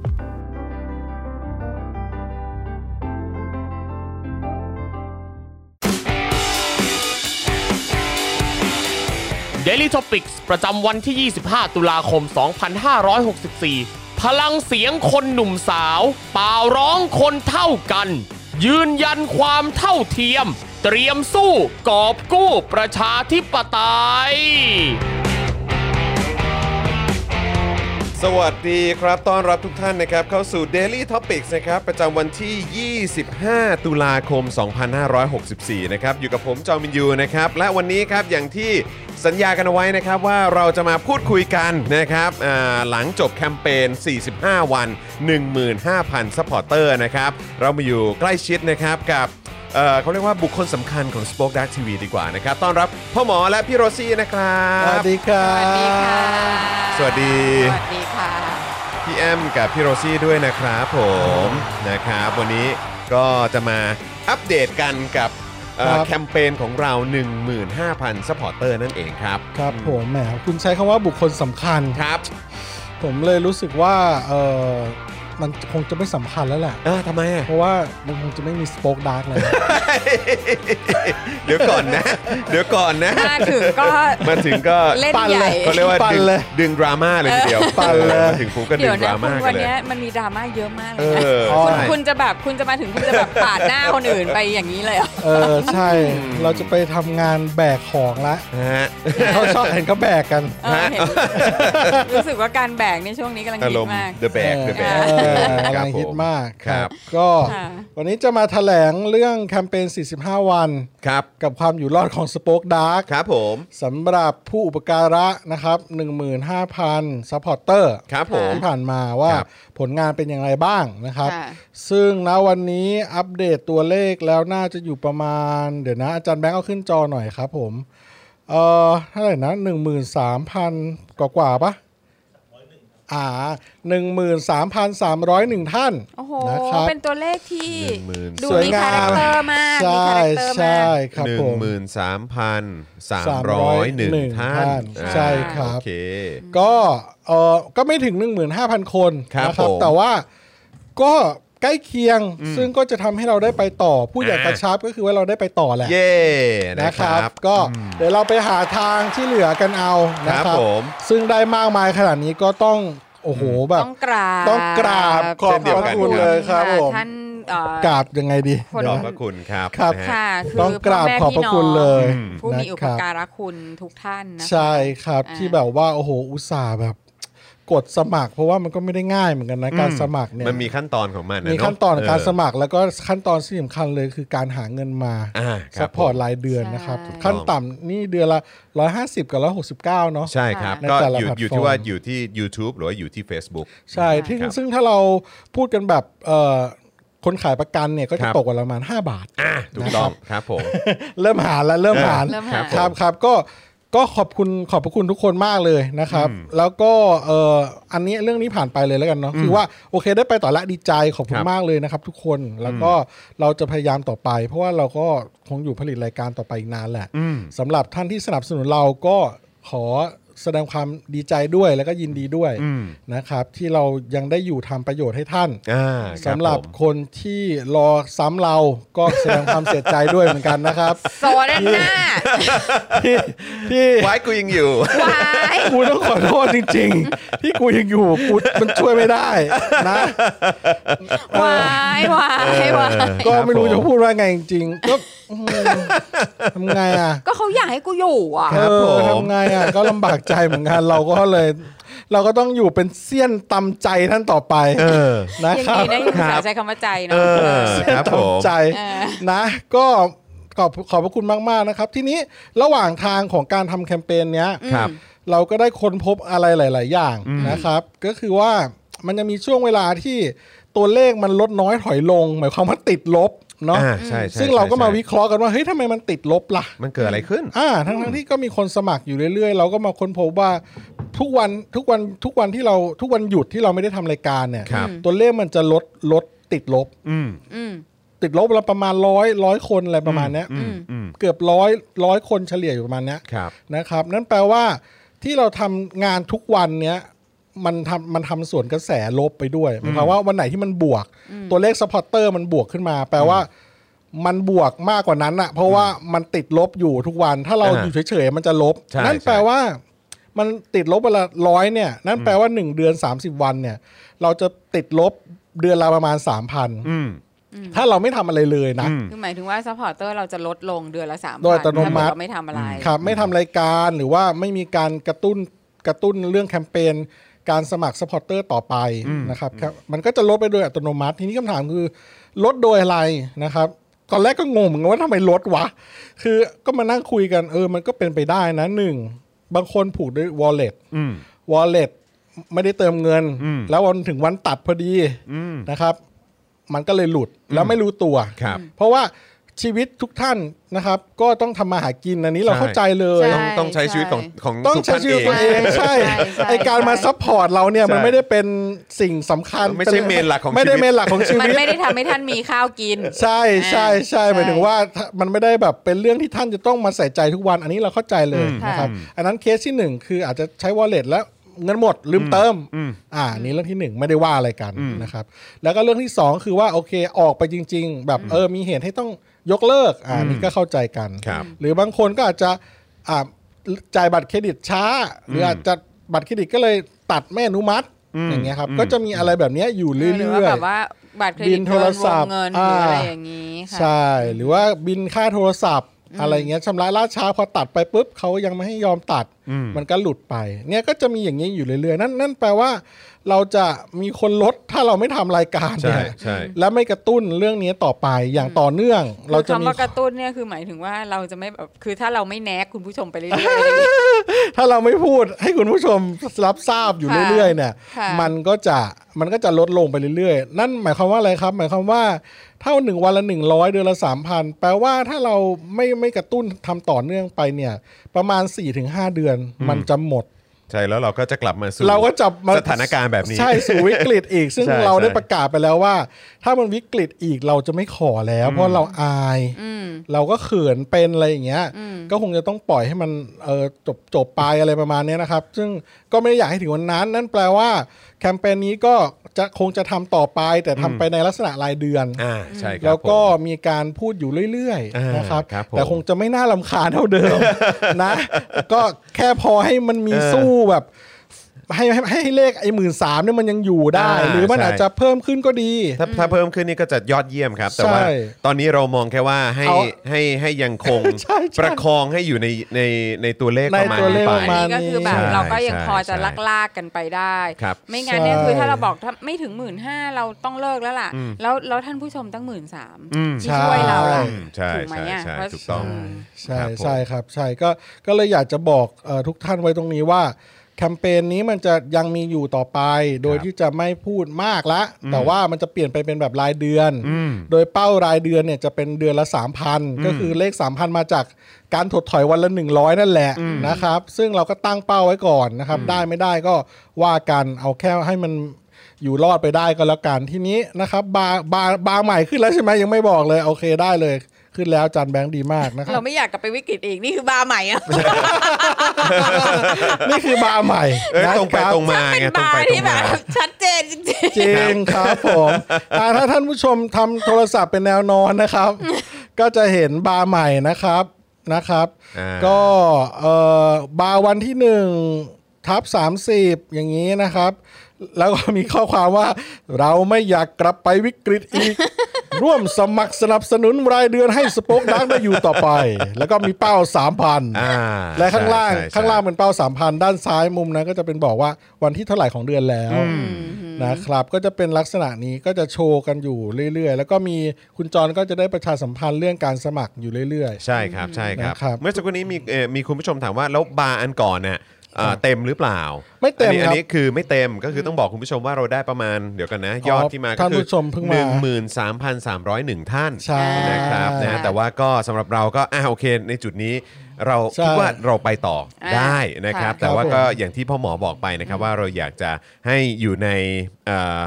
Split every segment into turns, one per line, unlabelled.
Daily Topics ประจำวันที่ 25 ตุลาคม 2564 พลังเสียงคนหนุ่มสาวเป่าร้องคนเท่ากัน ยืนยันความเท่าเทียม เตรียมสู้กอบกู้ประชาธิปไตย
สวัสดีครับ ต้อนรับทุกท่านนะครับ เข้าสู่ Daily Topics นะครับ ประจำวันที่ 25 ตุลาคม 2564 นะครับ อยู่กับผมจอมินยูนะครับ และวันนี้ครับ อย่างที่สัญญากันเอาไว้นะครับ ว่าเราจะมาพูดคุยกันนะครับอ่าหลังจบแคมเปญ 45 วัน 15,000 ซัพพอร์เตอร์นะครับ เรามาอยู่ใกล้ชิดนะครับกับ เอ่อเขาเรียกว่าบุคคลสำคัญของ Spoke Dark TV ดีกว่านะครับ ต้อนรับพ่อหมอและพี่โรซี่นะครับ
สวัสดีครับ
สวัสดีค่ะ
สวัสดี
สวัสดีค่ะ
พี่แอมกับพี่โรซี่ด้วยนะครับผมนะครับ วันนี้ก็จะมาอัปเดตกันกับเอ่อ
ครับ
แคมเปญของเรา 15,000ซัพพอร์เตอร์นั่นเองครับ
ครับผมแหมคุณใช้คำว่าบุคคลสำคัญ
ครับ
ผมเลยรู้สึกว่าเออมันคงจะไม่สำคัญแล้วแหละ
เออทำไมอะ
เพราะว่ามันคงจะไม่มีสป็อกดาร์กเลย
เดี๋ยวก่อนนะ เดี๋ยวก่อนนะ
มาถึงก็
มาถึงก็
เล่นใหญ่
เขาเรียกว่า
ปั่น
ดึง
เลย
ดึงดราม่าเลยทีเดียว
ปั่นเลย
ออมาถึงปุ๊บก็ดึ
เดี๋
ง
ยว
ด
นะ
รา
คุ
ม่า
ณ
กั
วัน
นเลย
เนี้ยมันมีดราม่าเยอะมากเล
เอยอ
คุณ
นะ
ใช่
คุณจะแบบคุณจะมาถึงคุณจะแบบปาดหน้าคนอื่นไปอย่างนี้เลยเหรอ
เออใช่ เราจะไปทำงานแบกของ ละ
นะฮะ
เขาชอบเห็นเขาแบกกัน
เออเห็นรู้สึกว่าการแบกในช่วงนี้กำลัง
อา
ฮิ
ร
ต
มณ์
มาก
The Bag The
เอ
Bag
อเออ
ค
กำ
รับ
ลัง
ผม
ฮิตมาก
ครับ
ก็
ค่ะ
วันนี้จะมาแถลงเรื่องแคมเปญ 45 วัน
ครับ
กับความอยู่รอดของสป็อกดาร์ก
ครับผม
สำหรับผู้อุปการะนะครับ 15,000ซัพพอร์เตอร์
ครับผม
ที่ผ่านมาว่า
ครับ
ผลงานเป็นอย่างไรบ้างนะครับ
ค่ะ
ซึ่งณวันนี้อัปเดตตัวเลขแล้วน่าจะอยู่ประมาณ เดี๋ยวนะ อาจารย์แบงค์เอาขึ้นจอหน่อยครับผมเอ่อเท่าไหร่นะหนึ่งหมื่นสามพันกว่ากว่าๆปะอ่าหนึ่งหมื่นสามพันสามร้อยหนึ่งท่าน
โอ้โห
นะครับ
เป็นตัวเลขที่
หนึ่งหมื่น
ดู
สวย
มี
งาม
คาแรคเตอร์มาก
ใช
มีคา
่
แรคเตอร์
ใช่
มาก
ครับ
หนึ่
ผ
ง
ม
หมื่นสามพันสามร้อยหนึ่ง
301
ท่าน
ท่านใช่ครับ
อ่าโอเค
ก็เออก็ไม่ถึง 15,000 คน
ครับ
นะ
ผม
แต่ว่าก็ใกล้เคียงซึ่งก็จะทำให้เราได้ไปต่อ ผู้ใหญ่กระชับก็คือว่าเราได้ไปต่อแหละ
เย่นะ
นะ
ค
ค
รั
รับ บ ก็เดี๋ยวเราไปหาทางที่เหลือกันเอานะ
ค
ค
รั
รั
บบ ผม
ซึ่งได้มากมายขนาดนี้ก็ต้อง โอ้โหแบบ
ต้องกราบ
ต้องกราบขอบ
เช่นเดียว
พระ
กัน
คุณเลยครับ
ะ
ผม
ท่านเอ่อ
กราบยังไงดี
คน
เดี๋
ข
ย
อบ
วนะ
พระคุณครับ
ครับ
นฮ
ค่ะคือ
ต้องกราบ
พ่แม่
ขอบพระคุณเลย
อืม
ผู้มีอุ
นะค
ป
รับ
การะคุณทุกท่านนะ
ใช่ครับ
อ่า
ที่แบบว่าโอ้โหอุตส่าห์แบบ กดสมัคร เพราะว่ามันก็ไม่ได้ง่ายเหมือนกันนะการสมัครเนี่ย
มันมีขั้นตอนของมันะ
มี
เะ
ขั้นตอนการ
เ
สมัครแล้วก็ขั้นตอนที่สำคัญเลยคือการหาเงินมา
อ่าค
ซั
รับ
พพอร์ต
ผม
รายเดือน
ใช่
นะครับ
ถูกต้อง
ขั้นต่ำนี่เดือนละ 150 กับ 169 เนาะ
ใช่ครับ
ใน
ก็
แต่ละ
อยู่อ
แพลตฟอร์ม
ยู่ที่ว่าอยู่ที่ YouTube หรือว่าอยู่ที่ Facebook
ใช่ที่
ครับ
ซึ่งถ้าเราพูดกันแบบเอ่อคนขายประกันเนี่ยก็
ค
จะ
รับ
ตกวันละประมาณ 5 บาท
อ่ะถูกต้องครับผม
เริ่มหารแล้วเริ่มหาร
เริ่มหา
ครับครับก็ก็ขอบคุณขอบพระคุณทุกคนมากเลยนะครับ แล้วก็เอ่ออันนี้เรื่องนี้ผ่านไปเลยแล้วกันเนาะคือว่าโอเคได้ไปต่อละดีใจขอบคุ
ค
ณ
รับ
มากเลยนะครับ ทุกคนแล้วก็เราจะพยายามต่อไป เพราะว่าเราก็คงอยู่ผลิตรายการต่อไปอีกนานแหละสำหรับท่านที่สนับสนุนเราก็ขอ แสดงความดีใจด้วยแล้วก็ยินดีด้วย
อืม
นะครับ ที่เรายังได้อยู่ทำประโยชน์ให้ท่าน
อ่าค
สำหรับ
ผม
คนที่รอซ้ำเราก็แสดงความเสียใจด้วยเหมือนกันนะครับ
โซด้านหน้า
ที่ที่
ไว้กูยังอยู่
วาย
กูต้องขอโทษจริง ๆ ที่กูยังอยู่กูมันช่วยไม่ได้นะ
วายวายวาย
ก็
ครับ
ไม่
ผ
รู้
ม
จะพูดว่าไงจริงๆก็อืมทำไงอ่ะ
ก็เขาอยากให้กูอยู่อ่ะ
ครับ
เออ
ผม
ทำไงอ่ะก็ลำบากใจเหมือนกันเราก็เลย เราก็ต้องอยู่เป็นเสี้ยนตำใจท่านต่อไป
เออ
นะ
ยัง
ครั
ดี
บ
นะยัง
ครั
สา
บ
ยใจคำว่าใจ
เออ
เนาะเออ
ครับผม
ตำใจ
เออ
นะ ก็ขอบขอบพระคุณมากๆนะครับ ทีนี้ระหว่างทางของการทำแคมเปญเนี้ย
ครับ
เราก็ได้ค้นพบอะไรหลาย ๆ อย่างนะครับ ก็คือว่ามันจะมีช่วงเวลาที่ตัวเลขมันลดน้อยถอยลง หมายความว่าติดลบเนาะ
อ่าใช่ใช่
ซึ่งเราก็มา
ใช่
วิเคราะห์กันว่าเฮ้ยทำไมมันติดลบล่ะ
มันเกิดอะไรขึ้น
อ่าทั้งทั้งที่ก็มีคนสมัครอยู่เรื่อย ๆ เราก็มาค้นพบว่าทุกวันทุกวันทุกวันที่เราทุกวันหยุดที่เราไม่ได้ทำรายการเนี่ย
ครับ
ตัวเลขมันจะลดลดติดลบ
อืม
อืม
ติดลบละประมาณร้อยร้อยคนอะไรประมาณเนี้ย
อืมอืม
เกือบร้อยร้อยคนเฉลี่ยอยู่ประมาณเนี้ย
ครับ
นะครับนั่นแปลว่าที่เราทำงานทุกวันเนี้ยมันทำมันทำส่วนกระแสลบไปด้วยหมายความว่าวันไหนที่มันบวก ตัวเลขสปอร์เตอร์มันบวกขึ้นมา แปลว่ามันบวกมากกว่านั้นอะเพราะว่ามันติดลบอยู่ทุกวัน ถ้าเรา
อ่า
อยู่เฉยๆมันจะลบ
ใช่
นั่นแปลว่า มันติดลบเวนละร้อยเนี่ย นั่นแปลว่า 1 เดือน 30 วันเนี่ย เราจะติดลบเดือนละประมาณ 3,000 ถ้าเราไม่ทำอะไรเลยนะ
อืม
คือหมายถึงว่าซัพพอร์เตอร์เราจะลดลงเดือนละสาม
โดยอัตโนมัติ
ไม่ทำอะไร
ครับไม่ทำรายการหรือว่าไม่มีการกระตุ้นกระตุ้นเรื่องแคมเปญการสมัครสปอร์เตอร์ต่อไปนะครับครับมันก็จะลดไปโดยอัตโนมัติ ทีนี้คำถามคือลดโดยอะไรนะครับ ตอนแรกก็งงเหมือนกันว่าทำไมลดวะ คือก็มานั่งคุยกันเออมันก็เป็นไปได้นะหนึ่งบางคนผูกด้วย wallet
อืม
wallet ไม่ได้เติมเงิน
อืม
แล้ววันถึงวันตัดพอดี
อืม
นะครับ มันก็เลยหลุดแล้วไม่รู้ตัว
ครับ
เพราะว่าชีวิตทุกท่านนะครับ ก็ต้องทำมาหากินอันนี้เรา
ใช่
เข้าใจเลย
ใช่
ต้องต้องใช้ชีวิตของของ
ต้อง
ทุก
ใช้
ท่าน
ชี
เอ
วิต
ง
ตัวเอง
ใช่
ใช่
ใช่ใช่
ไอการมาซัพพอร์ตเราเนี่ย มัน
ใช่
ไม่ได้เป็นสิ่งสำคัญ
ไม่ใช่เมนหลักของ
ไม่
ชี
ได้
วิต
เมนหลักของชีวิ
มัน
ต
ไม่ได้ทำให้ท่านมีข้าวกิน
ใช่ใช่ใช่
อ่า
หมายถึงว่าถ้ามันไม่ได้แบบเป็นเรื่องที่ท่านจะต้องมาใส่ใจทุกวัน อันนี้เราเข้าใจเลย
อืม
นะครับ
ค่ะ
อันนั้นเคสที่หนึ่งคืออาจจะใช้ wallet แล้วเงินหมดลืมเติม
อืม
อ่าอันนี่เรื่องที่หนึ่งไม่ได้ว่าอะไรกันนะครับ แล้วก็เรื่องที่สองคือว่าโอเคออกไปจริง ๆ แบบเออมีเหตุให้ต้องยกเลิกอ่าอันนี่ก็เข้าใจกัน
ครับ
หรือบางคนก็อาจจะอ่าจ่ายบัตรเครดิตช้า หรืออาจจะบัตรเครดิตก็เลยตัดไม่อนุมัติอย่างเงี้ยครับก็จะมีอะไรแบบเนี้ยอยู่เรื่อยๆ
หรือว่าแบบว่าบัตรเครดิ
บิ
ต
น
โท
โท
ร
รศั
ศัพ
พท์
ท์เงินหรืออะไร
อ่า
อย่างนี้ค่ะ
ใช่ หรือว่าบินค่าโทรศัพท์ อะไรเงี้ยชำระล่าช้าพอตัดไปปุ๊บเขายังไม่ให้ยอมตัด มันก็หลุดไป เนี่ยก็จะมีอย่างนี้อยู่เรื่อยๆ นั่นนั่นแปลว่า เราจะมีคนลดถ้าเราไม่ทำรายการ
ใช่
เนี่ย
ใช่
และไม่กระตุ้นเรื่องนี้ต่อไปอย่างต่อเนื่อง เรา
คือ
จะ
คำ
มี
ว่ากระตุ้นเนี่ยคือหมายถึงว่าเราจะไม่แบบคือถ้าเราไม่แนกคุณผู้ชมไปเรื่อย
ถ้าเราไม่พูดให้คุณผู้ชมรับทราบอยู่
ค่ะ
เรื่อยๆเนี่ย
ค่ะ
มันก็จะมันก็จะลดลงไปเรื่อยๆ นั่นหมายความว่าอะไรครับ หมายความว่าเท่าหนึ่งวันละหนึ่งร้อยเดือนละสามพันแปลว่าถ้าเราไม่ไม่กระตุ้นทำต่อเนื่องไปเนี่ยประมาณ4ี่ถึงหเดือนมันจะหมด
ใช่แล้วเราก็จะกลับมาสู่
เราก็จับมา
สถานการณ์แบบนี้
ใช่สู่วิกฤตอีก ซึ่ ง
ใช่
เราได้
ใช่
ประกาศไปแล้วว่า ถ้ามันวิกฤตอีกเราจะไม่ขอแล้ว เพราะเราอาย
ๆอืม
เราก็เขินเป็นอะไรอย่างเงี้ย
อืม
ก็คงจะต้องปล่อยให้มันเออจบจบไปอะไรประมาณเนี้ยนะครับ ซึ่งก็ไม่ได้อยากให้ถึงวันนั้น นั่นแปลว่าแคมเปญนี้ก็จะคงจะทำต่อไป แต่ทำไปในลักษณะรายเดือน
อ่าใช่ครับ
แล้วก็
ผม
มีการพูดอยู่เรื่อย
อ่า
ๆนะครับ
ครับผม
แต่คงจะไม่น่าลำคาญเท่าเดิม นะ ก็แค่พอให้มันมี
เออ
สู้แบบให้ให้ให้เลขไอ้หมื่นสามเนี่ยมันยังอยู่ได้
อ่า
หรือมัน
ใช่
อาจจะเพิ่มขึ้นก็ดี
ถ้าถ้าเพิ่มขึ้นนี่ก็จะยอดเยี่ยมครับ แต่ว่า
ใช่
ตอนนี้เรามองแค่ว่าให้
เอา
ให้ให้ยังคง
ใช่ใช่
ประคองให้อยู่ในในในตัวเลขประมาณ
ในตัวเล
นี้
ข
ไป
ประมาณ
นี่ก็คือแบบ
ใช่
เราก็ยังพอจะ
ใช่
ลักลากกันไปได้
ครับ
ไม่งั้นเนี่ย
ใช่
คือถ้าเราบอกถ้าไม่ถึงหมื่นห้าเราต้องเลิกแล้วล่ะ แล้วแล้วท่านผู้ชมตั้งหมื่นสาม
อืม
ที่ช่วยเราล่ะ
อืมใช่
ถูกไหม
ใช่
อะ
ใช่
เพราะ
ถูกต้อง
ใช่
ครับผม
ใช่ครับใช่ก็ก็เลยอยากจะบอกเอ่อทุกท่านไว้ตรงนี้ว่าแคมเปญนี้มันจะยังมีอยู่ต่อไป โดย
ครับ
ที่จะไม่พูดมากละ แต่ว่ามันจะเปลี่ยนไปเป็นแบบรายเดือน
อืม
โดยเป้ารายเดือนเนี่ยจะเป็นเดือนละ 3,000 ก็คือเลข 3,000 มาจากการถดถอยวันละ 100 นั่นแหละนะครับ ซึ่งเราก็ตั้งเป้าไว้ก่อนนะครับ ได้ไม่ได้ก็ว่ากันเอาแค่ให้มันอยู่รอดไปได้ก็แล้วกันทีนี้นะครับบาร์บาร์บาร์ใหม่ขึ้นแล้วใช่ไหมยังไม่บอกเลยโอเคได้เลย ขึ้นแล้วอาจารย์แบงค์ดีมากนะครั
เรา
บ
ไม่อยากกลับไปวิกฤตอีก นี่คือบาร์ใหม่อะ
นี่คือบาร์ใหม่
เอ้ย
นะ
ตรงไป
ครับ
ตรงมา
เป็น
ไงตรง
บา
ไป
ร์
ตร
ที่
ง
แบ
มา
บชัดเจนจริง
จริงครับผม อ่าถ้าท่านผู้ชมทำโทรศัพท์เป็นแนวนอนนะครับ ก็จะเห็นบาร์ใหม่นะครับนะครับ
อ่า
ก็เอ่อบาร์วันที่1ทับ30 อย่างนี้นะครับ แล้วก็มีข้อความว่าเราไม่อยากกลับไปวิกฤตอีก ร่วมสมัครสนับสนุนรายเดือนให้สป็อกดักได้อยู่ต่อไป แล้วก็มีเป้า 3,000
อ่า
และข้างล่าง
ใช่ใช่
ข้างล่างเป็นเป้า 3,000 ด้านซ้ายมุมนะก็จะเป็นบอกว่าวันที่เท่าไหร่ของเดือนแล้ว นะครับก็จะเป็นลักษณะนี้ก็จะโชว์กันอยู่เรื่อยๆ แล้วก็มีคุณจรก็จะได้ประชาสัมพันธ์เรื่องการสมัครอยู่เรื่อย
ใช่ครับใช่ครับ
นะครับ
เมื่อสักครู่นี้มีเอ่อมีคุณผู้ชมถามว่าแล้วบาร์อันก่อนเนี่ยเอ่อเต็มหรือเปล่า
ไม่เต็ม
อันนี้อัน
ครับ
นี้คือไม่เต็มก็คือต้องบอกคุณผู้ชมว่าเราได้ประมาณเดี๋ยวกันนะ
อ๋อย
อดที่มาก็
ท่าน
คื
ผู้ชมเพิ่ง
ห
มา
นึ่งหมื่นสามพันสามร้อยหนึ่งท่าน
ๆ ใช่
นะครับนะแต่ว่าก็สำหรับเราก็อ่าโอเค ในจุดนี้เราคิดว่าเราไปต่อได้นะครับ แต่ว่าก็อย่างที่พ่อหมอบอกไปนะครับว่าเราอยากจะให้อยู่ในเอ่อ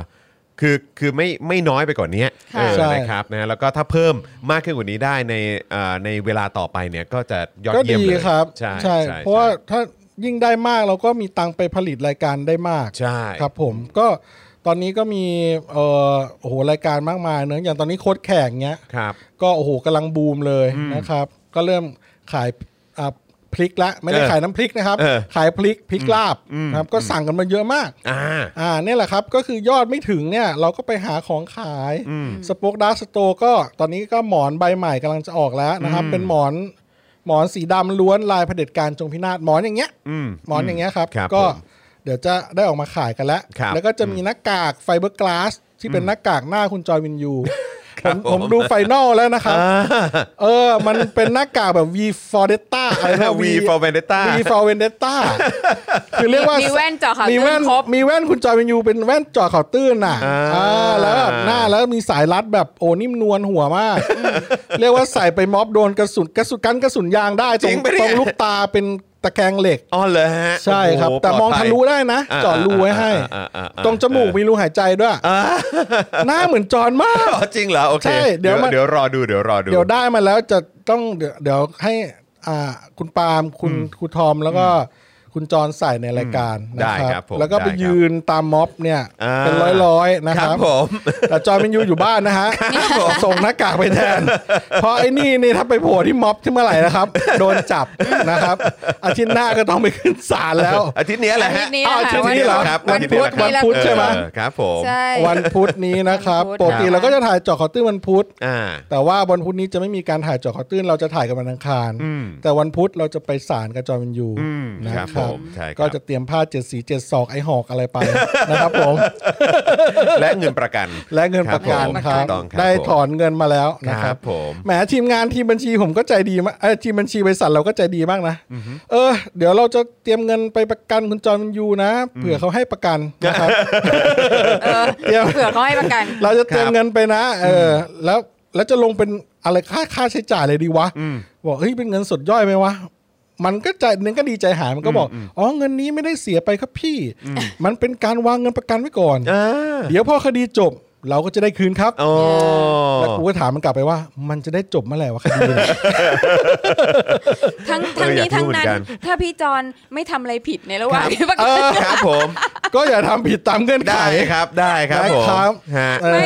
คือคือไม่ไม่น้อยไปกว่านนี้เออนะครับนะแล้วก็ถ้าเพิ่มมากขึ้นกว่านี้ได้ในเอ่อในเวลาต่อไปเนี่ยก็จะยอด
ก็
เยี่ยม
ดี
เลย
ครับ
ใช่
เพราะว่าถ้ายิ่งได้มากเราก็มีตังค์ไปผลิตรายการได้มาก
ใช่
ครับผมก็ตอนนี้ก็มีเอ่อโอ้โหรายการมากมายเนอะอย่างตอนนี้โค้ดแข่งเงี้ย
ครับ
ก็โอ้โหกำลังบูมเลยนะครับ ก็เริ่มขายอ่าพริกละไม่ได้
เออ
ขายน้ำพริกนะครับ
เออ
ขายพริกพริกลาบนะครับก็สั่งกันมาเยอะมาก
อ่า
อ่าเนี่ยแหละครับ ก็คือยอดไม่ถึงเนี่ยเราก็ไปหาของขายสป็อกดาร์สโตก็ตอนนี้ก็หมอนใบใหม่กำลังจะออกแล้วนะครับ เป็นหมอนหมอนสีดำล้วนลายเผด็จการจงพินาศหมอนอย่างเงี้ย
อืม
หมอนอย่างเงี้ยครับ
ครับ
ก็
ผม
เดี๋ยวจะได้ออกมาขายกันแล้ว
ครับ
แล้วก็จะมีหน้ากากไฟเบอร์กลาสที่เป็นหน้ากากหน้าคุณจอยวิน ยู
ค
ผ
รับ
ม
ผม
ผมดูไฟนอลแล้วนะครับ
อ่า
เออ มันเป็นหน้ากากแบบ V for Vendetta อะไรนะ
V for Vendetta
V for Vendetta คือเรียกว่า
มีแว่นเจาะขาว
มีแว่น
ครบ
มีแว่นคุณจอยเมนยูเป็นแว่นเจอเขาวตื้นน่ะ
อ่า
อ่าแล้วแบบหน้าแล้วมีสายรัดแบบโอ้นิ่มนวลหัว มาก เรียกว่าใส่ไปม็อบโดนกระสุนกระสุนกันกระสุนยางได้ตรงตรงลูกตาเป็นตะแกรงเหล็ก
อ๋อเลยฮะ
ใช่ครับ
โโห
แต่มอง
ปลดภั
ทะ
ย
ลุได้นะ
อ่า
เจาะรูไว้ให้
อ่าอ่าอ่า
ตรงจมูกมีรูหายใจด้วยหน้าเหมือนจอห์นมาก
อ๋อจริงเหรอโอเค
ใช่เดี๋ยวมัน
เดี๋ยวรอดูเดี๋ยวรอดู
เดี๋ยวได้มาแล้วจะต้องเดี๋ยวเดี๋ยวให้อ่าคุณปาล์มคุณคุณทอมแล้วก็คุณจรใส่ในรายการนะ
ได้
ค
ครั
รั
บบ ผม
แล้วก็ไป
ได้ครับ
ยืนตามม็อบเนี่ย
อ่า
เป็นร้อยๆนะค
ครั
รั
บบ ผม
แต่จอยเป็นยูอยู่บ้านนะฮะส่งหน้ากากไปแทน เพราะไอ้นี่นี่ถ้าไปโผล่ที่ม็อบที่เมื่อไหร่นะครับ โดนจับนะครับอาทิตย์หน้าก็ต้องไปขึ้นศาลแล้ว
อาทิตย์เนี้ยแหละฮะ
อาทิตย์เนี้ย
อ้าวอาทิตย์นี้เหรอ
ครับ
วันพุธ
อา
วัน
ย์เยแหละครับ
พุธใช่ไหม
เออครับผม
ใช่
วันพุธนี้นะครับ
วันพุ
ป
ธ
กติเราก็จะถ่ายเจาะข่าวตื้นวันพุธ
อ่า
แต่ว่าวันพุธนี้จะไม่มีการถ่ายเจอข่าวตื้นเราจะถ่ายกันวันอังคาร แต่วันพุธเราจะไปสารกับจอมันยู
อืม
นะครับ ค
ผ
รับ
มใช่ครับ
ก็จะเตรียมผ้าเจ็ดสีเจ็ดศอกไอหอกอะไรไป นะครับผม
และเงินประกัน
และเงินประกัน
ผม
ครับ
ถูต้องครับ
ได้ถอน
ผม
เงินมาแล้วนะค
ครั
รับบ
ผม
แหมทีมงานทีมบัญชีผมก็ใจดีมากเอ้ยทีมบัญชีบริษัทเราก็ใจดีมากนะเออ เดี๋ยวเราจะเตรียมเงินไปประกันคุณจอมันยูนะ เผื่อเขาให้ประกันนะครับ
เออ
เดี๋ยว
เผื่อเขาให้ประกัน
เราจะเตรียม
ครับ
เงินไปนะ เอออแล้วแล้วจะลงเป็นอะไรค่าค่าใช้จ่ายเลยดีวะบอกเฮ้ยเป็นเงินสดย่อยไหมวะ มันก็ใจหนึงก็ดีใจหายมันก็บอกอ๋อเงินนี้ไม่ได้เสียไปครับพี่ มันเป็นการวางเงินประกันไว้ก่อน
อ่า
เดี๋ยวพอคดีจบ เราก็จะได้คืนครับ
โอ้
แล้วกูก็ถามมันกลับไปว่า มันจะได้จบเมื่อไหร่วะคดีเนี่ย
ทั้งทั้งนี้ทั้งนั้น
เอออยากรู้เหมือนกัน
ถ้าพี่จอนไม่ทำอะไรผิดในระหว่างที่ประ
เอ
กัน
อครับผม
ก็อย่าทำผิดตามเงื่อนไข
ได้ครับได้ครับ
ได้
ผม
ครับ
ฮะ
เออ
ไม่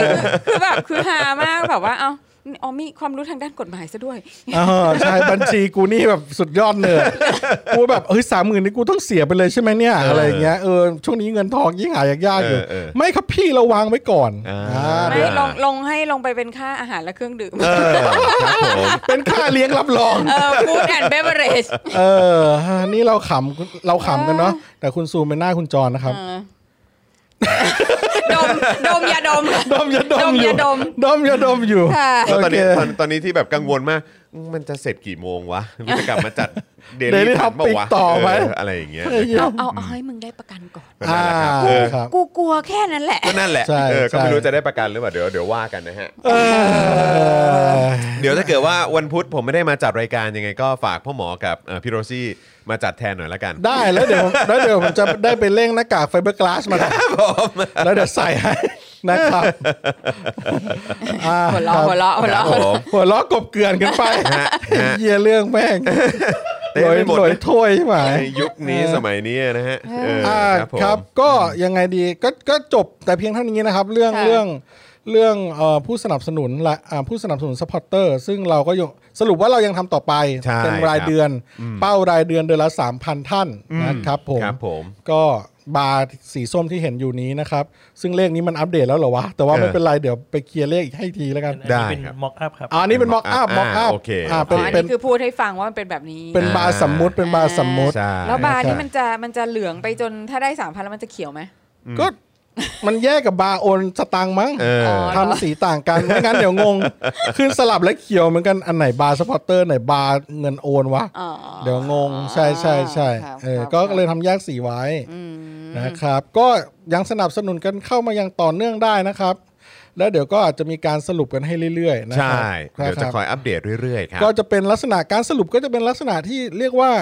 คือแบบคือฮามากแบบว่าเอ้าอ๋อมีความรู้ทางด้านกฎหมายซะด้วย
อ๋อใช่บัญชีกูนี่แบบสุดยอดเลยกูแบบเอ้ยสามหมื่นนี่กูต้องเสียไปเลยใช่ไหมเนี่ย
เอออ
อะไรอย่างเงี้ยเออช่วงนี้เงินทองยิ่งหายากยากๆอยู่
เออเออ
ไม่ครับพี่เราวางไว้ก่อน
อ่า
อ่าเดี๋ยว
ไม่ลงลงให้ลงไปเป็นค่าอาหารและเครื่องดื่ม
เออครับผม
เป็นค่าเลี้ยงรับรอง
เออฟู้ดแอนด์เบเวอร์เรจ
เออ นี่เราขำเราขำกันเนาะแต่คุณซูมเป็นหน้าคุณจรนะครับ
ดม ดมยาดม
ดมยาดมอยู่
ดม
ดมยาดมอยู่
ค่ะ
แล้วตอนนี้
โเค
ตอนตอนนี้ที่แบบกังวลมากมันจะเสร็จกี่โมงวะมันจะกลับมาจัดเด
Daily
ลี่ทับ
Topic
วะ
ต่อไหม
เอะไรอย่างเงี้ย
เฮ้ย
เอาเอาเอาให้มึงได้ประกันก่อน
ก็นั่นแหละครับ
อ่า
เออ
ครับ
กูกลัวแค่นั้นแหละ
ก็นั่นแหละ
ใช่
เออก็ไม่
ใช่
รู้จะได้ประกันหรือเปล่าเดี๋ยวเดี๋ยวว่ากันนะฮะ
เออ
เดี๋ยวถ้าเกิดว่าวันพุธผมไม่ได้มาจัดรายการยังไงก็ฝากพ่อหมอกับเอ่อพี่โรซี่มาจัดแทนหน่อยละกัน
ได้แล้วเดี๋ยวแล้วเดี๋ยวผมจะได้ไปเร่งหน้ากากไฟเบอร์กลาสมาแล้วเดี๋ยวใส่ให้ นะครับอ่า
หัวเราะหัวเราะหัว
ครับผ
เราะ
ม
หัวเราะกบเกลื่อนกันไปเยียเรื่องแม่ง
เต็ม
โดย
ไปหมด
โดย
นะ
ถ้วยใช่ไหม
ในยุคนี้
เออ
สมัยนี้นะฮะเออ
อ่า
ครับผม
ครับก็ยังไงดีก็ก็จบแต่เพียงเท่านี้นะครับ เรื่อง
ค่ะ
เรื่องเรื่องเอ่อผู้สนับสนุนและอ่าผู้สนับสนุนสปอร์เตอร์ซึ่งเราก็ยังสรุปว่าเรายังทำต่อไป
ใช่
เป็นรายเดือน เป้ารายเดือนเดือนละ 3,000 ท่านนะครับผม
ครับผม
ก็บาร์สีส้มที่เห็นอยู่นี้นะครับ ซึ่งเลขนี้มันอัปเดตแล้วเหรอวะ แต่ว่าไม่
เออ
เป็นไร เดี๋ยวไปเคลียร์เลขอีกให้ทีแล้วกัน
ได้
อันนี้เป็น
ครับ
ม็อกอัพครับ
อ่าอันนี้เป็นม็อกอัพม็อกอัพ
โอเค
อ่า
โอเค
เป็น
อ๋ออัน
เป็น
นี้คือพูดให้ฟังว่ามันเป็นแบบนี้
เป็นบาร์สมมุติเป็นบาร์สมมุติ
ใช่
แล้วบาร์นี่
ใช่
มันจะมันจะเหลืองไปจนถ้าได้สามพันแล้วมันจะเขียวไหม
ก็มันแยกกับบาร์โอนสตางค์มั้ง
เออ
ทำสีต่างกัน ไม่งั้นเดี๋ยวง ง ขึ้นสลับและเขียวเหมือนกันอันไหนบาร์สปอร์เตอร์ไหนบาร์เงินโอนวะ
อ๋อ
เดี๋ยวงงใช่ใช่ใช่
ครับ
เออ
ครับ
ก็
ครับ
เลยทำแยกสีไว้
อืม
นะครับ ก็ยังสนับสนุนกันเข้ามายังต่อเนื่องได้นะครับ แล้วเดี๋ยวก็อาจจะมีการสรุปกันให้เรื่อยๆนะค
ใช่
รั
เดี๋
บ
ยวจะคอยอัปเดตเรื่อยๆครับ
ก็จะเป็นลักษณะการสรุปก็จะเป็นลักษณะที่เรียกว่า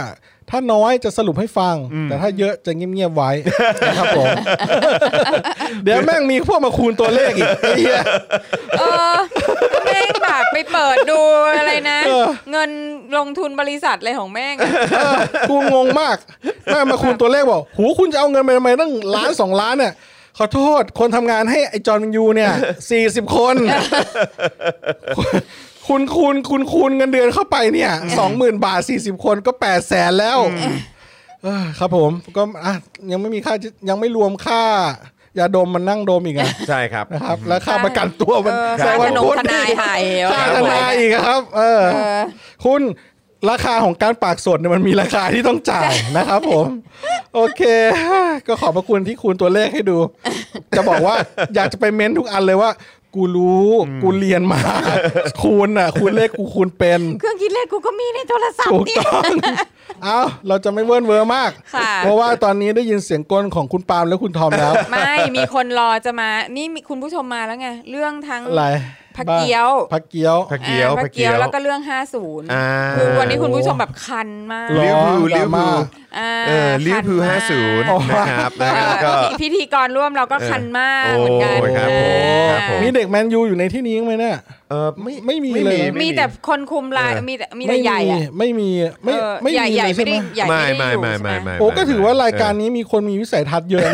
ถ้าน้อยจะสรุปให้ฟัง แต่ถ้าเยอะจะเงียบๆไว้ นะครับ ผม เดี๋ยวแม่งมีพวกมาคูณตัวเลขอีกไอ้เหี้ย
เออแม่งแบบไปเปิดดูอะไรนะ เงินลงทุนบริษัทอะไรของแม่งอะ
เออกูงงมากแม่งมาคูณตัวเลขบอกหูคุณจะเอาเงินไปทำไมตั้งล้านสองล้านเนี่ย ขอโทษคนทำงานให้ไอจอห์นวินยูเนี่ยสี่สิบคน คุณคูณคุณคูณเงินเดือนเข้าไปเนี่ยสองหมื่นบาทสี่สิบคนก็แปดแสนแล้วเออครับผมก็อ่ะยังไม่มีค่ายังไม่รวมค่ายาดมมันนั่งดมอีกอะ
ใช่ครับ
นะครับ และค่าประกันตัวมัน
เออ
แซ
ค่าง ข
วัน
นม
พุธ
ทนายหายเหว
ค่าทนายอีกครับ เออ
เออ
คุณราคาของการปากสดเนี่ยมันมีราคาที่ต้องจ่ายนะครับผม โอเค ก็ขอบพระคุณที่คูณตัวเลขให้ดู จะบอกว่าอยากจะไปเม้นทุกอันเลยว่า กูรู้กูเรียนมา คูณอ่ะ คูณเลขกูคูณเป็น
เครื่องคิดเลขกูก็มีในโทรศัพ
ถู
ท์
ก
นี่
ต้อง เอาเราจะไม่เวิร์นเวอร์มาก
ค่ะ
เพราะว่าตอนนี้ได้ยินเสียงกลของคุณปาล์มและคุณทอมแล้ว
ไม่มีคนรอจะมา นี่มีคุณผู้ชมมาแล้วไง เรื่องทั้ง
อะไร
ผักเกี๊ยว
ผักเกี๊ยว
ผักเกี๊ยว
อ่า
ผักเกี๊ยว
แล้วก็เรื่อง 50
อ่า
คือวันนี้คุณผู้ชมแบบคันมาก
หรอ
ลิเวอร์พูล
ด
ลิ
รา
เวอร์
ม่า
พูล
อ่า
เออลิเวอร์พูล
คั
ห้าน
มก
ศูนย์นะครับนะ
เอ
ค
อ
รับก็
พิธีกรร่วมเราก็คันมาก
เออ
เหมือนกัน
โอ้ยครับผมครับผม
มีเด็กแมนยูอยู่ในที่นี้ไหมเนี่ย
เออไม่
ไม่มีเลย
มีแต่คนคุมลาย
เออ
มีแต่มีแต่ใหญ่อะ
ไม่มีไม่
เออ
ไม่
ใหญ่
มี
ใหญ่
เลย
ไม่
ใช่
ได้
ไหม
ใหญ่
ไม่
ไม่
ไม่
ได้
ไม่ไม่
อยู่ใช่ห
ไม่
โอ้ก็ถือว่ารายการนี้มีคนมีวิสัยทัศน์เยอะ นะ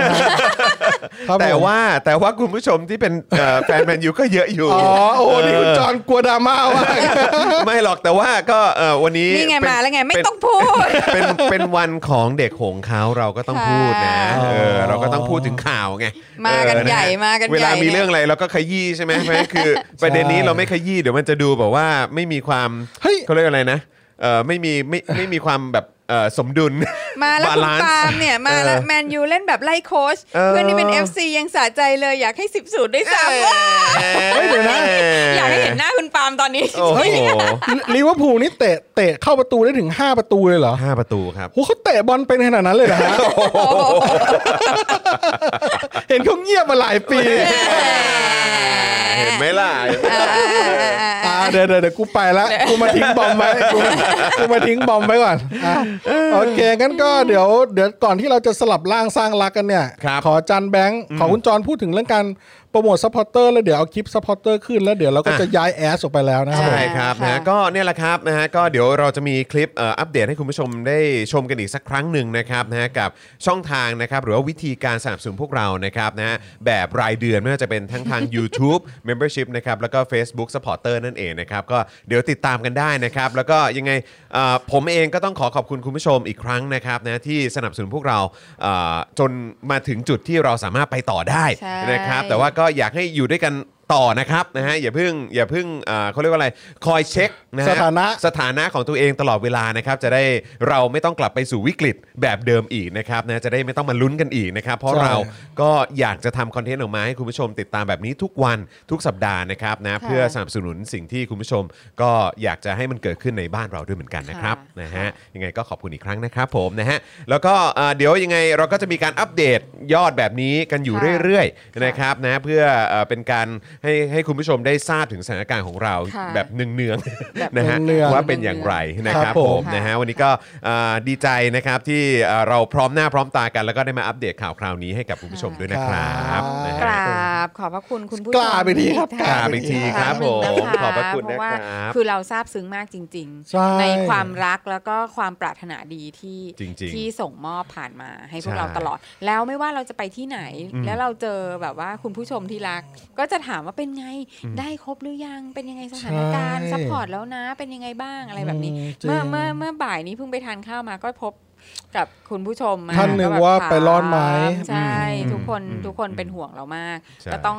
ครับ
แต่
ผม
ว่าแต่ว่าคุณผู้ชมที่เป็นเอ่อแฟนแมนยูก็เยอะอยู่
อ๋อโอ้นี่คุณจอห์นกลัวดราม่ามาก
ไม่หรอกแต่ว่าก็เอ่อวันนี้
นี่ไง
เป็น
มาแล้วไงไม่
เป็น
ต้องพูด
เป็นเป็นวันของเด็กหงเขาเราก็ต้องพูดนะ
ค่ะ
เออเราก็ต้องพูดถึงข่าวไง
มากัน
เออะฮะ
ใหญ่มากันใหญ่
เวลามีเรื่องอะไรเราก็ขยี้ใช่ไหมเพราะฉะนั้น คือ ประเด็นนี้เราไม่ขยี้เดี๋ยวมันจะดูแบบว่าไม่มีความ
เฮ้ย
เขาเรียกอะไรนะเออไม่มีไม่ไม่มีความแบบเอ่อสมดุ ล
มาแล้วคุณ
balance
ปาล์มเนี่ยมาแล้วแมนยูเล่นแบบไล่โค้ช
เออ
เพื่อนที่เป็น FC ยังสะใจเลยอยากให้สิบสูตรด้วยซ้ำว้า
เฮ้ยเดี๋ยวนะ
อยากให้เห็นหน้าคุณปาล์มตอนนี้
โอ้โห
ลิเวอร์พูลนี่เตะเตะเข้าประตูได้ถึง 5 ประตูเลยเหรอ
ห้าประตูครับ
โหเขาเตะบอลเป็นขนาดนั้นเลยเหรอฮ ะ เห็นเขาเงียบมาหลายปี
เห็นไหมล่ะ
อ่าเดี๋ยวเดี๋ยวเดี๋ยวกูไปละกูมาทิ้งบอมไว้ กูกูมาทิ้งบอมไว้ก่อนอ่ะโอเคงั้นก็เดี๋ยวเดี๋ยวก่อนที่เราจะสลับร่างสร้างรักกันเนี่ย
ครับ
ขอจันแบงค์ขอคุณจรพูดถึงเรื่องการโปรโมทซัพพอร์เตอร์แล้วเดี๋ยวเอาคลิปซัพพอร์เตอร์ขึ้นแล้วเดี๋ยวเราก็จะย้ายแอสออกไปแล้วนะครับผม
ใช่ครับนะก็เนี่ยแหละครับนะฮะก็เดี๋ยวเราจะมีคลิปเอ่ออัปเดตให้คุณผู้ชมได้ชมกันอีกสักครั้งหนึ่งนะครับนะฮะกับช่องทางนะครับหรือว่าวิธีการสนับสนุนพวกเรานะครับนะฮะแบบรายเดือนไม่ว่าจะเป็นทั้ง ทาง YouTube Membership นะครับแล้วก็ Facebook Supporter นั่นเองนะครับก็เดี๋ยวติดตามกันได้นะครับ แล้วก็ยังไงเอ่อผมเองก็ต้องขอขอบคุณคุณผู้ชมอีกครั้งนะครับนะที่สนับสนุนพวกเราเอ่อจนมาถึงจุดที่เราสามารถไปต่อได้
ใช่
นะครับแต่ว่า ก็อยากให้อยู่ด้วยกันต่อนะครับนะฮะอย่าเพิ่งอย่าเพิ่งอ่าเขาเรียกว่าอะไรคอยเช็คนะฮ
สถานะ
สถานะของตัวเองตลอดเวลานะครับ จะได้เราไม่ต้องกลับไปสู่วิกฤตแบบเดิมอีกนะครับนะจะได้ไม่ต้องมาลุ้นกันอีกนะครับ เพราะเราก็อยากจะทำคอนเทนต์ออกมาให้คุณผู้ชมติดตามแบบนี้ทุกวันทุกสัปดาห์นะครับนะเพื่อสนับสนุนสิ่งที่คุณผู้ชม ก็อยากจะให้มันเกิดขึ้นในบ้านเราด้วยเหมือนกันนะครับ
ค่ะ
นะฮะ ยังไงก็ขอบคุณอีกครั้งนะครับผมนะฮะแล้วก็เอ่อเดี๋ยวยังไงเราก็จะมีการอัปเดตยอดแบบนี้กันอยู่
ค่ะ
เรื่อยๆนะครับนะเพื่อเอ่อเป็นการ ให้ให้คุณผู้ชมได้ทราบถึงสถานการณ์ของเรา
ค่ะ
แบบเนือง
แบบ
ๆนะฮะ
เนืองๆ
ว่าเป็นอย่างไรนะค
ค
รั
รั
บบ
ผ
ผม มนะฮะวันนี้ก็อ่าดีใจนะครับที่อ่าเราพร้อมหน้าพร้อมตากันแล้วก็ได้มาอัปเดตข่าวคราวนี้ให้กับคุณผู้ชมด้วยนะครับนะ
ก
ฮะ
ราบขอบพระคุณคุณผู้ชม
กราบอีกทีครับ
กราบอีกทีครับ
อีก
ผม
งน
ขอบพระคุณ
เพราะว่า
นะครับ
คือเราซาบซึ้งมากจริง
ใช่
ๆ ในความรักแล้วก็ความปรารถนาดีที่
จริงๆ
ที่ส่งมอบผ่านมาให้พว
ใช่
กเราตลอด แล้วไม่ว่าเราจะไปที่ไหน
อืม
แล้วเราเจอแบบว่าคุณผู้ชมที่รัก ก็จะถามว่าเป็นไงได้ครบหรือยังเป็นยังไงสถานการณ์
ใช่
ซัพพอร์ตแล้วนะเป็นยังไงบ้างอะไรแบบนี้
อืมจริง
เมื่อเมื่อเมื่อบ่ายนี้เพิ่งไปทานข้าวมาก็พบกับคุณผู้ชมมา
ท่านหนึ่ง
ก็แบบ
ว่า
ถ
ไปรอดไหม
ใช่
อืม
ทุกคน
อืม
ทุกคน
อืม
เป็นห่วงเรามาก
ใช่
ก็ต้อง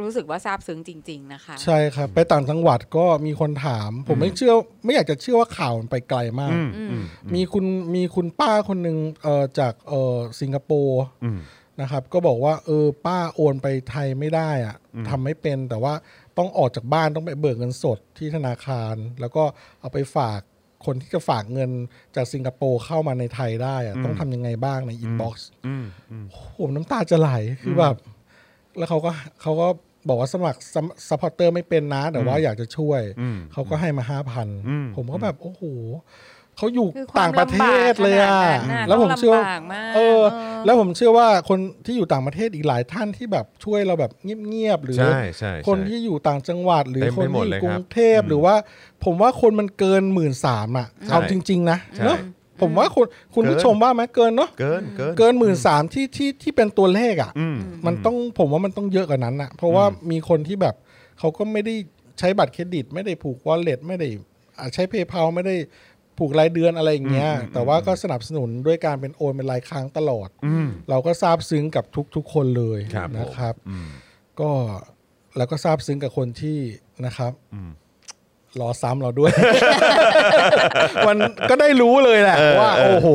รู้สึกว่าซาบซึ้งจริง ๆ นะคะ
ใช่ครับ ไปต่างจังหวัดก็มีคนถาม ผมไม่เชื่อไม่อยากจะเชื่อว่าข่าวมันไปไกลมาก
อืมอืม
มีคุณมีคุณป้าคนหนึ่งเอ่อจากเอ่อสิงคโปร์
อืม
นะครับ ก็บอกว่าเออป้าโอนไปไทยไม่ได้อะทำไม่เป็นแต่ว่าต้องออกจากบ้านต้องไปเบิกเงินสดที่ธนาคาร แล้วก็เอาไปฝากคนที่จะฝากเงินจากสิงคโปร์เข้ามาในไทยได้อะต้องทำยังไงบ้างในอินบ็อกซ์
อืมอืม
ผมน้ำตาจะไหลคือแบบ แล้วเขาก็เขาก็บอกว่าสมัครซัพพอร์เตอร์ไม่เป็นนะ แต่ว่าอยากจะช่วย
อืม
เขาก็ให้มาห้าพัน
อืม
ผมก็แบบ โอ้โหเขาอยู่
คือความ
ต่างประเทศเลย
ลำบา
อ่ะ
กขนาดนั้นน่ะ
แล้วผมเชื่อ
ต้องลำบากมาก
เออ
เออ
แล้วผมเชื่อว่าคนที่อยู่ต่างประเทศอีกหลายท่านที่แบบช่วยเราแบบเงียบๆหรือ
ใช่ใช่
คนที่อยู่ต่างจังหวัดหรือ
เต็ม
คน
ไปหมด
ที่อ
เลย
ยู่
ค
ก
รับ
รุงเทพหรือว่า ผมว่าคนมันเกินหมื่นสามอ่ะ
ใช่
เอาจริง ๆ นะ
ใช่
เนอะผมว่าคนคุณ
เกิน
ผู้ชมว่าไหมเกินเนาะ
เกินเกิน
เกินหมื่นสามที่ที่ที่เป็นตัวเลขอ่ะ
อืม
มันต้องผมว่ามันต้องเยอะกว่านั้นอ่ะ เพราะว่ามีคนที่แบบเขาก็ไม่ได้ใช้บัตรเครดิต ไม่ได้ผูกวอลเล็ตไม่ได้อ่ะใช้เพย์เพาไม่ได้ผูกรายเดือนอะไรอย่างเงี้ย แต่ว่าก็สนับสนุนด้วยการเป็นโอนเป็นรายครั้งตลอด
อืม
เราก็ซาบซึ้งกับทุกๆคนเลย
ครับผม
นะครับ
อืม
ก็แล้วก็ซาบซึ้งกับคนที่นะครับ
อืม
รอซ้ำเราด้วย มันก็ได้รู้เลยแหละ
เออ
ว่า
เออ
โอ้โห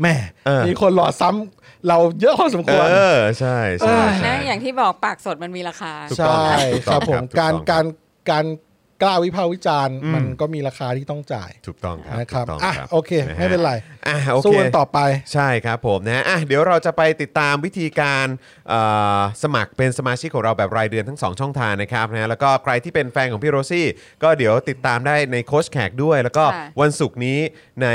แหม่
เออ
มีคนรอซ้ำเราเยอะพอสมควร
เออใช่ใช่ใช่
นะอย่างที่บอกปากสดมันมีราคา
ถูก
ใช่
ต้องค
ค
รับ
รับผม
ถูกต้
กา
องค
ร
รับ
การการกล้าวิพากษ์วิจารณ์
อืม
มันก็มีราคาที่ต้องจ่าย
ถูกต้องครับ
นะครับ
ถูกต้ง
อ่ะ
รับ
โอเค
ะฮะ
ไม่เป็นไร
อ่ะโอเค
สู้กันต่อไป
ใช่ครับผมนะอ่ะเดี๋ยวเราจะไปติดตามวิธีการเอ่อสมัครเป็นสมาชิกของเราแบบรายเดือนทั้ง 2 ช่องทางนะครับนะแล้วก็ใครที่เป็นแฟนของพี่โรซี่ ก็เดี๋ยวติดตามได้ในโค้ชแขกด้วย แล้วก็
ค่ะ
วันศุกร์นี้ใน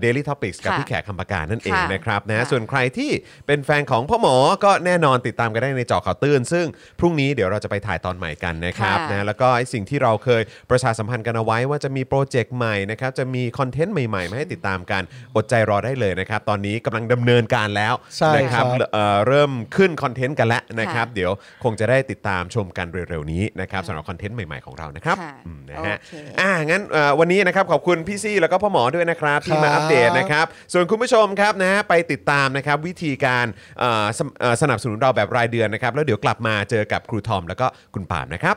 เดลิทอพิกส์กับ
ค่ะ
พี่แขกคำปากการนั่นเอง
ค่ะ
นะครับนะ
ค่ะ
ส่วนใครที่เป็นแฟนของพ่อหมอก็แน่นอนติดตามกันได้ในเจอข่าวตื่น ซึ่งพรุ่งนี้เดี๋ยวเราจะไปถ่ายตอนใหม่กันนะครับ
ค่ะ
นะ แล้วก็ไอ้สิ่งที่เราเคยประชาสัมพันธ์กันเอาไว้ว่าจะมีโปรเจกต์ใหม่นะครับ จะมีคอนเทนต์ใหม่ๆ มาให้ติดตามกัน อดใจรอได้เลยนะครับ ตอนนี้กำลังดำเนินการแล้ว
ใช่
นะค
ครั
รับบ เอ่อเริ่มขึ้นคอนเทนต์กันแล้วนะครับ
ค่ะ
เดี๋ยวคงจะได้ติดตามชมกันเร็วๆนี้นะครับสำหรับคอนเทนต์ใหม่ๆของเรานะครับ
ค่ะ
อืมนะฮะ
โอเค
อ่างั้นเอ่อวันนี้นะครับขอบคุณพี่ซี่แล้วก็พ่อหมอด้วยนะครับ ที่มาอัปเดตนะครับ ส่วนคุณผู้ชมครับนะไปติดตามนะครับวิธีการเอ่อสมเอ่อสนับสนุนเราแบบรายเดือนนะครับ แล้วเดี๋ยวกลับมาเจอกับครูทอมแล้วก็คุณปาล์มนะครับ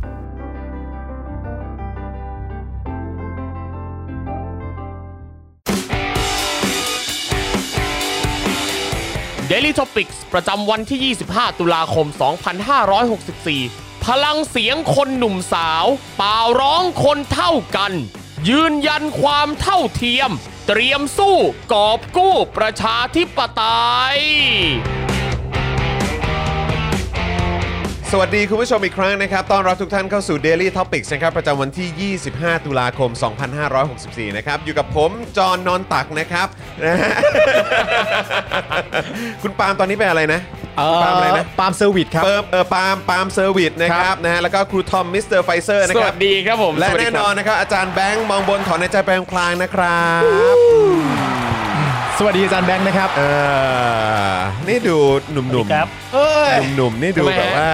Daily Topics ประจำวันที่ 25 ตุลาคม 2564 พลังเสียงคนหนุ่มสาว เปล่าร้องคนเท่ากัน ยืนยันความเท่าเทียม เตรียมสู้กอบกู้ประชาธิปไตย
สวัสดีคุณผู้ชมอีกครั้งนะครับต้อนรับทุกท่านเข้าสู่ Daily Topics นะครับประจำวันที่ 25 ตุลาคม 2564 นะครับ อยู่กับผม จอห์นนอนตักนะครับ นะฮะ คุณปาล์มตอนนี้เป็นอะไรนะปาล์มอะไรนะ
ปาล์มเซอร์วิสครับ
เปิมเออปาล์มปาล์มเซอร์วิสนะครับนะฮะแล้วก็ครูทอมมิสเตอร์ไฟเซอร์นะ
ส
ค
วั
รับ
สดีครับผม
และ
สวัสดี
แน่
คนรับ
อนนะครับ อาจารย์แบงค์มองบนถอนในใจแปลงพลางนะครับ
สวัสดีอาจารย์แบงค์นะครับ
เออนี่ดูหนุ่มๆหนุ่ม
ครับ
หนุ่มๆนี่ดู
ทำไมฮะ
แบบว่า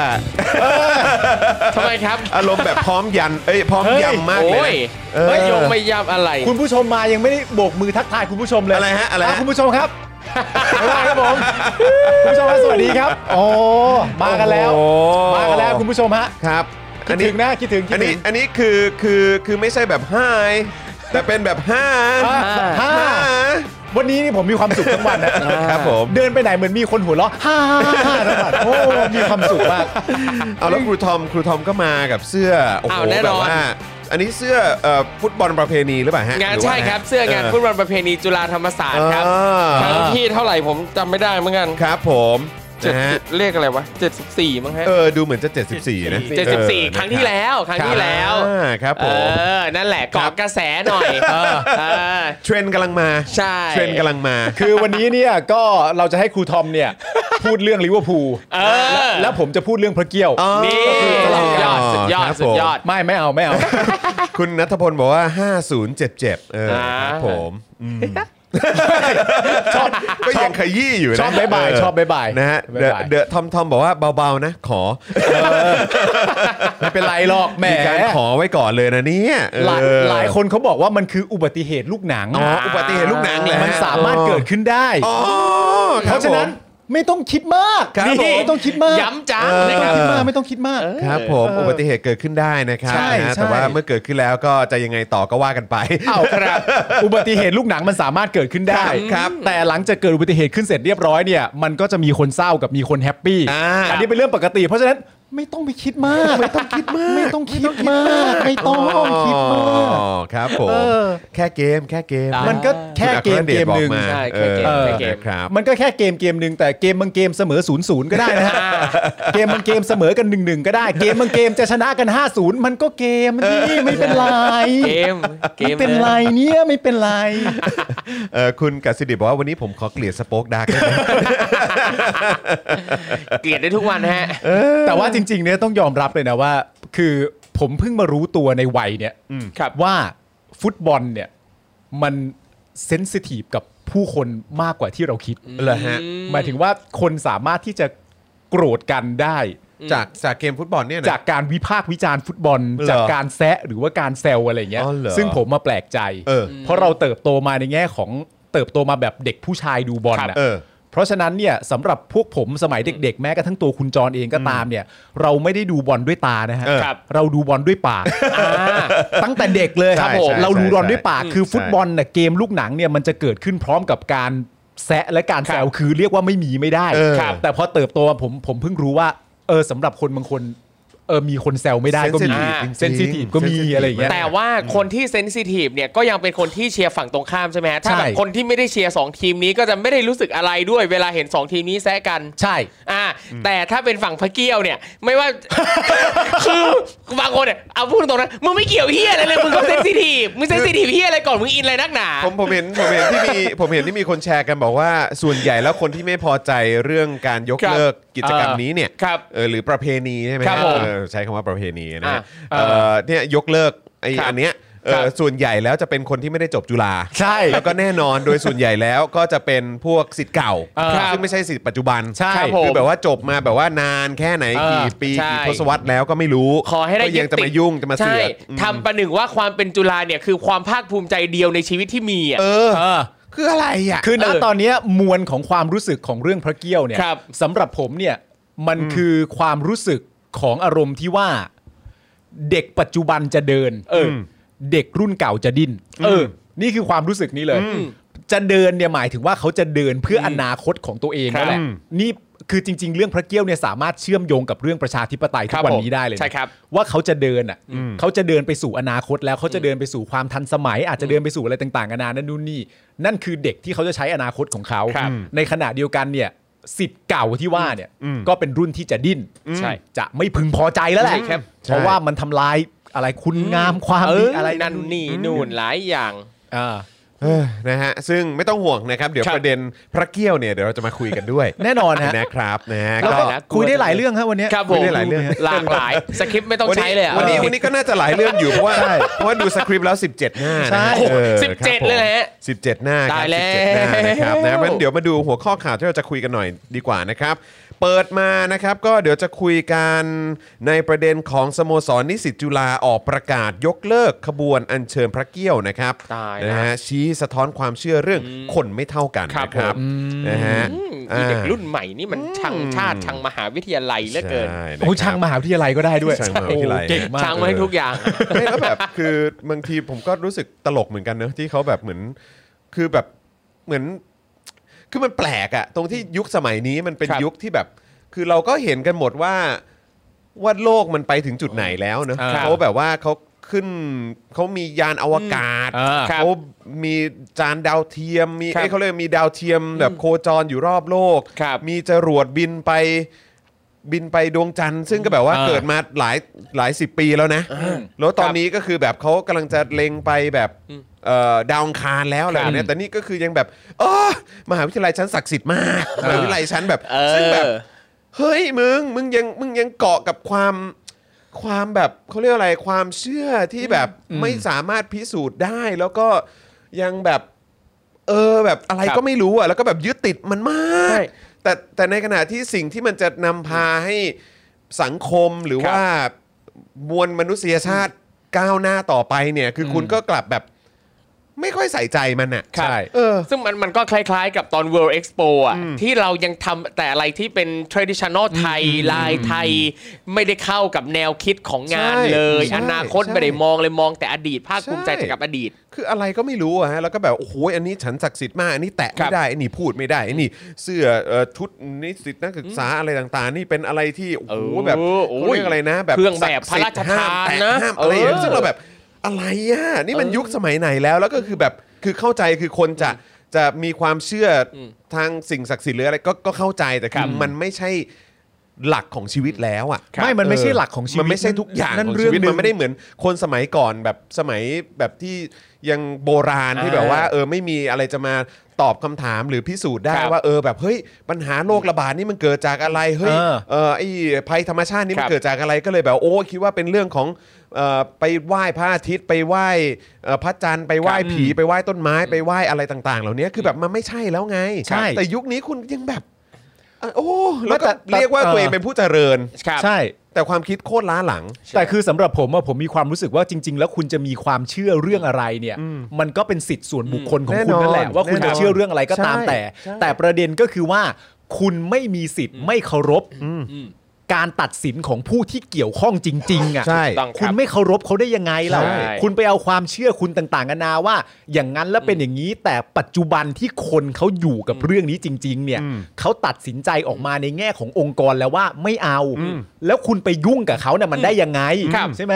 ทำไมครับ
อารมณ์แบบพร้อมยัน เอ้ยพร้อม
เฮ้ย
ยำมากเล
โอ้
ย
ย
นะ
เฮ้ยยงไม่ยำอะไร
คุณผู้ชมมายังไม่ได้โบกมือทักทายคุณผู้ชมเลย
อะไรฮะอะไรฮะ
คุณผู้ชมครับบ๊ายบายครับ ผมคุณผู้ชมครับสวัสดีครับโอ้มากันแล้ว
โอ้
มากันแล้วคุณผู้ชมฮะ
ครับ
คิดถึงนะคิดถึงคิ
อั
ด
นนี้
ถึง
อันนี้คือคือคือไม่ใช่แบบห้ายแต่เป็นแบบห้า
อ่าฮ่า
ห้า
วันนี้นี่ผมมีความสุขทั้งวันนะครับ
ผม
เดินไปไหนเหมือนมีคนหัวเราะ ฮ่าฮ่าฮ่าทั้งวันโอ้มีความสุขมาก
เอาแล้วครูทอมครูทอมก็มากับเสื้อโอ้โห
อ้าวแน่นอน
แบบว่า อันนี้เสื้อเอ่อฟุตบอลประเพณีหรือเปล่าฮะ
งาน
หอว่า
ใช่ครับ เสื้องานฟุตบอลประเพณีจุฬาธรรมศาสตร์ครับ
อ่า
ครั้งที่เท่าไหร่ผมจำไม่ได้เหมือนกัน
ครับผม
เจ็ด
นะฮะ
สิบเลขอะไรวะ74มั้งฮะ
เออดูเหมือนจะ 74 นะ
เจ็ดสิบสี่
เออ
ครั้งที่แล้วครั้งที่แล้ว
อ่าครับ
เอ
ผม
อ นั่นแหละเกาะกระแสหน่อยเออเออ
เทรนด์กำลังมา
ใช่
เทรนด์กำลังมา
คือวันนี้เนี่ยก็เราจะให้ครูทอม เนี่ยพูดเรื่องลิเวอร์พูล
เออ
แล้วผมจะพูดเรื่องพระเกี้ยว
นี่สุดยอดสุดยอดสุดยอด
ไม่ไม่เอาไม่ เอา
คุณนัทพลบอกว่า 5077 เออ
อ่า
ครับผมอืม
ชอบ
ก็ยังขยี้อยู่นะ
ชอบบายบาย
เ
ชอบบายบาย
นะฮะ
บ๊าย
เดอะ
บาย
เดอะทอมทอมบอกว่าเบา ๆ นะ ขอ
ไม่เป็นไรหรอกแหม
มีการขอไว้ก่อนเลยนะเนี่ยเออ
หลายหลายคนเขาบอกว่ามันคืออุบัติเหตุลูกหนัง
อ๋ออุบัติเหตุลูกหนังแหละ
มันสามารถเกิดขึ้นได้
อ๋อคบ
เพราะฉะนั้น
ผม
ไม่ต้องคิดมาก
ครับ
นี่
ผม
ไม่ต้องคิดมาก
ย้ำจัง
เออ
ไม่
นะ
ต้
ครับ
องคิดมากไม่ต้องคิดมาก
ครับผมอุบัติเหตุเกิดขึ้นได้นะครับ
ใช่
นะฮะ
ใช่
แต่ว่าเมื่อเกิดขึ้นแล้วก็จะยังไงต่อก็ว่ากันไป
เอาครับอุบัติเหตุลูกหนังมันสามารถเกิดขึ้นได้
ครับ
แต่หลังจากเกิดอุบัติเหตุขึ้นเสร็จเรียบร้อยเนี่ยมันก็จะมีคนเศร้ากับมีคนแฮปปี้
อ่า
อันนี้เป็นเรื่องปกติ เพราะฉะนั้นไม่ต้องไปคิดมากไม่ต้องคิดมาก ไม่ต้องคิดมากไม่ต้องคิดมาก
อ๋อครับผม
เออ
แค่เกมแค่เกม
มันก็แค่เกมเกมหนึ่ง
ใช่แค่เกม
ออ
แค่เกม
นะครับ
มันก็แค่เกมเกมหนึ่งแต่เกมบางเกมเสมอ0ูนย์ก็ได้นะฮะ เกมบางเกมเสมอกัน1นึก็ได้ เกมบางเกมจะชนะกัน 5 0 มันก็เกมนี่ไม่เป็นไร
เกมเก
ไม่
ม
เป็นไรเนี่ยไม่เป็นไร
เออคุณกสิเดชบอกว่าวันนี้ผมขอเกลียดสโป๊กดาร์กได้ไหม
เกลียดได้ทุกวันฮะ
แต่ว่าจริงๆเนี่ยต้องยอมรับเลยนะว่า คือผมเพิ่งมารู้ตัวในวัยเนี่ย
ครับ
ว่าฟุตบอลเนี่ยมันเซนซิทีฟกับผู้คนมากกว่าที่เราคิด
เหรอฮะ
หมายถึงว่าคนสามารถที่จะโกรธกันได้
จากจากเกมฟุตบอลเนี่ยนะ
จากการวิพากษ์วิจารณ์ฟุตบอล
เหรอ
จากการแซะหรือว่าการแซวอะไรเงี้ย
อ๋อเหรอ
ซึ่งผมมาแปลกใจ
เออ
ราะเราเติบโตมาในแง่ของเติบโตมาแบบเด็กผู้ชายดูบอลนะ
เออ
เพราะฉะนั้นเนี่ยสำหรับพวกผมสมัยเด็ก ๆ แม้กระทั่งตัวคุณจรเองก็ตามเนี่ย เราไม่ได้ดูบอลด้วยตานะฮะ
เออ
ครับ
เราดูบอลด้วยปาก
อ่า
ตั้งแต่เด็กเลย
ใช่
ครับผม
ใช่
เราดูบอลด้วยปาก
ใช่
คือฟุต
ใช่
บอลน่ะเกมลูกหนังเนี่ยมันจะเกิดขึ้นพร้อมกับการแซะและการแซวคือเรียกว่าไม่มีไม่ได้
เออ
ครับ
แต่พอเติบโตผมผมเพิ่งรู้ว่าเออสำหรับคนบางคนเออมีคนแซวไม่ได้ก็มี
Sensitive
อ่า
จริงๆ
เซนซิทีฟก็มี
Sensitive
อะไรอย่างเงี้ย
แต่ว่าคนที่เซนซิทีฟเนี่ยก็ยังเป็นคนที่เชียร์ฝั่งตรงข้ามใช่ไหมฮะถ้าแบบ
ใช่
คนที่ไม่ได้เชียร์สองทีมนี้ก็จะไม่ได้รู้สึกอะไรด้วยเวลาเห็นสองทีมนี้แซะกัน
ใช่
อ่าแต่ถ้าเป็นฝั่งพระเกี้ยวเนี่ย ไม่ว่า คือบางคนเนี่ยเอาพูดตรงนะมึงไม่เกี่ยวเฮียอะไรเลยมึงก็เซนซิทีฟมึงเซนซิทีฟเฮียอะไรก่อนมึงอินอะไรนักหนา
ผมผมเห็นผมเห็นที่มีผมเห็นที่มีคนแชร์กันบอกว่าส่วนใหญ่แล้วคนที่ไม่พอใจเรื่องการยก
ครับ
เลิกกิจกรรมนี้เนี่ย
ครับ
เออหรือประเพณีใช่ไหม
ครับ
ฮะ
ผม
เออใช้คำว่าประเพณีนะฮะ
อ่ะ
เออเนี่ยยกเลิกไอ้
ครับ
อันเนี้ยเอ
ครับ
อส่วนใหญ่แล้วจะเป็นคนที่ไม่ได้จบจุฬา
ใช่
แล้วก็แน่นอนโดยส่วนใหญ่แล้วก็จะเป็นพวกสิทธิ์เก่า
เออ
ซึ่งไม่ใช่สิทธิ์ปัจจุบัน
ใช่
ครับผม
คือแบบว่าจบมาแบบว่านานแค่ไหน
เออ
กี่ปี
ใช่
กี่ทศวรรษแล้วก็ไม่รู้
ขอให้ได้
ก็ยังจะมายุ่งจะมาเสื
ใช่
อกอืม
ทำประหนึ่งว่าความเป็นจุฬาเนี่ยคือความภาคภูมิใจเดียวในชีวิตที่มีอ่ะ
เออ
เออ
คืออะไรอ่ะ
คือณ
เออ
ตอนเนี้ยมวลของความรู้สึกของเรื่องพระเกี้ยวเนี่ย
ครับ
สำหรับผมเนี่ยมันคือความรู้สึกของอารมณ์ที่ว่า เด็กปัจจุบันจะเดินเอออเด็กรุ่นเก่าจะดิ้นเออ นี่คือความรู้สึกนี้เลย จะเดินเนี่ยหมายถึงว่าเขาจะเดินเพื่ออนาคตของตัวเองนั่นแหละ
ครับ
นี่ คือจริง ๆ เรื่องพระเกี้ยวเนี่ยสามารถเชื่อมโยงกับเรื่องประชาธิปไตยทุ
ครับ
กวัน
ผม
นี้ได้เลยนะ
ใช่ครับ
ว่าเขาจะเดินอ่ะเขาจะเดินไปสู่อนาคตแล้วเขาจะเดินไปสู่ความทันสมัย อาจจะเดินไปสู่อะไรต่างๆนานานั่นนู่นนี่นั่นคือเด็กที่เขาจะใช้อนาคตของเขา
ครับ
ในขณะเดียวกันเนี่ยสิทธิ์เก่าที่ว่าเนี่ยก็เป็นรุ่นที่จะดิ้น
ใช่
จะไม่พึงพอใจแล้วแหละ
ใช่ครับ
เพราะว่ามันทำลายอะไรคุณงามความ
เอ
ดี
ออะ
อะไร
ไรนั่นนี่นู่นหลายอย่าง
อ่า
เอ้ยนะฮะซึ่งไม่ต้องห่วงนะครับ เดี๋ยว
ครับ
ประเด็นพระเกี้ยวเนี่ยเดี๋ยวเราจะมาคุยกันด้วย
แน่นอนฮะ
นะครับนะฮะ
แล้วก็
ได้นะ
คุยได้หลายเรื่องฮะวันเนี้ย
ครับผม
ไม่ได้หลายเรื่อง
หลากหลายสคริปต์ไม่ต้องใช้เลยอะ
วันนี้
เออ
วันนี้ก็น่าจะหลายเรื่องอยู่เพราะว่าเพราะว่าดูสคริปต์แล้ว 17 หน้านะ
ใช่
โอ้โห
ออ
สิบเจ็ด
ครับผม
เลยฮะ
17 หน้าครับ
ตายแล้ว
17หน้านะครับนะเพราะฉะนั้นเดี๋ยวมาดูหัวข้อข่าวที่เราจะคุยกันหน่อยดีกว่านะครับ เปิดมานะครับก็เดี๋ยวจะคุยกันในประเด็นของสโมสรนิสิตจุฬาออกประกาศยกเลิกขบวนอัญเชิญพระเกี้ยวนะครับ
ตายนะ
นะฮะชี้สะท้อนความเชื่อเรื่องคนไม่เท่ากันนะครับนะฮะ
อืมอีเด็กรุ่นใหม่นี่มันชังชาติชังมหาวิทยาลัยเหลือเกิน
ใช่นะ
โอ้
ครับ
ช่างมหาวิทยาลัยก็ได้ด้วย
ช่างมหาวิทยาลัย
โอ้เก่งมาก
ชังมาให้ทุกอย่าง
ไม่แล้วแบบคือบางทีผมก็รู้สึกตลกเหมือนกันเนอะที่เขาแบบเหมือนคือแบบเหมือน คือมันแปลกอะตรงที่ยุคสมัยนี้มันเป็น
ครับ
ยุคที่แบบ คือเราก็เห็นกันหมดว่าว่าโลกมันไปถึงจุดไหนแล้วเนอะ
ครับ
เขาแบบว่าเขาขึ้นเขามียานอวกาศ
อืมอ่า
ครับ
เขามีจานดาวเทียม มี
ครับ
เอ้ยเขาเรียกมีดาวเทียม แบบโคจรอยู่รอบโลก
ครับ
มีจรวดบินไป บินไปดวงจันทร์ซึ่งก็แบบว่า
อ่า
เกิดมาหลายหลายสิบปีแล้วนะ แล้วตอนนี้ก็คือแบบเขากำลังจะเล็งไปแบบเอ่อดาวอังคารแล้วอะไรแบบเนี้ยแต่นี่ก็คือยังแบบเออมหาวิทยาลัยชั้นศักดิ์สิทธิ์มากมหาวิทยาลัยชั้นแบบ
เอ
ซึ่งแบบ
อ
เฮ้ยมึงมึงยังมึงยังเกาะกับความความแบบเขาเรียกอะไรความเชื่อที่แบบไม่สามารถพิสูจน์ได้ แล้วก็ยังแบบเออแบบอะไร
ครับ
ก็ไม่รู้อ่ะแล้วก็แบบยึดติดมันมาก
ใช่
แต่แต่ในขณะที่สิ่งที่มันจะนำพาให้สังคมหรือ
ครับ
ว่ามวลมนุษยชาติก้าวหน้าต่อไปเนี่ย คืออคุณก็กลับแบบไม่ค่อยใส่ใจมันอ่ะ
ครับ
ใช่
เออ
ซึ่งมันมันก็คล้าย ๆ กับตอน World Expo อ่ะที่เรายังทำแต่อะไรที่เป็น traditional ไทยลายไทย ไม่ได้เข้ากับแนวคิดของงาน
ใช่
เลย
ใช่
อนาคต
ใช่
ไม่ได้มองเลยมองแต่อดีตภาคภูมิใจ
ใช่
แต่กับอดีต
คืออะไรก็ไม่รู้อะฮะแล้วก็แบบโอ้โหอันนี้ฉันศักดิ์สิทธิ์มากอันนี้แตะ
ครั
ไม่
บ
ได้อันนี้พูดไม่ได้อันนี้เสื้อเอ่อชุดนิสิตนักศึกษาอะไรต่างๆ นี่เป็นอะไรที่โอ้โห
เออ
แบบ
โอ้ย
เขาเรียกอะไรนะแบบ
เครื่องแบบ
ศักดิ์สิ
พระราช
ธิ์ห้
ทาน
มแต
นะ
ห้ามอะไรอย่างเงี้ย
เออ
ซึ่งเราแบบอะไรอ่ะนี่มัน
เออ
ยุคสมัยไหนแล้วแล้วก็คือแบบคือเข้าใจคือคนจะจะมีความเชื่ออทางสิ่งศักดิ์สิทธิ์หรืออะไรก็ก็เข้าใจแต่คือมันไม่ใช่หลักของชีวิตแล้วอ่ะ
ครับ
ไม่ มันไม่ใช่หลักของชีวิต
มันไม่ใช่ทุกอย่าง
นั่น
ของ
เรื่อ
ชี
ง
วิตมันไม่
ห
ได้
ง
เหมือนคนสมัยก่อนแบบสมัยแบบที่ยังโบราณที่
อ่า
แบบว่าเออไม่มีอะไรจะมาตอบคำถามหรือพิสูจน์ได้
ครับ
ว่าเออแบบเฮ้ยปัญหาโรคระบาดนี่มันเกิดจากอะไรเฮ้ย
เออ
เออไอ้ภัยธรรมชาตินี่มั
คน รับ
เกิดจากอะไรก็เลยแบบโอ้คิดว่าเป็นเรื่องของเอ่อไปไหว้พระอาทิตย์ไปไหว้เอ่อพระจันทร์ไปไหว้
ครับ
ผีไปไหว้ต้นไม้ไปไหว้อะไรต่าง ๆ เหล่านี้คือแบบมันไม่ใช่แล้วไง
ใช่
แต่ยุคนี้คุณยังแบบเอ่อโอ้
ไม่
แล้ว
แต่
ก็
แต่
เรียกว่า
เอ่อ
ตัวเองเป็นผู้เจริญ
ครับ
ใช่
แต่ความคิดโคตรล้าหลัง
แต่คือสำหรับผมอะผมมีความรู้สึกว่าจริง ๆ แล้วคุณจะมีความเชื่อเรื่องอะไรเนี่ย มันก็เป็นสิทธิ์ส่วนบุคคลของ
แน่
คุณ
นอน
นั่นแหละว่าคุณ
แน่น
จะ
อน
เชื่อเรื่องอะไรก็ตามแต่
ใช่ใช่
แต่ประเด็นก็คือว่า คุณไม่มีสิทธิ์ไม่เคารพการตัดสินของผู้ที่เกี่ยวข้องจริงๆอ่ะ
ใช่
ต้องค
คุ
รั
ณ
บ
ไม่เคารพเขาได้ยังไงเล่า
ใช่
คุณไปเอาความเชื่อคุณต่างๆนานาว่า อย่างนั้นแล้วเป็นอย่างนี้ แต่ปัจจุบันที่คนเขาอยู่กับเรื่องนี้จริง ๆ เนี่ยเขาตัดสินใจออกมาในแง่ขององค์กรแล้วว่าไม่เอา แล้วคุณไปยุ่งกับเขาเนี่ยมันได้ยังไง
ครับ
ใช่ไหม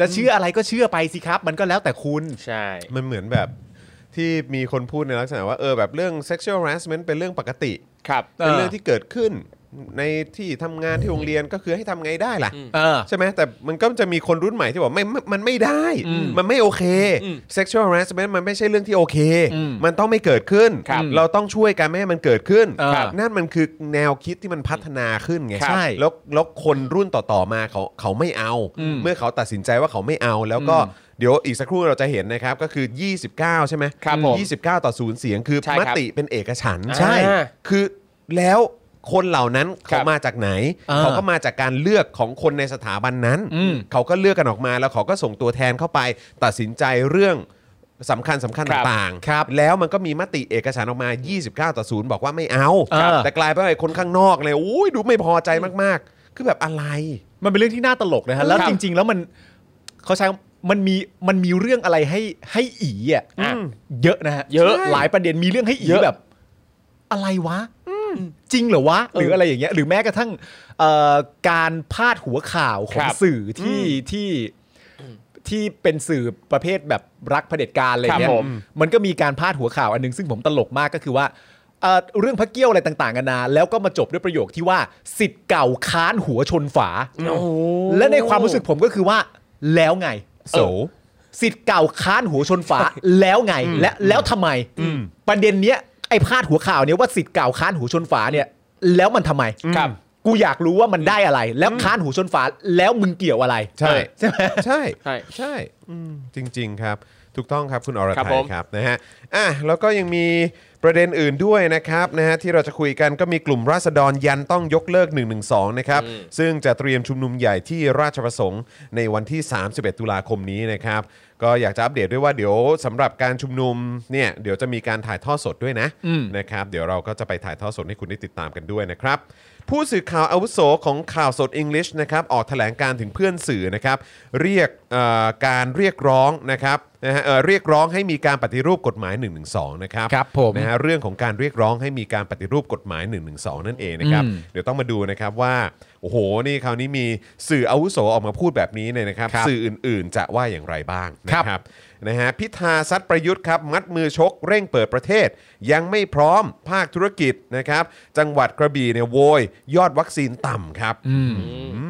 จะเชื่ออะไรก็เชื่อไปสิครับ มันก็แล้วแต่คุณ
ใช่
มันเหมือนแบบที่มีคนพูดในลักษณะว่าเออแบบเรื่อง sexual harassment เป็นเรื่องปกติ
ครับ
เออ
เป็นเรื่องที่เกิดขึ้นในที่ทำงานที่โรงเรียนก็คือให้ทำไงได้ล่ะ
เออ
ใช่ไหมแต่มันก็จะมีคนรุ่นใหม่ที่บอกไม่ไม่มันไม่ได้ มันไม่โอเค sexual harassment มันไม่ใช่เรื่องที่โอเค
อืม
มันต้องไม่เกิดขึ้น
ครับ
เราต้องช่วยกันไม่ให้มันเกิดขึ้น
เออ
นั่นมันคือแนวคิดที่มันพัฒนาขึ้นไง
ครับใช่
แล้วแล้วคนรุ่นต่อๆมาเขาเขาไม่เอา
อืม
เมื่อเขาตัดสินใจว่าเขาไม่เอา แล้วก็
อืม
เดี๋ยวอีกสักครู่เราจะเห็นนะครับก็คือ 29 ใช่ไหม
ครับผม
29 ต่อศูนย์เสียงคือม
ใช่ครับ
ติเป็นเอกฉันท์
ใช่
คือแล้วคนเหล่านั้น
ครั
เขา
บ
มาจากไหน
เออ
เขาก็ มาจากการเลือกของคนในสถาบันนั้น
อืม
เขาก็เลือกกันออกมาแล้วเขาก็ส่งตัวแทนเข้าไป ตัดสินใจเรื่องสำคัญสำคัญ
ครับ
ต่างๆครับแล้วมันก็มีมติเอกฉันท์ออกมา 29 ต่อ 0 บอกว่าไม่เอา
ครับ
แต่กลายเป็นว่าไอ้คนข้างนอกเลยอุ้ยดูไม่พอใจมากๆ คือแบบอะไร
มันเป็นเรื่องที่น่าตลกนะฮะแล้ว
ครับ
จริง ๆ แล้วมันเขาใช้มันมีมันมีเรื่องอะไรให้ให้อีอ่ะ
อืม
เยอะนะฮะ
เยอะ
หลายประเด็นมีเรื่องให้อี
เยอะ
แบบ อะไรวะ จริงเหรอวะ หรืออะไรอย่างเงี้ยหรือแม้กระทั่งเอ่อการพาดหัวข่าวขอ
ค
ง
รับ
สื่อที่ที่ที่เป็นสื่อประเภทแบบรักเผด็จการอะไรเงี้
ครั
ย
บผม
มันก็มีการพาดหัวข่าวอันหนึงซึ่งผมตลกมากก็คือว่าเอ่อเรื่องพระเกี้ยวอะไรต่างๆกันานาแล้วก็มาจบด้วยประโยคที่ว่าสิทธิ์เก่าค้านหัวชนฝา และในความรู้สึกผมก็คือว่าแล้วไง
โส
สิทธิ์เก่าค้านหัวชนฝาแล้วไงและแล้วทำไมประเด็นเนี้ยไอ้พาดหัวข่าวเนี้ยว่าสิทธิ์เก่าค้านหัวชนฝาเนี่ย แล้วมันทำไม
ครับ
กูอยากรู้ว่ามันได้อะไร แล้วค้านหัวชนฝาแล้วมึงเกี่ยวอะไร
ใช่ใช่ ใช่
ใช่
ใช่อืมจริง ๆ ครับ ถูกต้องครับคุณอร
ครั
ไท
บผ
ย
ม
ครับนะฮะอ่ะแล้วก็ยังมีประเด็นอื่นด้วยนะครับนะฮะที่เราจะคุยกันก็มีกลุ่มราษฎรยันต้องยกเลิก 112 นะครับ ซึ่งจะเตรียมชุมนุมใหญ่ที่ราชประสงค์ในวันที่ 31 ตุลาคมนี้นะครับ ก็อยากจะอัปเดตด้วยว่าเดี๋ยวสำหรับการชุมนุมเนี่ยเดี๋ยวจะมีการถ่ายทอดสดด้วยนะนะครับ เดี๋ยวเราก็จะไปถ่ายทอดสดให้คุณได้ติดตามกันด้วยนะครับ ผู้สื่อข่าวอาวุโสของข่าวสดอังกฤษนะครับออกแถลงการถึงเพื่อนสื่อนะครับเรียกเอ่อการเรียกร้องนะครับนะฮะเอ่อเรียกร้องให้มีการปฏิรูปกฎหมาย 112 นะครับ
ครับผม
นะฮะเรื่องของการเรียกร้องให้มีการปฏิรูปกฎหมาย 112 นั่นเองนะครับเดี๋ยวต้องมาดูนะครับว่าโอ้โหนี่คราวนี้มีสื่ออาวุโสออกมาพูดแบบนี้เนี่ยนะครับสื่ออื่นๆ จะว่าอย่างไรบ้างนะครับนะฮะพิธาซัดประยุทธ์ครับมัดมือชกเร่งเปิดประเทศ ยังไม่พร้อมภาคธุรกิจนะครับจังหวัดกระบี่เนี่ยโวย ยอดวัคซีนต่ำครับอื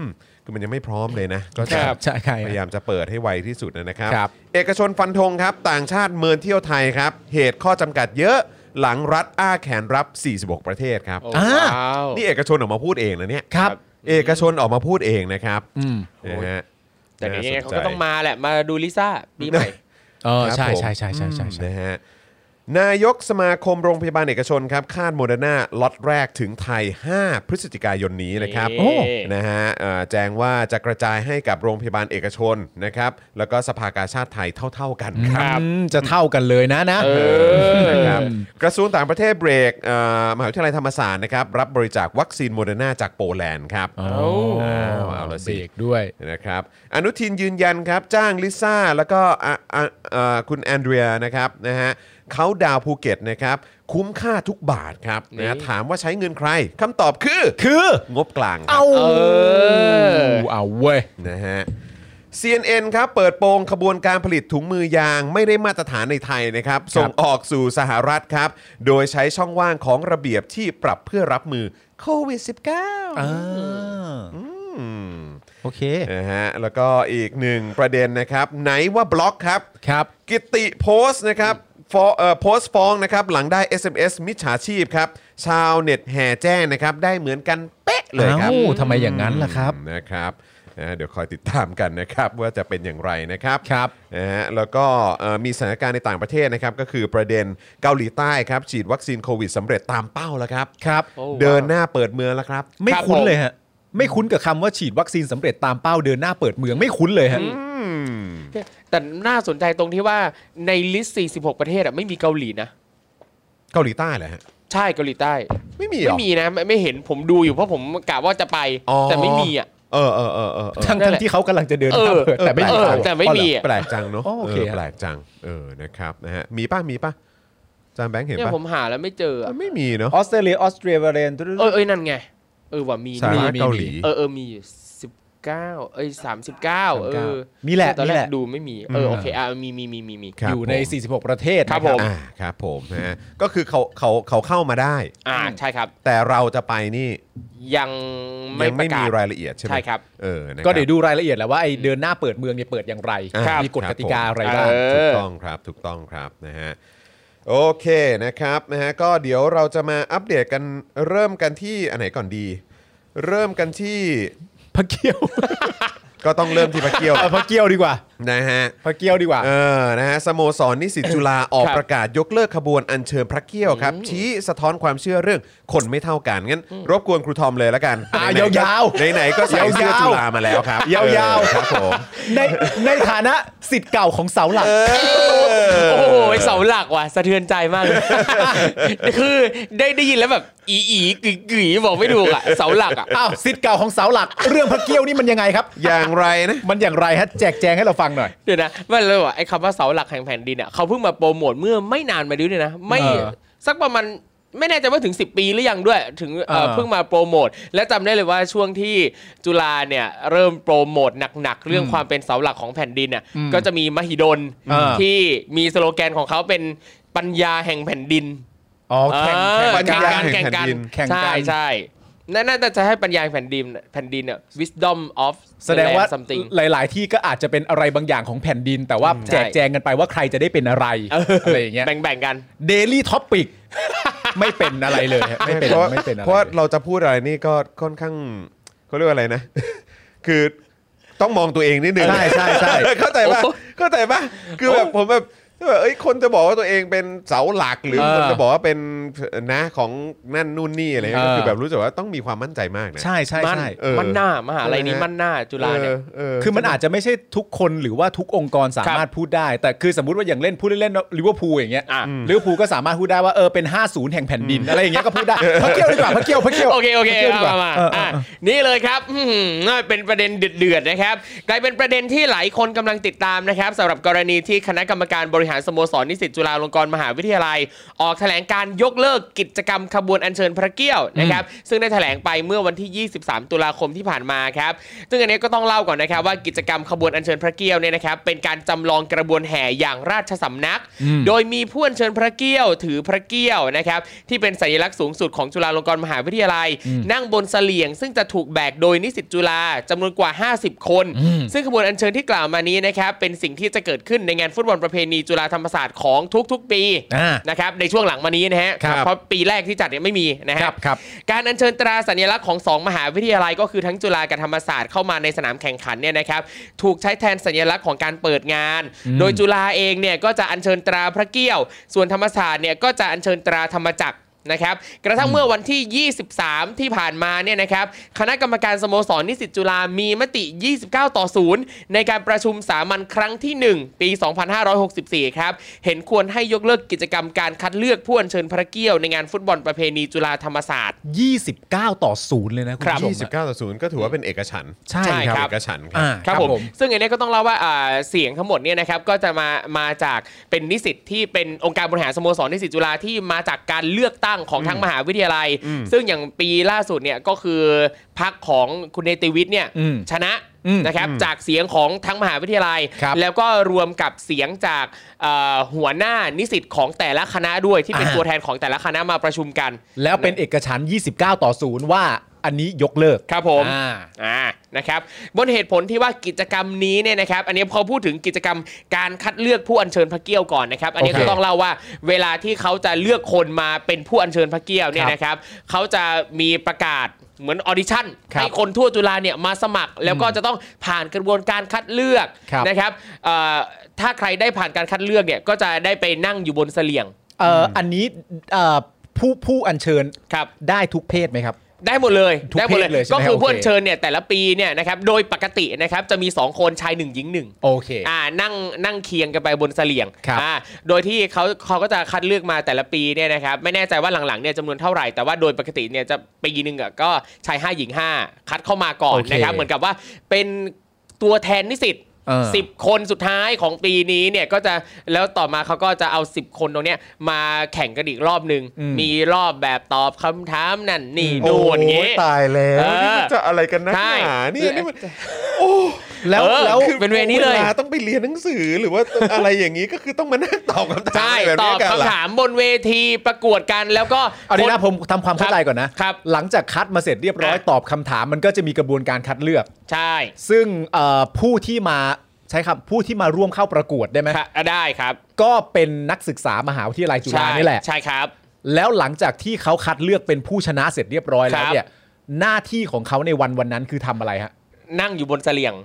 มคือมันยังไม่พร้อมเลยนะ ก็จะ
ครับ
ใช่ใช่
พยายามจะเปิดให้ไวที่สุดนะครับ
ครับ
เอกชนฟันธงครับ ต่างชาติเมินเที่ยวไทยครับ เหตุข้อจำกัดเยอะหลังรัฐอ้าแขนรับ 46 ประเทศครับ
โอ้
อ่า
ว้าว
นี่เอกชนออกมาพูดเองนะเนี่ย
ครับ
เอกชนออกมาพูดเองนะครับ
อืม
นะฮะ
แต่เดี๋ยวยังไงเขา
น่สนใจ
ก็ต้องมาแหละ มาดูลิซ่าปีใหม่
เออ
ครับ
ใช่
ผม
ใช่ใช่ใช่ใช่ใช่
นะฮะนายกสมาคมโรงพยาบาลเอกชนครับคาดโมเดอร์นาล็อตแรกถึงไทย 5 พฤศจิกายนนี้นะครับ
โอ้
นะฮะเอ่อแจ้งว่าจะกระจายให้กับโรงพยาบาลเอกชนนะครับแล้วก็สภากาชาติไทยเท่า ๆกันครับ
อืมจะเท่ากันเลยนะนะ
เออ
นะครับกระทรวงต่างประเทศเบรกเอ่อมหาวิทยาลัยธรรมศาสตร์นะครับรับบริจาควัคซีนโมเดอร์นาจากโปแลนด์ครับ
เอา
อ้าวเอาละสิ
รกด้วย
นะครับอนุทินยืนยันครับจ้างลิซ่า แล้วก็อ่ะอ่ะเอ่อคุณแอนเดรียนะครับนะฮะเขาดาวน์ภูเก็ตนะครับคุ้มค่าทุกบาทครับนะฮะ
นี่
ถามว่าใช้เงินใครคำตอบคือ
คือ
งบกลางครับ
เอา
เออ
เอาเว้ย
นะฮะ CNN ครับเปิดโปงขบวนการผลิตถุงมือยางไม่ได้มาตรฐานในไทยนะครับ ส่งออกสู่สหรัฐครับ โดยใช้ช่องว่างของระเบียบที่ปรับเพื่อรับมือโควิด -19 อืม
โอเค
นะฮะแล้วก็อีกหนึ่งประเด็นนะครับ ไหนว่าบล็อกครับ
ครับ
กิติโพสต์นะครับฟ้องเอ่อโพสต์ฟ้องนะครับหลังได้ SMS มิจฉาชีพครับ ชาวเน็ตแห่แจ้งนะครับ ได้เหมือนกันเป๊ะเลยครับ
เอ้าทำไมอย่างนั้นล่ะครับ
นะครับนะเดี๋ยวคอยติดตามกันนะครับ ว่าจะเป็นอย่างไรนะครับ
ครับ
นะฮะแล้วก็เอ่อมีสถานการณ์ในต่างประเทศนะครับก็คือประเด็นเกาหลีใต้ครับฉีดวัคซีนโควิดสำเร็จตามเป้าแล้วครับ
ครับ
โอ้
เดินหน้าเปิดเมืองแล้วครับ
ไม่คุ้
ค
น
รับผม
เลยฮะ ไม่คุ้นกับคำว่าฉีดวัคซีนสำเร็จตามเป้าเดินหน้าเปิดเมืองไม่คุ้นเลยฮะ
อืม
แต่น่าสนใจตรงที่ว่าในลิสต์ 46 ประเทศอะไม่มีเกาหลีนะ
เกาหลีใต้เหรอฮะ
ใช่เกาหลีใต้
ไม่มีเหร
ไม่
อ
มีนะไม่ไม่เห็นผมดูอยู่เพราะผมกะว่าจะไป
อ๋อ
แต่ไม่มีอ่ะ
เออเออเออเออเออ
ทั้ง
นั่นแห
ทั้ง
ละ
ที่เขากำลังจะเดินหน้า
เออ
เปิดแต่ไม่มี
เออ
ข่าว
แต่ไม่มี
อ๋อเหรอ
แปลกจังเนาะ
อ๋อโอเค
อ
ฮะ
แปลกจังเออนะครับนะฮะมีป้ามีป้าจานแบงค์เห็น
เนี่ย
ป้า
ผมหาแล้วไม่เจออะ
ไม่มีเนาะ
ออสเตรเลียออสเตรเลียน
เออเอ้ยนั่นไง เออว่ามี
สห
มี
รัฐ
มี
เกาหลี
เออเออมีอยู่สิบเก้าเอ้ยสามสิบเก้าเออ
มีแหละ
ตอน
มี
แร
แห
ก
ละ
ดูไม่มีเออโอเคอ่ะมีมีมีมีมี
ครับ
อยู่ใน
ผม
46 ประเทศนะครับ
ผม
อ่าครับผมนะฮะก็คือเขาเขาเขาเข้ามาได้
อ่าใช่ครับ
แต่เราจะไปนี่
ยังไม่
ยัง
ป
ไม่
ระกา
มี
ศ
รายละเอียดใช่ไหม
ใช่ครับ
เออนะครั
ก็
บ
เดี๋ยวดูรายละเอียดแหล้วว่าไอ้เดินหน้าเปิดเมืองเนี่ยเปิดอย่างไร
ครับ
มีกฎกติกาอะไรบ้าง
เออ
ถูกต้องครับถูกต้องครับนะฮะโอเคนะครับนะฮะก็เดี๋ยวเราจะมาอัปเดตกันเริ่มกันที่อันไหนก่อนดี เริ่มกันที่
พระเกี้ยว
ก็ต้องเริ่มที่พระเกียว
เอาพระเกี้ยวดีกว่า
นะฮะ
พระเกี้ยวดีกว่า
เออนะฮะสโมสรนิสิตจุฬาออก
ครับ
ประกาศยกเลิกขบวนอัญเชิญพระเกี้ยวครับชี้สะท้อนความเชื่อเรื่องคนไม่เท่ากันงั้นรบกวนครูทอมเลยละกัน
อ่ะ
ไหนๆก็
ยาวๆ
ไหนๆก็ใส่เสื้อย
าวๆ
จุฬามาแล้วครับ
ยาวๆ
เออครับผม
ในในฐานะสิทธิ์เก่าของเสาหลัก
โอ้โหเสาหลักว่ะสะเทือนใจมากเลย คือได้ได้ยินแล้วแบบ อีอีกึ๋กึ๋บอกไม่ถูกอ่ะเสาหลักอ่ะ
อ้าวสิทธิ์เก่าของเสาหลัก เรื่องพระเกี้ยวนี่มันยังไงครับ
อย่างไรนะ
มันอย่างไรฮะแจกแจงให้เราฟังหน่อย
เดี๋ยวนะไม่เลยว่ะไอ้คำว่าเสาหลักแห่งแผ่นดินเนี่ยเขาเพิ่งมาโปรโมทเมื่อไม่นานมาด้วยเนี่ยนะ ไม่
เออ
สักประมาณ ไม่แน่ใจว่าถึง 10 ปีหรือยังด้วย ถึงเอ่อ
อ่า
เพิ่งมาโปรโมท และจำได้เลยว่าช่วงที่จุฬาเนี่ยเริ่มโปรโมทหนัก ๆ เรื่องความเป็นเสาหลักของแผ่นดินน่ะ
อืม
ก็จะมีมหิดล
อ่า
ที่มีสโลแกนของเขาเป็นปัญญาแห่งแผ่นดิน
อ๋อแข่ง
เออ
แข่งปัญญา
แข่
แข่
ง
ง
กั
กัน น
แข่งกัน
ใช่ใช่นั่นน่าจะให้ปัญญาแผ่นดินแผ่นดินเนี่ย wisdom of
แสดง
the
ว่า
land something
หลาย ๆ ที่ก็อาจจะเป็นอะไรบางอย่างของแผ่นดิน แต่ว่า
อืม
แจก
ใช่
แจงกันไปว่าใครจะได้เป็นอะไรอะไรอย่างเงี้ย
แบ่งๆกัน
เดลี่ท็อปิก ไม่เป็นอะไรเลยฮะไม่เป็น
พราะ
ไม่เป็นอะไร
เพราะ
เลย
เราจะพูดอะไรนี่ก็ค่อนข้างเขาเรียกว่าอะไรนะ คือต้องมองตัวเองนิดนึง
ใช่ใช่ใช่
เข้าใจป่ะ
โอ้
เข้าใจป่ะคือแบบผมแบบแบบเอ้ยคนจะบอกว่าตัวเองเป็นเสาหลักหรือ
เออ
คนจะบอกว่าเป็นนะของนั่นนู่นนี่อะไรเงี้ย
เออ
ก็คือแบบรู้สึกว่าต้องมีความมั่นใจมากนะ
ใช่ใช่
มัน
ใช่
เออ
มันหน้ามหาลัยนี้มันหน้าจุฬาเนี่ย
เออ
คือมันอาจจะไม่ใช่ทุกคนหรือว่าทุกองค์กรสามารถพูดได้ แต่คือสมมติว่าอย่างเล่นพูดเล่นๆลิเวอร์พูลอย่างเงี้ย
อ่ะ
ลิเวอร์พูลก็สามารถพูดได้ว่าเออเป็น 50 แห่งแผ่นดิน อะไรอย่างเงี้ยก็พูดได้พระเกี้ยวดีกว่าพระเกี้ยวพระเกี้ยว
โอเคโอเค
เที่ยวดีกว่า
เอามา
เอออ่
อ่ะนี่เลยครับ อื้อหือเป็นประเด็นเดือดๆนะครับกลายเป็นประเด็นที่หลายคนกำลังติดตามนะครับสำหรับกรณีที่คณะกรรมการบริหารสโมสรนิสิตจุฬาลงกรณ์มหาวิทยาลัย ออกแถลงการยกเลิกกิจกรรมขบวนอัญเชิญพระเกี้ยวนะครับ ซึ่งได้แถลงไปเมื่อวันที่ 23 ตุลาคมที่ผ่านมาครับ ซึ่งอันนี้ก็ต้องเล่าก่อนนะครับว่ากิจกรรมขบวนอัญเชิญพระเกี้ยวเนี่ยนะครับเป็นการจำลองกระบวนแห่อย่างราชสำนัก โดยมีผู้อัญเชิญพระเกี้ยวถือพระเกี้ยวนะครับที่เป็นสัญลักษณ์สูงสุดของจุฬาลงกรณ์มหาวิทยาลัย นั่งบนเสลี่ยง ซึ่งจะถูกแบกโดยนิสิตจุฬาจำนวนกว่า 50 คน ซึ่งขบวนอัญเชิญที่กล่าวมานี้นะครับเป็นสิ่งที่จะเกิดขึ้นในงานฟุตบอลประเพณีจุฬาธรรมศาสตร์ของทุกๆ ปี
อ่า
นะครับในช่วงหลังมานี้นะฮะ
ครับ
เพราะปีแรกที่จัดเนี่ยไม่มีนะ
ค
ค
รั
รั
บบ ครับ
การอัญเชิญตราสัญลักษณ์ของ 2 มหาวิทยาลัยก็คือทั้งจุฬากับธรรมศาสตร์เข้ามาในสนามแข่งขันเนี่ยนะครับถูกใช้แทนสัญลักษณ์ของการเปิดงาน โดยจุฬาเองเนี่ยก็จะอัญเชิญตราพระเกี้ยว ส่วนธรรมศาสตร์เนี่ยก็จะอัญเชิญตราธรรมจักรนะครับกระทั่งเมื่อวันที่ 23 ที่ผ่านมาเนี่ยนะครับคณะกรรมการสโมสรนิสิตจุฬามีมติ 29 ต่อ 0 ในการประชุมสามัญครั้งที่ 1 ปี 2564 ครับเห็นควรให้ยกเลิกกิจกรรมการคัดเลือกผู้อัญเชิญพระเกี้ยวในงานฟุตบอลประเพณีจุฬาธรรมศาสตร์
29 ต่อ0เลยนะคุณผู้ชม
ยี่สิบเก้าต่อศูนย์ก็ถือว่าเป็นเอกฉันท์
ใช่
ใช่
ค
ครั
รับ
บ
เอกฉันท์ค
อ่า
รับ
ครับผ
ครับ
ม
ผม
ซึ่งอันเนี้ยก็ต้องเล่าว่าอ่าเสียงทั้งหมดเนี่ยนะครับก็จะมามาจากเป็นนิสิตที่เป็นองค์การบริหารสโมสรนิสิตจุฬาที่มาจากการเลือกตั้งของทั้งมหาวิทยาลัย ซึ่งอย่างปีล่าสุดเนี่ยก็คือพักของคุณเนติวิทย์เนี่ย
อืม
ชนะ
อืม
นะครับจากเสียงของทั้งมหาวิทยาลัย
ครับ
แล้วก็รวมกับเสียงจากเอ่อหัวหน้านิสิตของแต่ละคณะด้วยที่เป็น
อ่า
ตัวแทนของแต่ละคณะมาประชุมกัน
แล้วเป็นเอกฉันท์29 ต่อ0ว่าอันนี้ยกเลิก
ครับผม อ่า นะครับ บนเหตุผลที่ว่ากิจกรรมนี้เนี่ยนะครับ อันนี้เขาพูดถึงกิจกรรมการคัดเลือกผู้อัญเชิญพระเกี้ยวก่อนนะครับ อันนี้
โอเค
ก็ต้องเล่าว่าเวลาที่เขาจะเลือกคนมาเป็นผู้อัญเชิญพระเกี้ยวเนี่ยนะครับ เขาจะมีประกาศเหมือนออดิชั่น
ครับ
ให้คนทั่วจุฬาเนี่ยมาสมัคร แล้วก็จะต้องผ่านกระบวนการคัดเลือก
ครับ
นะครับเอ่อถ้าใครได้ผ่านการคัดเลือกเนี่ยก็จะได้ไปนั่งอยู่บนเสลี่ยง
เอ่ออันนี้เอ่อผู้ผู้อัญเชิญ
ครับ
ได้ทุกเพศไหมครับ
ได้หมดเลย
ทุก
ได้หมด
เพศเลยใช่ไหม
ก็คือ
โอเค
ผู้อัญเชิญเนี่ยแต่ละปีเนี่ยนะครับโดยปกตินะครับจะมี 2 คนชาย 1 หญิง 1
โอเค
อ่านั่งนั่งเคียงกันไปบนเสลี่ยง
ครับ
อ่าโดยที่เขาเขาก็จะคัดเลือกมาแต่ละปีเนี่ยนะครับไม่แน่ใจว่าหลังๆเนี่ยจำนวนเท่าไหร่แต่ว่าโดยปกติเนี่ยจะปีหนึ่งอะก็ชาย5หญิง 5 คัดเข้ามาก่อน
โอเค
นะครับเหมือนกับว่าเป็นตัวแทนนิสิต
เออ
สิบคนสุดท้ายของปีนี้เนี่ยก็จะแล้วต่อมาเขาก็จะเอา 10 คนตรงเนี้ยมาแข่งกันอีกรอบหนึ่งมีรอบแบบตอบคำถามนั่นนี่
โอ้
นู่นอย่าง
โห
งี้
ตายแล้ว
เออ
นี่มันจะอะไรกันนัก
ใช่
หนาเนี่ยนี่มัน
แล้ว
เออ
แล้ว
คือ
เป็นเวนี้เลย
วาต้องไปเรียนหนังสือหรือว่า อะไรอย่างนี้ก็คือต้องมานั่งตอบคำถาม
ใช่
แบบ
ต
นี้
อบ
กันเหรอ
คำถามบนเวทีประกวดกันแล้วก็
เอาดีนะผมทำความเข้าใจก่อนนะครับ หลังจากคัดมาเสร็จเรียบร้อย
อ่ะ
ตอบคำถามมันก็จะมีกระบวนการคัดเลือก
ใช่
ซึ่งเอ่อผู้ที่มาใช้คำผู้ที่มาร่วมเข้าประกวดได้ไหม
ค่ะได้ครับ
ก็เป็นนักศึกษามหาวิทยาลัยจุฬา
ใช่
นี่แหละ
ใช่ครับ
แล้วหลังจากที่เขาคัดเลือกเป็นผู้ชนะเสร็จเรียบร้อยแล้ว
ครับ
เนี่ยหน้าที่ของเขาในวันวันนั้นคือทำอะไรฮะ
นั่งอยู่บนเสลี่ยง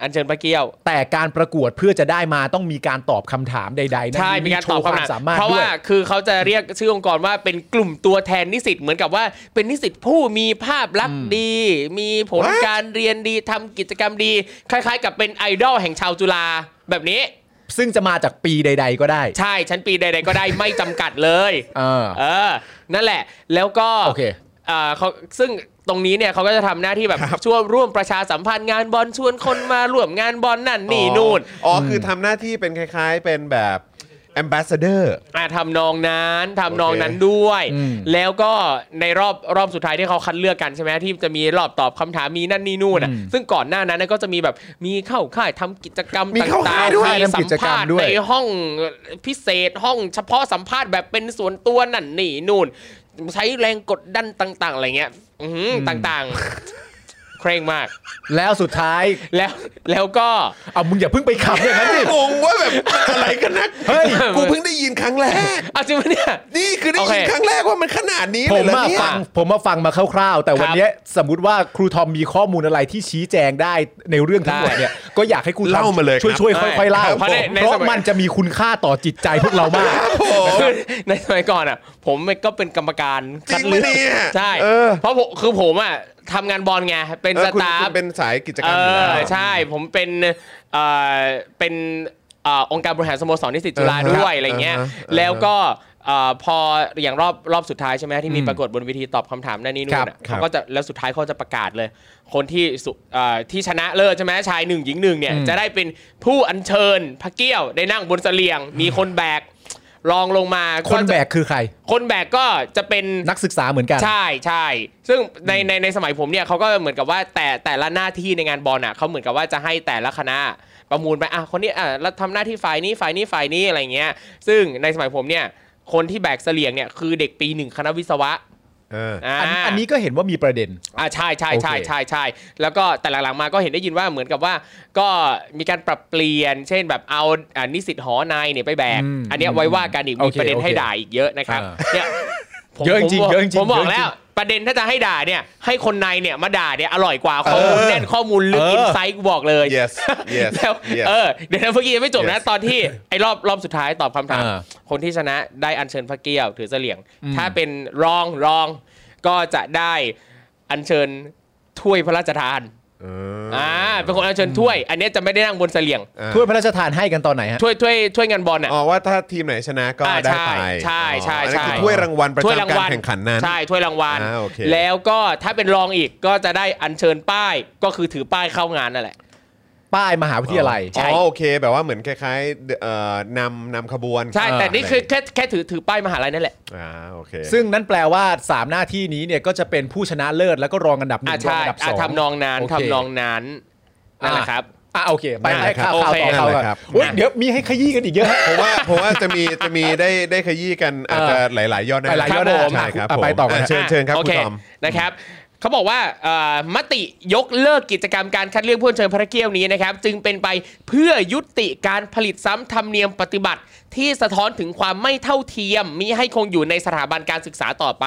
อันเชิญพระเกี้ยว
แต่การประกวดเพื่อจะได้มาต้องมีการตอบคำถามใดๆนั่น
ใช่มีการตอบ
โชว
คำถาม
สามารถ
เพราะ
ด้วย
ว่าคือเขาจะเรียกชื่อองค์กรว่าเป็นกลุ่มตัวแทนนิสิตเหมือนกับว่าเป็นนิสิตผู้มีภาพลักษณ์ดี มีผล
What?
การเรียนดีทำกิจกรรมดี คล้ายๆ กับเป็นไอดอลแห่งชาวจุฬาแบบนี้
ซึ่งจะมาจากปีใด ๆ ก็ได้
ใช่ชั้นปีใดๆก็ได้ ไม่จำกัดเลย
เออ
เออ นั่นแหละ แล้วก็
โอเค
อ่าเขาซึ่งตรงนี้เนี่ยเขาก็จะทำหน้าที่แบบช่วยร่วมประชาสัมพันธ์งานบอลชวนคนมาร่วมงานบอลนั่นนี่นู่น
อ๋ออคือทำหน้าที่เป็นคล้าย ๆ เป็นแบบ ambassador
อ่ะทำนองนั้นทำนองนั้นด้วย แล้วก็ในรอบรอบสุดท้ายที่เขาคัดเลือกกันใช่ไหมที่จะมีรอบตอบคำถามมีนั่นนี่นู่นน่ะซึ่งก่อนหน้านั้นนะก็จะมีแบบมีเข้าค่ายทำกิจกรรม
มีเข้า
ต่า
ค่าง ยด้วย
ๆมีสั
ทำกิ
ม
จกรรม
ภาษณ์
ด้วย
ในห้องพิเศษห้องเฉพาะสัมภาษณ์แบบเป็นส่วนตัวนั่นนี่นู่น ใช้แรงกดดันต่าง ๆ อะไรเงี้ยอื้อหือต่างๆ เคร่งมาก
แล้วสุดท้าย
แล้วแล้วก็
เอามึงอย่าเพิ่งไปขับอย่างนั้นดิ
งงว่าแบบอะไรกันนัก
เฮ้ย
กูเพิ่งได้ยินครั้งแรก
อาจริงปะเนี่ย
นี่คือได้
โอเค
ยินครั้งแรกว่ามันขนาดนี้
ผ
เลย
ม
เหรอ
มา
เนี่ย
ฟังผมมาฟังมาคร่าวๆ แต่วันเนี้ยสมมติว่าครูทอมมีข้อมูลอะไรที่ชี้แจงได้ในเรื่องทั้งหมดเนี่ยก็อยากให้ครูทอ
เล่ามาเลยรับ
ช่วยช่วยๆค่อยๆเล่า
ครับผม
เพราะมันจะมีคุณค่าต่อจิตใจพวกเรามาก
โอ้โห
คือในสมัยก่อนอ่ะ ผมก็เป็นกรรมการ
จริงปะ
คัด
เนี่
ลื
ย
อกใช่
เออ
เพราะผมคือผมอ่ะทำงานบอลไงเป็น
เออ
ส
คุณ
ตา
คุ
ฟ
ณเป็นสายกิจกรร
เอ
มยู่แล้ว
อใช่ผมเป็นเอ่อเป็นเอ่อองค์การบริหารสโมสรนิสิตจุฬา
อ่าฮะ
ด้วยอะไรเงี้ย
อ่าฮะอ่าฮะ
แล้วก็เอ่อพออย่างรอบรอบสุดท้ายใช่ไหมที่มีปรากฏบนเวิธีตอบคำถามนั่นนี่นู่น
ครั
อะ
บ
เขาก็จะแล้วสุดท้ายเขาจะประกาศเลย คนที่สุเอ่อที่ชนะเลิศใช่ไหมชายหนึ่งหญิงหนึ่งเนี่ยจะได้เป็นผู้อัญเชิญพระเกี้ยวได้นั่งบนเสลียง มีคนแบกรองลงมา
คนแบ
จะ
กคือใคร
คนแบกก็จะเป็น
นักศึกษาเหมือนกัน
ใช่ใช่ซึ่งในในในสมัยผมเนี่ยเขาก็เหมือนกับว่าแต่แต่ละหน้าที่ในงานบอลอ่ะเขาเหมือนกับว่าจะให้แต่ละคณะประมูลไปอ่ะคนนี้อ่ะแล้วทำหน้าที่ฝ่ายนี้ฝ่ายนี้ฝ่ายนี้อะไรเงี้ย ซึ่งในสมัยผมเนี่ยคนที่แบกเสลียงเนี่ยคือเด็กปีหนึ่งคณะวิศวะา
อันอันนี้ก็เห็นว่ามีประเด็น
อ่าใช่ใช่ใช่
โอเค
ใช่ใช่แล้วก็แต่หลังๆมาก็เห็นได้ยินว่าเหมือนกับว่าก็มีการปรับเปลี่ยน เช่นแบบเอาอ่านิสิตหอในเนี่ยไปแบก
อืม
อันเนี้ยไว้ว่ากันอีก
โอ
มี
เค
ประเด็นให้
โอเค
ด่าอีกเยอะนะครับ
อ่า
เนี่ยผม
เยอะจริง
ผม
เยอะจริง
ผมบอก
เยอะจริง
แล้วประเด็นถ้าจะให้ด่าเนี่ยให้คนในเนี่ยมาด่าเนี่ยอร่อยกว่าข้อมูลแน่นข้อมูลลึก
เอออิ
อินไซต์กูบอกเลย
yes yes
แล้ว
yes
เออเดี๋ยวนะเมื่อกี้ยังไม่จบนะ
Yes
ตอนที่ ไอ้รอบรอบสุดท้ายตอบคำถาม
อ่า
คนที่ชนะได้อัญเชิญพระเกี้ยวถือเสลียง ถ้าเป็นรองรองก็จะได้อัญเชิญถ้วยพระราชทาน
เออ
อ่าเป็นคนอัญเชิญถ้วย อันเนี้ยจะไม่ได้นั่งบนเสลียง
อ่า
ถ้วยพระราชทานให้กันตอนไหนฮะ
ถ้วยถ้วยถ้วยงานบอลอ่ะ
อ๋อว่าถ้าทีมไหนชนะก็
อ่า
ได้
ใช่
ไป
ใช่ใช่
อ๋ออันนั้นคือ
ใช่
ถ้วยรางวัลประ
ถ้วย
จำ
ราง
การ
วัล
แข่งขันนั้น
ใช่ ถ้วยรางวัล
อ่าโอเค
แล้วก็ถ้าเป็นรองอีกก็จะได้อัญเชิญป้ายก็คือถือป้ายเข้างานนั่นแหละ
ป้ายมหาวิทยาลัย
ใช่
อ๋อโอเค แบบว่าเหมือนคล้ายๆเอ่อนำนำขบวน
ใช่แต่นี่คือ
เ
แค่แค่ถือถือป้ายมหาลัยนั่นแหละ
อ่าโอเค
ซึ่งนั่นแปลว่า 3 หน้าที่นี้เนี่ยก็จะเป็นผู้ชนะเลิศแล้วก็รองอันดับหนึ่
อ่าง
รอง
ใช่
อันดับส
อ่า
อง
ทำนองนั้น
โอเค
ทำนองนั้นนั่นแหละครับ
อ่ะโอเค ไป
นั่นแหละ
ข่าว
ครับโอ
ข่าว
เค
ต่อข่าวกันโอ้ยเดี๋ยวมีให้ขยี้กันอีกเยอะ
ผมว่าผมว่าจะมีจะมีได้ได้ขยี้กันอาจจะหลาย ๆ ยอดหน้า
หลายๆยอดหน้า
ใช่ครับ
อ่ะ
ผม
ไปต่อกัน
ะเชิญเชิญครับ
โอ
คุณ
เ
ตอม
นะครับเขาบอกว่าเอ่อมติยกเลิกกิจกรรมการคัดเลือกผู้เชิญพระเกี้ยวนี้นะครับ จึงเป็นไปเพื่อยุติการผลิตซ้ำธรรมเนียมปฏิบัติ ที่สะท้อนถึงความไม่เท่าเทียมมิให้คงอยู่ในสถาบันการศึกษาต่อไป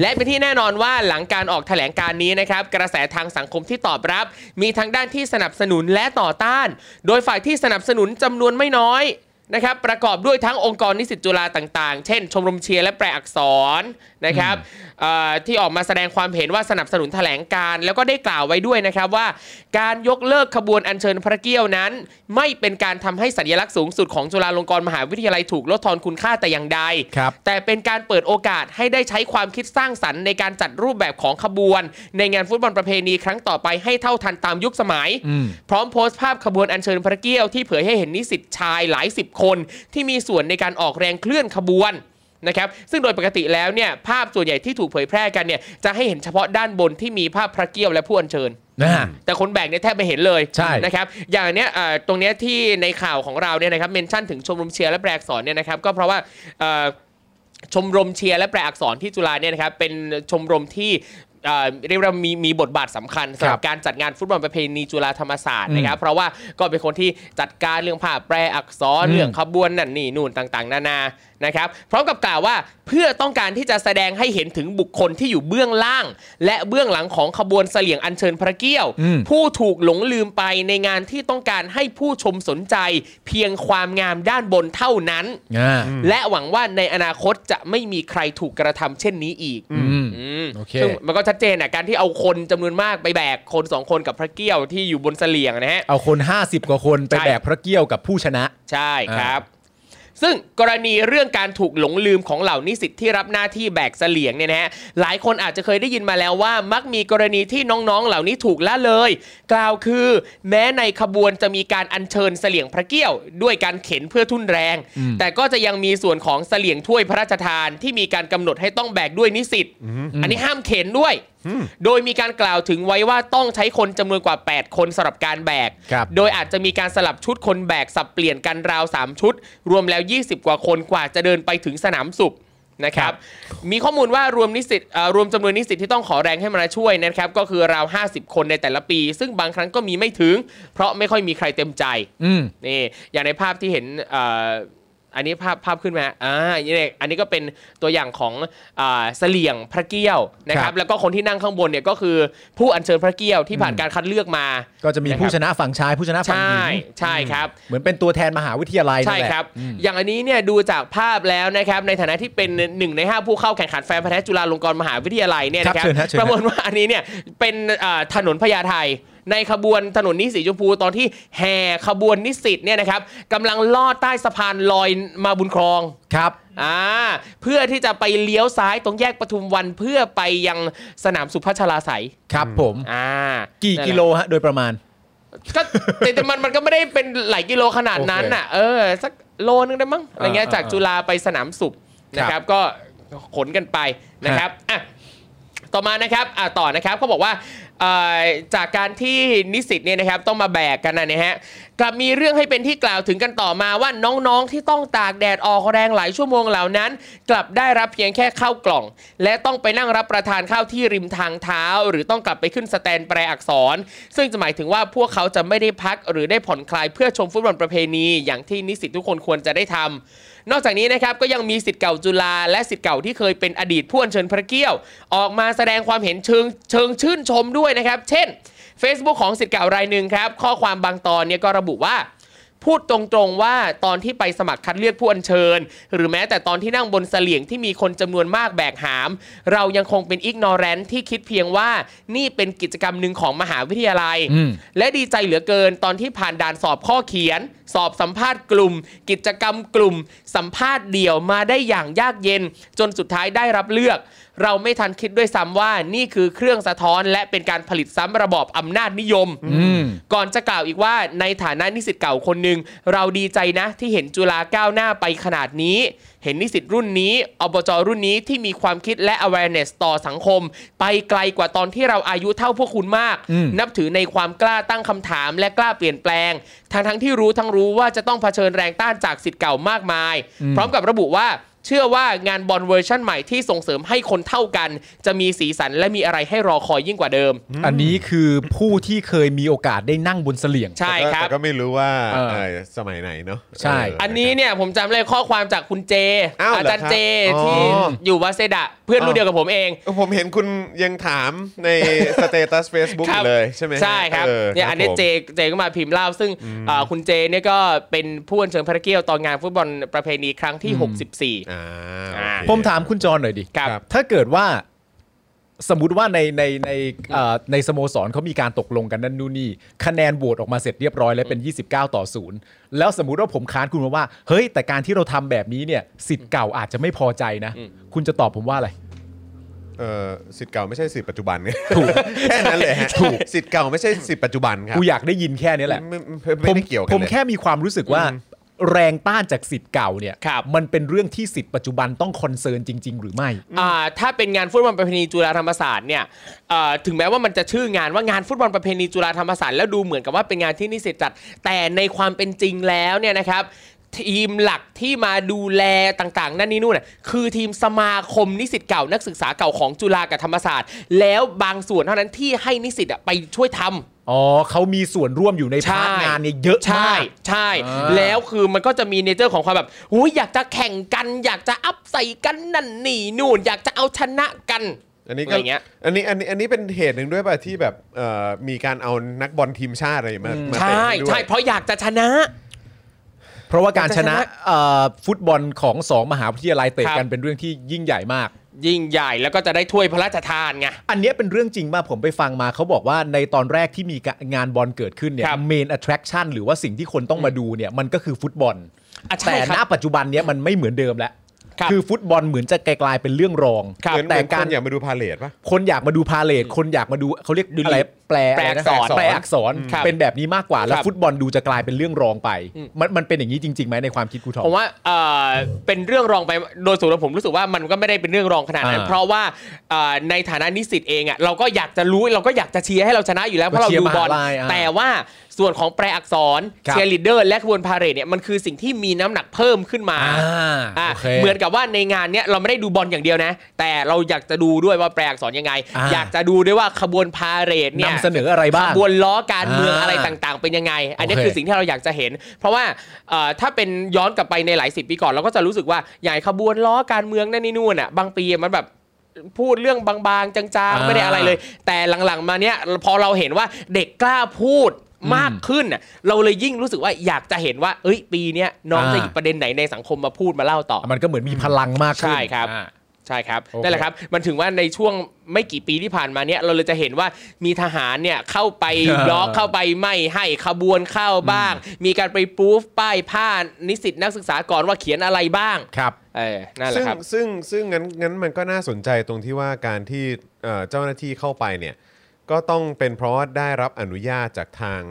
และเป็นที่แน่นอนว่าหลังการออกแถลงการณ์นี้นะครับ กระแสทางสังคมที่ตอบรับ มีทั้งด้านที่สนับสนุนและต่อต้าน โดยฝ่ายที่สนับสนุนจำนวนไม่น้อยนะครับ ประกอบด้วยทั้งองค์กรนิสิตจุฬาต่างๆ เช่น ชมรมเชียร์และแปลอักษรนะครับเอ่อที่ออกมาแสดงความเห็นว่าสนับสนุนแถลงการณ์แล้วก็ได้กล่าวไว้ด้วยนะครับว่า การยกเลิกขบวนอัญเชิญพระเกี้ยวนั้น ไม่เป็นการทำให้สัญลักษณ์สูงสุดของจุฬาลงกรณ์มหาวิทยาลัยถูกลดทอนคุณค่าแต่อย่างใด
ครับ
แต่เป็นการเปิดโอกาสให้ได้ใช้ความคิดสร้างสรรค์ในการจัดรูปแบบของขบวน ในงานฟุตบอลประเพณีครั้งต่อไปให้เท่าทันตามยุคสมัย พร้อมโพสต์ภาพขบวนอัญเชิญพระเกี้ยวที่เผยให้เห็นนิสิตชายหลายสิบคน ที่มีส่วนในการออกแรงเคลื่อนขบวนนะครับซึ่งโดยปกติแล้วเนี่ยภาพส่วนใหญ่ที่ถูกเผยแพร่กันเนี่ยจะให้เห็นเฉพาะด้านบนที่มีภาพพระเกี้ยวและผู้อัญเชิญ
นะฮะ
แต่คนแบกเนี่ยแทบไม่เห็นเลย
ใช่
นะครับอย่างเนี้ยเอ่อตรงเนี้ยที่ในข่าวของเราเนี่ยนะครับเมนชั่นถึงชมรมเชียร์และแปลอักษรเนี่ยนะครับก็เพราะว่าเอ่อชมรมเชียร์และแปลอักษรที่จุฬาเนี่ยนะครับเป็นชมรมที่เอ่อเรียกว่ามีมีบทบาทสำคัญสำหรับการจัดงานฟุตบอลประเพณีจุฬาธรรมศาสตร์นะครับเพราะว่าก็เป็นคนที่จัดการเรื่องผ้าแปรอักษรเรื่องขบวนนั่นนี่นู่นต่างๆ นานานะครับพร้อมกับกล่าวว่าเพื่อต้องการที่จะแสดงให้เห็นถึงบุคคลที่อยู่เบื้องล่าง และเบื้องหลังของขบวนเสลี่ยงอัญเชิญพระเกี้ยว
อืม
ผู้ถูกหลงลืมไปในงานที่ต้องการให้ผู้ชมสนใจ เพียงความงามด้านบนเท่านั้น
อ่า
และหวังว่าในอนาคตจะไม่มีใครถูกกระทำเช่นนี้อีก
อืม
อืม
โอเค
ซึ่งมันก็ชัดเจนอ่ะการที่เอาคนจำนวนมากไปแบกคนสองคนกับพระเกี้ยวที่อยู่บนเสลียงนะฮะ
เอาคน 50 กว่าคนไป
ใช่
แบกพระเกี้ยวกับผู้ชนะ
ใช่ครับ
อ่
ซึ่งกรณีเรื่องการถูกหลงลืมของเหล่านิสิตที่รับหน้าที่แบกเสลียงเนี่ยนะฮะหลายคนอาจจะเคยได้ยินมาแล้วว่า มักมีกรณีที่น้องๆเหล่านี้ถูกละเลย กล่าวคือ แม้ในขบวนจะมีการอัญเชิญเสลียงพระเกี้ยว ด้วยการเข็นเพื่อทุ่นแรง แต่ก็จะยังมีส่วนของเสลียงถ้วยพระราชทานที่มีการกำหนดให้ต้องแบกด้วยนิสิตอันนี้ห้ามเข็นด้วย โดยมีการกล่าวถึงไว้ว่าต้องใช้คนจำนวนกว่า 8 คนสำหรับการแบก
ครับ
โดยอาจจะมีการสลับชุดคนแบกสับเปลี่ยนกันราว 3 ชุด รวมแล้ว 20 กว่าคนกว่าจะเดินไปถึงสนามสุขนะครับ มีข้อมูลว่ารวมนิสิตเอ่อรวมจำนวนนิสิตที่ต้องขอแรงให้มาช่วยนะครับ ก็คือราว 50 คนในแต่ละปี ซึ่งบางครั้งก็มีไม่ถึง เพราะไม่ค่อยมีใครเต็มใจ
อืม
นี่อย่างในภาพที่เห็นเอ่ออันนี้ภาพภาพขึ้นมาอ่านี่เนี่ยอันนี้ก็เป็นตัวอย่างของอ่าเสลี่ยงพระเกี้ยวนะค
ครั
รับ
บ
แล้วก็คนที่นั่งข้างบนเนี่ยก็คือผู้อัญเชิญพระเกี้ยวที่ผ่านการคัดเลือกมา
ก็จะมีผู้ชนะฝั่งชายผู้ชนะฝั่ง
ใช่
หญิง
ใช่ครับ
เหมือนเป็นตัวแทนมหาวิทยาลัยนั่น
ใช่
แหละ
ครับ อย่างอันนี้เนี่ยดูจากภาพแล้วนะครับ ในฐานะที่เป็นหนึ่งใน 5 ผู้เข้าแข่งขันแฟนพันธ์แท้จุฬาลงกรณ์มหาวิทยาลัยเนี่ยนะค
ค
รับ
รั
บ
เชิญฮะเชิญ
ป
ฮะ
ระมวลว่าอันนี้เนี่ยเป็นเอ่อถนนพญาไทในขบวนถนนนิสีชมพูตอนที่แห่ขบวนนิสิตเนี่ยนะครับกำลังลอดใต้สะพานลอยมาบุญครอง
ครับ
อ่าเพื่อที่จะไปเลี้ยวซ้ายตรงแยกปทุมวันเพื่อไปยังสนามสุพัชลาไสย
ครับผม
อ่า
กี่
นั่นแหะ
กิโลฮะโดยประมาณ
ก็ แต่แต่มันมันก็ไม่ได้เป็นหลายกิโลขนาดนั้น
โอเค
น่ะเออสักโลนึงได้มั้งอะไรเงี้ย
อ่า
จากจุฬาไปสนามสุขนะค
ครั
รับบ ก็ขนกันไปนะครับอ่ะต่อมานะครับอ่ะต่อนะครับเขาบอกว่าเอ่อจากการที่นิสิตเนี่ยนะครับต้องมาแบกกันนะเนี่ยฮะกลับมีเรื่องให้เป็นที่กล่าวถึงกันต่อมาว่าน้องๆที่ต้องตากแดดออกแรงหลายชั่วโมงเหล่านั้น กลับได้รับเพียงแค่ข้าวกล่อง และต้องไปนั่งรับประทานข้าวที่ริมทางเท้า หรือต้องกลับไปขึ้นสแตนแปลอักษร ซึ่งจะหมายถึงว่าพวกเขาจะไม่ได้พักหรือได้ผ่อนคลายเพื่อชมฟุตบอลประเพณีอย่างที่นิสิตทุกคนควรจะได้ทำนอกจากนี้นะครับก็ยังมีสิทธิ์เก่าจุฬาและสิทธิ์เก่าที่เคยเป็นอดีตผู้อัญเชิญพระเกี้ยว ออกมาแสดงความเห็นเชิงเชิงชื่นชมด้วยนะครับ เช่น Facebook ของสิทธิ์เก่ารายหนึ่งครับข้อความบางตอนเนี่ยก็ระบุว่า พูดตรงๆว่าตอนที่ไปสมัครคัดเลือกผู้อัญเชิญ หรือแม้แต่ตอนที่นั่งบนเสลี่ยงที่มีคนจำนวนมากแบกหาม เรายังคงเป็นอิกนอแรนที่คิดเพียงว่านี่เป็นกิจกรรมหนึ่งของมหาวิทยาลัย
อืม
และดีใจเหลือเกินตอนที่ผ่านด่านสอบข้อเขียน สอบสัมภาษณ์กลุ่ม กิจกรรมกลุ่ม สัมภาษณ์เดี่ยวมาได้อย่างยากเย็น จนสุดท้ายได้รับเลือก เราไม่ทันคิดด้วยซ้ำว่านี่คือเครื่องสะท้อน และเป็นการผลิตซ้ำระบอบอำนาจนิยม
อืม
ก่อนจะกล่าวอีกว่าในฐานะนิสิตเก่าคนหนึ่งเราดีใจนะที่เห็นจุฬาก้าวหน้าไปขนาดนี้ เห็นนิสิตรุ่นนี้อบจรุ่นนี้ที่มีความคิดและ awareness ต่อสังคม ไปไกลกว่าตอนที่เราอายุเท่าพวกคุณมาก
อืม
นับถือในความกล้าตั้งคำถามและกล้าเปลี่ยนแปลงทั้งทั้งๆที่รู้ทั้งรู้ว่าจะต้องเผชิญแรงต้านจากสิทธิ์เก่ามากมาย พร้อมกับระบุว่า เชื่อว่างานบอลเวอร์ชันใหม่ที่ส่งเสริมให้คนเท่ากัน จะมีสีสันและมีอะไรให้รอคอยยิ่งกว่าเดิม
อันนี้คือผู้ที่เคยมีโอกาสได้นั่งบนเสลี่ยง
ใช่
แต่ก็
ครับ
แต่ก็ไม่รู้ว่า
เออ
เอ่อสมัยไหนเนาะ
ใช่
เ
อันนี้เนี่ยผมจำเลยข้อความจากคุณเจ
อ้าวเหรอ
อาจารย์เจ
ครับ
ที่
อ๋อ
อยู่วัดเซดะ เพื่อน
อ๋อ
รุ่นเดียวกับผมเอง
เออผมเห็นคุณยังถาม ใน สเตตัส Facebook
ครั
อ
บ
ยู่เลยใช่ไหมฮะ
ใช่ครับเนี่ยอันนี้
ผม
เจเจก็มาพิมพ์เล่า ซึ่งอ่าคุณเจเนี่ยก็เป็นผู้อัญเชิญพระเกี้ยวตอนงานฟุตบอลประเพณีครั้งที่ 64
อ่า
อ่า
โอเค
ผมถามคุณจรหน่อยดิ
ครับ
ถ้าเกิดว่าสมมติว่าในในในเอ่อในสโมสรเขามีการตกลงกันนั่นนู่นนี่ คะแนนโหวตออกมาเสร็จเรียบร้อยแล้วเป็น 29 ต่อ 0 แล้วสมมติว่าผมค้านคุณมาว่า เฮ้ย แต่การที่เราทำแบบนี้เนี่ยสิทธิ์เก่าอาจจะไม่พอใจนะ คุณจะตอบผมว่าอะไร
เออสิทธิ์เก่าไม่ใช่สิทธิ์ปัจจุบันไงถูกแค่นั้นเลยฮะถูกสิทธิ์เก่าไม่ใช่สิทธิ์ปัจจุบันครับ
กูอยากได้ยินแค่นี้แหละ
ไม่ไม่ไม่ได้เกี่ยวกัน
ผม
เลย
แค่มีความรู้สึกว่า แรงต้านจากสิทธิ์เก่าเนี่ย
ครับ
มันเป็นเรื่องที่สิทธิ์ปัจจุบันต้องคอนเซิร์นจริง ๆ หรือไม่
อ่าถ้าเป็นงานฟุตบอลประเพณีจุฬาธรรมศาสตร์เนี่ยอ่าถึงแม้ว่ามันจะชื่องานว่างานฟุตบอลประเพณีจุฬาธรรมศาสตร์แล้วดูเหมือนกับว่าเป็นงานที่นิสิตจัด แต่ในความเป็นจริงแล้วเนี่ยนะครับทีมหลักที่มาดูแลต่างๆ นั่นนี่นู่นน่ะคือทีมสมาคมนิสิตเก่านักศึกษาเก่าของจุฬากับธรรมศาสตร์ แล้วบางส่วนเท่านั้นที่ให้นิสิตอ่ะไปช่วยทำ
อ๋อเขามีส่วนร่วมอยู่ในพาร์ทงานเนี่ยเยอะ
ใช่
มาก
ใช่
อ่า
แล้วคือมันก็จะมีเนเจอร์ของความแบบหูยอยากจะแข่งกัน อยากจะอัพใส่กันนั่นนี่นู่น อยากจะเอาชนะกัน
อันนี้
อะ
ก็
ไรเงี้ย
อันนี้อันนี้อันนี้เป็นเหตุหนึ่งด้วยป่ะที่แบบเอ่อมีการเอานักบอลทีมชาติอะไรมามาเตะ
ใช่
ห้ด้วย
ใช่เพราะอยากจะชนะ
เพราะว่าการชนะเอ่อฟุตบอลของสองมหาวิทยาลัยเตะ
ครับ
กันเป็นเรื่องที่ยิ่งใหญ่มาก
ยิ่งใหญ่แล้วก็จะได้ถ้วยพระราชทานไง
อันเนี้ยเป็นเรื่องจริงมากผมไปฟังมาเขาบอกว่าในตอนแรกที่มีงานบอลเกิดขึ้นเนี่ย
ครับ
เมน attraction หรือว่าสิ่งที่คนต้องมาดูเนี่ยมันก็คือฟุตบอล
อ่ะใช่
แต่
ครับ
ณปัจจุบันเนี้ยมันไม่เหมือนเดิมแล้ว
ครับ
อฟุตบอลเหมือนจะกลายๆเป็นเรื่องรอง
เหมือน
แต่
กา
การ
นอยากมาดูพาเลทปะ
คนอยากมาดูพาเลทคนอยากมาดูเขาเรียก
ดู
อะไรแปล
แปลอักษร
ะไนะแปลอักษร
ครับ
เป็นแบบนี้มากกว่าแล้ว
ครับ
ฟุตบอลดูจะกลายเป็นเรื่องรองไป
อืม
มันมันเป็นอย่างนี้จริงๆไหมในความคิดครูทอม
ผมว่าเอ่อเป็นเรื่องรองไปโดยส่วนตัวผมรู้สึกว่ามันก็ไม่ได้เป็นเรื่องรองขนาดนั้น
อ่า
เพราะว่าเอ่อในฐานะนิสิตเองอ่ะเราก็อยากจะรู้เราก็อยากจะเชียร์ให้เราชนะอยู่แล้วเพราะเราดูบอล
ก็เชียร์มหาลัยอ่า
แต่ว่าส่วนของแปลอักษร
ครับ
เชียร์ลีดเดอร์และขบวนพาเหรดเนี่ยมันคือสิ่งที่มีน้ำหนักเพิ่มขึ้นมา
อ่า
อ่ะ
โค
เหมือนกับว่าในงานเนี้ยเราไม่ได้ดูบอลอย่างเดียวนะ แต่เราอยากจะดูด้วยว่าแปลอักษรยังไง
อ่า
อยากจะดูด้วยว่าขบวนพาเหรดเนี่ย
นำเสนออะไรบ้าง
ขบวนล้อการเมือง
อ่า
อะไรต่างๆ เป็นยังไง อันนี้
โอเค
คือสิ่งที่เราอยากจะเห็น เพราะว่าเอ่อถ้าเป็นย้อนกลับไปในหลายสิบปีก่อนเราก็จะรู้สึกว่าอย่างขบวนล้อการเมืองนั่นนี่นู่นอ่ะบางปีมันแบบพูดเรื่องบางๆจาง
อ่า
ๆไม่ได้อะไรเลย แต่หลังๆมาเนี้ยพอเราเห็นว่าเด็กกล้าพูดมากขึ้นน่ะเราเลยยิ่งรู้สึกว่าอยากจะเห็นว่า เอ้ยปีเนี้ยน้อง
อ่า
จะหยิบประเด็นไหนในสังคมมาพูดมาเล่าต่อ
มันก็เหมือนมีพลังมากขึ้น
ใช่ครับ
อ่า
ใช่ครับ
โอเค
นั่นแหละครับ มันถึงว่าในช่วงไม่กี่ปีที่ผ่านมาเนี่ยเราเลยจะเห็นว่ามีทหารเนี่ยเข้าไป บล็อกเข้าไปไม่ให้ขบวนเข้าบ้าง มีการไปปรูฟป้ายผ้านิสิตนักศึกษาก่อนว่าเขียนอะไรบ้าง
ครับ
เออนั่นแห
ซึ่
ละ
ง
ครับ
ซึ่งซึ่งงั้นงั้นมันก็น่าสนใจตรงที่ว่าการที่เอ่อเจ้าหน้าที่เข้าไปเนี่ยก็ต้องเป็นเพราะว่าได้รับอนุญาตจากทาง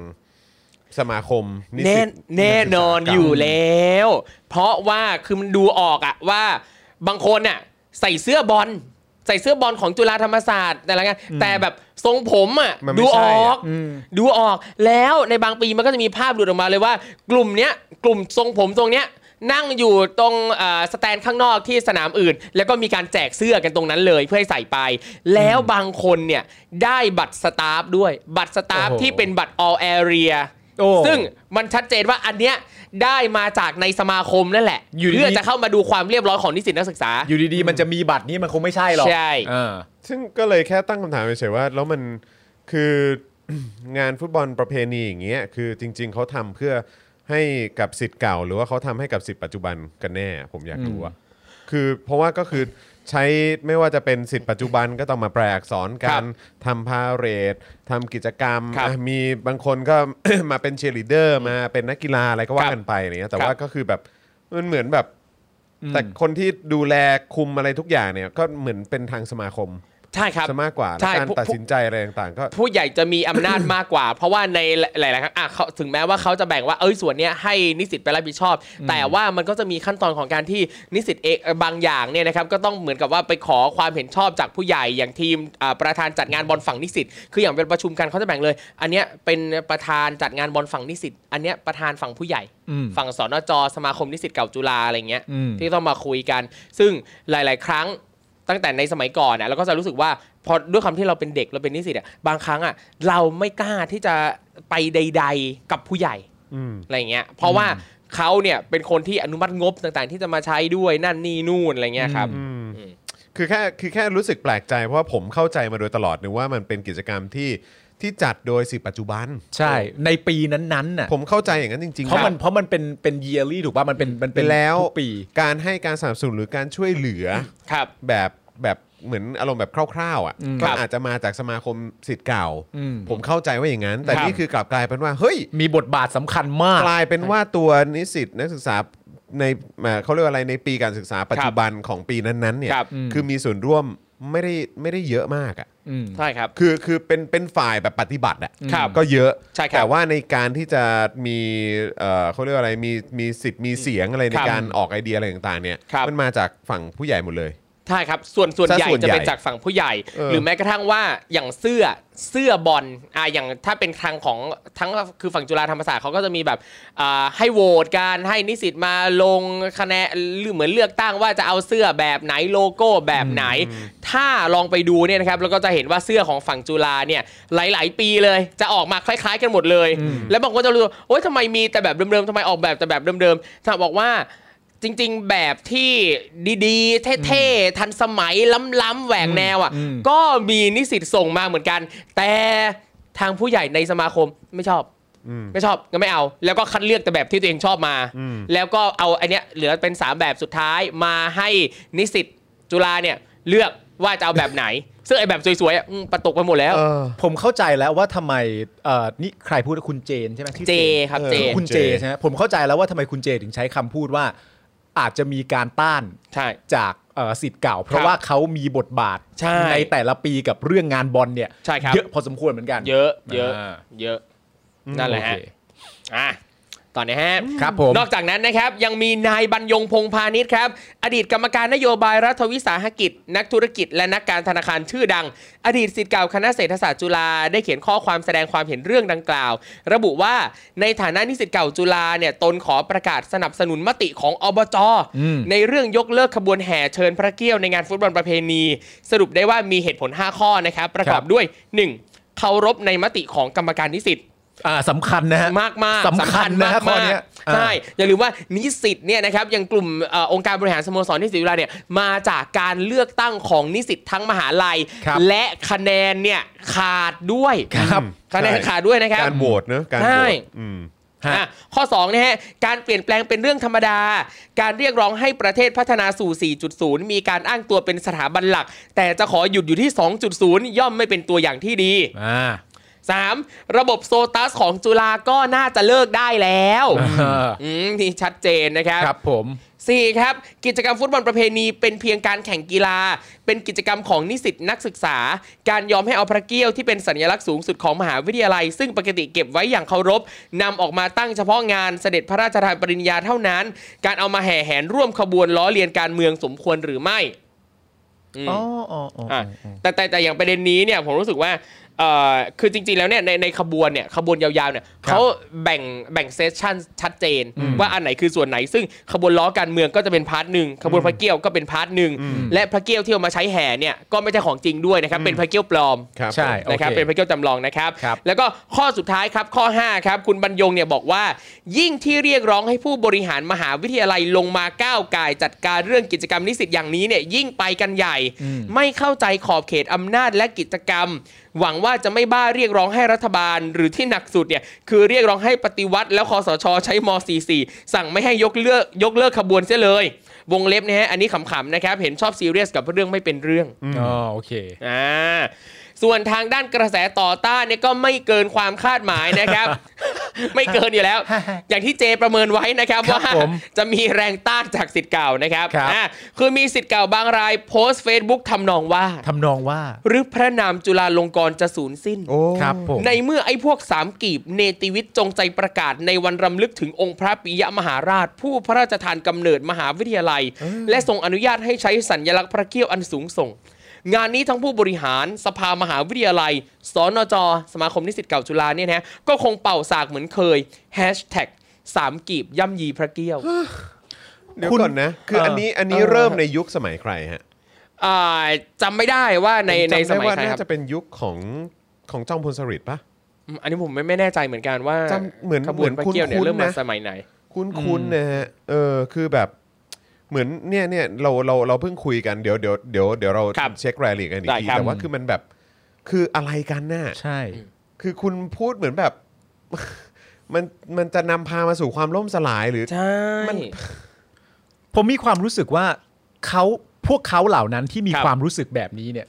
สมาคมนิ
แน่
สิต
แน่นอนอยู่แล้ว เพราะว่าคือมันดูออกอะว่าบางคนน่ะใส่เสื้อบอล ใส่เสื้อบอลของจุฬาธรรมศาสตร์แต่ละไงแต่แบบทรงผมอะ
มัน
ดู
ไม่
อ
ใช่
อ
อะ
ก ดูออกแล้วในบางปีมันก็จะมีภาพหลุดออกมาเลยว่า กลุ่มเนี้ยกลุ่มทรงผมทรงเนี้ยนั่งอยู่ตรงเอ่อสแตนข้างนอกที่สนามอื่น แล้วก็มีการแจกเสื้อกันตรงนั้นเลยเพื่อให้ใส่ไป แล้วบางคนเนี่ยได้บัตรสตาฟด้วยบัตรสตาฟ
โอ้โห
ที่เป็นบัตร all area
โอ้
ซึ่งมันชัดเจนว่าอันเนี้ยได้มาจากในสมาคมนั่นแหละ
อยู่ดีๆ
เพื่อจะเข้ามาดูความเรียบร้อยของนิสิตนักศึกษา
อยู่ดีๆ มันจะมีบัตรนี้มันคงไม่ใช่หรอก
ใช่
อ่า
ซึ่งก็เลยแค่ตั้งคำถามเฉยๆว่า แล้วมันคือ งานฟุตบอลประเพณีอย่างเงี้ยคือจริง ๆเขาทำเพื่อให้กับสิทธิ์เก่า หรือว่าเขาทำให้กับสิทธิ์ปัจจุบันกันแน่ ผมอยากรู้อะคือเพราะว่าก็คือใช้ไม่ว่าจะเป็นสิทธิ์ปัจจุบันก็ต้องมาแปลอักษร
ค
กั
รั
น
บ
ทำพาเหรดทำกิจกรรม
ครับ
อ่ะมีบางคนก็ มาเป็นเชียร์ลีดเดอร์ มาเป็นนักกีฬาอะไรก็
ค
ว่า
รับ
กันไปอะไรเงี้ยแต่
ครับ
ว่าก็คือแบบมันเหมือนแบบ แต่คนที่ดูแลคุมอะไรทุกอย่างเนี่ย ก็เหมือนเป็นทางสมาคม
ใช่ครับ
ซะมากกว่าและ
ใช่
การ
ผู้
ตัดสินใจอะไรต่างๆ ก็
ผู้ใหญ่จะมีอำนาจ มากกว่า เพราะว่าในหลายๆครั้งอ่ะเขาถึงแม้ว่าเขาจะแบ่งว่าเอ้ยส่วนเนี้ยให้นิสิตไปรับผิดชอบ แต่ว่ามันก็จะมีขั้นตอนของการที่นิสิตเอกบางอย่างเนี่ยนะครับก็ต้องเหมือนกับว่าไปขอความเห็นชอบจากผู้ใหญ่อย่างทีมอ่าประธานจัดงานบอลฝั่งนิสิตคืออย่างเป็นประชุมกันเขาจะแบ่งเลย อันเนี้ยเป็นประธานจัดงานบอลฝั่งนิสิตอันเนี้ยประธานฝั่งผู้ใหญ่
อืม
ฝั่งสนจสมาคมนิสิตเก่าจุฬาอะไรเงี้ย
อืม
ที่ต้องมาคุยกัน ซึ่งหลาย ๆ ครั้งตั้งแต่ในสมัยก่อนน่ะเราก็จะรู้สึกว่าพอด้วยความที่เราเป็นเด็กเราเป็นนิสิตอ่ะบางครั้งอ่ะเราไม่กล้าที่จะไปใด ๆ กับผู้ใหญ่
อืม
อะไรเงี้ยเพราะว่าเขาเนี่ยเป็นคนที่อนุมัติงบต่าง ๆ ที่จะมาใช้ด้วยนั่นนี่นู่นอะไรเงี้ยครับ
อืมคือแค่คือแค่รู้สึกแปลกใจเพราะว่าผมเข้าใจมาโดยตลอดนึกว่ามันเป็นกิจกรรมที่ที่จัดโดยสิทธิ์ปัจจุบัน
ใช่ ในปีนั้นๆน่ะ
ผมเข้าใจอย่างนั้นจริงๆ
เพราะ
ครับ
มันเพราะมันเป็นเป็นเยลลี่ถูกป่ะมันเป็นมันเป็น
แล้ว
ทุกปี
การให้การสนับสนุนหรือการช่วยเหลือ
ครับ
แบบแบบเหมือนอารมณ์แบบคร่าวๆอ่ะ
อืม
ก็
ครับ
อาจจะมาจากสมาคมสิทธิ์เก่า
อืม
ผมเข้าใจว่าอย่างนั้น แต่
ครับ
นี่คือกลับกลายเป็นว่า เฮ้ย
มีบทบาทสำคัญมาก
กลายเป็นว่าตัวนิสิตนักศึกษาในเอ่อเขาเรียกว่าอะไรในปีการศึกษาปัจจุบันของปีนั้นๆเนี่ย
ครับ
คือมีส่วนร่วมไม่ได้ไม่ได้เยอะมากอ่ะ
อืม
ใช่ครับ
คือคือเป็นเป็นฝ่ายแบบปฏิบัติอ่ะ
ครับ
ก็เยอะ
ใช่ครับ
แต่ว่าในการที่จะมีเอ่อเขาเรียกว่าอะไรมีมีสิทธิ์มีเสียงอะไรใน
ครับ
การออกไอเดียอะไรต่างๆเนี่ย
ครับ
มันมาจากฝั่งผู้ใหญ่หมดเลย
ใช่ครับ ส่วนส่วน
ซะ
ใหญ่
ส่วน
จะ
ใหญ่
เป็นจากฝั่งผู้ใหญ่
เออ
หรือแม้กระทั่งว่าอย่างเสื้อเสื้อบอลอ่าอย่างถ้าเป็นทางของทั้งคือฝั่งจุฬาธรรมศาสตร์เขาก็จะมีแบบอ่าให้โหวตการให้นิสิตมาลงคะแนนหรือเหมือนเลือกตั้งว่าจะเอาเสื้อแบบไหนโลโก้แบบไหน ถ้าลองไปดูเนี่ยนะครับแล้วก็จะเห็นว่าเสื้อของฝั่งจุฬาเนี่ยหลาย ๆ ปีเลย จะออกมาคล้าย ๆ กันหมดเลย แล้วบางคนจะรู้สึกว่าโอ๊ยทำไมมีแต่แบบเดิมๆทำไมออกแบบแต่แบบเดิมๆถ้าบอกว่า จริงๆ แบบที่ดีๆ เท่ๆ ทันสมัย ล้ำๆแหวกแนวอ่ะ
อืม
ก็มีนิสิตส่งมาเหมือนกัน แต่ทางผู้ใหญ่ในสมาคมไม่ชอบ
อืม
ไม่ชอบก็ไม่เอา แล้วก็คัดเลือกแต่แบบที่ตัวเองชอบมา
อืม
แล้วก็เอาอันเนี้ยเหลือเป็น 3 แบบสุดท้ายมาให้นิสิตจุฬาเนี่ยเลือก ว่าจะเอาแบบไหน ซึ่งไอ้แบบสวยๆอ่ะอืมประตกไปหมดแล้ว
ผมเข้าใจแล้วว่าทำไมเอ่อนี่ใครพูดว่าคุณเจนใช่ไหมชื่อ
เจครับเจ
คุณเจใช่ไหมผมเข้าใจแล้วว่าทำไมคุณเจถึงใช้คำพูดว่า อาจจะมีการต้าน
ใช่
จากเอ่อสิทธิ์เก่า เพราะว่าเขามีบทบาท
ใช่
แต่ละปีกับเรื่องงานบอลเนี่ย
ใช่ครับ
เยอะพอสมควรเหมือนกัน
เยอะเยอะ
อ่า
เยอะ นั่นแหละฮะ
โอเค
อ่ะต่อนะฮะ
ครับผม
นอกจากนั้นนะครับ ยังมีนายบรรยงพงพาณิชย์ครับ อดีตกรรมการนโยบายรัฐวิสาหกิจ นักธุรกิจ และนักการธนาคารชื่อดัง อดีตศิษย์เก่าคณะเศรษฐศาสตร์จุฬาได้เขียนข้อความแสดงความเห็นเรื่องดังกล่าว ระบุว่าในฐานะนิสิตเก่าจุฬาเนี่ยตนขอประกาศสนับสนุนมติของอบจในเรื่องยกเลิกขบวนแห่เชิญพระเกี้ยวในงานฟุตบอลประเพณี สรุปได้ว่ามีเหตุผล 5 ข้อนะครับ ประกอบด้วยหนึ่งเคารพในมติของกรรมการนิสิต
อ่าสำคัญนะฮะ
มากมาก
สำคัญนะฮะข้อเนี้ย
ใช่
อ่า
อย่าลืมว่านิสิตเนี่ยนะครับอย่างกลุ่มเอ่อองค์การบริหารสโมสรนิสิตจุฬาเนี่ยมาจากการเลือกตั้งของนิสิตทั้งมหาลัย
ครับ
และคะแนนเนี่ยขาดด้วย
ครับ
คะแนน
ใช่
ขาดด้วยนะครับ
การโหวตเนอะการโหว
ใช่
ตอืม
ฮะ
อ่ะข้อ2นะฮะการเปลี่ยนแปลงเป็นเรื่องธรรมดา การเรียกร้องให้ประเทศพัฒนาสู่ 4.0 มีการอ้างตัวเป็นสถาบันหลัก แต่จะขอหยุดอยู่ที่ 2.0 ย่อมไม่เป็นตัวอย่างที่ดี
อ่า
3. ระบบโซตัสของจุฬาก็น่าจะเลิกได้แล้ว
อ่า
อืมนี่ชัดเจนนะครับ
ครับผม
สี่ครับ กิจกรรมฟุตบอลประเพณีเป็นเพียงการแข่งกีฬา เป็นกิจกรรมของนิสิตนักศึกษา การยอมให้เอาพระเกี้ยวที่เป็นสัญลักษณ์สูงสุดของมหาวิทยาลัย ซึ่งปกติเก็บไว้อย่างเคารพนำออกมาตั้งเฉพาะงานเสด็จพระราชทานปริญญาเท่านั้น การเอามาแห่แหนร่วมขบวนล้อเลียนการเมืองสมควรหรือไม่ม
อ๋ออ๋ออ๋ออ๋
อ่ะ
อ
แต่แต่แต่อย่างประเด็นนี้เนี่ยผมรู้สึกว่าเอ่อคือจริง ๆ แล้วเนี่ยในในขบวนเนี่ยขบวนยาวๆเนี่ยเขาแบ่งแบ่งเซสชันชัดเจน ว่าอันไหนคือส่วนไหน ซึ่งขบวนล้อการเมืองก็จะเป็นพาร์ทหนึ่งขบวนพระเกี้ยวก็เป็นพาร์ทหนึ่งและพระเกี้ยวที่เอามาใช้แห่เนี่ยก็ไม่ใช่ของจริงด้วยนะครับเป็นพระเกี้ยวปลอม
ครับ
ใช่
ผม
โอเ
นะครับเป็นพระเกี้ยวจำลองนะครับ
ครับ
แล้วก็ข้อสุดท้ายครับข้อ 5 ครับ คุณบรรยงเนี่ยบอกว่า ยิ่งที่เรียกร้องให้ผู้บริหารมหาวิทยาลัยลงมาก้าวไก่าย จัดการเรื่องกิจกรรมนิสิตอย่างนี้เนี่ยยิ่งไปกันใหญ่
อืม
ไม่เข้าใจขอบเขตอำนาจและกิจกรรม หวังว่าจะไม่บ้าเรียกร้องให้รัฐบาล หรือที่หนักสุดเนี่ยคือเรียกร้องให้ปฏิวัติ แล้วคอสชใช้ม .44 สั่งไม่ให้ยกเลิกยกเลิกขบวนเสียเลย วงเล็บนะฮะอันนี้ขำๆนะครับเห็นชอบซีเรียสกับเรื่องไม่เป็นเรื่อง
อ๋อโอเค
อ่าส่วนทางด้านกระแสต่อต้านเนี่ยก็ไม่เกินความคาดหมาย นะครับ ไม่เกินอยู่แล้ว อย่างที่เจประเมินไว้นะครับ
ครับ
ว่า
ผม
จะมีแรงต้านจากสิทธิ์เก่านะครับ
ครับ
อ่าคือมีสิทธิ์เก่าบางรายโพสต์ Facebook ทำนองว่า
ทำนองว่า
หรือพระนามจุฬาลงกรณ์จะสูญสิ้น
โอ้
ครับผม
ในเมื่อไอ้พวกสามกีบเนติวิทย์จงใจประกาศในวันรำลึกถึงองค์พระปิยมหาราช ผู้พระราชทานกำเนิดมหาวิทยาลัย และทรงอนุญาตให้ใช้สัญลักษณ์พระเกี้ยวอันสูงส่ง งานนี้ทั้งผู้บริหารสภามหาวิทยาลัย สนจ สมาคมนิสิตเก่าจุฬาเนี่ยนะ ก็คงเป่าสากเหมือนเคยแฮชแท็กสามกีบย่ำยีพระเกี้ยว
เดี๋ยว
คุณ
ก่อนนะ คืออันนี้อันนี้
เออ
เริ่มในยุคสมัยใครฮะ
อ่าจำไม่ได้ว่าใน
ผ
ใน
จำ
ส
ได้
มัย
ว่า
ใครค
น่า
รับ
จะเป็นยุคของของจอมพลสฤษดิ์ปะ
อืมอันนี้ผมไม่ไม่แน่ใจเหมือนกันว่า
จำเหมือน
ขบวนพระเกี้ยวเนี่ย
เหมือนคุ้นๆ
เริ่มมา
นะ
สมัยไหน
คุ้นๆนะฮะเออคือแบบเหมือนเนี่ยเนี่ยเราเราเราเพิ่งคุยกันเดี๋ยวเดี๋ยวเดี๋ยวเดี๋ยวเรา
ครับ
เช็ครายละเอียดกันอีก
ได้
ที
ครับ
แต่ว่าคือมันแบบคืออะไรกันน่ะ
ใช่
คือคุณพูดเหมือนแบบ มันมันจะนำพามาสู่ความล่มสลายหรือ
ใช่
มัน
ผมมีความรู้สึกว่าเขาพวกเขาเหล่านั้นที่มี
ครับ
ความรู้สึกแบบนี้เนี่ย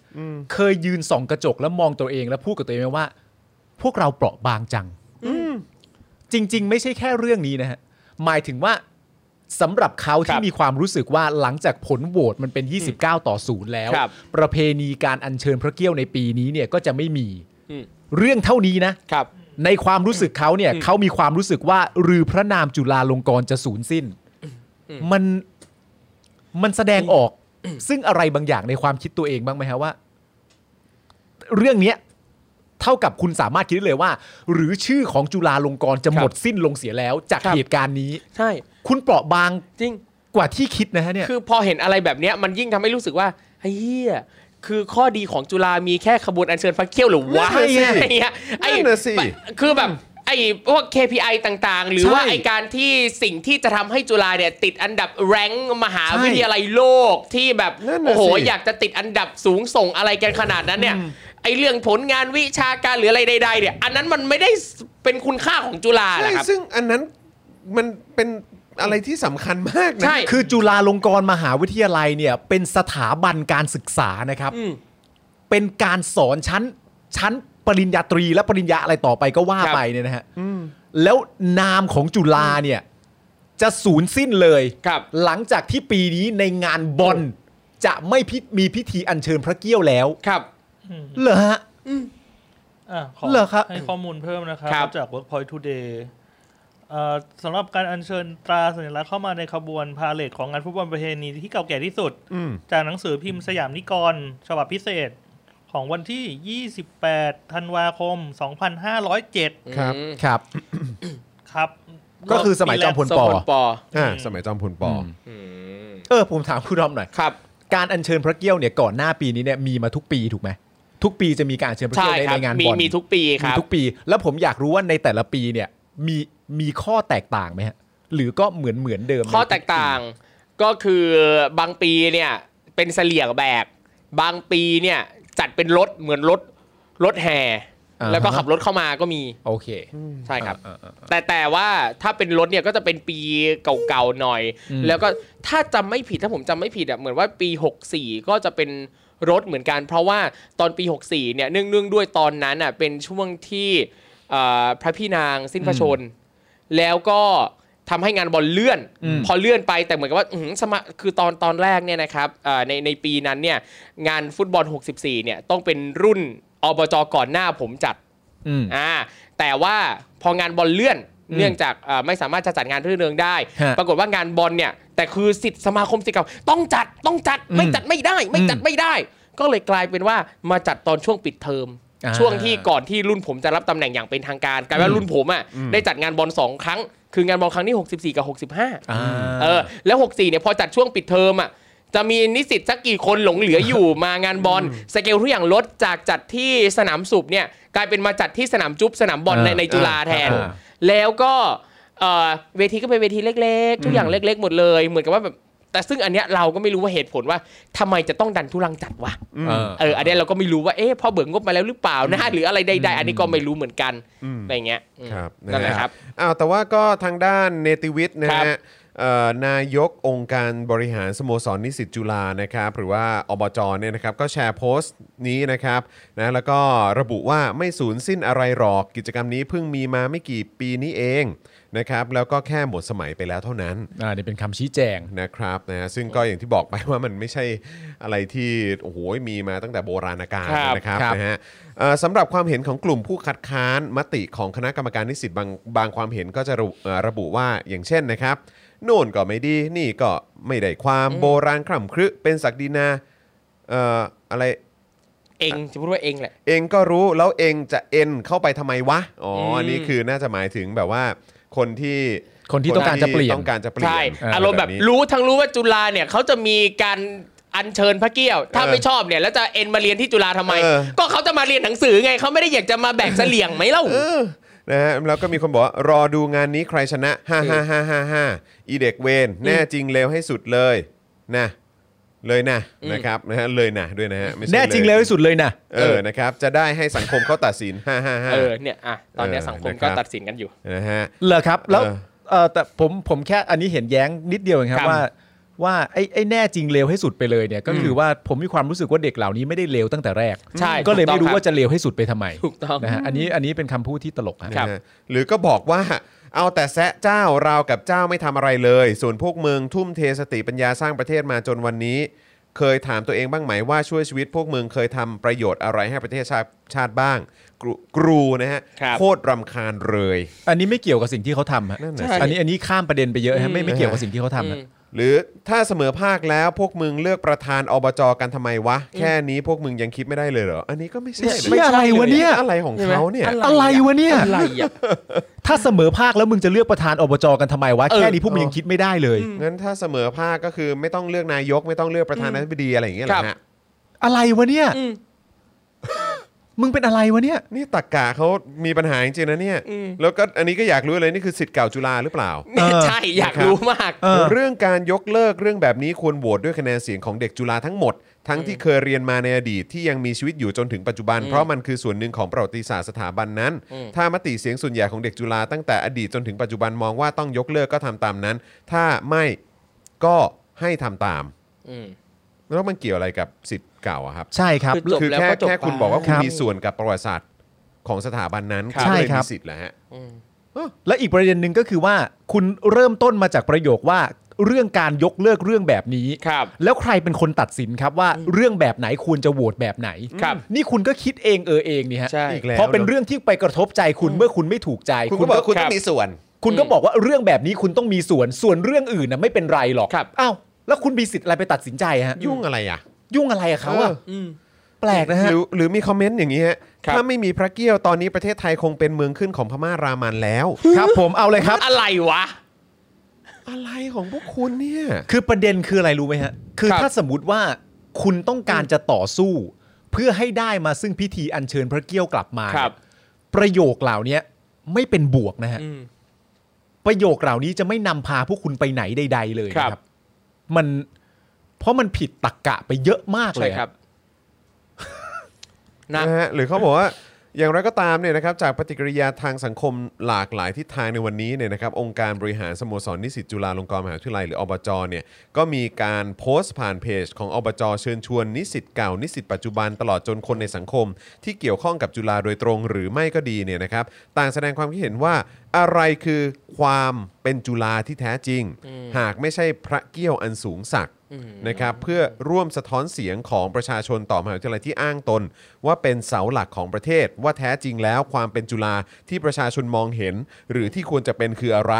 เคยยืนส่องกระจกแล้วมองตัวเองแล้วพูดกับตัวเองไหมว่า พวกเราเปราะบางจังจริง ๆ ไม่ใช่แค่เรื่องนี้นะฮะ หมายถึงว่าสำหรับเขา
ค
ที่
รับ
มีความรู้สึกว่าหลังจากผลโหวตมันเป็น 29 ต่อศูนย์แล้ว
ครับ
ประเพณีการอัญเชิญพระเกี้ยวในปีนี้เนี่ยก็จะไม่มี
อืม
เรื่องเท่านี้นะ
ครับ
ในความรู้สึกเขาเนี่ยเขามีความรู้สึกว่ารือพระนามจุฬาลงกรณ์จะสูญสิ้น มันมันแสดงออก ซึ่งอะไรบางอย่างในความคิดตัวเองบ้างไหมฮะว่า เรื่องเนี้ยเท่ากับคุณสามารถคิดได้เลยว่า หรือชื่อของจุฬาลงกรณ์จะ
ครับ
หมดสิ้นลงเสียแล้ว จาก
ครับ
เหตุการณ์นี้
ใช่
คุณเปราะบาง
จริง
กว่าที่คิดนะฮะเนี่ย
คือพอเห็นอะไรแบบเนี้ยมันยิ่งทำให้รู้สึกว่าไอ้เฮียคือข้อดีของจุฬามีแค่ขบวนอัญเชิญพระเขี้ยวหรือวะ
นั่นน่ะสิ
อะไรเงี้ยไอ้
นั่นน่ะสิ
คือแบบไอ้พวก KPI ต่างๆ หรือ
ใช่
ว่าไอ้การที่สิ่งที่จะทำให้จุฬาเนี่ยติดอันดับแรงค์มหาวิทยาลัยโลกที่แบบ
นั่นน่ะสิ
โอ้โหอยากจะติดอันดับสูงส่งอะไรกันขนาดนั้นเนี่ยไอ้เรื่องผลงานวิชาการหรืออะไรใดๆเนี่ยอันนั้นมันไม่ได้เป็นคุณค่าของจุฬาแห
ใช่
ละครับ
ซึ่งอันนั้นมันเป็น อะไรที่สำคัญมากนะ
ใช่
คือจุฬาลงกรณ์มหาวิทยาลัยเนี่ยเป็นสถาบันการศึกษานะครับ
อืม
เป็นการสอนชั้นชั้นปริญญาตรีและปริญญาอะไรต่อไปก็ว่า
ครับ
ไปเนี่ยนะฮะแล้วนามของจุฬาเนี่ยจะสูญสิ้นเลย
ครับ
หลังจากที่ปีนี้ในงานบอลจะไม่พิมีพิธีอัญเชิญพระเกี้ยวแล้ว
ครับ
เหรอฮะ
อ่ะขอ
เหรอครับ
ให้ข้อมูลเพิ่มนะครับ
ครับ
จาก Workpoint Today เอ่อสำหรับการอัญเชิญตราสัญลักษณ์เข้ามาในขบวนพาเหรดของงานฟุตบอลประเพณีที่เก่าแก่ที่สุด จากหนังสือพิมพ์สยามนิกร ฉบับพิเศษของวันที่ 28 ธันวาคม 2507
ครับ
อืม
ครับ
ครับ
ก็คือสมัยจอมพล
สม
ปอ
พลปอ
อ่าสมัยจอมพลปออ
อืม
เออผมถามคุณรอมหน่อย
ครับ
การอัญเชิญพระเกี้ยวเนี่ยก่อนหน้าปีนี้เนี่ยมีมาทุกปีถูกไหมทุกปีจะมีการอัญเชิญพระ
ใช่
เกี้ยวใน
ครั
ในงาน
มี
บอล
มีทุกปีค
มี
รับ
ทุกปี แล้วผมอยากรู้ว่าในแต่ละปีเนี่ยมีมีข้อแตกต่างไหมฮะหรือก็เหมือนเหมือนเดิม
ข้อแตกต่างก็คือบางปีเนี่ยเป็นเสลี่ยงแบก บางปีเนี่ยจัดเป็นรถเหมือนรถรถแห่แล้วก็ขับรถเข้ามาก็มี
โอเค
ใช่ครับ
อ่าอ่าอ่า
แต่แต่ว่าถ้าเป็นรถเนี่ยก็จะเป็นปีเก่าๆหน่อย
อืม
แล้วก็ถ้าจำไม่ผิดถ้าผมจำไม่ผิดอ่ะเหมือนว่าปี 64 ก็จะเป็นรถเหมือนกัน เพราะว่าตอนปี 64เนี่ยเนื่องเนื่องด้วยตอนนั้นอ่ะเป็นช่วงที่เอ่อพระพี่นางสิ้นพระชนม์แล้วก็ทำให้งานบอลเลื่อน
อืม
พอเลื่อนไปแต่เหมือนกับว่าอื้อหือสมาคือตอนตอนแรกเนี่ยนะครับเอ่อในในปีนั้นเนี่ยงานฟุตบอล 64เนี่ยต้องเป็นรุ่นอบจก่อนหน้าผมจัด
อืม
อ่าแต่ว่าพองานบอลเลื่อน
อืม
เนื่องจากเอ่อไม่สามารถจะจัดงานรื่นเริงได้
ฮะ
ปรากฏว่างานบอลเนี่ยแต่คือสิทธิสมาคมสิทธิ์เก่าต้องจัดต้องจัด
อืม
ไม่จัดไม่ได้ ไม่จัด
อืม
ไม่ได้ ก็เลยกลายเป็นว่ามาจัดตอนช่วงปิดเทอม
อ่า
ช่วงที่ก่อนที่รุ่นผมจะรับตำแหน่งอย่างเป็นทางการกลายเป็นว่ารุ่นผมอ่ะได้จัดงานบอลสองครั้ง คืองานบอลครั้งที่ 64 กับ 65
อ่า
เออแล้ว 64เนี่ยพอจัดช่วงปิดเทอมอ่ะจะมีนิสิตสักกี่คนหลงเหลืออยู่ มางานบอลสเกลทุกอย่างลดจากจัดที่สนามสุบเนี่ยกลายเป็นมาจัดที่สนามจุ๊บสนามบอลใน
อ่า
ในจุฬาแทน
อ่า
แล้วก็เอ่อเวทีก็เป็นเวทีเล็กๆ ทุกอย่างเล็ก ๆ หมดเลย เหมือนกับว่าแบบแต่ซึ่งอันเนี้ยเราก็ไม่รู้ว่าเหตุผลว่าทำไมจะต้องดันทุรังจัดวะ
ม
เออ
เอออันเนี้ยเราก็ไม่รู้ว่าเอ๊ะพอเบิกงบมาแล้วหรือเปล่านะหรืออะไรใดๆอันนี้ก็ไม่รู้เหมือนกันอะไรเงี้ยอืม
ครับ
นั่นแหละครับ
อ้าวแต่ว่าก็ทางด้านเนติวิทย์นะครับ ฮะเอ่อนายกองค์การบริหารสโมสรนิสิตจุฬานะครับ หรือว่าอบจเนี่ยนะครับ ก็แชร์โพสต์นี้นะครับนะแล้วก็ระบุว่าไม่สูญสิ้นอะไรหรอกกิจกรรมนี้เพิ่งมีมาไม่กี่ปีนี้เองนะครับ แล้วก็แค่หมดสมัยไปแล้วเท่านั้น
อ่านี่เป็นคำชี้แจง
นะครับนะฮะซึ่งก็อย่างที่บอกไป ว่ามันไม่ใช่อะไรที่โอ้โหมีมาตั้งแต่โบราณกาล
ครับ
นะครับ
ครับ
นะฮะเอ่อสำหรับความเห็นของกลุ่มผู้คัดค้านมติของคณะกรรมการนิสิตบางบางความเห็นก็จะระบุเอ่อระบุว่าอย่างเช่นนะครับ โน่นก็ไม่ดีนี่ก็ไม่ได้ความโบราณคร่ำครึเป็นศักดินาเอ่ออะไร
เองจะพูดว่าเองแหละ
เองก็รู้แล้วเองจะเอ็นเข้าไปทำไมวะ อ๋ออันนี้
อืม
คือน่าจะหมายถึงแบบว่าคนที่
คนที่ต้องการจะเปลี่ยน
ต้องการจะเปลี่ยน
ใช่
เอออ
อารมณ์แบบ
นี้
รู้ทั้งรู้ว่าจุฬาเนี่ยเขาจะมีการอัญเชิญพระเกี้ยว ถ้า
เออ
ไม่ชอบเนี่ยแล้วจะเอ็นมาเรียนที่จุฬาทำไม
เออ
ก็เขาจะมาเรียนหนังสือไงเขาไม่ได้อยากจะมาแบกเสลี่ยงไหมเล่า
เออนะฮะแล้วก็มีคนบอกว่ารอดูงานนี้ใครชนะ 5 5 5 5 5อีเด็กเวนแน่จริงเลวให้สุดเลยนะเลยนะ
อืม
นะครับนะฮะเลยนะด้วยนะฮะไม่ใช่
แน่จริงแล้วที่สุดเลยนะ
เออนะครับจะได้ให้สังคมเขาตัดสิน 5 5
เออ
5
เนี่ยอ่ะตอนเนี้ย
เออ
สังคม
นะครั
ก็
บ
ตัดสินกันอยู่
นะฮะ
เหรอครับแล้ว
เออ
เอ่อแต่ผมผมแค่อันนี้เห็นแย้งนิดเดียวเองครั
ครับ บ
ว่าว่าไอ้ไอ้แน่จริงเลวให้สุดไปเลยเนี่ยก็คือว่าผมมีความรู้สึกว่าเด็กเหล่านี้ไม่ได้เลวตั้งแต่แรก
ใช่
ก็เลย
ถูกต้อง
ไม่รู้
ครับ
ว่าจะเลวให้สุดไปทำไม
ถูกต้อง
นะฮะอันนี้อันนี้เป็นคำพูดที่ตลกฮะ
ครับ
นะฮะหรือก็บอกว่าเอาแต่แซะเจ้าราวกับเจ้าไม่ทำอะไรเลย ส่วนพวกมึงทุ่มเทสติปัญญาสร้างประเทศมาจนวันนี้ เคยถามตัวเองบ้างไหมว่าช่วยชีวิตพวกมึงเคยทำประโยชน์อะไรให้ประเทศชาติชาติบ้าง กรูกรูนะฮะ
ครับ
โคตรรำคาญเลย
อันนี้ไม่เกี่ยวกับสิ่งที่เขาทำฮะ
นั่นน่ะสิ
อันนี้อันนี้ข้ามประเด็นไปเยอะฮะไม่ไม่เกี่ยวกับสิ่งที่เขาทำ
อื
ฮะ
ม
หรือถ้าเสมอภาคแล้วพวกมึงเลือกประธานอบจกันทำไมวะ แค่นี้พวกมึงยังคิดไม่ได้เลยเหรอ อันนี้ก็ไม่ใช่
ไม่
น
ใช่อะไรวะเนี่ย
อะไรของเขาเนี่ย
ใช่หม
อะไรวะเนี่ย
อะไรอ่ะ
ถ้าเสมอภาคแล้วมึงจะเลือกประธานอบจกันทำไมวะ
เออ
แค่นี้พวกมึงยังคิดไม่ได้เลย
งั้นถ้าเสมอภาคก็คือไม่ต้องเลือกนายกไม่ต้องเลือกประธานาธิบดีอะไรอย่างเงี้ยเหรอ
ครั
ฮะ
บ
อะไรวะเนี่ย มึงเป็นอะไรวะเนี่ย
นี่ตักกะเขามีปัญหาจริงๆนะเนี่ย แล้วก็อันนี้ก็อยากรู้เลยนี่คือสิทธิ์เก่าจุฬาหรือเปล่า
เนี่ยใช่อยากรู้มาก
เออ
เรื่องการยกเลิกเรื่องแบบนี้ควรโหวตด้วยคะแนนเสียงของเด็กจุฬาทั้งหมด ทั้งที่เคยเรียนมาในอดีตที่ยังมีชีวิตอยู่จนถึงปัจจุบัน เพราะมันคือส่วนหนึ่งของประวัติศาสตร์สถาบันนั้น ถ้ามติเสียงส่วนใหญ่ของเด็กจุฬาตั้งแต่อดีตจนถึงปัจจุบันมองว่าต้องยกเลิกก็ทำตามนั้น ถ้าไม่ก็ให้ทำตาม
อืม
แล้วมันเกี่ยวอะไรกับสิทธิ์เก่าอะครับ
ใช่ครับ
คือจบ
คือ
แล้ว
แค่
ก็จบ
แค่คุณ
ไป
บอกว่าคุ
ค
ณ
รับ
มีส่วนกับประวัติศาสตร์ของสถาบันนั้น
ครับ
ณเลย
ใช่ครั
มี
บ
สิทธิ์แหล้วฮะ
และอีกประเด็นหนึ่งก็คือว่า คุณเริ่มต้นมาจากประโยคว่าเรื่องการยกเลิกเรื่องแบบนี้
ครับ
แล้วใครเป็นคนตัดสินครับว่าเรื่องแบบไหนควรจะโหวตแบบไหน
ครับ
นี่คุณก็คิดเองเออเองนี่ฮะ
ใช่
อีกแล้ว
เพราะเป็นเรื่องที่ไปกระทบใจคุณเมื่อคุณไม่ถูกใจ
คุณก็บอกว่าคุณ
ค
ต้
รั
อบ งมีส่วน
คุณก็บอกว่าเรื่องแบบนี้คุณต้องมีส่วนส่วนเรื่องอื่นนะไม่เป็นไรหรอก
ครับ
อ้าวแล้วคุณมีสิทธิ์อะไรไปตัดสินใจฮะ
ยุ่งอะไรอ่ะ
ยุ่งอะไรกับเขาอะ
เออ
อืม
แปลกนะฮะ
หรือหรือมีคอมเมนต์อย่างนี้ฮะ
ครับ
ถ้าไม่มีพระเกี้ยวตอนนี้ประเทศไทยคงเป็นเมืองขึ้นของพม่ารามันแล้ว
ครับผมเอาเลยครับ
อะไรวะ
อะไรของพวกคุณเนี่ย
คือประเด็นคืออะไรรู้ไหมฮะ คือ
ครับ
ถ้าสมมติว่าคุณต้องการจะต่อสู้ เพื่อให้ได้มาซึ่งพิธีอัญเชิญพระเกี้ยวกลับมา
ครับ
ประโยคเหล่านี้ไม่เป็นบวกนะฮะ
อืม
ประโยคเหล่านี้จะไม่นำพาพวกคุณไปไหนใด ๆ เลย
ครับ
นะครับ มันเพราะมันผิดตรกกะไปเยอะมากเล
ใช่
ยอะ
ครับ นะ
นะฮะหรือเขาบอกว่า อย่างไรก็ตามเนี่ยนะครับจากปฏิกิริยาทางสังคมหลากหลายทิศทางในวันนี้เนี่ยนะครับองค์การบริหารสโมสรนิสิตจุฬาลงกรณ์มหาวิทยาลัยหรืออบจเนี่ยก็มีการโพสต์ผ่านเพจของอบจเชิญชวนนิสิตเก่านิสิตปัจจุบันตลอดจนคนในสังคม ที่เกี่ยวข้องกับจุฬาโดยตรงหรือไม่ก็ดีเนี่ยนะครับต่างแสดงความคิดเห็นว่าอะไรคือความเป็นจุฬาที่แท้จริง หากไม่ใช่พระเกี้ยวอันสูงศักดิ์ นะครับเพื่อร่วมสะท้อนเสียงของประชาชนต่อมหาวิทยาลัยที่อ้างตน ว่าเป็นเสาหลักของประเทศ ว่าแท้จริงแล้วความเป็นจุฬาที่ประชาชนมองเห็น หรือที่ควรจะเป็นคืออะไร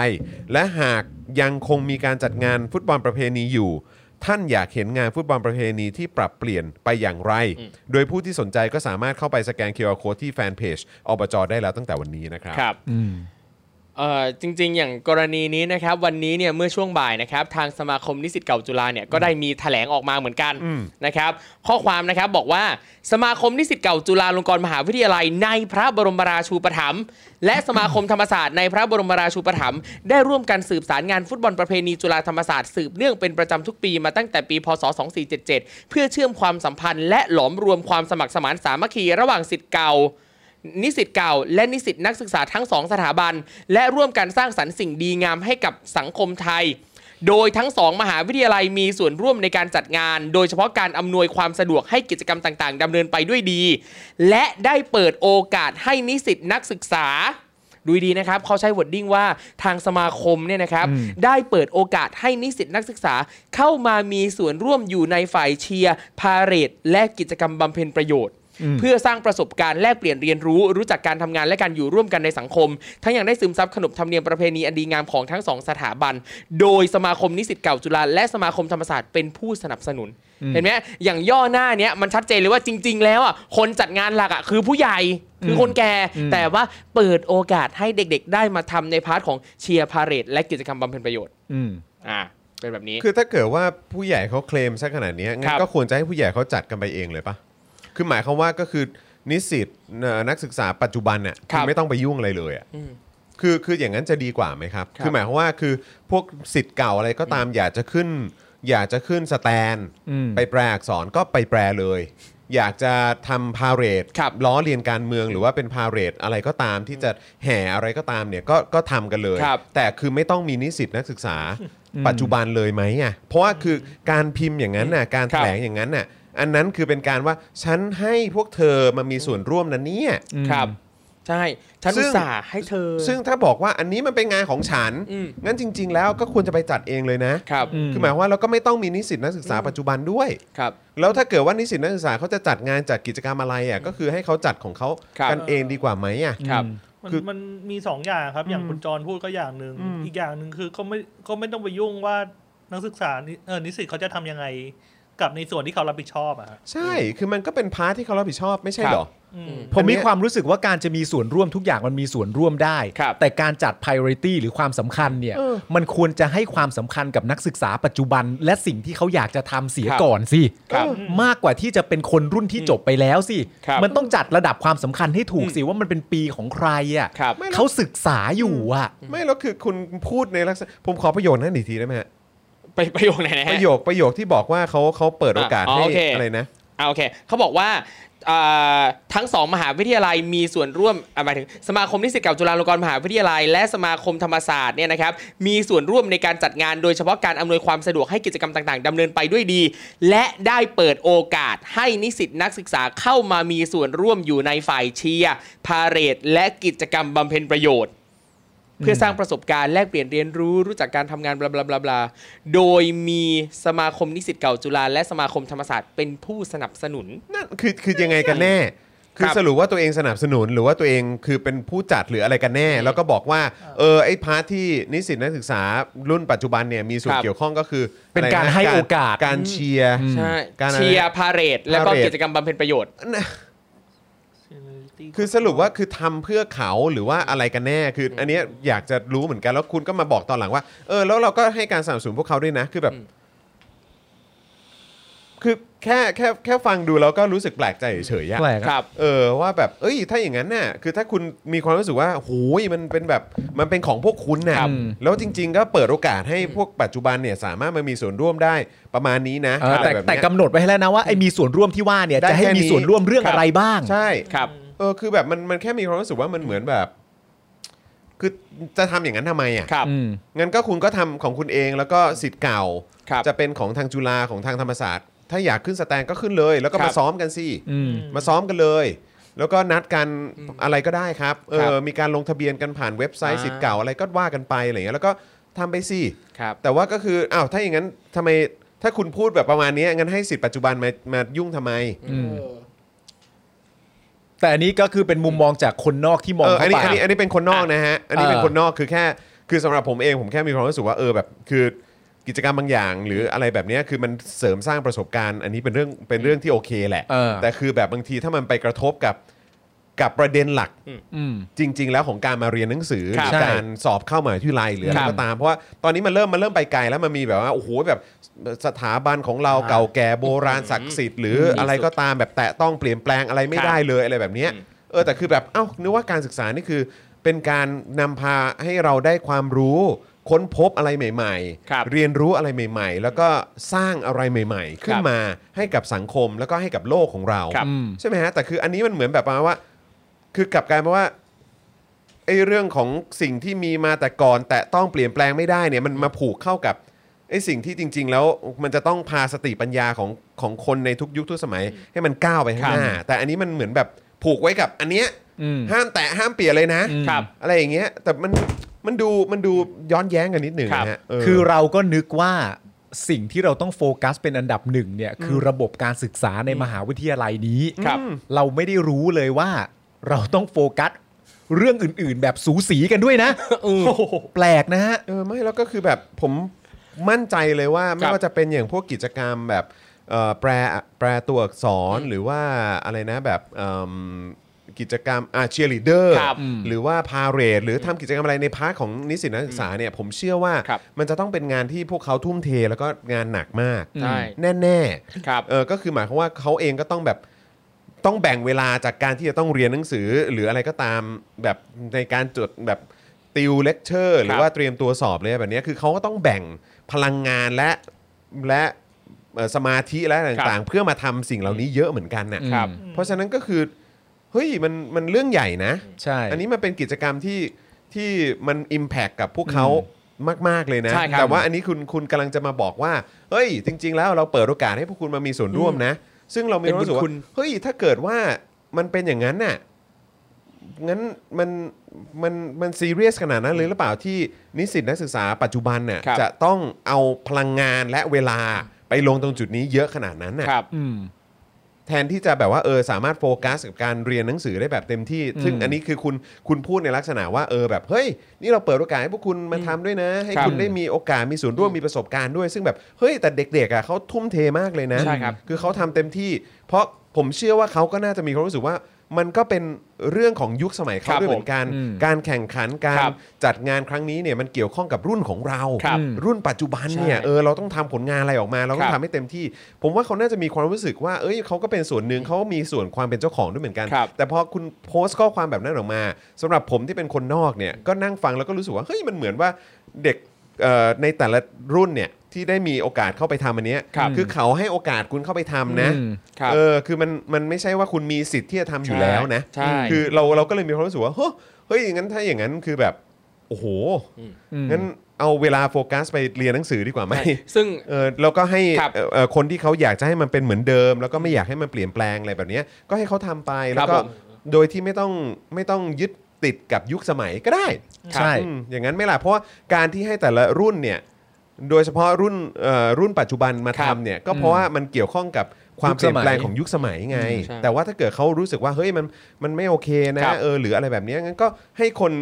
และหากยังคงมีการจัดงานฟุตบอลประเพณีอยู่ ท่านอยากเห็นงานฟุตบอลประเพณีที่ปรับเปลี่ยนไปอย่างไร โดยผู้ที่สนใจก็สามารถเข้าไปสแกน QR Code ที่แฟนเพจอบจได้แล้วตั้งแต่วันนี้นะครับ
ครับเอ่อจริง ๆ อย่างกรณีนี้นะครับ วันนี้เนี่ยเมื่อช่วงบ่ายนะครับ ทางสมาคมนิสิตเก่าจุฬาเนี่ยก็ได้มีแถลงออกมาเหมือนกันนะครับ ข้อความนะครับบอกว่าสมาคมนิสิตเก่าจุฬาลงกรณ์มหาวิทยาลัย ในพระบรมราชูปถัมภ์และสมาคมธรรมศาสตร์ในพระบรมราชูปถัมภ์ได้ร่วมกันสืบสารงานฟุตบอลประเพณีจุฬาธรรมศาสตร์สืบเนื่องเป็นประจำทุกปีมาตั้งแต่ปี พศ 2477 เพื่อเชื่อมความสัมพันธ์และหลอมรวมความสมัครสมานสามัคคีระหว่างสิทธิ์เก่า นิสิตเก่าและนิสิตนักศึกษาทั้งสองสถาบัน และร่วมกันสร้างสรรค์สิ่งดีงามให้กับสังคมไทย โดยทั้งสองมหาวิทยาลัยมีส่วนร่วมในการจัดงาน โดยเฉพาะการอำนวยความสะดวกให้กิจกรรมต่างๆดำเนินไปด้วยดี และได้เปิดโอกาสให้นิสิตนักศึกษา ดูดีนะครับเขาใช้วอดดิ้งว่าทางสมาคมเนี่ยนะครับ ได้เปิดโอกาสให้นิสิตนักศึกษาเข้ามามีส่วนร่วมอยู่ในฝ่ายเชียร์พาเหรดและกิจกรรมบำเพ็ญประโยชน์ เพื่อสร้างประสบการณ์แลกเปลี่ยนเรียนรู้ รู้จักการทำงานและการอยู่ร่วมกันในสังคม ทั้งยังได้ซึมซับขนบธรรมเนียมประเพณีอันดีงามของทั้งสองสถาบัน โดยสมาคมนิสิตเก่าจุฬาและสมาคมธรรมศาสตร์เป็นผู้สนับสนุน เห็นไหมอย่างย่อหน้าเนี้ยมันชัดเจนเลยว่าจริง ๆ แล้วอ่ะคนจัดงานหลักอ่ะคือผู้ใหญ่คือคนแก่ แต่ว่าเปิดโอกาสให้เด็ก ๆ ได้มาทำในพาร์ทของเชียร์พาเหรดและกิจกรรมบำเพ็ญประโยชน์
อืม
อ่าเป็นแบบนี้
คือถ้าเกิดว่าผู้ใหญ่เขาเคลมซะขนาดเนี้ยงั้
ครั
น
บ
ก็ควรจะให้ผู้ใหญ่เขาจัดกันไปเองเลยปะคือหมายความว่าก็คือนิสิตเอ่อนักศึกษาปัจจุบันเนี่ย
ครับ
ไม่ต้องไปยุ่งอะไรเลยอ่ะ
อืม
คือคืออย่างนั้นจะดีกว่าไหมครับ
ครับ
คือหมายความว่าคือพวกสิทธิ์เก่าอะไรก็ตามอยากจะขึ้น อยากจะขึ้นสแตน
อืม
ไปแปลอักษรก็ไปแปลเลย อยากจะทำพาเหรด
ครับ
ล้อเลียนการเมืองหรือว่าเป็นพาเหรดอะไรก็ตามที่จะแห่อะไรก็ตามเนี่ยก็ก็ทำกันเลย
ครับ
แต่คือไม่ต้องมีนิสิตนักศึกษาปัจจุบันเลยไหมอ่ะเพราะว่าคือการพิมพ์อย่างนั้นน่ะการ
ครั
แถ
บ
ลงอย่างนั้นน่ะอันนั้นคือเป็นการว่าฉันให้พวกเธอมามีส่วนร่วมนะเนี่ย
ครับใช่ฉัน
ซึ่
อุ
ง
ตส่าห์ให้เธอ
ซึ่งถ้าบอกว่าอันนี้มันเป็นงานของฉัน
อืม
งั้นจริง ๆ แล้วก็ควรจะไปจัดเองเลยนะครับ อหมายความว่าเราก็ไม่ต้องมีนิสิตนักศึกษาปัจจุบันด้วย
ครับ
แล้วถ้าเกิดว่านิสิตนักศึกษาเขาจะจัดงานจัดกิจกรรมอะไรอ่ะก็คือให้เขาจัดของเขา
ครับ
กันเองดีกว่าไหมอ่ะ
ครับ
มัน
คือ
มันมีสองอย่างครับ อย่างคุณจรพูดก็อย่างหนึ่งอีกอย่างหนึ่งคือก็ไม่ก็ไม่ต้องไปยุ่งว่านักศึกษานิเออนิสิตเขาจะทำยังไง กับในส่วนที่เขารับผิดชอบอะครับ
ใช่คือมันก็เป็นพาร์ทที่เขารับผิดชอบไม่ใช่
ครับ
เหรอ
อืม
ผมมีความรู้สึกว่าการจะมีส่วนร่วมทุกอย่างมันมีส่วนร่วมได้
ครับ
แต่การจัด priority หรือความสำคัญเนี่ย มันควรจะให้ความสำคัญกับนักศึกษาปัจจุบัน และสิ่งที่เขาอยากจะทำเสียก่อนสิ
ครับ
มากกว่าที่จะเป็นคนรุ่นที่จบไปแล้วสิ
ครับ
มันต้องจัดระดับความสำคัญให้ถูกสิว่ามันเป็นปีของใครอ่ะ
ครับ
เขาศึกษาอยู่อ่ะ
ไม่แล้วคือคุณพูดในลักษณะผมขอประโยคนั้นอีกทีได้ไหมฮะ
ไปประโยคไหนนะฮะ
ประโยคประโยคที่บอกว่าเขาเขาเปิดโอกาส
อ่ะอ๋อ
ให้
โอเค
อะไรนะ
อ่าโอเคเขาบอกว่าอ่าทั้งสองมหาวิทยาลัยมีส่วนร่วมอ่าหมายถึงสมาคมนิสิตเก่าจุฬาลงกรณ์มหาวิทยาลัย และสมาคมธรรมศาสตร์เนี่ยนะครับมีส่วนร่วมในการจัดงานโดยเฉพาะการอำนวยความสะดวกให้กิจกรรมต่างๆดำเนินไปด้วยดี และได้เปิดโอกาสให้นิสิตนักศึกษาเข้ามามีส่วนร่วมอยู่ในฝ่ายเชียร์พาเหรดและกิจกรรมบำเพ็ญประโยชน์ เพื่อสร้างประสบการณ์แลกเปลี่ยนเรียนรู้รู้จักการทำงานบลาบลาบลาบลาโดยมีสมาคมนิสิตเก่าจุฬาและสมาคมธรรมศาสตร์เป็นผู้สนับสนุน
นั่นคือคือยังไงกันแน่ คือสรุปว่าตัวเองสนับสนุนหรือว่าตัวเองคือเป็นผู้จัดหรืออะไรกันแน่ แล้วก็บอกว่าเออไอ้พาร์ทที่นิสิตนักศึกษารุ่นปัจจุบันเนี่ยมีส่วน
ครับ
เกี่ยวข้องก็คือ
เป็นการ
ะะ
ให้โอกาส
การเชียร์
ใช่
การอะไร
เชียร์พาเหรดแล้วก็
พาเหรด
กิจกรรมบำเพ็ญประโยชน์
Seniority
คือสรุปว่าคือทำเพื่อเขาหรือว่าอะไรกันแน่ คืออันเนี้ยอยากจะรู้เหมือนกันแล้วคุณก็มาบอกตอนหลังว่าเออแล้วเราก็ให้การสนับสนุนพวกเขาด้วยนะคือแบบ
อืม
คือแค่แค่แค่ฟังดูแล้วก็รู้สึกแปลกใจเฉยๆอะ
แปลก
ค
อะ
รับ
เออว่าแบบเอ้ยถ้าอย่างนั้นน่ะคือถ้าคุณมีความรู้สึกว่าโหยมันเป็นแบบมันเป็นของพวกคุณน่ะ
ครับ
แล้วจริง ๆ ก็เปิดโอกาสให้พวกปัจจุบันเนี่ยสามารถมามีส่วนร่วมได้ประมาณนี้นะ
เออ
อะไร
แต่
บบ
แต่
เนี้ย
กำหนดไว้ให้แล้วนะว่าไอ้มีส่วนร่วมที่ว่าเนี่ย
ได้
จะให้
แค่นี้
มีส่วนร่วมเรื่องอะไรบ้าง
ใช่
ครับ
เออคือแบบมันมันแค่มีความรู้สึกว่ามันเหมือนแบบ คือจะทำอย่างนั้นทำไมอ่ะ
ครับ
อืม
งั้นก็คุณก็ทำของคุณเองแล้วก็สิทธิ์เก่า
ครับ
จะเป็นของทางจุฬาของทางธรรมศาสตร์ ถ้าอยากขึ้นสแตนก็ขึ้นเลย แล้วก็
ครั
มา
บ
ซ้อมกันสิ
อืม
มาซ้อมกันเลย แล้วก็นัดกันอะไรก็ได้ครับเอ
ครับ
อมีการลงทะเบียนกันผ่านเว็บไซต์
อ่า
สิทธิ์เก่าอะไรก็ว่ากันไปอะไรเงี้ยแล้วก็ทำไปสิ
ครับ
แต่ว่าก็คืออ้าวถ้าอย่างนั้นทำไมถ้าคุณพูดแบบประมาณนี้งั้นให้สิทธิ์ปัจจุบันมามายุ่งทำไม
อืม แต่อันนี้ก็คือเป็นมุมมองจากคนนอกที่มอง
เอออั
เข้าน
นี้อัน
ไป
นี้อันนี้เป็นคนนอกนะฮะอันนี้
เออ
เป็นคนนอกคือแค่คือสำหรับผมเองผมแค่มีความรู้สึกว่าเออแบบคือกิจกรรมบางอย่าง หรืออะไรแบบเนี้ยคือมันเสริมสร้างประสบการณ์ อันนี้เป็นเรื่องเป็นเรื่องที่โอเคแหละ
เออ
แต่คือแบบบางทีถ้ามันไปกระทบกับกับประเด็นหลัก
อืม
จริง ๆ แล้วของการมาเรียนหนังสือห
ครั
รื
บ
อการสอบเข้ามหาวิทยาลัยหรืออะไร
ครับ
ก็ตามเพราะว่าตอนนี้มันเริ่มมันเริ่มไปไกลแล้วมันมีแบบว่าโอ้โหแบบสถาบันของเรา
อ่า
เก่าแก่โบราณศักดิ์สิทธิ์หรือ
อืม
อะไรก็ตามแบบแตะต้องเปลี่ยนแปลงอะไรไม่
ครับ
ได้เลยอะไรแบบเนี้ย
อืม
เออแต่คือแบบเอ้านึกว่าการศึกษานี่คือเป็นการนำพาให้เราได้ความรู้ค้นพบอะไรใหม่
ครับ
ๆ เรียนรู้อะไรใหม่ ๆ แล้วก็สร้างอะไรใหม่ ๆ ขึ้
คนรับ
มาให้กับสังคมแล้วก็ให้กับโลกของเรา
ครับ
ใช่ไหมฮะแต่คืออันนี้มันเหมือนแบบประมาณว่า คือกลับกลายมาว่าไอ้เรื่องของสิ่งที่มีมาแต่ก่อน แต่ต้องเปลี่ยนแปลงไม่ได้เนี่ยมันมาผูกเข้ากับไอ้สิ่งที่จริง ๆ แล้วมันจะต้องพาสติปัญญาของของคนในทุกยุคทุกสมัย ให้มันก้าวไปข้างหน้า แต่อันนี้มันเหมือนแบบผูกไว้กับอันเนี้ย
อืม
ห้ามแตะห้ามเปลี่ยนเลยนะครับ อะไรอย่างเงี้ย แต่มันมันดูมันดูย้อนแย้งกันนิดหนึ่งนะฮะเ
คือเราก็นึกว่าสิ่งที่เราต้องโฟกัสเป็นอันดับหนึ่งเนี่ยคือระบบการศึกษาในมหาวิทยาลัยนี้
ครับ
เราไม่ได้รู้เลยว่า เราต้องโฟกัสเรื่องอื่น ๆ แบบสูสีกันด้วยนะแปลกนะฮะ
เออไม่แล้วก็คือแบบผมมั่นใจเลยว่าไม่ว่าจะเป็นอย่างพวกกิจกรรมแบบเอ่อแปลแปลตัวอักษรหรือว่าอะไรนะแบบเอิ่มกิจกรรมอาเชียร์ลีเดอร์
ครับ
หรือว่าพาเรดหรือทำกิจกรรมอะไรในพาร์ทของนิสิตนักศึกษาเนี่ยผมเชื่อว่า
ครับ
มันจะต้องเป็นงานที่พวกเขาทุ่มเทแล้วก็งานหนักมาก
ใช่
แน่
ครับ
ๆเออก็คือหมายความว่าเขาเองก็ต้องแบบต้องแบ่งเวลาจากการที่จะต้องเรียนหนังสือหรืออะไรก็ตามแบบในการจดแบบ ติวเลคเชอร์หรือว่าเตรียมตัวสอบเลยแบบเนี้ยคือเขาก็ต้องแบ่งพลังงานและและเอ่อสมาธิและอะไร
ครั
ต่าง
บ
ๆ เพื่อมาทำสิ่งเหล่านี้เยอะเหมือนกันนะครับ เพราะฉะนั้นก็คือเฮ้ยมันมันเรื่องใหญ่นะ
ใช่
อันนี้มันเป็นกิจกรรมที่ที่มัน Impact กับพวกเขามาก ๆ เลยนะ
ใช่ครับ
แต่ว่าอันนี้คุณคุณกำลังจะมาบอกว่า เฮ้ย จริง ๆ แล้วเราเปิดโอกาสให้พวกคุณมามีส่วนร่วมนะ ซึ่งเรามีความรู้สึก
เป็นบุญคุ
ว่า
ณ
เฮ้ย ถ้าเกิดว่ามันเป็นอย่างนั้นน่ะงั้นมันมันมันซีเรียสขนาดนั้นเลยหรือเปล่าที่นิสิตนักศึกษาปัจจุบันน่ะ
ครับ
จะต้องเอาพลังงานและเวลาไปลงตรงจุดนี้เยอะขนาดนั้นน่ะ
ครับ
อืม
แทนที่จะแบบว่าเออสามารถโฟกัสกับการเรียนหนังสือได้แบบเต็มที่ ซึ่งอันนี้คือคุณคุณพูดในลักษณะว่าเออแบบเฮ้ยนี่เราเปิดโอกาสให้พวกคุณมาทำด้วยนะ ให้
ครับ
คุณได้มีโอกาสมีส่วนร่วมมีประสบการณ์ด้วย ซึ่งแบบเฮ้ยแต่เด็กๆอ่ะเขาทุ่มเทมากเลยนะ
ใช่ครับ
คือเขาทำเต็มที่ เพราะผมเชื่อว่าเขาก็น่าจะมีความรู้สึกว่า มันก็เป็นเรื่องของยุคสมัย
ค
เขา
รับ
ด้วยเหมือนกัน
ผมอืม
การแข่งขันการ
ครับ
จัดงานครั้งนี้เนี่ยมันเกี่ยวข้องกับรุ่นของเรา
ครับ
รุ่นปัจจุบันเนี่ย
ใช่
เออเราต้องทำผลงานอะไรออกมา เราต้อ
ค
ง
รับ
ทำให้เต็มที่ ผมว่าเขาน่าจะมีความรู้สึกว่า เอ้ยเขาก็เป็นส่วนหนึ่งเขามีส่วนความเป็นเจ้าของด้วยเหมือนกัน
ครับ
แต่พอคุณโพสต์ข้อความแบบนั้นออกมาสำหรับผมที่เป็นคนนอกเนี่ยก็นั่งฟังแล้วก็รู้สึกว่าเฮ้ยมันเหมือนว่าเด็กเอ่อในแต่ละรุ่นเนี่ยที่ได้มีโอกาสเข้าไปทำอันเนี้ย
ครับ
อเขาให้โอกาสคุณเข้าไปทำนะ
อืม
ครับ
เออคือมันมันไม่ใช่ว่าคุณมีสิทธิ์ที่จะทำอยู่
ใช่
แล้วนะ
ใช่
คือเราเราก็เลยมีความรู้สึกว่าเฮ้ยเฮ้ยอย่างนั้นถ้าอย่างนั้นคือแบบโอ้โห
อืม
งั้นเอาเวลาโฟกัสไปเรียนหนังสือดีกว่าไหม
ซึ่ง
เออแล้วก็ให้
ครับ
เอ่อเอ่อคนที่เขาอยากจะให้มันเป็นเหมือนเดิม แล้วก็ไม่อยากให้มันเปลี่ยนแปลงอะไรแบบเนี้ยก็ให้เขาทำไป
ค
แล้
รับ
วก็
ผม
โดยที่ไม่ต้องไม่ต้องยึดติดกับยุคสมัยก็ได้
ใช่
อืมอย่างนั้นไหม่ล่ะเพราะว่าการที่ให้แต่ละรุ่นเนี่ยโดยเฉพาะรุ่นเอ่อรุ่นปัจจุบันมา
ครับ
ทำเนี่ยก็เพราะว่ามันเกี่ยวข้องกับความ
ยุค
เปลี่ยน
สมัย
แปลงของยุคสมัยไง
ใช่
แต่ว่าถ้าเกิดเขารู้สึกว่าเฮ้ยมันมันไม่โอเคนะครับเออหรืออะไรแบบเนี้ยงั้นก็ให้คน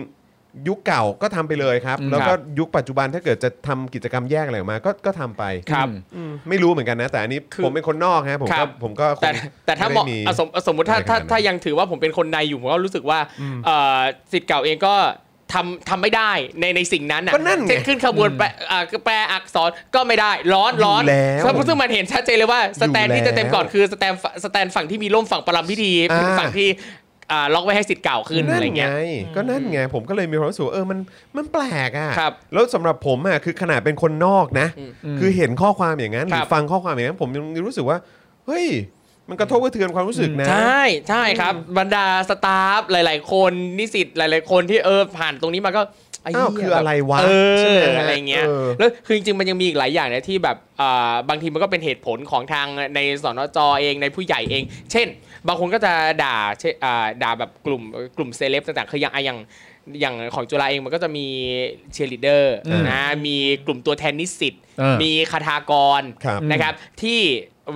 ยุคเก่าก็ทำไปเลยครับ แล้วก็ยุคปัจจุบันถ้าเกิดจะทำกิจกรรมแยกอะไรออกมาก็ก็ทำไป
ครับ
อืมไม่รู้เหมือนกันนะ แต่อันนี้
คือ
ผมเป็นคนนอกฮะผม
ครั
ก็
บ
ผมก็คง
แต่แต่ถ้าเหมาะ
ไได้
อ่ะสมสมมติถ้า
อะไรขนาด
ถ้า
นั้น
ถ้ายังถือว่าผมเป็นคนในอยู่ผมก็รู้สึกว่าเอ่อสิทธิ์เก่าเองก็ทำทำไม่ได้ในในสิ่งนั้นอ่ะ
ก็นั่นไง
เช่นขึ้นขบวนแปลอ่ะแปลอักษรก็ไม่ได้ร้อนร้อน
อยู่แล้ว
ซึ่งซึ่งมันเห็นชัดเจนเลยว่าสแตนที่จะเต็มก่อน
แล้ว
คือสแตนสแตนฝั่งที่มีร่มฝั่งประลำพิธี
อ่า
ฝั่งที่อ่าล็อกไว้ให้สิทธิ์เก่าขึ้น
นั่
อะไร
นไง
เงี้ย
ก็นั่นไงผมก็เลยมีความรู้สึกว่าเออมันมันแปลกอ่ะ
ครับ
แล้วสำหรับผมอ่ะคือขนาดเป็นคนนอกนะ คือเห็นข้อความอย่างนั้นห
ครั
รื
บ
อฟังข้อความอย่างนั้นผมยังรู้สึกว่าเฮ้ยมันกระทบกระเทือนความรู้สึกนะ
ใช่ใช่ครับบรรดาสตาฟหลาย ๆ คนนิสิตหลาย ๆ คนที่เออผ่านตรงนี้มาก็ไ
อ้าว
เหี้ย
คืออะไรวะ
เอ
ใช่ไหม
อ
ฮะ
อะไรเงี้ย
เออ
แล้วคือจริง ๆ มันยังมีอีกหลายอย่างนะที่แบบอ่าบางทีมันก็เป็นเหตุผลของทางในสนจเองในผู้ใหญ่เอง เช่น บางคนก็จะด่าเช่นอ่าด่าแบบกลุ่มกลุ่มเซเลบต่าง ๆ คืออย่างอะอย่างอย่างของจุฬาเองมันก็จะมีเชียร์ลีเดอร์
อืม
นะมีกลุ่มตัวแทนนิสิต
เออ
มีคาถากร
ครับ
นะครับที่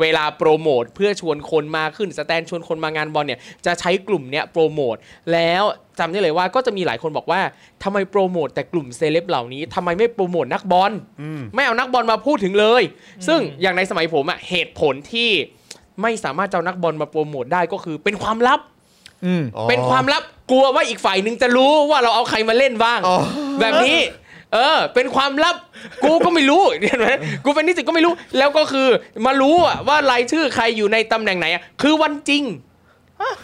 เวลาโปรโมทเพื่อชวนคนมาขึ้นสแตนชวนคนมางานบอลเนี่ยจะใช้กลุ่มเนี้ยโปรโมทแล้วจำได้เลยว่าก็จะมีหลายคนบอกว่าทำไมโปรโมทแต่กลุ่มเซเลบเหล่านี้ทำไมไม่โปรโมทนักบอลไม่เอานักบอลมาพูดถึงเลย ซึ่งอย่างในสมัยผมอะเหตุผลที่ไม่สามารถจะเอานักบอลมาโปรโมทได้ก็คือเป็นความลับ
อืม
อ๋อ
เป็นความลับกลัวว่าอีกฝ่ายหนึ่งจะรู้ว่าเราเอาใครมาเล่นบ้าง
อ๋อ
แบบนี้ เออ เป็นความลับกูก็ไม่รู้ เห็นไหมกูเป็นนิสิตก็ไม่รู้ แล้วก็คือมารู้อะว่ารายชื่อใครอยู่ในตำแหน่งไหนอะคือวันจริง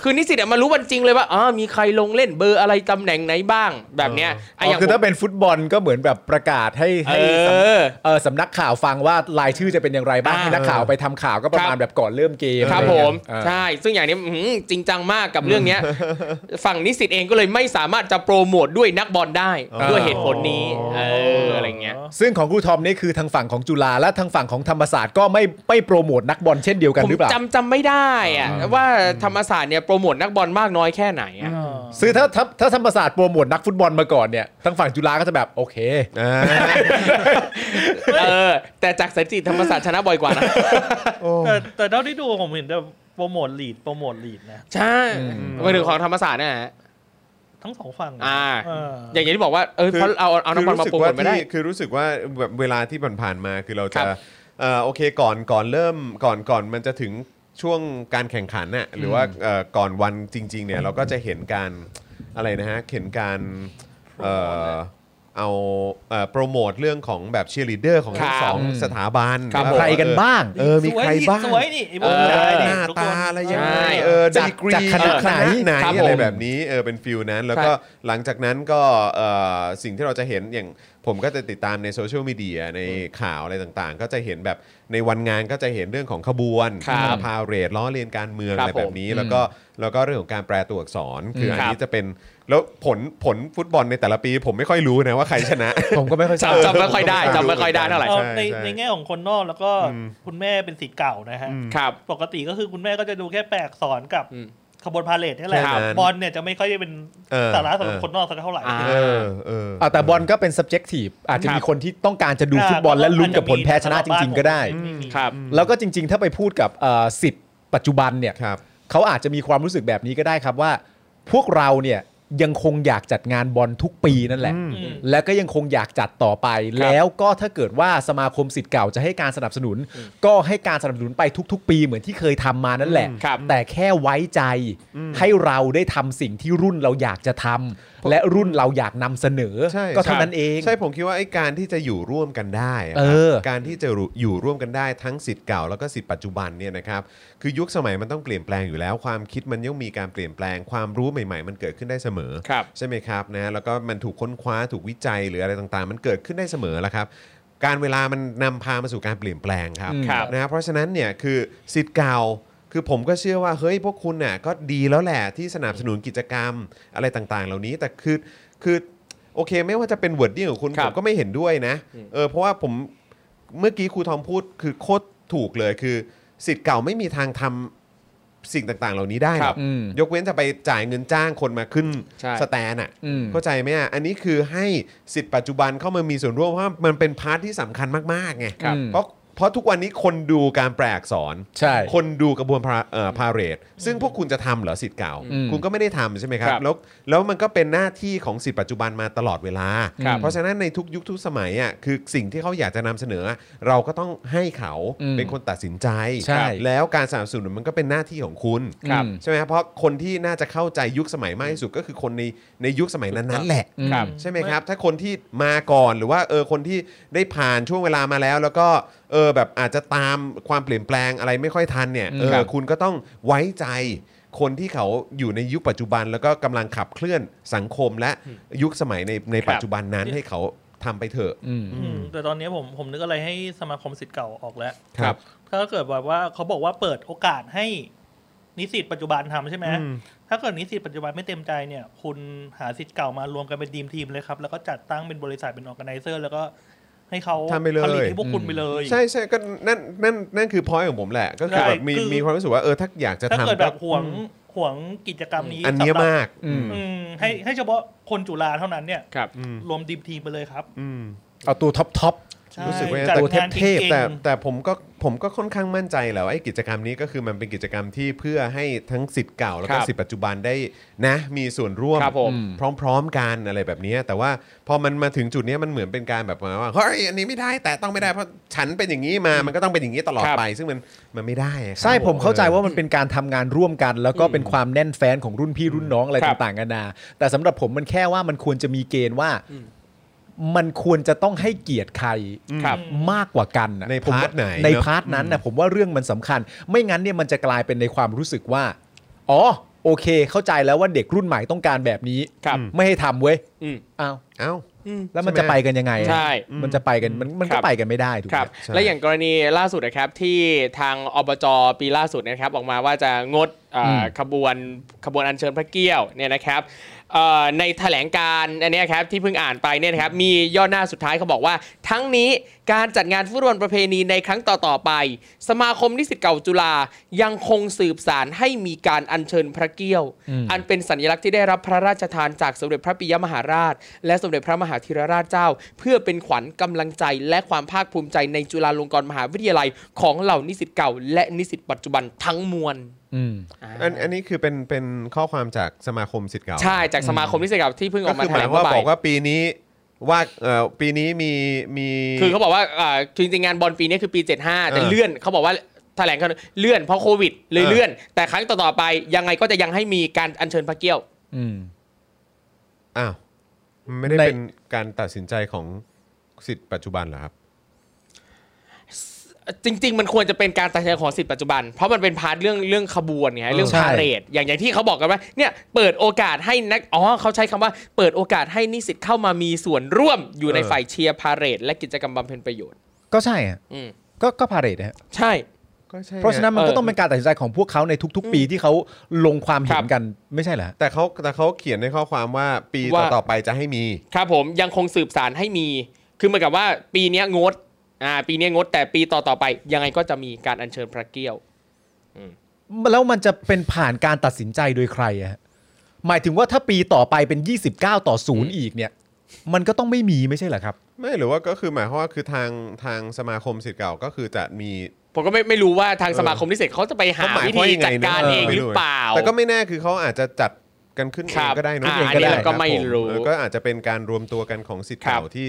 คือนิสิตอะมารู้วันจริงเลยว่าอ๋อมีใครลงเล่นเบอร์อะไรตำแหน่งไหนบ้าง แบบเนี้ย
อ๋
ไอ้
อ
อย่าง
คือ
ผ
ถ้าม เป็นฟุตบอลก็เหมือนแบบประกาศให้ให้สำ
เออ
เออสำนักข่าวฟังว่ารายชื่อจะเป็นอย่างไรบ้าง
อ่า
ให้นักข่าวไปทำข่าวก็ประ
ค
มา
รั
ณ
บ
แบบก่อนเริ่มเกม
ครับ
อะไอ
ผม
ย่างเงี้ยเออ
ใช่ ซึ่งอย่างนี้อื้อหือจริงจังมากกับเรื่องเนี้ย ฝั่งนิสิตเองก็เลยไม่สามารถจะโปรโมทด้วยนักบอลได้ด้วยเหตุผลนี้ เอออะไรเงี้ย
ซึ่งของครูทอมนี่คือทางฝั่งของจุฬาและทางฝั่งของธรรมศาสตร์ก็ไม่ไม่โปรโมทนักบอลเช่นเดียวกันหรือเปล่า
ผมจำจำไม่ได้อะว่าธรรมศาสตร์เนี่ยโปรโมทนักบอลมากน้อยแค่ไหนอะ
ซื้อถ้าถ้าถ้าธรรมศาสตร์โปรโมทนักฟุตบอลมาก่อนเนี่ยทางฝั่งจุฬาก็จะแบบโอเค
อ่า
เออ แต่จากสถิติธรรมศาสตร์ชนะบ่อยกว่านะ
โอ้
แต่แต่เท่าที่ดูผมเห็นแต่โปรโมทลีดโปรโมทลีดนะ
ใช่ไปถึงของธรรมศาสตร์นะฮะ
ทั้งสองฝั่ง
อ่า
เออ
อย่างที่บอกว่าเออเพราะเอาเอานักบอลมาโปรโมทไม่ได้
คือรู้สึกว่าที่คือรู้สึกว่าแบบเวลาที่ผ่านๆมาคือเรา
ครั
จะ
บ
เอ่อโอเคก่อนก่อนเริ่มก่อนก่อนมันจะถึงช่วงการแข่งขันน่ะหรือว่าเอ่อก่อนวันจริง ๆ เนี่ยเราก็จะเห็นการอะไรนะฮะเห็นการเอ่อเอาเอ่อโปรโมทเรื่องของแบบเชียร์ลีดเดอร์ของทั้ง
ค
ส
รับ
องสถาบัน
ครับ
ว่า
ผม
ใครกันบ้าง
เออมีใครบ้าง
สวยนี่ไอ้พวก
เออ
ชายนี่
หน้า
ทุกค
ตาน อะไรยังไง
ใช่
เออ
จาก
ดีกรี
จากคณะไหน
ไหน
ครับ
อะไร
ผม
แบบ แบบนี้เออเป็นฟิลนั้นแล้วก็หลังจากนั้นก็เอ่อสิ่งที่เราจะเห็นอย่างผมก็จะติดตามในโซเชียลมีเดียในข่าวอะไรต่างๆ ก็จะเห็นแบบในวันงานก็จะเห็นเรื่องของขบวน
ครับ
พาเหรดล้อเลียนการเมือง
ครั
อะ
บ
ไรแบบนี้
ผม
แล้วก็แล้วก็เรื่องของการแปลตัวอักษร คือ
ครั
อั
บ
นนี้จะเป็นแล้วผลผลฟุตบอลในแต่ละปี ผมไม่ค่อยรู้นะว่าใครชนะ
ผมก็ไม่ค่อยทราบ
จำจำไม่ค่อยได้จำไม่ค่อยได้เท่าไหร่
เอา
ใช่
ใน
ใช่
ในแง่ของคนนอกแล้วก็
อืม
คุณแม่เป็นสีเก่านะฮะ
ครับ
ปกติก็คือคุณแม่ก็จะดูแค่แปลอักษรกับ
อืม
ขบวนพาเลทนี่แหละ
แค่นั้น
บอลเนี่ยจะไม่ค่อยได้เป็น
เออ
สาระสำหรับ
เออ
คนนอกสักเท่าไหร่
อ่า
เออเออ
อ่ะแต่บอลก็เป็น subjective อาจจะ
ครับ
มีคนที่ต้องการจะดูฟุตบอลและลุ้นกับผลแพ้ชนะจริง ๆ ก็ได้
ครับ
แล้วก็จริง ๆ ถ้าไปพูดกับสิทธิ์ปัจจุบันเนี่ย
ครับ
เขาอาจจะมีความรู้สึกแบบนี้ก็ได้ครับว่า พวกเราเนี่ย ยังคงอยากจัดงานบอลทุกปีนั่นแหละ
อืม
อืม
แล้วก็ยังคงอยากจัดต่อไป
ครับ
แล้วก็ถ้าเกิดว่าสมาคมสิทธิ์เก่าจะให้การสนับสนุน ก็ให้การสนับสนุนไปทุก ๆ ปีเหมือนที่เคยทำมานั่นแหละ
ครับ
แต่แค่ไว้ใจให้เราได้ทำสิ่งที่รุ่นเราอยากจะทำและรุ่นเราอยากนำเสนอ
ใช่
ก็เท่านั้นเอง
ใช่ผมคิดว่าไอ้การที่จะอยู่ร่วมกันได้อะค
เอ
รับ
อ
การที่จะอยู่ร่วมกันได้ทั้งสิทธิ์เก่าแล้วก็สิทธิ์ปัจจุบันเนี่ยนะครับคือยุคสมัยมันต้องเปลี่ยนแปลงอยู่แล้ว ความคิดมันย่อมมีการเปลี่ยนแปลงความรู้ใหม่ ๆ มันเกิดขึ้นได้เสมอ
ครับ
ใช่ไหมครับนะแล้วก็มันถูกค้นคว้าถูกวิจัยหรืออะไรต่างๆ มันเกิดขึ้นได้เสมอแล้วครับ การเวลามันนำพามาสู่การเปลี่ยนแปลงครับ
อืม
ครับ
นะเพราะฉะนั้นเนี่ยคือสิทธิ์เก่าคือผมก็เชื่อว่าเฮ้ยพวกคุณน่ะก็ดีแล้วแหละที่สนับสนุนกิจกรรมอะไรต่างๆ เหล่านี้แต่คือคือโอเคไม่ว่าจะเป็นวอร์ดดิ้งของคุณ
ครั
ผ
บ
มก็ไม่เห็นด้วยนะ
อืม
เออเพราะว่าผมเมื่อกี้ครูทอมพูดคือโคตรถูกเลยคือสิทธิ์เก่าไม่มีทางทำสิ่งต่างๆ เหล่านี้ได้หรอก
อืม
ยกเว้นจะไปจ่ายเงินจ้างคนมาขึ้น
ใช่
สแตนอ่ะ
อืม
เข้าใจไหมอ่ะอันนี้คือให้สิทธิ์ปัจจุบันเข้ามามีส่วนร่วมเพราะมันเป็นพาร์ทที่สำคัญมาก ๆ ไง
ครับ
เพราะเพราะทุกวันนี้คนดูการแปลอักษร
ใช่
คนดูกระบวนพาเอ่อพาเหรดซึ่งพวกคุณจะทำเหรอสิทธิ์เก่า
อืม
คุณก็ไม่ได้ทำใช่ไหมครับ
ครับ
แล้วแล้วมันก็เป็นหน้าที่ของสิทธิ์ปัจจุบันมาตลอดเวลา
ครับ
เพราะฉะนั้นในทุกยุคทุกสมัยอ่ะคือสิ่งที่เขาอยากจะนำเสนอ เราก็ต้องให้เขา
อืม
เป็นคนตัดสินใจ
ใช่
แล้วการสนับสนุนมันก็เป็นหน้าที่ของคุณ
ครับ
ใช่ไหมครับเพราะคนที่น่าจะเข้าใจยุคสมัยมากที่สุดก็คือคนในในยุคสมัยนั้นๆแหละ
อืม
ครับ
ใช่ไหมครับ ถ้าคนที่มาก่อนหรือว่าเออคนที่ได้ผ่านช่วงเวลามาแล้ว แล้วก็เออแบบอาจจะตามความเปลี่ยนแปลงอะไรไม่ค่อยทันเนี่ยเอ
ครั
อบ คุณก็ต้องไว้ใจคนที่เขาอยู่ในยุคปัจจุบัน แล้วก็กำลังขับเคลื่อนสังคมและยุคสมัยในในปัจจุบันนั้นให้เขาทำไปเถอะ
อืม
อืมแต่ตอนนี้ผมผมนึกอะไรให้สมาคมสิทธิ์เก่าออกแล้ว
ครับ
ถ้าเกิดแบบว่าเขาบอกว่าเปิดโอกาสให้นิสิตปัจจุบันทำใช่ไหมถ้าเกิดนิสิตปัจจุบันไม่เต็มใจเนี่ย คุณหาสิทธิ์เก่ามารวมกันเป็นทีมทีมเลยครับ แล้วก็จัดตั้งเป็นบริษัทเป็นออแกไนเซอร์ แล้วก็ให้เขา
ทำไปเลย
ผลิตให้พวกคุณไปเลย
ใช่ใช่ก็นั่นนั่นนั่นคือพอยของผมแหละ ก็คือ
ใช่
แบบมี
คือ
มีความรู้สึกว่าเออถ้าอยากจะ
ถ้าเกิด
ทำ
แบ
ก็
บห่วงห่วงกิจกรรมนี้
อันเนี้ย
สำหรับ
มาก
อืม
อืมให้ให้เฉพาะคนจุฬาเท่านั้นเนี่ย
ครับ
รวมทีมทีมไปเลยครับ
อืม
เอาตัวท็อปท็อป
รู้สึกว่า
จัด
ตัว
งาน
เทพ
ก่งๆ
แต่แต่ผมก็ผมก็ค่อนข้างมั่นใจแหละว่าไอ้กิจกรรมนี้ก็คือมันเป็นกิจกรรมที่เพื่อให้ทั้งสิทธิ์เก่า แล้วก็
ครับ
สิทธิ์ปัจจุบันได้นะมีส่วนร่วม
ครับผม
พร้อม ๆ กันอะไรแบบเนี้ยแต่ว่าพอมันมาถึงจุดเนี้ยมันเหมือนเป็นการแบบว่าเฮ้ยอันนี้ไม่ได้แต่ต้องไม่ได้เพราะฉันเป็นอย่างนี้มามันก็ต้องเป็นอย่างนี้ตลอด
ครับ
ไป ซึ่งมันมันไม่ได้อะครับ
ใช่ผมเข้าใจ
ออ
ว่ามันเป็นการทำงานร่วมกัน แล้วก็เป็นความแน่นแฟนของรุ่นพี่รุ่นน้องอะไร
ครับ
ต่างๆกันานาแต่สำหรับผมมันแค่ว่ามันควรจะมีเกณฑ์ว่า มันควรจะต้องให้เกียรติใคร
ครับ
มากกว่ากันะ
ใน
ผมว่
พาร์ทไหน
ใน
เนอะ
พาร์ทนั้นนะผมว่าเรื่องมันสำคัญ ไม่งั้นเนี่ยมันจะกลายเป็นในความรู้สึกว่า อ๋อ โอเค เข้าใจแล้วว่าเด็กรุ่นใหม่ต้องการแบบนี้
ครับ
ไม่ให้ทำเว้ย
อืม
อ้าว
เอ้า
แล้วมันจะไปกันยังไงอะ
ใช่
มันจะไปกันมันมัน
ค
ก็
รับ
ไปกันไม่ได้ถูก
ค
ไห
รับ
ม
ใช่
และอย่างกรณีล่าสุดนะครับที่ทางอบจปีล่าสุดนะครับออกมาว่าจะงดเอ่ออ
ม
ขบวนขบวนอัญเชิญพระเกี้ยวเนี่ยนะครับเอ่อในแถลงการณ์อันเนี้ยครับที่เพิ่งอ่านไปเนี่ยนะครับมีย่อหน้าสุดท้ายเขาบอกว่า ทั้งนี้การจัดงานฟุตบอลประเพณีในครั้งต่อ ๆ ไป สมาคมนิสิตเก่าจุฬายังคงสืบสารให้มีการอัญเชิญพระเกี้ยว
อืม
อันเป็นสัญลักษณ์ที่ได้รับพระราชทานจากสมเด็จพระปิยมหาราช และสมเด็จพระมหาธิรราชเจ้า เพื่อเป็นขวัญกำลังใจ และความภาคภูมิใจในจุฬาลงกรณ์มหาวิทยาลัยของเหล่านิสิตเก่า และนิสิตปัจจุบันทั้งมวล
อืม
อันอันนี้คือเป็นเป็นข้อความจากสมาคมสิทธิ์เก่า
ใช่จากสมาคมนิสิตเก่าที่เพิ่งอ
ก็
อกมา
คือห
แถ
มา
ล
ย
ง
ว่า
เมื่อ
บอก
บ่าย
ว่าปีนี้ว่าเอ่อปีนี้มีมี
คือเขาบอกว่าอ่าจริงๆงานบอลปีนี้คือปี 75 แต่เลื่อนเขาบอกว่าแถลงข่าวเลื่อนเพราะโควิดเลยเลื่อน แต่ครั้งต่อๆไปยังไงก็จะยังให้มีการอัญเชิญพระเกี้ยว
อืม
อ้าวมันไม่ได้
ใน
เป็นการตัดสินใจของสิทธิ์ปัจจุบันเหรอครับ
จริง ๆ มันควรจะเป็นการตัดสินใจของสิทธิ์ปัจจุบัน เพราะมันเป็นพาร์ทเรื่องเรื่องขบวนไงเรื่อง
ใช่
พาเรดอย่างอย่างที่เขาบอกกันว่าเนี่ยเปิดโอกาสให้นักอ๋อเขาใช้คำว่าเปิดโอกาสให้นิสิตเข้ามามีส่วนร่วมอยู่ใน
เออ
ฝ่ายเชียร์พาเรดและกิจกรรมบำเพ็ญประโยชน์
ก็ใช่อะ
อืม
ก็ก็พาเรดนะฮะ
ใช่
ก็ใช่
เพราะฉะนั้นมัน
เออ
ก็ต้องเป็นการตัดสินใจของพวกเขาในทุก ๆ ปีที่เขาลงความ
ค
เห็
รั
น
บ
กันไม่ใช่เหรอฮะ
แต่เขาแต่เขาเขียนในข้อความว่าปีต่อ
ว่า
ต่อไปจะให้มี
ครับผมยังคงสืบสารให้มี คือเหมือนกับว่าปีเนี้ยงดอ่าปีเนี้ยงด แต่ปีต่อต่อๆไป ยังไงก็จะมีการอัญเชิญพระเกี้ยว
แล้วมันจะเป็นผ่านการตัดสินใจโดยใครอะฮะหมายถึงว่าถ้าปีต่อไปเป็น 29 ต่อศูนย์อีกเนี่ย มันก็ต้องไม่มีไม่ใช่เหรอครับ
ไม่หรือว่าก็คือหมายความว่าคือทางทางสมาคมสิทธิ์เก่าก็คือจะมี
ผมก็ไม่ไม่รู้ว่าทางสมาคมนิสิตเขาจะไปหา
เขหมาย
วิ
ควม
ธี
ยังไง
จัด
นะ
การเองหรือเปล่า
แต่ก็ไม่แน่คือเขาอาจจะจัด กันขึ้นเอ
ครั
ง
บ
ก็ได้เนอะ
อ่า
เอง
อันนี้
ได้
เราก็ไม่
คบผ
รู้
เออก็อาจจะเป็นการรวมตัวกันของสิทธิ์
ครับ
เก่าที่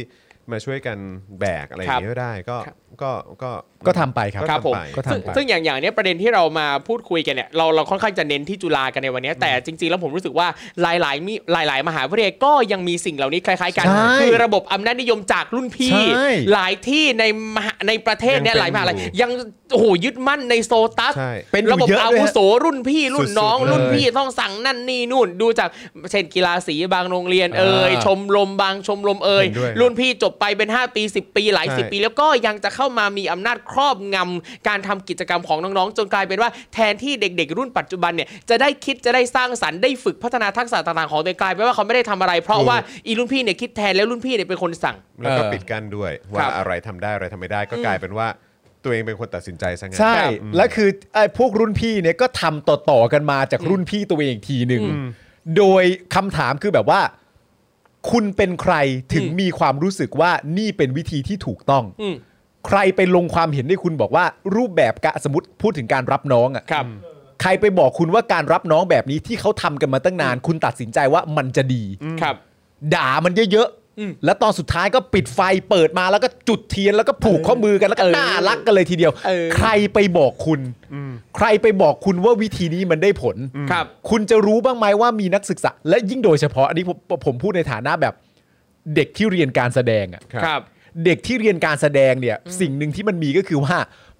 มาช่วยกันแบกอะไรอ
ครั
ย่าง
บ
เงี้ยก็ได้ก็
ครับ
ก็ก็
ก็ทำไปครับ
ค
ค
รั
รั
บบ ผ
ผม ม
ก็
ซึ่ง
ทำไป
ซึ่งอย่างอย่างเนี้ยประเด็นที่เรามาพูดคุยกันเนี่ยเราเราค่อนข้างจะเน้นที่จุฬากันในวันเนี้ยแต่จริงๆ แล้วผมรู้สึกว่าหลายๆมีหลาย ๆ มหาวิทยาลัยก็ยังมีสิ่งเหล่านี้คล้ายๆกัน
ใช่
คือระบบอำนาจนิยมจากรุ่นพี่
ใช่
หลายที่ในมหาในประเทศเนี่ย
ยังเป็น
หลายมหาลัย
อยู่
ยังโอ้โหยึดมั่นในโซตัส
ใช่
เป็นอยู่
ระบบ
เยอะ
อา
ด้วย
วุ
ฮะ
โสรุ่นพี่รุ่นน้อง
สุดๆเลย
รุ่นพี่ต้องสั่งนั่นนี่นู่นดูจากเช่นกีฬาสีบางโรงเรียนเอ่ย
อ่า
ชมรมบางชมรมเอ่ย
เห็นด้วย
รุ่นพี่จบไปเป็น 5 ปี 10 ปีหลาย
ใช่
10 ปี แล้วก็ยังจะเข้ามามีอำนาจครอบงำการทำกิจกรรมของน้องๆ จนกลายเป็นว่าแทนที่เด็กๆ รุ่นปัจจุบันเนี่ยจะได้คิดจะได้สร้างสรรค์ได้ฝึกพัฒนาทักษะต่างๆของตัวเองกลายเป็นว่าเขาไม่ได้ทำอะไร เพราะว่าอีรุ่นพี่เนี่ยคิดแทนแล้วรุ่นพี่เนี่ยเป็นคนสั่ง
แล้วก็
เออ
ปิดกั้นด้วยว่าอะไรทำได้อะไรทำไม่ได้ก็กลายเป็นว่าตัวเองเป็นคนตัดสินใจซะงั้น
ใช่
ครับ
และคือไอ้พวกรุ่นพี่เนี่ยก็ทำต่อๆกันมาจากรุ่นพี่ตัวเองอีกทีหนึ่งโดยคำถามคือแบบว่า คุณเป็นใครถึง
อืม
มีความรู้สึกว่านี่เป็นวิธีที่ถูกต้อง
อืม
ใครไปลงความเห็นให้คุณบอกว่ารูปแบบกะสมมติพูดถึงการรับน้องอะ
ครับ
ใครไปบอกคุณว่าการรับน้องแบบนี้ที่เขาทำกันมาตั้งนาน คุณตัดสินใจว่ามันจะดี
ครับ
ด่ามันเยอะ
อืม
ๆ แล้วตอนสุดท้ายก็ปิดไฟเปิดมาแล้วก็จุดเทียนแล้วก็ผูกข้อมือกันแล้วก็
เออ
น่ารักกันเลยทีเดียว
เออ
ใครไปบอกคุณ ใครไปบอกคุณว่าวิธีนี้มันได้ผล
ครับ
คุณจะรู้บ้างไหมว่ามีนักศึกษา และยิ่งโดยเฉพาะอันนี้ผมผมพูดในฐานะแบบเด็กที่เรียนการแสดงอะ
ครับ
เด็กที่เรียนการแสดงเนี่ย สิ่งหนึ่งที่มันมีก็คือว่า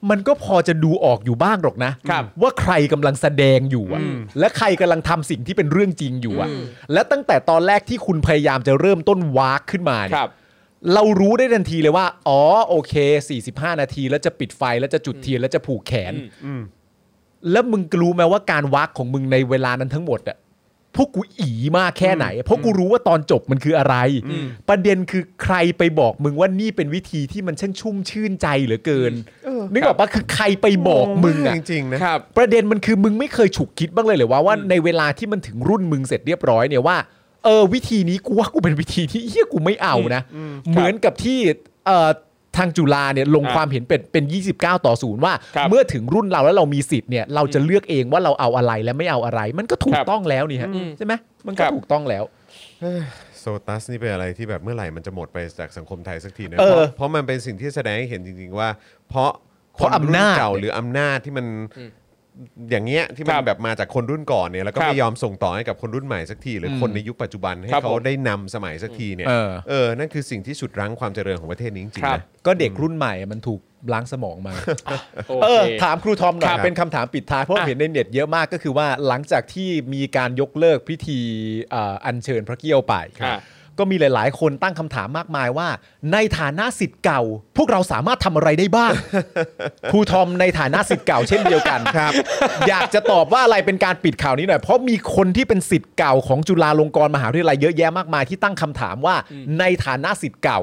มันก็พอจะดูออกอยู่บ้างหรอกนะ
ครับ
ว่าใครกำลังแสดงอยู่อะและใครกำลังทำสิ่งที่เป็นเรื่องจริงอยู่อะ
อืม
และตั้งแต่ตอนแรกที่คุณพยายามจะเริ่มต้นวากขึ้นมา
ค
เนี่ย
รับ
เรารู้ได้ทันทีเลยว่า อ๋อ โอเค 45 นาที แล้วจะปิดไฟ แล้วจะจุดเทียน แล้วจะผูกแขน แล้วมึงรู้ไหมว่าการวักของมึงในเวลานั้นทั้งหมดอะพวกกูอีมากแค่ไหน เพราะกูรู้ว่าตอนจบมันคืออะไร ประเด็นคือใครไปบอกมึงว่านี่เป็นวิธีที่มันช่างชุ่มชื่นใจเหลือเกิน นึกออกปะคือใครไปบอกมึงอะ
จริงๆนะ
ครับ
ประเด็นมันคือมึงไม่เคยฉุกคิดบ้างเลยเหรือว่าว่าในเวลาที่มันถึงรุ่นมึงเสร็จเรียบร้อยเนี่ยว่าเออวิธีนี้กูว่ากูเป็นวิ ธีที่เฮียกูไม่เอานะ เหมือนกับที่เอ่อทางจุฬาเนี่ยลง
อ่ะ
ความเห็นเป็นเป็น 29 ต่อศูนย์ว่า
ครับ
เมื่อถึงรุ่นเราแล้วเรามีสิทธิ์เนี่ยเราจะเลือกเองว่าเราเอาอะไรและไม่เอาอะไร มันก็ถู
ค
ก
รับ
ต้องแล้วนี่ฮะ
อืม
ใช่ไหมมันก็
ครับ
ถูกต้องแล้ว
โซตัสนี่เป็นอะไรที่แบบเมื่อไหร่มันจะหมดไปจากสังคมไทยสักทีนะ
เออ
ราะเพราะมันเป็นสิ่งที่แสดงให้เห็นจริง ๆ ว่า เพราะ
เพราะอำนาจ
ครุ่เก่าหรืออำนาจที่มันอย่างเงี้ยที่มั
คน รับ
แบบมาจากคนรุ่นก่อนเนี่ยแล้วก็
ครับ
ไม่ยอมส่งต่อให้กับคนรุ่นใหม่สักทีหรืออ
ม
คนในยุคปัจจุบันให้
ครับ
เขา
ผม
ได้นำสมัยสักทีเนี่ย
เออ
เออนั่นคือสิ่งที่ฉุดรั้งความเจริญของประเทศนี้จริงๆ
ครับ
นะ
ก็เด็กรุ่นใหม่อะมันถูกล้างสมองมา
โอ
เอ
เค
อถามครูทอมหน่อ
ครั
ย
บ
เป็นคำถามปิดท้ายเพราะ
อ่ะ
เห็นในเน็ตเยอะมากก็คือว่าหลังจากที่มีการยกเลิกพิธีเอ่ออัญเชิญพระเกี้ยวไป
ครับ
ก็มีหลาย ๆ คนตั้งคำถามมากมายว่า ในฐานะสิทธิ์เก่า พวกเราสามารถทำอะไรได้บ้าง ครูทอมในฐานะสิทธิ์เก่าเช่นเดียวกัน
ครับ
อยากจะตอบว่าอะไรเป็นการปิดข่าวนี้หน่อยเพราะมีคนที่เป็นสิทธิ์เก่าของจุฬาลงกรณ์มหาวิทยาลัยเยอะแยะมากมายที่ตั้งคำถามว่า ในฐานะสิทธิ์เก่า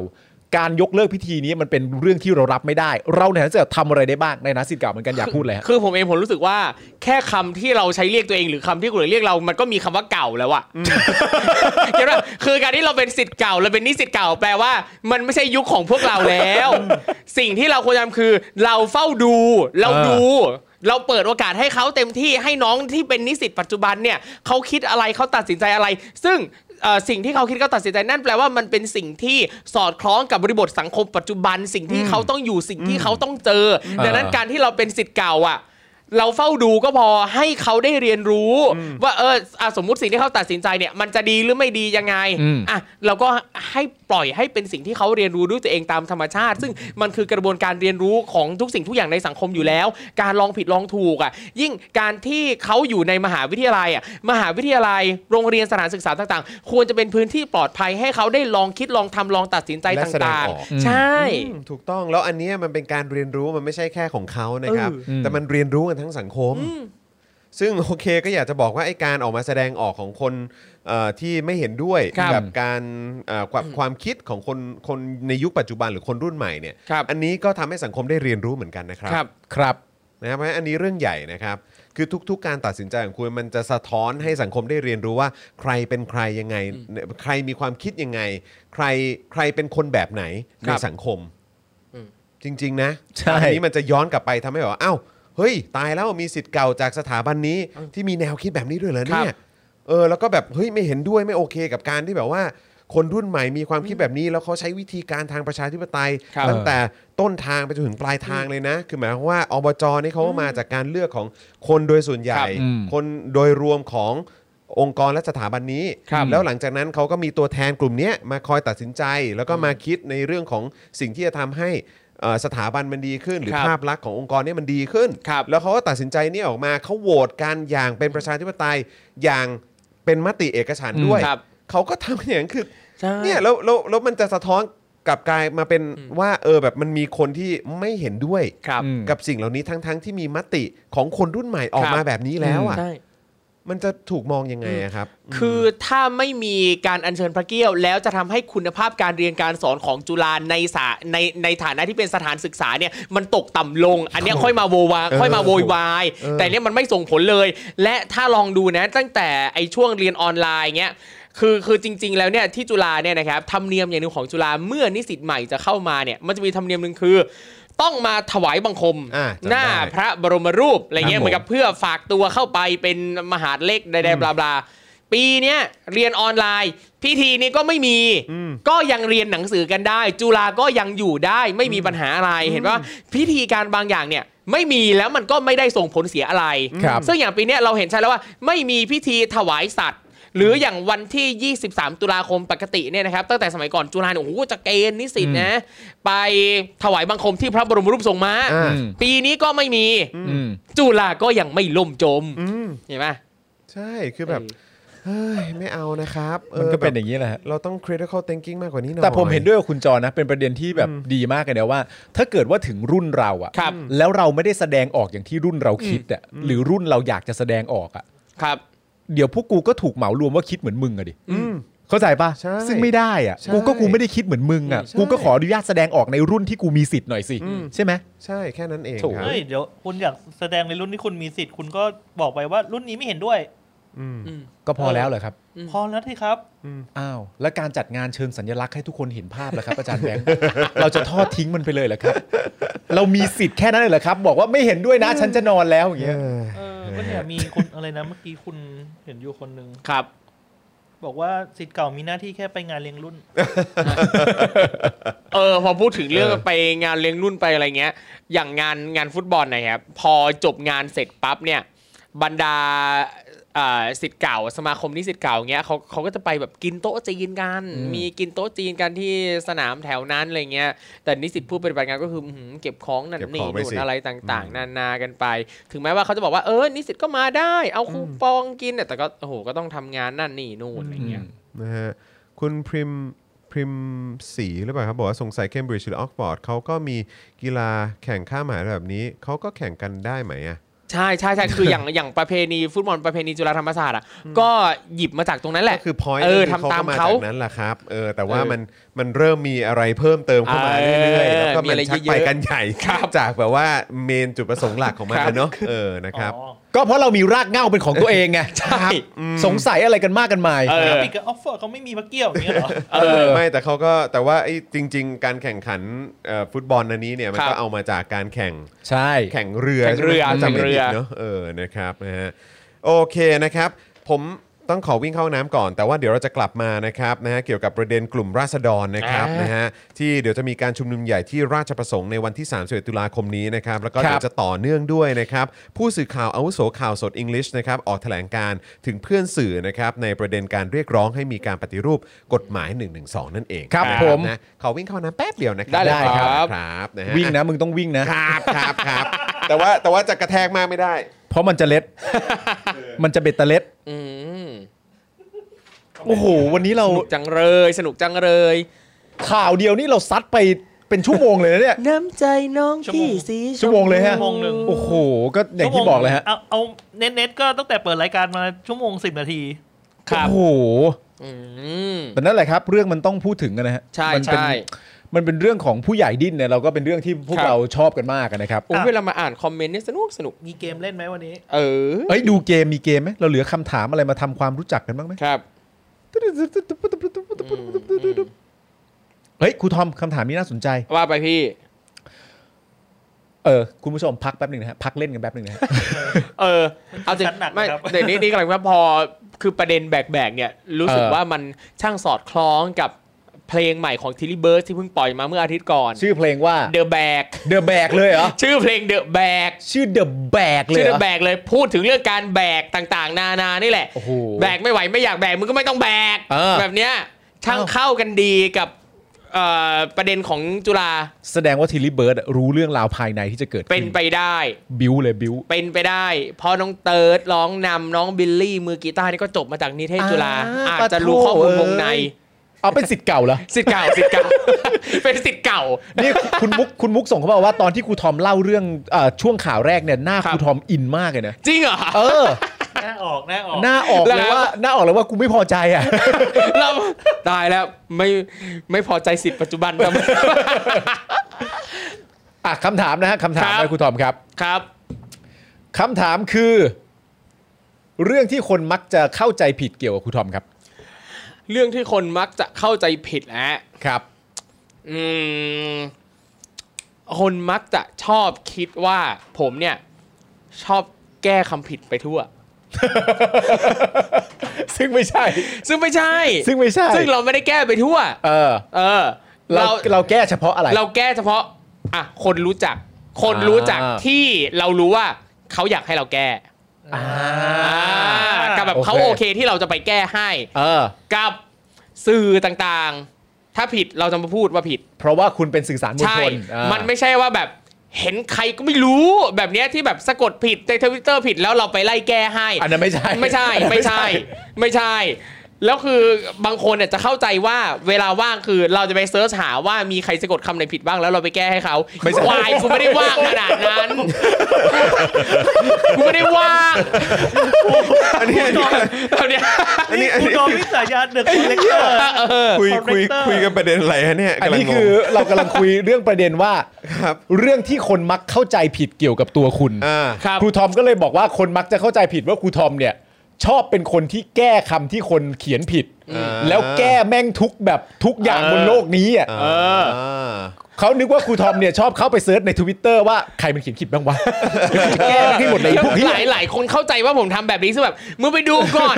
การยกเลิกพิธีนี้มันเป็นเรื่องที่เรารับไม่ได้ เราเนี่ยจะทำอะไรได้บ้างในฐานะสิทธิ์เก่าเหมือนกันอยากพูดเลยฮะ
คือผมเองผมรู้สึกว่า แค่คำที่เราใช้เรียกตัวเองหรือคำที่คนอื่นเรียกเรามันก็มีคำว่าเก่าแล้วอะ เห็นป่ะคือการที่เราเป็นสิทธิ์เก่าเราเป็นนิสิตเก่าแปลว่า มันไม่ใช่ยุคของพวกเราแล้ว สิ่งที่เราควรทำคือเราเฝ้าดู เราดู เราเปิดโอกาสให้เขาเต็มที่ให้น้องที่เป็นนิสิตปัจจุบันเนี่ยเขาคิดอะไรเขาตัดสินใจอะไร ซึ่งเอ่อสิ่งที่เขาคิดเขาตัดสินใจนั่นแปลว่ามันเป็นสิ่งที่สอดคล้องกับบริบทสังคมปัจจุบัน สิ่งที่เขาต้องอยู่สิ่งที่เขาต้องเจออ
ม
ดังนั้นการ การที่เราเป็นสิทธิ์เก่าอ่ะ เราเฝ้าดูก็พอให้เขาได้เรียนรู้ ว่าเอออะสมมุติสิ่งที่เขาตัดสินใจเนี่ย มันจะดีหรือไม่ดียังไง
อืม
อ่ะเราก็ให้ปล่อยให้เป็นสิ่งที่เขาเรียนรู้ด้วยตัวเองตามธรรมชาติ ซึ่งมันคือกระบวนการเรียนรู้ของทุกสิ่งทุกอย่างในสังคมอยู่แล้ว การลองผิดลองถูกอ่ะยิ่งการที่เขาอยู่ในมหาวิทยาลัยอ่ะมหาวิทยาลัย โรงเรียนสถานศึกษาต่าง ๆ ควรจะเป็นพื้นที่ปลอดภัยให้เขาได้ลองคิดลองทำลองตัดสินใจ
และ
ต
แสดง่
าง
ออก
ๆ ใช่
อืมถูกต้องแล้วอันเนี้ยมันเป็นการเรียนรู้มันไม่ใช่แค่ของเขานะครับ
เออ
แต่มันเรียนรู้กันทั้งสังคม ซึ่ง โอเคก็อยากจะบอกว่าไอ้การออกมาแสดงออกของคนเอ่อที่ไม่เห็นด้วย
ครับ
กับการเอ่อความความคิดของคนคนในยุคปัจจุบันหรือคนรุ่นใหม่เนี่ย
ครับ
อันนี้ก็ทำให้สังคมได้เรียนรู้เหมือนกันนะครับ
ครับ
ครับ
นะครับเพราะฉะนั้นอันนี้เรื่องใหญ่นะครับ คือทุก ๆ การตัดสินใจของคุณมันจะสะท้อนให้สังคมได้เรียนรู้ว่า ใครเป็นใครยังไง ใครมีความคิดยังไง ใครใครเป็นคนแบบไหนในสังคม จริง ๆ นะ
ใช่
อันี้มันจะย้อนกลับไปทำให้แบบว่าอ้าวเฮ้ย ตายแล้วมีสิทธิ์เก่าจากสถาบันนี้ที่มีแนวคิดแบบนี้ด้วยเหรอเนี่ย เออแล้วก็แบบเฮ้ยไม่เห็นด้วยไม่โอเค กับการที่แบบว่า คนรุ่นใหม่มีความคิดแบบนี้ แล้วเขาใช้วิธีการทางประชาธิปไตย
ครับ
ตั้งแต่ต้นทางไปจนถึงปลายทางเลยนะ คือหมายความว่าอบจนี่เขาก็มาจากการเลือกของคนโดยส่วนใหญ่
ครับ
อืม
คนโดยรวมขององค์กรและสถาบันนี้
ครับ
แล้วหลังจากนั้นเขาก็มีตัวแทนกลุ่มเนี้ยมาคอยตัดสินใจ แล้วก็มาคิดในเรื่องของสิ่งที่จะทำให้เอ่อสถาบันมันดีขึ้น หรือ
ครับ
ภาพลักษณ์ขององค์กรเนี่ยมันดีขึ้น
ครับ
แล้วเขาก็ตัดสินใจเนี่ยออกมาเขาโหวตกันอย่างเป็นประชาธิปไตยอย่างเป็นมติเอกฉันท์ด้วย
ครับ
เขาก็ทำอย่างนั้นคือ
ใช่
เนี่ยแล้วแล้วแล้วมันจะสะท้อนกลับกลายมาเป็นว่าเออแบบมันมีคนที่ไม่เห็นด้วย
ครับ
อืม
กับสิ่งเหล่านี้ทั้งทั้งที่มีมติของคนรุ่นใหม่ออก
ครับ
มาแบบนี้แล้วอ่ะ
ใช่
มันจะถูกมองยังไงอะครับ
คือถ้าไม่มีการอัญเชิญพระเกี้ยว แล้วจะทำให้คุณภาพการเรียนการสอนของจุฬาในสาในในฐานะที่เป็นสถานศึกษาเนี่ยมันตกต่ำลง อันเนี้ยค่อยมาโววา
เออ
ค่อยมาโวยวาย
เออ
แต่เนี่ยมันไม่ส่งผลเลย และถ้าลองดูนะตั้งแต่ไอช่วงเรียนออนไลน์เงี้ยคือคือจริง ๆ แล้วเนี่ยที่จุฬาเนี่ยนะครับธรรมเนียมอย่างหนึ่งของจุฬาเมื่อนิสิตใหม่จะเข้ามาเนี่ยมันจะมีธรรมเนียมหนึ่งคือ ต้องมาถวายบังคม
อ่าจำได้
หน้าพระบรมรูปอะไรเงี้ย
ครับผม
เหมือนกับ เพื่อฝากตัวเข้าไปเป็นมหาดเล็กใดๆบลาบลาปีเนี้ยเรียนออนไลน์ พิธีนี้ก็ไม่มี ก็ยังเรียนหนังสือกันได้ จุฬาก็ยังอยู่ได้ไม่มีปัญหาอะไรเห็นว่าพิธีการบางอย่างเนี่ยไม่มีแล้วมันก็ไม่ได้ส่งผลเสียอะไร
ครับ
ซึ่งอย่างปีเนี้ยเราเห็นชัดแล้วว่าไม่มีพิธีถวายสัตว์ หรืออย่างวันที่ 23 ตุลาคมปกติเนี่ยนะครับตั้งแต่สมัยก่อนจุฬาเนี่ยโอ้โหจะเกณฑ์นิสิตนะไปถวายบังคมที่พระบรมรูปทรงม้า
อ่า
ปีนี้ก็ไม่มี
อืม
จุฬาก็ยังไม่ล่มจม เห็นไหม
ใช่คือแบบเฮ้ยไม่เอานะครับ
มันก็เป็น
แบบ
อย่างนี้แหละฮะ
เราต้อง critical thinking มากกว่านี้หน่อย
แต่ผมเห็นด้วยกับคุณจอนะ เป็นประเด็นที่แบบดีมากเลยนะว่า ถ้าเกิดว่าถึงรุ่นเราอะ
ครับ
แล้วเราไม่ได้แสดงออกอย่างที่รุ่นเราคิดอะหรือรุ่นเราอยากจะแสดงออกอะ
ครับ
เดี๋ยวพวกกูก็ถูกเหมารวมว่าคิดเหมือนมึงอะดิเข้าใจปะ
ใช่
ซึ่งไม่ได้อะ
ใช่
กูก็กูไม่ได้คิดเหมือนมึงอะ
ใช่
กูก็ขออนุญาตแสดงออกในรุ่นที่กูมีสิทธิ์หน่อยสิใช่ไหม
ใช่แค่นั้นเอง
ถูก
ครับ
เฮ้ยเดี๋ยวคุณอยากแสดงในรุ่นที่คุณมีสิทธิ์คุณก็บอกไปว่ารุ่นนี้ไม่เห็นด้วย
อืม
ก็พอแล้วเหรอครับ
อืม
พอแล้วที่ครับ
อ้าวแล้วการจัดงานเชิงสัญลักษณ์ให้ทุกคนเห็นภาพแล้วครับ อาจารย์แบงค์เราจะทอดทิ้งมันไปเลยเหรอครับ เรามีสิทธิ์แค่นั้นเลยเหรอครับ บอกว่าไม่เห็นด้วยนะฉันจะนอนแล้วอย่างเงี้ย
เออก็เนี่ยมีคุณอะไรนะเมื่อกี้คุณเห็นอยู่คนหนึ่ง
ครับ
บอกว่าสิทธิ์เก่ามีหน้าที่แค่ไปงานเลี้ยงรุ่น
เออพอพูดถึงเรื่อง
เออ
ไปงานเลี้ยงรุ่นไปอะไรเงี้ย อย่างงานงานฟุตบอลนะครับ พอจบงานเสร็จปั๊บเนี่ย บรรดาอ่าสิทธิ์เก่า สมาคมนิสิตเก่าเงี้ยเขาเขาก็จะไปแบบกินโต๊ะจีนกัน มีกินโต๊ะจีนกันที่สนามแถวนั้นอะไรเงี้ย แต่นิสิตผู้ปฏิบัติงานก็คืออื้อหือเก็บของนั่น
เก็บ
นี่
ของไป
นู่
สิ
นอะไรต่างๆ นานากันไป ถึงแม้ว่าเขาจะบอกว่าเออนิสิตก็มาได้ เอาคูปองกินเนี่ยแต่ก็โอ้โหก็ต้องทำงานนั่นนี่นู่นอะไรเงี้ย
นะฮะคุณพริมพริมสีหรือเปล่าครับ บอกว่าสงสัยเคมบริดจ์หรือออกฟอร์ดเขาก็มีกีฬาแข่งข้ามมหาวิทยาลัยแบบนี้ เขาก็แข่งกันได้ไหมอ่ะ
ใช่ใช่ใช่คืออย่าง อย่างประเพณีฟุตบอลประเพณีจุฬาธรรมศาสตร์อ่ะก็หยิบมาจากตรงนั้นแหละ
ก็คือพอยต์
เออ
คือ
ทำตาม
ก็
เขา
จากนั้นแหละครับเออแต่ว่า
เออ
มันมันเริ่มมีอะไรเพิ่มเติมเข้ามา
เอ
เรื่
อ
อยๆแล้วก็
มี
มัน
อะไร
ชัก
เยอะๆ
ไปกันใหญ่
ครับ
จากแบบว่าเมนจุดประสงค์หลักของมัน
ครับ
นะเนอะเออนะครับ
อ๋อ
ก็เพราะเรามีรากเหง้าเป็นของตัวเองไง
ใช่
สงสัยอะไรกันมากกันมาย
เออ
ปีกกับออฟฟอร์ดเขาไม่มีพระเกี้ยวอย่างเงี้ยเหรอ
เออ
ไม่แต่เขาก็แต่ว่าไอ้จริง ๆ การแข่งขันเอ่อฟุตบอลนันนี้เนี่ยมัน
ครั
ก็
บ
เอามาจากการแข่ง
ใช่
แข่งเรือ
แข่งเรือ
ใช่ไหมถ้าจำไม่
แข่งเรื
ผิด
อ
เนอะเออนะครับนะฮะโอเคนะครับ ผมต้องขอวิ่งเข้าน้ำก่อน แต่ว่าเดี๋ยวเราจะกลับมานะครับนะฮะเกี่ยวกับประเด็นกลุ่มราษฎรนะครับ
อ่าน
นะฮะที่เดี๋ยวจะมีการชุมนุมใหญ่ที่ราชประสงค์ในวันที่ 31 ตุลาคมนี้นะครับ แล้วก็
ครับ
เดี๋ยวจะต่อเนื่องด้วยนะครับ ผู้สื่อข่าวอาวุโสข่าวสดอังกฤษนะครับออกแถลงการณ์ถึงเพื่อนสื่อนะครับในประเด็นการเรียกร้องให้มีการปฏิรูปกฎหมาย 112 นั่นเอง
ครับ
นะ
ผม
นะขอวิ่งเข้าน้ำแป๊บเดียวนะครั
ได้เลยครับ
ครับนะฮะ
วิ่งนะ มึงต้องวิ่งนะ
ครับครับครับ แต่ว่าแต่ว่าจะกระแทกมากไม่ได้
เพราะมันจะเล็ด มันจะเบ็ดตะเล็ด
อืม
โอ้โห วันนี้เรา
สนุกจังเลย สนุกจังเลย
ข่าวเดียวนี่เราซัดไปเป็นชั่วโมงเลยนะเนี่ย
น้ำใจน้อง
ชั่วโม
พี่
ง
สี
ชั่วโมงเลยฮะ
ชั่วโมงหนึ่ง
โอ้โห ก็อย่างที่บอกเลยฮะ
เอาเอาเน็ตๆก็ตั้งแต่เปิดรายการมาชั่วโมงสิบนาที
ครับ
โอ้โห
อืม
แต่นั่นแหละครับ เรื่องมันต้องพูดถึงกันนะฮะ
ใช่
มันเป็น
ใช่
มันเป็นเรื่องของผู้ใหญ่ดิ้นเนี่ยเราก็เป็นเรื่องที่พวก
ครับ
เราชอบกันมากอะนะครับ
โอ้ยเวลามาอ่านคอมเมนต์เนี่ยสนุกสนุก
มีเกมเล่นไหมวันนี้
เออ
เอ้ยดูเกมมีเกมไหมเราเหลือคำถามอะไรมาทำความรู้จักกันบ้างไหม
ครับ
เฮ้ยครูทอมคำถามนี้น่าสนใจ
ว่าไปพี่
เออคุณผู้ชมพักแป๊บหนึ่งนะฮะพักเล่นกันแป๊บหนึ่งนะฮะ
เออ เอาจริง
มันหนัก
ไม่
นะครับ
เดี๋ยวนี้นี่กำลังว่าพอ คือประเด็นแบกๆเนี่ยรู้สึก
เออ
ว่ามันช่างสอดคล้องกับเพลงใหม่ของทิลลี่เบิร์ดที่เพิ่งปล่อยมาเมื่ออาทิตย์ก่อน
ชื่อเพลงว่า
The Bag
The Bag เลยเหรอ
ชื่อเพลง The Bag
ชื่อ The Bag เลย
ชื่อ
เหร
The
อ
Bag เลยพูดถึงเรื่องการแบกต่างๆ นานานี่แหละ
โอ้โห
แบกไม่ไหวไม่อยากแบกมึงก็ไม่ต้องแบก
เออ
แบบเนี้ยช่างเข้ากันดีกับเอ่อประเด็นของจุฬา
แสดงว่าทิลลี่เบิร์ดรู้เรื่องราวภายในที่จะเกิด
เป็น
ขึ้
ไปได้
บิวเลยบิว
เป็นไปได้เพอน้องเติร์ดร้องนำน้องบิลลี่ มือกีตาร์นี่ก็จบมาจากนิเทศจุฬา
อ่า
อาจจะ
ปะโถ
รู้ข้อมูล
เอ้ย
วงใน
เอาเป็นสิทธิ์เก่าเหร อ
สิทธิ์เก่าสิทธิ์เก่า เป็นสิทธิ์เก่า
นี่คุณมุกคุณมุกส่งเข้ามาว่าตอนที่ครูทอมเล่าเรื่องเอ่อช่วงข่าวแรกเนี่ยหน้า
ครั
ค
บ
รูทอมอินมากเลยนะ
จริงเหรอ
เออ
หน้าออกหน้าออก
หน้าออกเลยว่าหน้าออกเลยว่ากูไม่พอใจอ่ะ
เราตายแล้วไม่ไม่พอใจสิทธิ์ปัจจุบันทำไม
อ่ะคำถามนะฮะคำถาม
ครับ
นะครูทอมครับ
ครับ
คำถามคือ เรื่องที่คนมักจะเข้าใจผิดเกี่ยวกับครูทอมครับ
เรื่องที่คนมักจะเข้าใจผิดแหละ
ครับ
อืมคนมักจะชอบคิดว่า ผมเนี่ย ชอบแก้คำผิดไปทั่ว
ซึ่งไม่ใช่
ซึ่งไม่ใช่
ซึ่งไม่ใช่
ซึ่งเราไม่ได้แก้ไปทั่ว
เออ
เออ
เราเราแก้เฉพาะอะไร
เราแก้เฉพาะ อ่ะ คนรู้จัก คน
อ่ารู้
รู้จักที่เรารู้ว่าเขาอยากให้เราแก้
อ่า
อ่า กับแบบ
โอเค
เขาโอเคที่เราจะไปแก้ให้
เออ
กับสื่อต่างๆ ถ้าผิดเราจะมาพูดว่าผิด
เพราะว่าคุณเป็นสื่อสารมวล
ใช่
ชนอ่า
มันไม่ใช่ว่าแบบเห็นใครก็ไม่รู้แบบเนี้ยที่แบบสะกดผิดในทวิตเตอร์ผิดแล้วเราไปไล่แก้ให้
อันนั้นไม่ใช่
ไม่ใช่ ไม่ใช่ ไม่ใช่ แล้วคือบางคนเนี่ยจะเข้าใจว่าเวลาว่างคือเราจะไปเซิร์ชหาว่ามีใครสะกดคำไหนผิดบ้างแล้วเราไปแก้ให้เขาควายกูไม่ได้ว่างขนาดนั้นกูไม่ได้ว่าง
อันนี้อันนี้
แบบเนี้ย
อันนี้อัน
คุณ
นี้
โดนวิสายาเด็กคอลเลกเตอร์
เออ
คุย
Corrector
คุยคุยกันประเด็นอะไรฮะเนี่ย
อัน
กำลัง
นี้
ง
คื
ง
อเรากำลังคุยเรื่องประเด็นว่า
ครับ
เรื่องที่คนมักเข้าใจผิดเกี่ยวกับตัวคุณ
อ่า
ครับ
ครูทอมก็เลยบอกว่าคนมักจะเข้าใจผิดว่าครูทอมเนี่ย ชอบเป็นคนที่แก้คำที่คนเขียนผิด
อืม
แล้วแก้แม่งทุกแบบทุกอย่างบนโลกนี้อ่ะ
เออ
เขานึกว่าครูทอมเนี่ยชอบเข้าไปเซิร์ชในทวิตเตอร์ว่าใครมันเขียนผิดบ้างวะ แก้ที่หมดเลยพวกพี่
หลายหลายคนเข้าใจว่าผมทำแบบนี้ซึ่งแบบมึงไปดูก่อน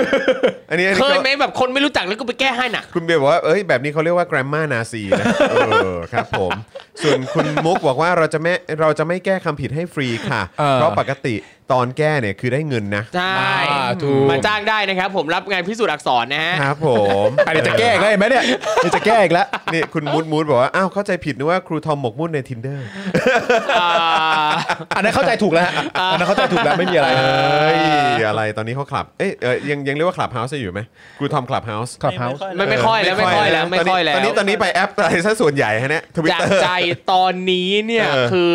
อันนี้อัน
เค
นี้
ย
ก็
ไหมแบบคนไม่รู้จักแล้วก็ไปแก้ให้น่ะ
คุณเบียร์บอกว่าเอ้ยแบบนี้เขาเรียกว่า grammar นาซีนะเออครับผม ส่วนคุณมุกบอกว่าเราจะไม่เราจะไม่แก้คำผิดให้ฟรีค่ะ เพราะปกติตอนแก้เนี่ยคือได้เงินนะ
ใช่
อ่าถูก
มาจ้างได้นะครับ ผมรับงานพิสูจน์อักษรนะ ฮะ
ครับผม
อันนี้จะแก้อีกแล้วเห็นไหมเนี่ยนี่จะแก้อีกแล้ว
นี่คุณมูดมูดบอกว่า อ้าวเข้าใจผิดนึกว่าครูทอมหมกมุ่นใน tinder
อ่า
อันนั้นเข้าใจถูกแล้วฮะอันนั้นเข้าใจถูกแล้วไม่มีอะไร
เอ้ยอะไรตอนนี้เขาคลับ เอ้ยเอ่ยยังยังเรียกว่าคลับเฮาส์อยู่ไหมครูทอมคลับเฮาส์
คลับเฮาส์
ไม่ไม่ค่อยแล้วไม่ค่อยแล้วไม่ค่อยแล้ว
ตอนนี้ตอนนี้ไปแอปอะไรซะส่วนใหญ่ฮะเนี่ยทวิต
จาก
เตอร์
ใจตอนนี้เนี่ย
เออ
คือ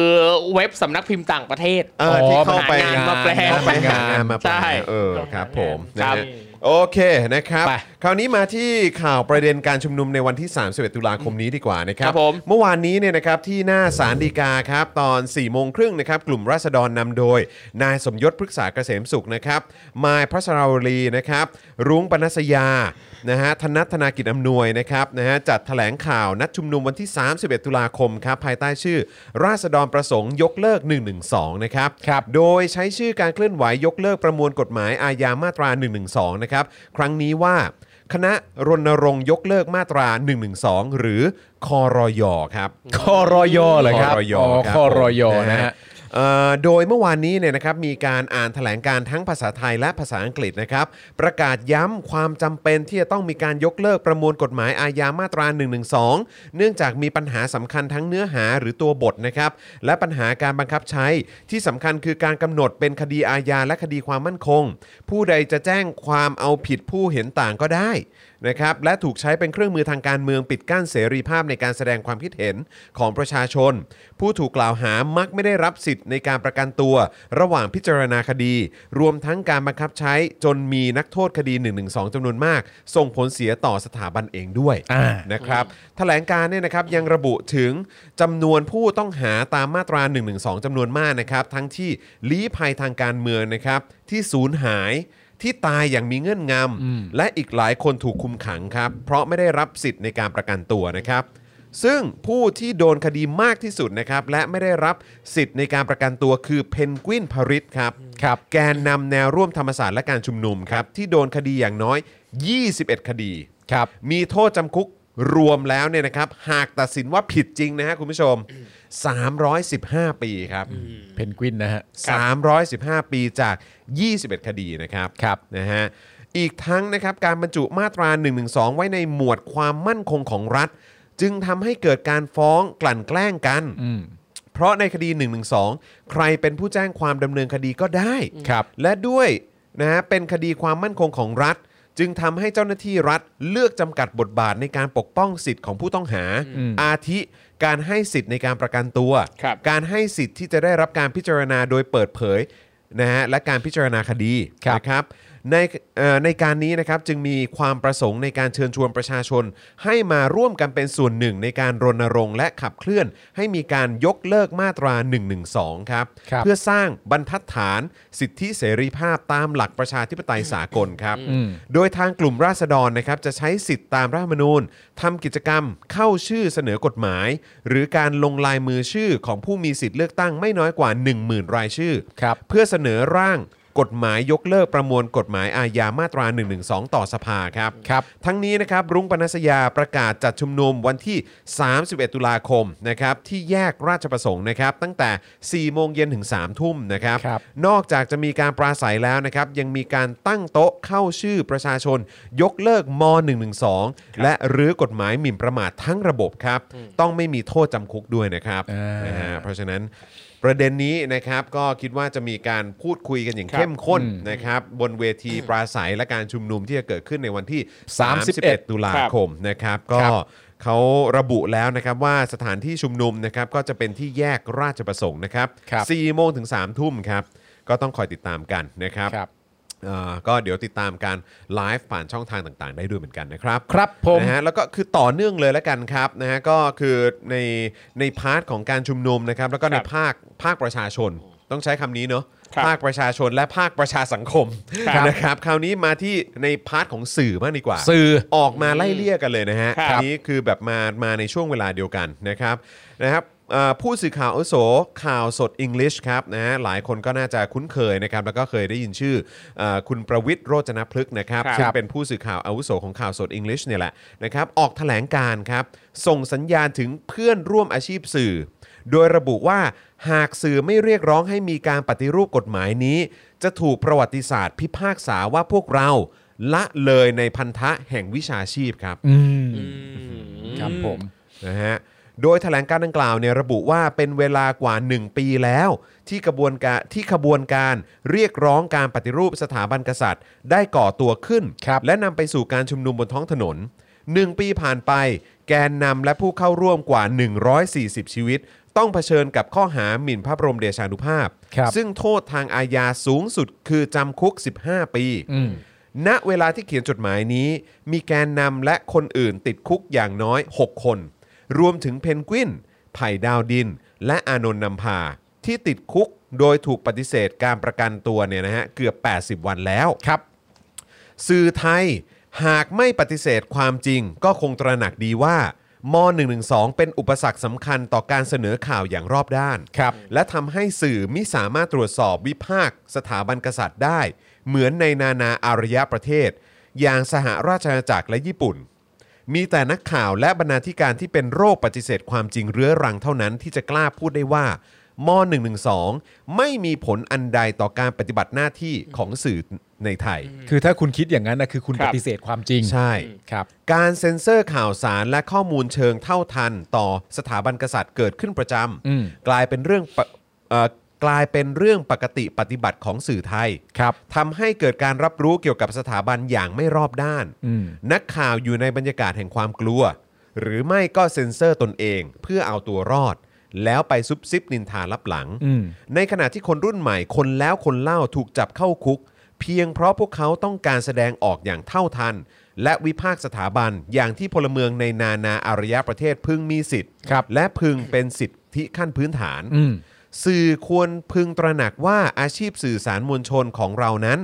เว็บสำนักพิมพ์ต่างประเทศ
เออที่เข้าไป
หางานมาแปล
เข้าไปหางานมา
ใช่
แปลเออครับผม
ครับ
นะฮะโอเคนะครับ
ไป
คราวนี้มาที่ข่าวประเด็นการชุมนุมในวันที่ 31 ตุลาคมนี้ดีกว่านะครั
ครับบผม
เมื่อวานนี้เนี่ยนะครับที่หน้าศาลฎีกาครับตอน4ี่โมงครึ่งนะครับกลุ่มราษฎรนำโดย นายสมยศพฤกษาเกษมสุขนะครับมายพระสราวรีนะครับรุ้งปนัสยานะฮะธนัทธนากิจอำนวยนะครับนะฮะจัดแถลงข่าวนัดชุมนุมวันที่ 31 ตุลาคมครับภายใต้ชื่อ ราษฎรประสงค์ยกเลิก 112 นะครับ
ครับ
โดยใช้ชื่อการเคลื่อนไหวยกเลิกประมวลกฎหมายอาญามาตรา 112 นะครับ ครั้งนี้ว่า คณะรณรงค์ยกเลิกมาตรา 112 หรือคอรอยอครับ
คอรอยอเหรอครับ
คอรอยอ
อ
ครับ
คอรอยอนะฮะ
เอ่อโดยเมื่อวานนี้เนี่ยนะครับมีการอ่านแถลงการทั้งภาษาไทยและภาษาอังกฤษนะครับ ประกาศย้ำความจำเป็นที่จะต้องมีการยกเลิกประมวลกฎหมายอาญามาตรา 112 เนื่องจากมีปัญหาสำคัญทั้งเนื้อหาหรือตัวบทนะครับ และปัญหาการบังคับใช้ที่สำคัญคือการกำหนดเป็นคดีอาญาและคดีความมั่นคง ผู้ใดจะแจ้งความเอาผิดผู้เห็นต่างก็ได้ นะครับและถูกใช้เป็นเครื่องมือทางการเมืองปิดกั้นเสรีภาพในการแสดงความคิดเห็นของประชาชน ผู้ถูกกล่าวหามักไม่ได้รับสิทธิ์ในการประกันตัว ระหว่างพิจารณาคดี รวมทั้งการบังคับใช้จนมีนักโทษคดี 112จำนวนมาก ส่งผลเสียต่อสถาบันเองด้วย
อ่า
นะครับแถลงการเนี่ยนะครับยังระบุถึงจำนวนผู้ต้องหาตามมาตรา 112จำนวนมากนะครับ ทั้งที่ลี้ภัยทางการเมืองนะครับ ที่สูญหายที่ตายอย่างมีเงื่อนงำและอีกหลายคนถูกคุมขังครับ เพราะไม่ได้รับสิทธิ์ในการประกันตัวนะครับ ซึ่งผู้ที่โดนคดีมากที่สุดนะครับ และไม่ได้รับสิทธิ์ในการประกันตัวคือเพนกวินพริตครับ แกนนำแนวร่วมธรรมศาสตร์และการชุมนุมครับ ที่โดนคดีอย่างน้อย 21 คดี
ครับ
มีโทษจำคุกรวมแล้วเนี่ยนะครับ หากตัดสินว่าผิดจริงนะฮะคุณผู้ชม 315 ปีครับ
เพนกวินนะฮะ
315 ปีจาก 21 คดีนะครับ
ครับ
นะฮะอีกทั้งนะครับการบรรจุมาตรา 112 ไว้ในหมวดความมั่นคงของรัฐ จึงทำให้เกิดการฟ้องกลั่นแกล้งกัน
อืม
เพราะในคดี 112 ใครเป็นผู้แจ้งความดำเนินคดีก็ได้
ครับ
และด้วยนะฮะเป็นคดีความมั่นคงของรัฐ จึงทำให้เจ้าหน้าที่รัฐเลือกจำกัดบทบาทในการปกป้องสิทธิ์ของผู้ต้องหา อาทิการให้สิทธิ์ในการประกันตัว
ครับ
การให้สิทธิ์ที่จะได้รับการพิจารณาโดยเปิดเผยนะฮะและการพิจารณาคดี
ครับ
นะครับในเอ่อในการนี้นะครับจึงมีความประสงค์ในการเชิญชวนประชาชน ให้มาร่วมกันเป็นส่วนหนึ่งในการรณรงค์และขับเคลื่อน ให้มีการยกเลิกมาตรา 112 ครับ
ครับ
เพื่อสร้างบรรทัดฐานสิทธิเสรีภาพตามหลักประชาธิปไตยสากลครับ โดยทางกลุ่มราษฎรนะครับจะใช้สิทธิ์ตามรัฐธรรมนูญทำกิจกรรมเข้าชื่อเสนอกฎหมาย หรือการลงลายมือชื่อของผู้มีสิทธิ์เลือกตั้งไม่น้อยกว่า 10,000 รายชื่อ
ครับ
เพื่อเสนอร่างกฎหมายยกเลิกประมวลกฎหมายอาญามาตรา 112 ต่อสภาครับ
ครับ
ทั้งนี้นะครับรุ้งปนัสยาประกาศจัดชุมนุมวันที่ 31 ตุลาคมนะครับที่แยกราชประสงค์นะครับตั้งแต่ 4 โมงเย็นถึง 3 ทุ่มนะครับ
ครับ
นอกจากจะมีการปราศัยแล้วนะครับ ยังมีการตั้งโต๊ะเข้าชื่อประชาชน ยกเลิกม .112 และรื้อกฎหมายหมิ่นประมาททั้งระบบครับ ต้องไม่มีโทษจำคุกด้วยนะครับนะฮะเพราะฉะนั้นประเด็นนี้นะครับก็คิดว่าจะมีการพูดคุยกันอย่างเข้มข้นนะครับ บนเวทีปราศัยและการชุมนุมที่จะเกิดขึ้นในวันที่ 31 ตุลาคมนะครับ ก็เขาระบุแล้วนะครับว่าสถานที่ชุมนุมนะครับก็จะเป็นที่แยกราชประสงค์นะครับ
ครับ
4โมงถึง3ทุ่มครับ ก็ต้องคอยติดตามกันนะครับ
ครับ
เอ่อก็เดี๋ยวติดตามการไลฟ์ผ่านช่องทางต่างๆ ได้ด้วยเหมือนกันนะครับ
ครับผม
นะฮะแล้วก็คือต่อเนื่องเลยแล้วกันครับนะฮะก็คือในในพาร์ทของการชุมนุมนะครับ แล้วก็ใน
ครับ
ภาคภาคประชาชน ต้องใช้คำนี้เนาะ
ครับ
ภาคประชาชนและภาคประชาสังคม
ครับ
นะครับ คราวนี้มาที่ในพาร์ทของสื่อมากดีกว่า
สื่อ
ออกมาไล่เลี่ยกันเลยนะฮะ
ครับ
อันนี้คือแบบมามาในช่วงเวลาเดียวกันนะครับนะครับเอ่อผู้สื่อข่าวอาวุโสข่าวสดอังกฤษครับนะฮะหลายคนก็น่าจะคุ้นเคยนะครับ แล้วก็เคยได้ยินชื่อเออคุณประวิทย์โรจนพฤกษ์นะครับ
ครับ
ซึ่งเป็นผู้สื่อข่าวอาวุโสของข่าวสดอังกฤษเนี่ยแหละนะครับออกแถลงการครับ ส่งสัญญาณถึงเพื่อนร่วมอาชีพสื่อ โดยระบุว่าหากสื่อไม่เรียกร้องให้มีการปฏิรูปกฎหมายนี้ จะถูกประวัติศาสตร์พิพากษาว่าพวกเรา ละเลยในพันธะแห่งวิชาชีพครับ
อืม
อืม
ครับผม
นะฮะโดยแถลงการดังกล่าวเนี่ยระบุว่าเป็นเวลากว่า 1 ปีแล้ว ที่กระบวนการที่ขบวนการเรียกร้องการปฏิรูปสถาบันกษัตริย์ ได้ก่อตัวขึ้น
ครับ
และนำไปสู่การชุมนุมบนท้องถนน 1 ปีผ่านไป แกนนำและผู้เข้าร่วมกว่า 140 ชีวิต ต้องเผชิญกับข้อหาหมิ่นพระบรมเดชานุภาพ
ครับ
ซึ่งโทษทางอาญาสูงสุดคือจำคุก 15 ปี
อืม
ณเวลาที่เขียนจดหมายนี้ มีแกนนำและคนอื่นติดคุกอย่างน้อย 6 คน รวมถึงเพนกวินไผ่ดาวดิน และอานนท์นำพา ที่ติดคุกโดยถูกปฏิเสธการประกันตัวเนี่ยนะฮะเกือบ 80 วันแล้วครับ สื่อไทยหากไม่ปฏิเสธความจริง ก็คงตระหนักดีว่าม112 เป็นอุปสรรคสำคัญต่อการเสนอข่าวอย่างรอบด้าน
ครับ
และทำให้สื่อไม่สามารถตรวจสอบวิพากษ์สถาบันกษัตริย์ได้ เหมือนในนานาอารยประเทศ อย่างสหราชอาณาจักรและญี่ปุ่น มีแต่นักข่าวและบรรณาธิการที่เป็นโรคปฏิเสธความจริงเรื้อรังเท่านั้นที่จะกล้าพูดได้ว่าม112 ไม่มีผลอันใดต่อการปฏิบัติหน้าที่ของสื่อในไทย
คือถ้าคุณคิดอย่างนั้นนะคือคุณ
ครั
ป
บ
ฏิเสธความจริง
ใช่
ครับ
การเซ็นเซอร์ข่าวสารและข้อมูลเชิงเท่าทัน ต่อสถาบันกษัตริย์เกิดขึ้นประจ
อืม
ำกลายเป็นเรื่องปะเอ่อกลายเป็นเรื่องปกติปฏิบัติของสื่อไทย
ครับ
ทำให้เกิดการรับรู้เกี่ยวกับสถาบันอย่างไม่รอบด้าน
อืม
นักข่าวอยู่ในบรรยากาศแห่งความกลัว หรือไม่ก็เซ็นเซอร์ตนเองเพื่อเอาตัวรอด แล้วไปซุบซิบนินทารับหลัง
อืม
ในขณะที่คนรุ่นใหม่คนแล้วคนเล่าถูกจับเข้าคุก เพียงเพราะพวกเขาต้องการแสดงออกอย่างเท่าทัน และวิพากษ์สถาบันอย่างที่พลเมืองในนานาอารยประเทศพึงมีสิทธิ์
ครับ
และพึงเป็นสิทธิขั้นพื้นฐาน
อืม
สื่อควรพึงตระหนักว่าอาชีพสื่อสารมวลชนของเรานั้น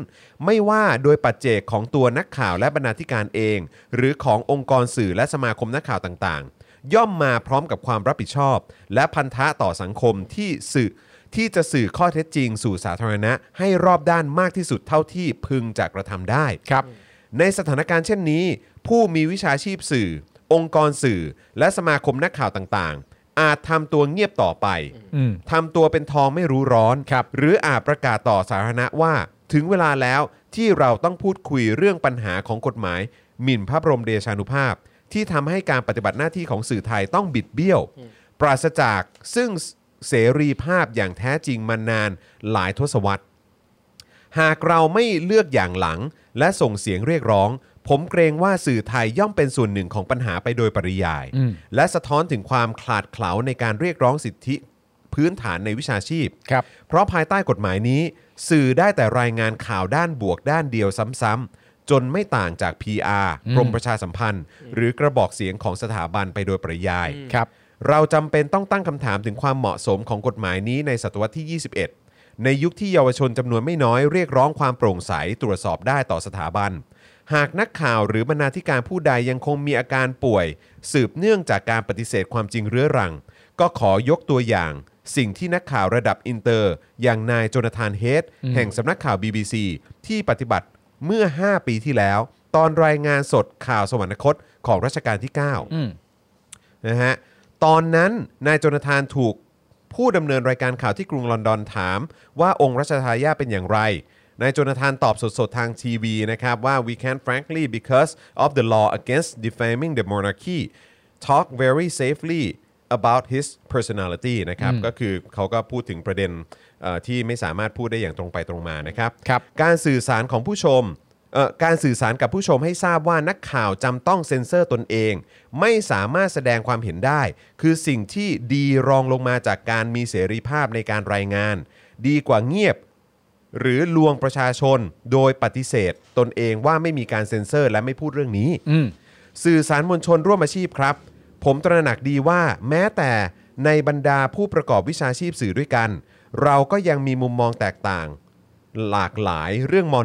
ไม่ว่าโดยปัจเจกของตัวนักข่าวและบรรณาธิการเอง หรือขององค์กรสื่อและสมาคมนักข่าวต่าง ย่อมมาพร้อมกับความรับผิดชอบ และพันธะต่อสังคมที่สื่อที่จะสื่อข้อเท็จจริงสู่สาธารณะ ให้รอบด้านมากที่สุดเท่าที่พึงจะกระทำได้ครับ ในสถานการณ์เช่นนี้ ผู้มีวิชาชีพสื่อ องค์กรสื่อ และสมาคมนักข่าวต่างๆ อาจทำตัวเงียบต่อไป
อืม
ทำตัวเป็นทองไม่รู้ร้อน หรืออาจประกาศต่อสาธารณะว่า ถึงเวลาแล้วที่เราต้องพูดคุยเรื่องปัญหาของกฎหมาย หมิ่นพระบรมเดชานุภาพ ที่ทำให้การปฏิบัติหน้าที่ของสื่อไทยต้องบิดเบี้ยว ปราศจากซึ่งเสรีภาพอย่างแท้จริงมานานหลายทศวรรษ หากเราไม่เลือกอย่างหลังและส่งเสียงเรียกร้อง ผมเกรงว่าสื่อไทยย่อมเป็นส่วนหนึ่งของปัญหาไปโดยปริยาย
อืม
และสะท้อนถึงความขลาดเขลาในการเรียกร้องสิทธิ พื้นฐานในวิชาชีพ
ครับ
เพราะภายใต้กฎหมายนี้ สื่อได้แต่รายงานข่าวด้านบวกด้านเดียวซ้ำๆ จนไม่ต่างจาก PR กรมประชาสัมพันธ์ หรือกระบอกเสียงของสถาบันไปโดยปริยาย
ครับ
เราจำเป็นต้องตั้งคำถามถึงความเหมาะสมของกฎหมายนี้ในศตวรรษที่ 21 ในยุคที่เยาวชนจำนวนไม่น้อยเรียกร้องความโปร่งใสตรวจสอบได้ต่อสถาบัน หากนักข่าวหรือบรรณาธิการผู้ใดยังคงมีอาการป่วย สืบเนื่องจากการปฏิเสธความจริงเรื้อรัง ก็ขอยกตัวอย่าง สิ่งที่นักข่าวระดับอินเตอร์ อย่างนายโจนาธานเฮดแห่งสำนักข่าว BBC ที่ปฏิบัติเมื่อ 5 ปีที่แล้ว ตอนรายงานสดข่าวสวรรคตของรัชกาลที่ 9
อืม
นะฮะตอนนั้นนายโจนาธานถูกผู้ดำเนินรายการข่าวที่กรุงลอนดอนถาม ว่าองค์รัชทายาทเป็นอย่างไร นายโจนาธานตอบสดๆ ทางทีวีนะครับว่า we can frankly because of the law against defaming the monarchy talk very safely about his personality นะครับก็คือเขาก็พูดถึงประเด็นเอ่อที่ไม่สามารถพูดได้อย่างตรงไปตรงมานะครับ
ครับ
การสื่อสารของผู้ชมเอ่อการสื่อสารกับผู้ชมให้ทราบว่านักข่าวจำต้องเซ็นเซอร์ตนเอง ไม่สามารถแสดงความเห็นได้ คือสิ่งที่ดีรองลงมาจากการมีเสรีภาพในการรายงาน ดีกว่าเงียบ หรือลวงประชาชนโดยปฏิเสธ ตนเองว่าไม่มีการเซ็นเซอร์และไม่พูดเรื่องนี้
อืม
สื่อสารมวลชนร่วมอาชีพครับ ผมตระหนักดีว่าแม้แต่ในบรรดาผู้ประกอบวิชาชีพสื่อด้วยกัน เราก็ยังมีมุมมองแตกต่าง หลากหลายเรื่องม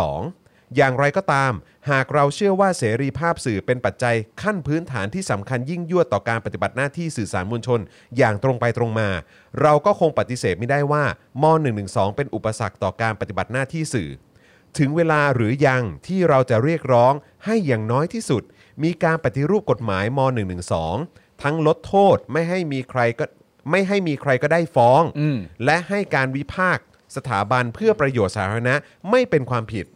.112 อย่างไรก็ตาม หากเราเชื่อว่าเสรีภาพสื่อเป็นปัจจัยขั้นพื้นฐานที่สำคัญยิ่งยวดต่อการปฏิบัติหน้าที่สื่อสารมวลชน อย่างตรงไปตรงมา เราก็คงปฏิเสธไม่ได้ว่าม .112 เป็นอุปสรรคต่อการปฏิบัติหน้าที่สื่อ ถึงเวลาหรือยังที่เราจะเรียกร้องให้อย่างน้อยที่สุด มีการปฏิรูปกฎหมายม .112 ทั้งลดโทษไม่ให้มีใครก็ไม่ให้มีใครก็ได้ฟ้อง
อืม
และให้การวิพากษ์สถาบันเพื่อประโยชน์สาธารณะไม่เป็นความผิด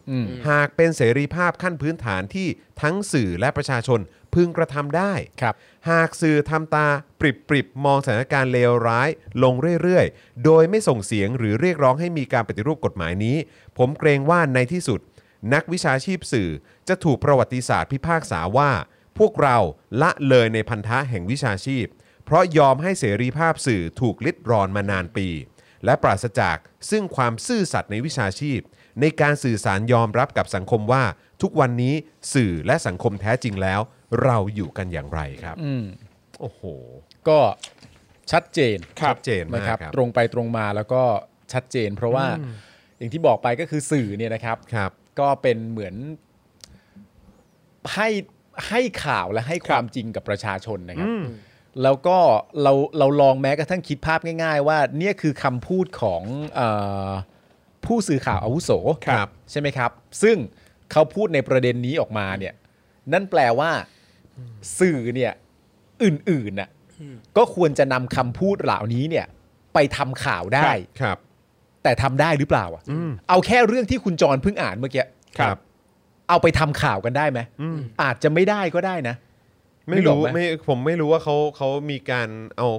หากเป็นเสรีภาพขั้นพื้นฐานที่ทั้งสื่อและประชาชนพึงกระทำได้
ครับ
หากสื่อทำตาปริบปริบๆมองสถานการณ์เลวร้าย ลงเรื่อย ๆ โดยไม่ส่งเสียงหรือเรียกร้องให้มีการปฏิรูปกฎหมายนี้ ผมเกรงว่าในที่สุด นักวิชาชีพสื่อจะถูกประวัติศาสตร์พิพากษาว่า พวกเราละเลยในพันธะแห่งวิชาชีพ เพราะยอมให้เสรีภาพสื่อถูกลิดรอนมานานปี และปราศจากซึ่งความซื่อสัตย์ในวิชาชีพ ในการสื่อสารยอมรับกับสังคมว่า ทุกวันนี้สื่อและสังคมแท้จริงแล้ว เราอยู่กันอย่างไรครับ
อืม
โอ้โห
ก็ชัดเจน
ครับชัดเจนมาก
นะครับ
ครับ
ตรงไปตรงมาแล้วก็ชัดเจน เพราะว่าอย่างที่บอกไปก็คือสื่อเนี่ยนะครับ
ครับ
ก็เป็นเหมือนให้ให้ข่าวและให้ความจริงกับประชาชนนะครับ แล้วก็เราเราลองแม้กระทั่งคิดภาพง่าย ๆ ว่าเนี่ยคือคำพูดของเออผู้สื่อข่าวอาวุโส
ครับ
ใช่ไหมครับ ซึ่งเขาพูดในประเด็นนี้ออกมาเนี่ย นั่นแปลว่าสื่อเนี่ยอื่นๆน่ะก็ควรจะนำคำพูดเหล่านี้เนี่ย ไปทำข่าวได้
ครับ
แต่ทำได้หรือเปล่าอ่ะเอาแค่เรื่องที่คุณจรเพิ่งอ่านเมื่อกี้
ครับ
เอาไปทำข่าวกันได้ไหมอาจจะไม่ได้ก็ได้นะ
ไม่รู้
ไม่
ไม่ผมไม่รู้ว่าเขาเขามีการเอา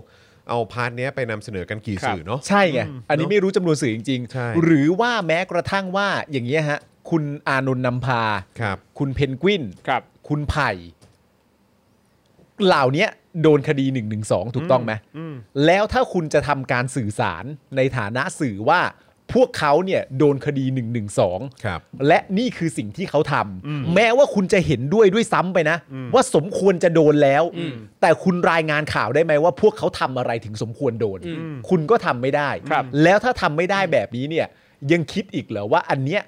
เอาพาร์ทเนี้ยไปนำเสนอกันกี่
ครับ
สื่อเนาะ
ใช่ไงอันนี้ไม่รู้จำนวนสื่อจริง
ใช่
หรือว่าแม้กระทั่งว่าอย่างเงี้ยฮะ คุณอานนท์นำพา
ครับ
คุณเพนกวิน
ครับ
คุณไผ่ เหล่าเนี้ยโดนคดี1นึถูกต้องไหมแล้วถ้าคุณจะทำการสื่อสารในฐานะสื่อว่าพวกเขาเนี่ยโดนคดี1นึ
ครับ
และนี่คือสิ่งที่เขาทำแม้ว่าคุณจะเห็นด้วยด้วยซ้ำไปนะ ว่าสมควรจะโดนแล้ว แต่คุณรายงานข่าวได้ไหมว่า พวกเขาทำอะไรถึงสมควรโดน คุณก็ทำไม่ได้
ครับ
แล้วถ้าทำไม่ได้แบบนี้เนี่ย ยังคิดอีกเหรอว่าอันเนี้ย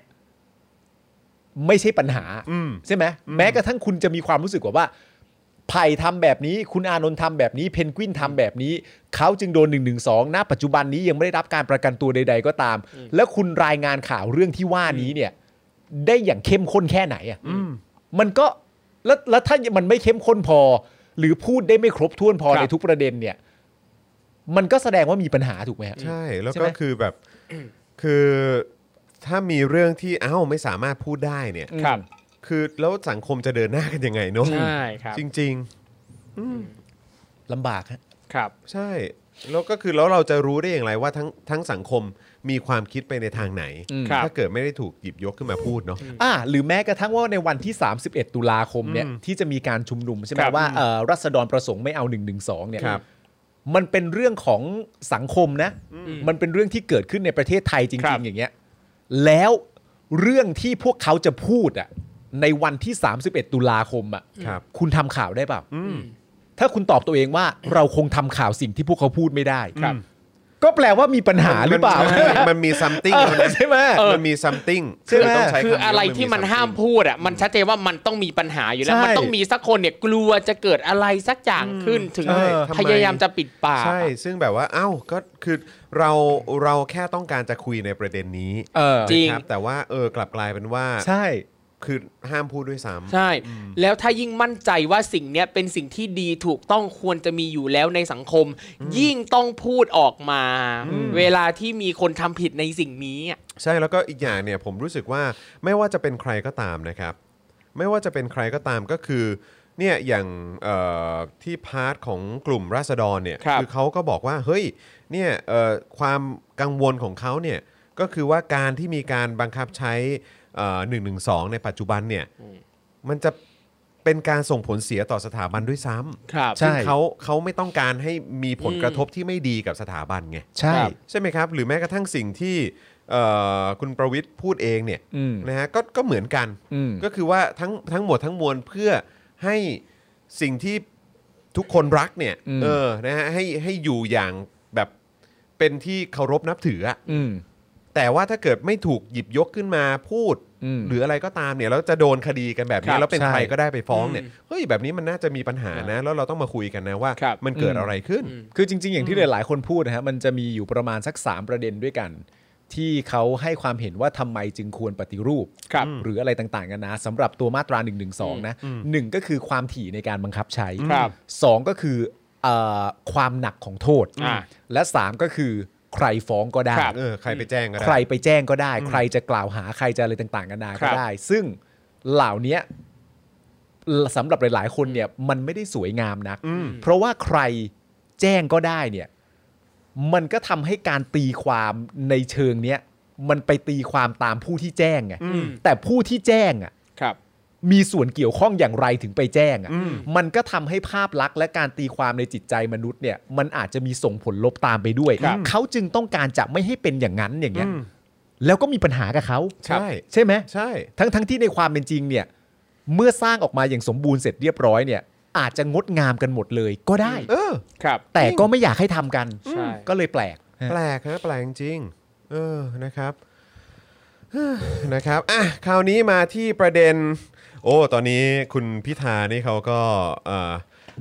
ไม่ใช่ปัญหา
อืม
ใช่ไหมแม้กระทั่งคุณจะมีความรู้สึกว่าว่า ไผ่ทำแบบนี้ คุณอานนท์ทำแบบนี้ เพนกวินทำแบบนี้ เขาจึงโดน1นึณปัจจุบันนี้ยังไม่ได้รับการประกันตัวใด ๆ ก็ตาม แล้วคุณรายงานข่าวเรื่องที่ว่านี้เนี่ย ได้อย่างเข้มข้นแค่ไหนอ่ะมันก็แล้วแล้วถ้ามันไม่เข้มข้นพอ หรือพูดได้ไม่ครบถ้วนพอ
ครับ
ในทุกประเด็นเนี่ย มันก็แสดงว่ามีปัญหาถูกไหมฮะ
ใช่แล้ว
ใช่
ก็
ไหม
คือแบบ คือถ้ามีเรื่องที่อ้าวไม่สามารถพูดได้เนี่ย
ครับ
คือแล้วสังคมจะเดินหน้ากันยังไงเนาะ
ใช่ครับ
จริง
ลำบากฮะ
ครับ
ๆ ใช่ แล้วก็คือแล้วเราจะรู้ได้อย่างไรว่าทั้งทั้งสังคมมีความคิดไปในทางไหน
ครับ
ถ้าเกิดไม่ได้ถูกหยิบยกขึ้นมาพูดเนาะ
อ่าหรือแม้กระทั่งว่าในวันที่ 31 ตุลาคมเนี่ย
อืม
ที่จะมีการชุมนุมใช่ไหม
ครับ
ว่าเอ่อรัษฎรประสงค์ไม่เอา1นึเนี่ย
ครับ
มันเป็นเรื่องของสังคมนะ มันเป็นเรื่องที่เกิดขึ้นในประเทศไทยจ
ครั
ริ
บ
ง ๆ อย่างเงี้ยแล้วเรื่องที่พวกเขาจะพูดอ่ะในวันที่ 31 ตุลาคมอ่ะ
ครับ
คุณทำข่าวได้เปล่าถ้าคุณตอบตัวเองว่าเราคงทำข่าวสิ่งที่พวกเขาพูดไม่ได้ก็แปลว่ามีปัญหาหรือเปล่า
มันมันมันมี something
เอ อใช่ไหม
เออ
มันมี something
ใช่ไหม
เราต้องใช้ำ
คื
นี้
อ
ว่า
อะไรที่มันห้ามพูดอ่ะมันชัดเจนว่ามันต้องมีปัญหาอยู่แล้ว
ใช่
มันต้องมีสักคนเนี่ยกลัวจะเกิดอะไรสักอย่างขึ้นถึง
ใช่
ทำไ
พยายามจะปิดปาก
ใช่ ซึ่งแบบว่า เอ้า ก็คือเราเราแค่ต้องการจะคุยในประเด็นนี้
เออ
จริง
นะคบแต่ว่าเออกลับกลายเป็นว่า
ใช่
คือห้ามพูดด้วยซ้ำ
ใช่ แล้วถ้ายิ่งมั่นใจว่าสิ่งเนี้ยเป็นสิ่งที่ดีถูกต้องควรจะมีอยู่แล้วในสังคม ยิ่งต้องพูดออกมา เวลาที่มีคนทำผิดในสิ่งนี้อะ
ใช่แล้วก็อีกอย่างเนี่ยผมรู้สึกว่าไม่ว่าจะเป็นใครก็ตามนะครับ ไม่ว่าจะเป็นใครก็ตามก็คือเนี่ยอย่างเอ่อที่พาร์ทของกลุ่มราษฎรเนี่ย
ครับ
อเขาก็บอกว่าเฮ้ยเนี่ยเอ่อความกังวลของเขาเนี่ยก็คือว่าการที่มีการบังคับใช้หนึ่งหนึ่งสองในปัจจุบันเนี่ยมันจะเป็นการส่งผลเสียต่อสถาบันด้วยซ้
ครับ
ำ
ใช่
ซึ่งเขาเขาไม่ต้องการให้มีผลกระทบที่ไม่ดีกับสถาบันไง
ใช่
ครับ
ใช่ไหมครับ หรือแม้กระทั่งสิ่งที่เอ่อคุณประวิทย์พูดเองเนี่ย
อืม
นะฮะก็ก็เหมือนกัน
อืม
ก็คือว่าทั้งทั้งหมดทั้งมวลเพื่อให้สิ่งที่ทุกคนรักเนี่ยเออนะฮะให้ให้อยู่อย่างแบบเป็นที่เคารพนับถืออะ
อืม
แต่ว่าถ้าเกิดไม่ถูกหยิบยกขึ้นมาพูด
อืม
หรืออะไรก็ตามเนี่ยแล้วจะโดนคดีกันแบบ
ครั
นี้
บ
แล้วเป็น
ใช่
ใครก็ได้ไปฟ้องเนี่ยเฮ้ยแบบนี้มันน่าจะมีปัญหานะ แล้วเราต้องมาคุยกันนะว่า
ครับ
มันเกิดอะไรขึ้น
คือจริง ๆ อย่างที่หลาย ๆ คนพูดนะฮะมันจะมีอยู่ประมาณสัก 3 ประเด็นด้วยกัน ที่เขาให้ความเห็นว่าทำไมจึงควรปฏิรูป
ครับ
หรืออะไรต่างๆกันนะสำหรับตัวมาตรา1นึนะหนึ่งก็คือความถี่ในการบังคับใช้
ครับ
สองก็คือเอ่อความหนักของโทษ
อ่า
และสามก็คือใครฟ้องก็ได้
ครับ
เออใครไปแจ้งก็ได้
ใครไปแจ้งก็ได้ ใครจะกล่าวหาใครจะอะไรต่างๆกันานา
ครั
ก็
บ
ได้ ซึ่งเหล่าเนี้ยสำหรับหลาย ๆ คนเนี่ยมันไม่ได้สวยงามนัก เพราะว่าใครแจ้งก็ได้เนี่ย มันก็ทำให้การตีความในเชิงเนี้ยมันไปตีความตามผู้ที่แจ้งไง
อืม
แต่ผู้ที่แจ้งอ่ะ
ครับ
มีส่วนเกี่ยวข้องอย่างไรถึงไปแจ้ง
อืม
อะ่ะ มันก็ทำให้ภาพลักษณ์และการตีความในจิตใจมนุษย์เนี่ย มันอาจจะมีส่งผลลบตามไปด้วย
ครับ
เขาจึงต้องการจะไม่ให้เป็นอย่างนั้นอย่างเงี้ย แล้วก็มีปัญหากับเขา
ใช่
ใช่ไหม
ใช่
ทั้งทั้งที่ในความเป็นจริงเนี่ย เมื่อสร้างออกมาอย่างสมบูรณ์เสร็จเรียบร้อยเนี่ย อาจจะงดงามกันหมดเลยก็ได้
เออ
ครับ
แต่ก็ไม่อยากให้ทำกัน
ใช่
ก็เลยแปลก
แปลกฮะแปลกจริงเออนะครับเฮ้อนะครับอ่ะคราวนี้มาที่ประเด็น โอ้ตอนนี้คุณพิธานี่เขาก็เออ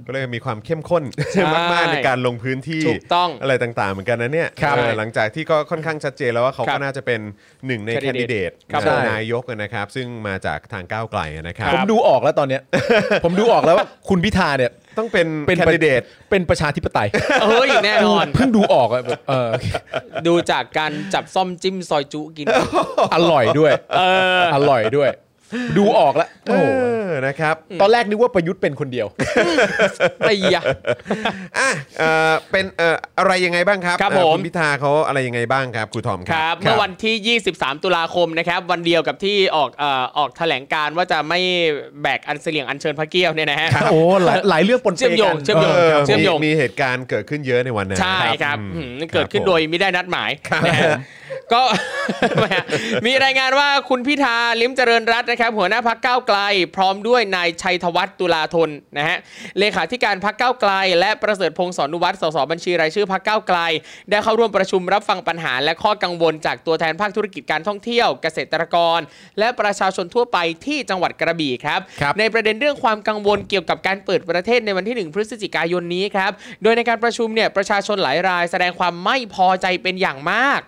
ก็เลยกมีความเข้มข้น
ใช่
มากๆในการลงพื้นที่
ถูกต้อง
อะไรต่างๆ เหมือนกันนะเนี่ย
ครับ
เออหลังจากที่ก็ค่อนข้างชัดเจนแล้วว่าเขา
ครั
ก็
บ
น่าจะเป็นหนึ่งในแคนดิเดต
candidate ครับ
ของ
ผม
นายกนะครับ ซึ่งมาจากทางก้าวไกลนะครับ
ผมดูออกแล้วตอนเนี้ย ผมดูออกแล้วว่าคุณพิธาเนี่ย
ต้องเป็น
เป็น
แคนดิเดต
เป็นประชาธิปไตย
เอ้ยแน่นอน
เพิ่งดูออกอะแบบเออ
ดูจากการจับซ่อมจิ้มซอยจุกิน
อร่อยด้วยอร่อยด้วย ดูออกแล้ว
เออนะครับ
ตอนแรกนึกว่าประยุทธ์เป็นคนเดียว
ไอ้ยะ
อ่ะเอ่อเป็นเอ่ออะไรยังไงบ้างครับ
ครับ
เอ่อ
ผม
คุณพิธาเขาอะไรยังไงบ้างครับครูทอมค
ค
รั
รับเมื่อวันที่ 23 ตุลาคมนะครับวันเดียวกับที่ออกเอ่อออกแถลงการว่าจะไม่แบกอันเสลียงอันเชิญพระเกี้ยวเนี่ยนะฮะ
โอ้หลายหลายเรื่องปนป
เชื่อมโยง
กัน
เชื่อมโยง
เออ
เชื่อม
มี
โยง
มีเหตุการณ์เกิดขึ้นเยอะในวันนั้น
ใช่ครับ
อืม
อืมเกิดขึ้น
ผม
โดยไม่ได้นัดหมายนะฮะ ก็ แหมมีรายงานว่าคุณพิธาลิ้มเจริญรัตน์นะครับ หัวหน้าพักก้าวไกล พร้อมด้วยนายชัยธวัฒน์ตุลาธนนะฮะเลขาธิการพักก้าวไกล และประเสริฐพงศ์สอนุวัฒน์สสบัญชีรายชื่อพักก้าวไกล ได้เข้าร่วมประชุมรับฟังปัญหา และข้อกังวลจากตัวแทนภาคธุรกิจการท่องเที่ยวเกษตรกร และประชาชนทั่วไปที่จังหวัดกระบี่ครับ
ครับ
ในประเด็นเรื่องความกังวลเกี่ยวกับการเปิดประเทศในวันที่ 1 พฤศจิกายนนี้ครับ โดยในการประชุมเนี่ยประชาชนหลายรายแสดงความไม่พอใจเป็นอย่างมาก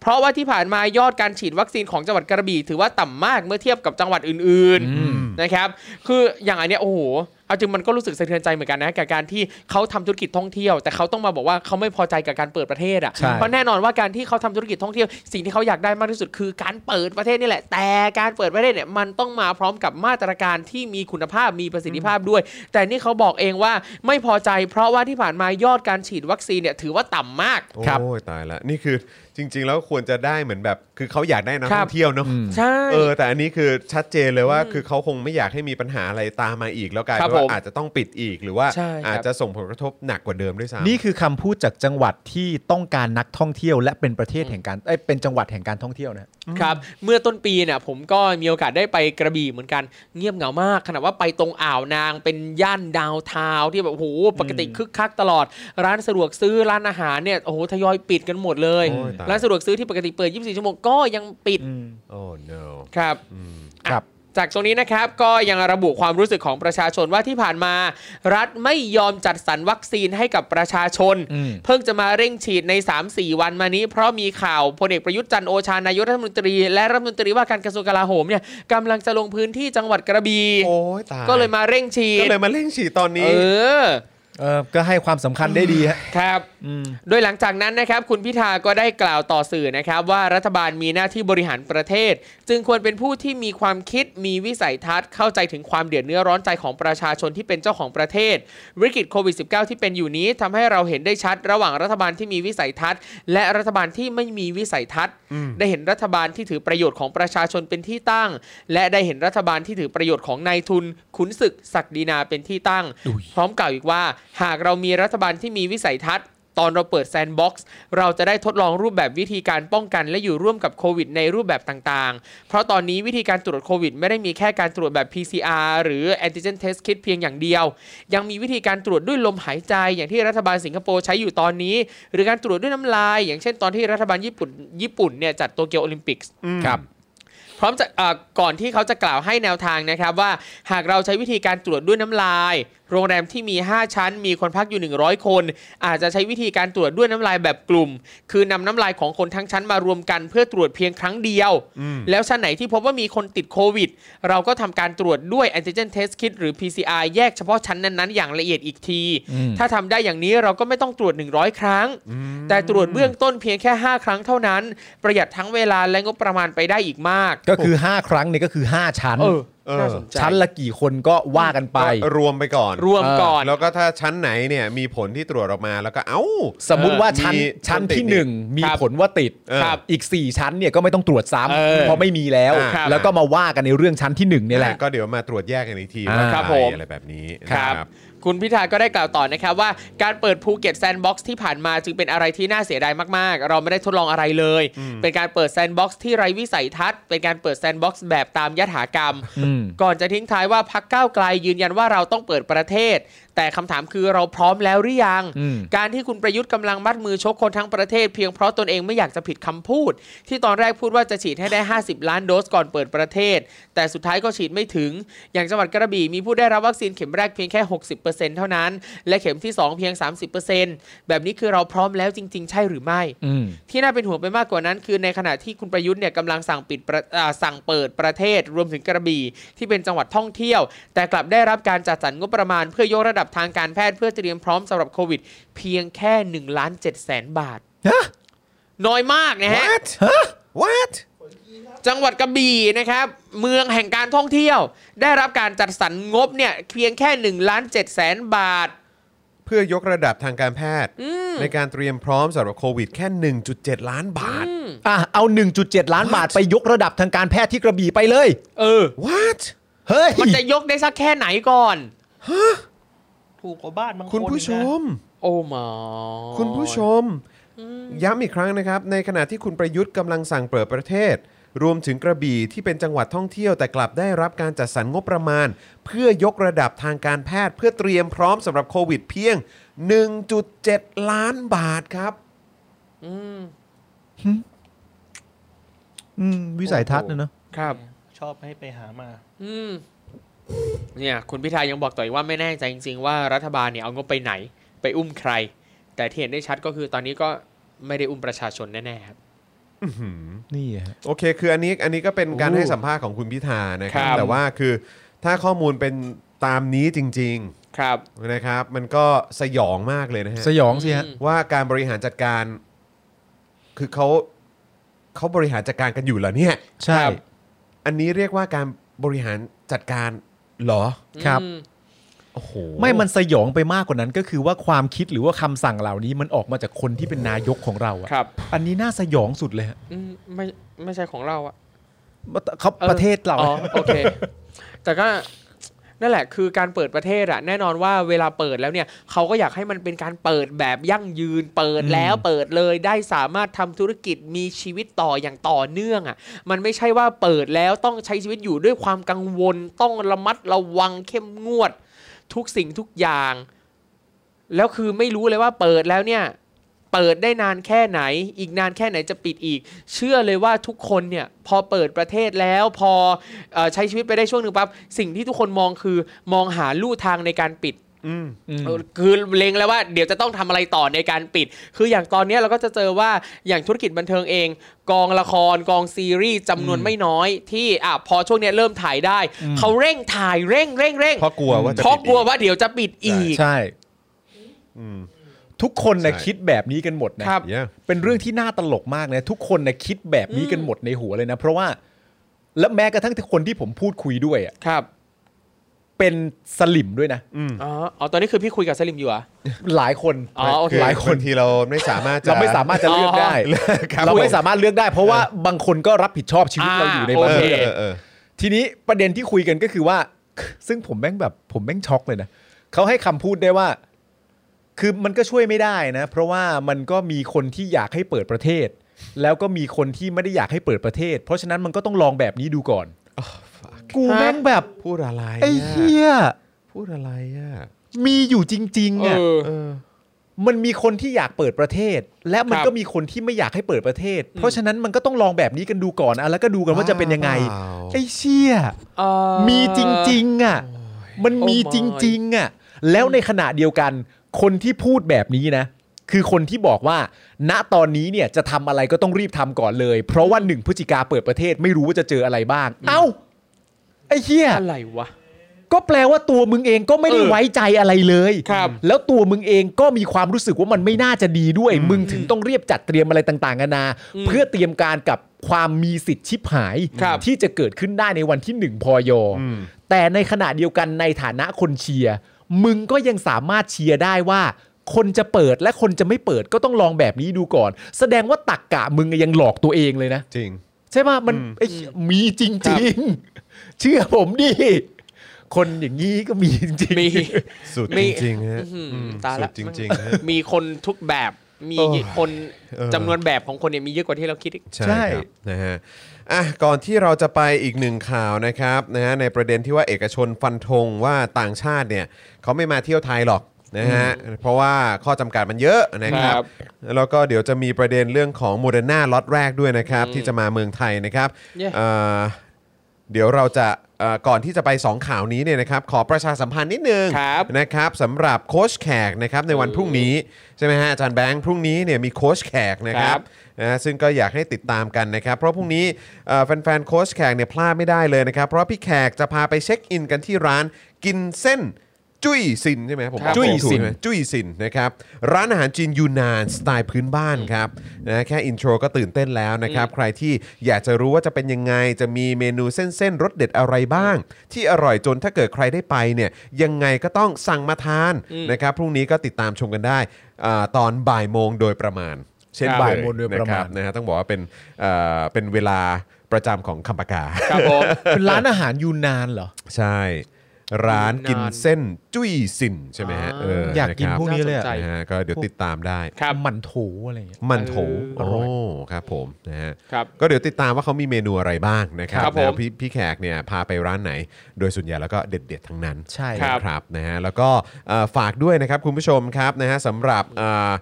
เพราะว่าที่ผ่านมายอดการฉีดวัคซีนของจังหวัดกระบี่ถือว่าต่ำมากเมื่อเทียบกับจังหวัดอื่นๆนะครับ คืออย่างอันเนี้ยโอ้โหเอาจริงมันก็รู้สึกสะเทือนใจเหมือนกันนะกับการที่เขาทำธุรกิจท่องเที่ยว แต่เขาต้องมาบอกว่าเขาไม่พอใจกับการเปิดประเทศอ่ะ
ใช่
เพราะแน่นอนว่าการที่เขาทำธุรกิจท่องเที่ยวสิ่งที่เขาอยากได้มากที่สุดคือการเปิดประเทศนี่แหละ แต่การเปิดประเทศเนี่ยมันต้องมาพร้อมกับมาตรการที่มีคุณภาพมีประสิทธิภาพด้วย แต่นี่เขาบอกเองว่าไม่พอใจ เพราะว่าที่ผ่านมายอดการฉีดวัคซีนเนี่ยถือว่าต่ำมาก
โอ้ยตายละนี่คือจริง ๆ แล้วควรจะได้เหมือนแบบ คือเขาอยากได้นัก
ครั
ท่
บ
องเที่ยวเนาะ
ใช่
เออแต่อันนี้คือชัดเจนเลยว่าคือเขาคงไม่อยากให้มีปัญหาอะไรตามมาอีก แล้วกลาย
ครั
เป็น
บ
ว่า
ผม
อาจจะต้องปิดอีกหรือว่า
ใช่ครับ
อาจจะส่งผลกระทบหนักกว่าเดิมด้วยซ้ำ
นี่คือคำพูดจากจังหวัดที่ต้องการนักท่องเที่ยว และเป็นประเทศแห่งการเอ้ยเป็นจังหวัดแห่งการท่องเที่ยวนะ
ครับเมื่อต้นปีเนี่ยผมก็มีโอกาสได้ไปกระบี่เหมือนกันเงียบเหงามากขนาดว่าไปตรงอ่าวนางเป็นย่านดาวน์ทาวน์ที่แบบโอ้โหปกติคึกคักตลอด ร้านสะดวกซื้อร้านอาหารเนี่ยโอ้โหทยอยปิดกันหมดเลย
โอ้ยตาย
ร้านสะดวกซื้อที่ปกติเปิด 24 ชั่วโมงก็ยังปิด
โอ้ no
ครับ
อืม
ครับ
จากตรงนี้นะครับก็ยังระบุความรู้สึกของประชาชนว่าที่ผ่านมา รัฐไม่ยอมจัดสรรวัคซีนให้กับประชาชน
อืม
เพิ่งจะมาเร่งฉีดใน 3-4 วันมานี้ เพราะมีข่าวพลเอกประยุทธ์จันทร์โอชานายกรัฐมนตรี และรัฐมนตรีว่าการกระทรวงกลาโหมเนี่ยกำลังจะลงพื้นที่จังหวัดกระบี่
โอ้ยตาย
ก็เลยมาเร่งฉี
ก็
ด
เลยมาเร่งฉีดตอน
เอ
นี้
อ
เออก็ให้ความสำคัญได้ดีฮะ
ครับ โดยหลังจากนั้นนะครับ คุณพิธาก็ได้กล่าวต่อสื่อนะครับ ว่ารัฐบาลมีหน้าที่บริหารประเทศ จึงควรเป็นผู้ที่มีความคิดมีวิสัยทัศน์เข้าใจถึงความเดือดเนื้อร้อนใจของประชาชนที่เป็นเจ้าของประเทศ วิกฤตโควิด -19 ที่เป็นอยู่นี้ทำให้เราเห็นได้ชัด ระหว่างรัฐบาลที่มีวิสัยทัศน์ และรัฐบาลที่ไม่มีวิสัยทัศน์ ได้เห็นรัฐบาลที่ถือประโยชน์ของประชาชนเป็นที่ตั้ง และได้เห็นรัฐบาลที่ถือประโยชน์ของนายทุน ขุนศึกศักดินาเป็นที่ตั้ง พร้อมกล่าวอีกว่า หากเรามีรัฐบาลที่มีวิสัยทัศน์ ตอนเราเปิดแซนด์บ็อกซ์เราจะได้ทดลองรูปแบบวิธีการป้องกันและอยู่ร่วมกับโควิดในรูปแบบต่างๆ เพราะตอนนี้วิธีการตรวจโควิดไม่ได้มีแค่การตรวจแบบ PCR หรือ antigen test kit เพียงอย่างเดียว ยังมีวิธีการตรวจด้วยลมหายใจอย่างที่รัฐบาลสิงคโปร์ใช้อยู่ตอนนี้ หรือการตรวจด้วยน้ำลาย อย่างเช่นตอนที่รัฐบาลญี่ปุ่นญี่ปุ่นเนี่ยจัดโตเกียวโอลิมปิกส์
ครับ
พร้อมจะเอ่อก่อนที่เขาจะกล่าวให้แนวทางนะครับว่า หากเราใช้วิธีการตรวจด้วยน้ำลาย โรงแรมที่มี 5 ชั้น มีคนพักอยู่ 100 คน อาจจะใช้วิธีการตรวจด้วยน้ำลายแบบกลุ่ม คือนำน้ำลายของคนทั้งชั้นมารวมกันเพื่อตรวจเพียงครั้งเดียว แล้วชั้นไหนที่พบว่ามีคนติดโควิด เราก็ทำการตรวจด้วย antigen test kit หรือ PCR แยกเฉพาะชั้นนั้นๆ อย่างละเอียดอีกที ถ้าทำได้อย่างนี้เราก็ไม่ต้องตรวจ 100 ครั้ง แต่ตรวจเบื้องต้นเพียงแค่ 5 ครั้งเท่านั้น ประหยัดทั้งเวลาและงบประมาณไปได้อีกมาก
ก็คือ 5 ครั้งเนี่ยก็คือ 5 ชั้น
เออ
เออ
น่าสนใจ
ชั้นละกี่คนก็ว่ากันไป
ก็รวมไปก่อน
รวมก่อน
แล้วก็ถ้าชั้นไหนเนี่ยมีผลที่ตรวจออกมาแล้วก็เอ้า
สมมุติว่าชั้น
มี
ชั้
ค
น
นติด
ที่ 1 มี
ครับ
ผลว่าติด
ครับ
อีก 4 ชั้นเนี่ยก็ไม่ต้องตรวจซ้
เออ
ำเพราะไม่มีแล้ว
ครับ
แล้วก็มาว่ากันในเรื่องชั้นที่1เนี่ยแหละ
อ่ะก็เดี๋ยวมาตรวจแยกกันอีกที
อ่า
ว่า
ครับ
ใ
ผม
อะไรแบบนี้นะ
ครับ คุณพิธาก็ได้กล่าวต่อนะครับว่าการเปิดภูเก็ตแซนด์บ็อกซ์ที่ผ่านมาจึงเป็นอะไรที่น่าเสียดายมากๆ เราไม่ได้ทดลองอะไรเลย เป็นการเปิดแซนด์บ็อกซ์ที่ไร้วิสัยทัศน์ เป็นการเปิดแซนด์บ็อกซ์แบบตามยถากรรม
อืม
ก่อนจะทิ้งท้ายว่าพักก้าวไกลยืนยันว่าเราต้องเปิดประเทศ แต่คำถามคือเราพร้อมแล้วหรือยัง
อืม
การที่คุณประยุทธ์กำลังมัดมือชกคนทั้งประเทศเพียงเพราะตนเองไม่อยากจะผิดคำพูด ที่ตอนแรกพูดว่าจะฉีดให้ได้ 50 ล้านโดสก่อนเปิดประเทศ แต่สุดท้ายก็ฉีดไม่ถึง อย่างจังหวัดกระบี่มีผู้ได้รับวัคซีนเข็มแรกเพียงแค่ 60%เท่านั้น และเข็มที่สองเพียง 30%แบบนี้คือเราพร้อมแล้วจริง ๆ ใช่หรือไม่
อืม
ที่น่าเป็นห่วงไปมากกว่านั้น คือในขณะที่คุณประยุทธ์เนี่ยกำลังสั่งปิดประอ่าสั่งเปิดประเทศ รวมถึงกระบี่ที่เป็นจังหวัดท่องเที่ยว แต่กลับได้รับการจัดสรรงบประมาณเพื่อยกระดับทางการแพทย์เพื่อเตรียมพร้อมสำหรับโควิด เพียงแค่1ล้าน7แสนบาท
ฮะ
น้อยมากนะฮะ
What What
จังหวัดกระบี่นะครับ เมืองแห่งการท่องเที่ยว ได้รับการจัดสรรงบเนี่ยเพียงแค่1ล้าน7แสนบาท
เพื่อยกระดับทางการแพทย์ ในการเตรียมพร้อมสำหรับโควิดแค่ 1.7 ล้านบาท
อ่ะเอา 1.7 ล้านบาทไปยกระดับทางการแพทย์ที่กระบี่ไปเลย
เออ
What
เฮ้ย
มันจะยกได้สักแค่ไหนก่อน
ถูกกว่าบ้านบางคน
คุณผู้ช
นะ
ม
โอ้หมอ
คุณผู้ชม ย้ำอีกครั้งนะครับ ในขณะที่คุณประยุทธ์กำลังสั่งเปิดประเทศ รวมถึงกระบี่ที่เป็นจังหวัดท่องเที่ยวแต่กลับได้รับการจัดสรรงบประมาณ เพื่อยกระดับทางการแพทย์เพื่อเตรียมพร้อมสำหรับโควิดเพียง 1.7 ล้านบาทครับ
อืมวิสัยทัศน์นะเนอะ
ครับ
ชอบให้ไปหามา
อืมเนี่ยคุณพิธายังบอกต่ออีกว่าไม่แน่ใจจริงๆว่ารัฐบาลเนี่ยเอางบไปไหน ไปอุ้มใคร แต่ที่เห็นได้ชัดก็คือตอนนี้ก็ไม่ได้อุ้มประชาชนแน่ๆครับ
นี่ฮะ
โอเค คืออันนี้อันนี้ก็เป็นการ
อู้
ให้สัมภาษณ์ของคุณพิธานะครั
ครับ บ
แต่ว่าคือถ้าข้อมูลเป็นตามนี้จริง
ครับ
ๆนะครับ มันก็สยองมากเลยนะฮะ
สยองสิฮะ
ว่าการบริหารจัดการ คือเขาเขาบริหารจัดการกันอยู่เหรอเนี่ย
ใช่
ครับ
อันนี้เรียกว่าการบริหารจัดการเหรอ
ครับ
อืม
โอ้โห
ไม่มันสยองไปมากกว่านั้นก็คือว่าความคิดหรือว่าคำสั่งเหล่านี้มันออกมาจากคนที่เป็นนายกของเราอะ
ครับ
อันนี้น่าสยองสุดเลยฮะ
อืมไม่ไม่ใช่ของเราอะ
เขา
ออ
ประเทศเรา
อ๋อโอเค แต่ก็นั่นแหละคือการเปิดประเทศอะแน่นอนว่าเวลาเปิดแล้วเนี่ยเขาก็อยากให้มันเป็นการเปิดแบบยั่งยืน เปิดแล้วเปิดเลยได้สามารถทำธุรกิจมีชีวิตต่ออย่างต่อเนื่องอะมันไม่ใช่ว่าเปิดแล้วต้องใช้ชีวิตอยู่ด้วยความกังวล ต้องระมัดระวังเข้มงวด ทุกสิ่งทุกอย่าง แล้วคือไม่รู้เลยว่าเปิดแล้วเนี่ย เปิดได้นานแค่ไหน อีกนานแค่ไหนจะปิดอีก เชื่อเลยว่าทุกคนเนี่ยพอเปิดประเทศแล้วพอเออใช้ชีวิตไปได้ช่วงหนึ่งปั๊บสิ่งที่ทุกคนมองคือมองหาลู่ทางในการปิด
อืม
อืม
เออคือเล็งแล้วว่าเดี๋ยวจะต้องทำอะไรต่อในการปิด คืออย่างตอนเนี้ยเราก็จะเจอว่าอย่างธุรกิจบันเทิงเอง กองละครกองซีรีส์จำนวนไม่น้อย ที่อ่ะพอช่วงเนี้ยเริ่มถ่ายได้
อืม
เขาเร่งถ่ายเร่งเร่งเร่ง
เพราะกลัวว่าจะ
เพราะ
ปิด
กลัวว่าเดี๋ยวจะปิดอีก
ใช่
อืม
ทุกคนนะ
ใช่
คิดแบบนี้กันหมดนะ
ครับ
เยอะ
เป็นเรื่องที่น่าตลกมากนะทุกคนนะคิดแบบนี้กันหมดในหัวเลยนะ เพราะว่า และแม้กระทั่งคนที่ผมพูดคุยด้วยอะ
ครับ
เป็นสลิมด้วยนะ
อืม
อ๋ออ๋อตอนนี้คือพี่คุยกับสลิมอยู่เหรอะ
หลายคน
อ๋อโอเค
หลายคน
บงทีเราไม่สามารถจะ
เราไม่สามารถจะเลือกได้
ครับ
เราไม่
ผ
สามารถเลือกได้ เพราะว่าบางคนก็รับผิดชอบชีวิตเราอยู่ใน
อ่า
บาง
โอเค
เอ
เรื่อง
อเออ
ทีนี้ประเด็นที่คุยกันก็คือว่า ซึ่งผมแม่งแบบ ผมแม่งช็อกเลยนะเขาให้คำพูดได้ว่า คือมันก็ช่วยไม่ได้นะ เพราะว่ามันก็มีคนที่อยากให้เปิดประเทศ แล้วก็มีคนที่ไม่ได้อยากให้เปิดประเทศ เพราะฉะนั้นมันก็ต้องลองแบบนี้ดูก่อน กูแม่งแบบ
พูดอะไร
ไอ้
ะ
เหี้ย
พูดอะไรอ่ะ
มีอยู่จริงๆ
เอ
อ่ะ
อ
เออ
มันมีคนที่อยากเปิดประเทศ และมัน
ครับ
ก็มีคนที่ไม่อยากให้เปิดประเทศ เพราะฉะนั้นมันก็ต้องลองแบบนี้กันดูก่อนอะแล้วก็ดูกันว่าจะเป็นยังไง
ว้าว
ไอ้เชี่ย
เอ่อ
มีจริงๆอ่ะมันมีจริงๆอ่ะแล้วในขณะเดียวกัน คนที่พูดแบบนี้นะ คือคนที่บอกว่า ณตอนนี้เนี่ยจะทำอะไรก็ต้องรีบทำก่อนเลย เพราะว่าหนึ่งพฤศจิกาเปิดประเทศไม่รู้ว่าจะเจออะไรบ้าง เอ้าไอ้เชี่ย
อะไรวะ
ก็แปลว่าตัวมึงเองก็ไม่ได้
เออ
ไว้ใจอะไรเลย
ครับ
แล้วตัวมึงเองก็มีความรู้สึกว่ามันไม่น่าจะดีด้วย มึงถึงต้องเรียบจัดเตรียมอะไรต่างๆนานา
อืม
เพื่อเตรียมการกับความมีสิทธิ์ชิบหาย
ครับ
ที่จะเกิดขึ้นได้ในวันที่หนึ่งพอยออแต่ในขณะเดียวกันในฐานะคนเชียร์ มึงก็ยังสามารถเชียร์ได้ว่า คนจะเปิดและคนจะไม่เปิดก็ต้องลองแบบนี้ดูก่อน แสดงว่าตักกะมึงยังหลอกตัวเองเลยนะ
จริง
ใช่ป่ะมันไอ้เหี้ยมีจ
ครั
ริง
บ
ๆ เชื่อผมดิ คนอย่างนี้ก็มีจริงๆ
มี
สุด
มี
จริงๆฮะ
อื้อหือ
อืม
ตาย
สุ
ละ
ดจริงๆฮะ
มีคนทุกแบบ มี
โอ้ย
คน
เออ
จำนวนแบบของคนเนี่ยมีเยอะกว่าที่เราคิดอีก
ใช่ครับนะฮะอ่ะก่อนที่เราจะไปอีกหนึ่งข่าวนะครับนะฮะในประเด็นที่ว่าเอกชนฟันธงว่าต่างชาติเนี่ยเขาไม่มาเที่ยวไทยหรอกนะฮะเพราะว่าข้อจำกัดมันเยอะนะครับ
ครับ
แล้วก็เดี๋ยวจะมีประเด็นเรื่องของโมเดอร์นาล็อตแรกด้วยนะครับ ที่จะมาเมืองไทยนะครับ
เย้
เอ่อเดี๋ยวเราจะเอ่อก่อนที่จะไป 2 ข่าวนี้เนี่ยนะครับขอประชาสัมพันธ์นิดนึง
ครับ
นะครับสำหรับโค้ชแขกนะครับในวันพรุ่งนี้ใช่ไหมฮะอาจารย์แบงค์พรุ่งนี้เนี่ยมีโค้ชแขกนะครับ
ครับ
นะซึ่งก็อยากให้ติดตามกันนะครับ เพราะพรุ่งนี้เอ่อแฟนๆโค้ชแขกเนี่ยพลาดไม่ได้เลยนะครับ เพราะพี่แขกจะพาไปเช็คอินกันที่ร้านกินเส้นจุ้ยสินใช่ไหมผม
ครับ
ออกเสีงถูกไหม จุ้ยสินนะครับร้านอาหารจีนยูนานสไตล์พื้นบ้านครับนะแค่อินโทรก็ตื่นเต้นแล้วนะครับ ใครที่อยากจะรู้ว่าจะเป็นยังไง จะมีเมนูเส้นๆรสเด็ดอะไรบ้าง ที่อร่อยจนถ้าเกิดใครได้ไปเนี่ยยังไงก็ต้องสั่งมาทานนะครับพรุ่งนี้ก็ติดตามชมกันได้อ่าตอนบ่ายโมงโดยประมาณ เช่น
ครับ
บ่าย
าย
โม
โม
ง
ง
โด
โด
ยป
ยประ ระ
มา
มา
ณ
ณ
นะฮะต้องบอกว่าเป็นเอ่อเป็นเวลาประจำของคำปากา
ครับผม
เป็นร้านอาหารยูนานเหรอ
ใช่ ร้านกิน
นาน
เส้นจุ้ยสินใช่ไหมฮะ
อ่า
เออ
อยากกิน
นะครับ
พวกนี้เลยอะ
น่าสนใจ
นะฮะก็เดี๋ยวติดตามได้
ครับ
มันโถอะไรอย่างเงี้ย
มันโถ
เอออ
โอ้
ร่อย
ครับผมนะฮะ
ครับ
ก็เดี๋ยวติดตามว่าเขามีเมนูอะไรบ้างนะครับ
ครับผม
นะพี่พี่แขกเนี่ยพาไปร้านไหน โดยส่วนใหญ่แล้วก็เด็ดๆทั้งนั้น
ใช่
ครับ
นะครับนะฮะแล้วก็เอ่อฝากด้วยนะครับคุณผู้ชมครับนะฮะสำหรับเอ่อ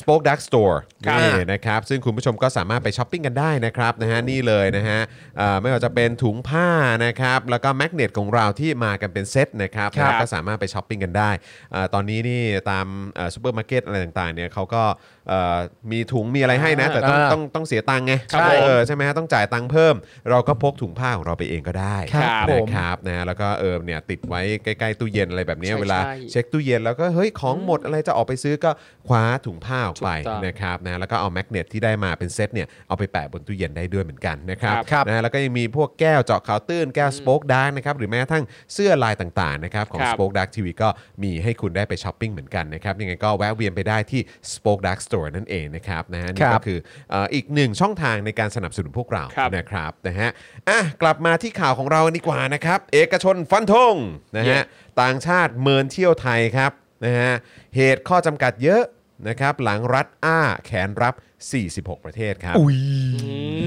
Spoke Dark Store
ครับ
นี่นะครับซึ่งคุณผู้ชมก็สามารถไปช้อปปิ้งกันได้นะครับนะฮะนี่เลยนะฮะเอ่อไม่ว่าจะเป็นถุงผ้านะครับแล้วก็แมกเนตของเราที่มากันเป็นเซตนะครับ
ครับ
นะก็สามารถไปช้อปปิ้งกันได้เอ่อตอนนี้นี่ตามซูเปอร์มาร์เก็ตอะไรต่างๆเนี่ยเขาก็เอ่อมีถุงมีอะไรให้นะแต่ต้องต้องต้องเสียตังค์ไง
ครับผม
เออใช่ไหมฮะต้องจ่ายตังค์เพิ่ม เราก็พกถุงผ้าของเราไปเองก็ได้
ครับ
นะ
ผม
ครับนะฮะแล้วก็เออเนี่ยติดไว้ใกล้ๆตู้เย็นอะไรแบบเนี้ย
ใช่
เวลา
ใช่
เช็คตู้เย็นแล้วก็เฮ้ยของหมดอะไรจะออกไปซื้อก็คว้าถุงผ้าออกไป
ถูกต้อง
นะครับนะแล้วก็เอาแมกเนตที่ได้มาเป็นเซตเนี่ยเอาไปแปะบนตู้เย็นได้ด้วยเหมือนกันนะครับ
ครับ
นะฮะแล้วก็ยังมีพวกแก้วเจาะข่าวตื้นแก้วสป็อกดาร์กนะครับหรือแม้กระทั่งเสื้อลายต่างๆนะครับของ
ครับ
Spoke Dark TV ก็มีให้คุณได้ไปช้อปปิ้งเหมือนกันนะครับยังไงก็แวะเวียนไปได้ที่ Spoke Dark Store นั่นเองนะครับนะฮะนี่
ครั
ก็
บ
คือเอ่ออีกหนึ่งช่องทางในการสนับสนุนพวกเรา
ครับ
นะครับนะฮะอ่ะกลับมาที่ข่าวของเรากันดีกว่านะครับ เอกชนฟันธงนะฮะ
Yeah.
ต่างชาติเมินเที่ยวไทยครับนะฮะเหตุข้อจำกัดเยอะนะครับ หลังรัฐอ้าแขนรับ 46 ประเทศครับ
อุ้ย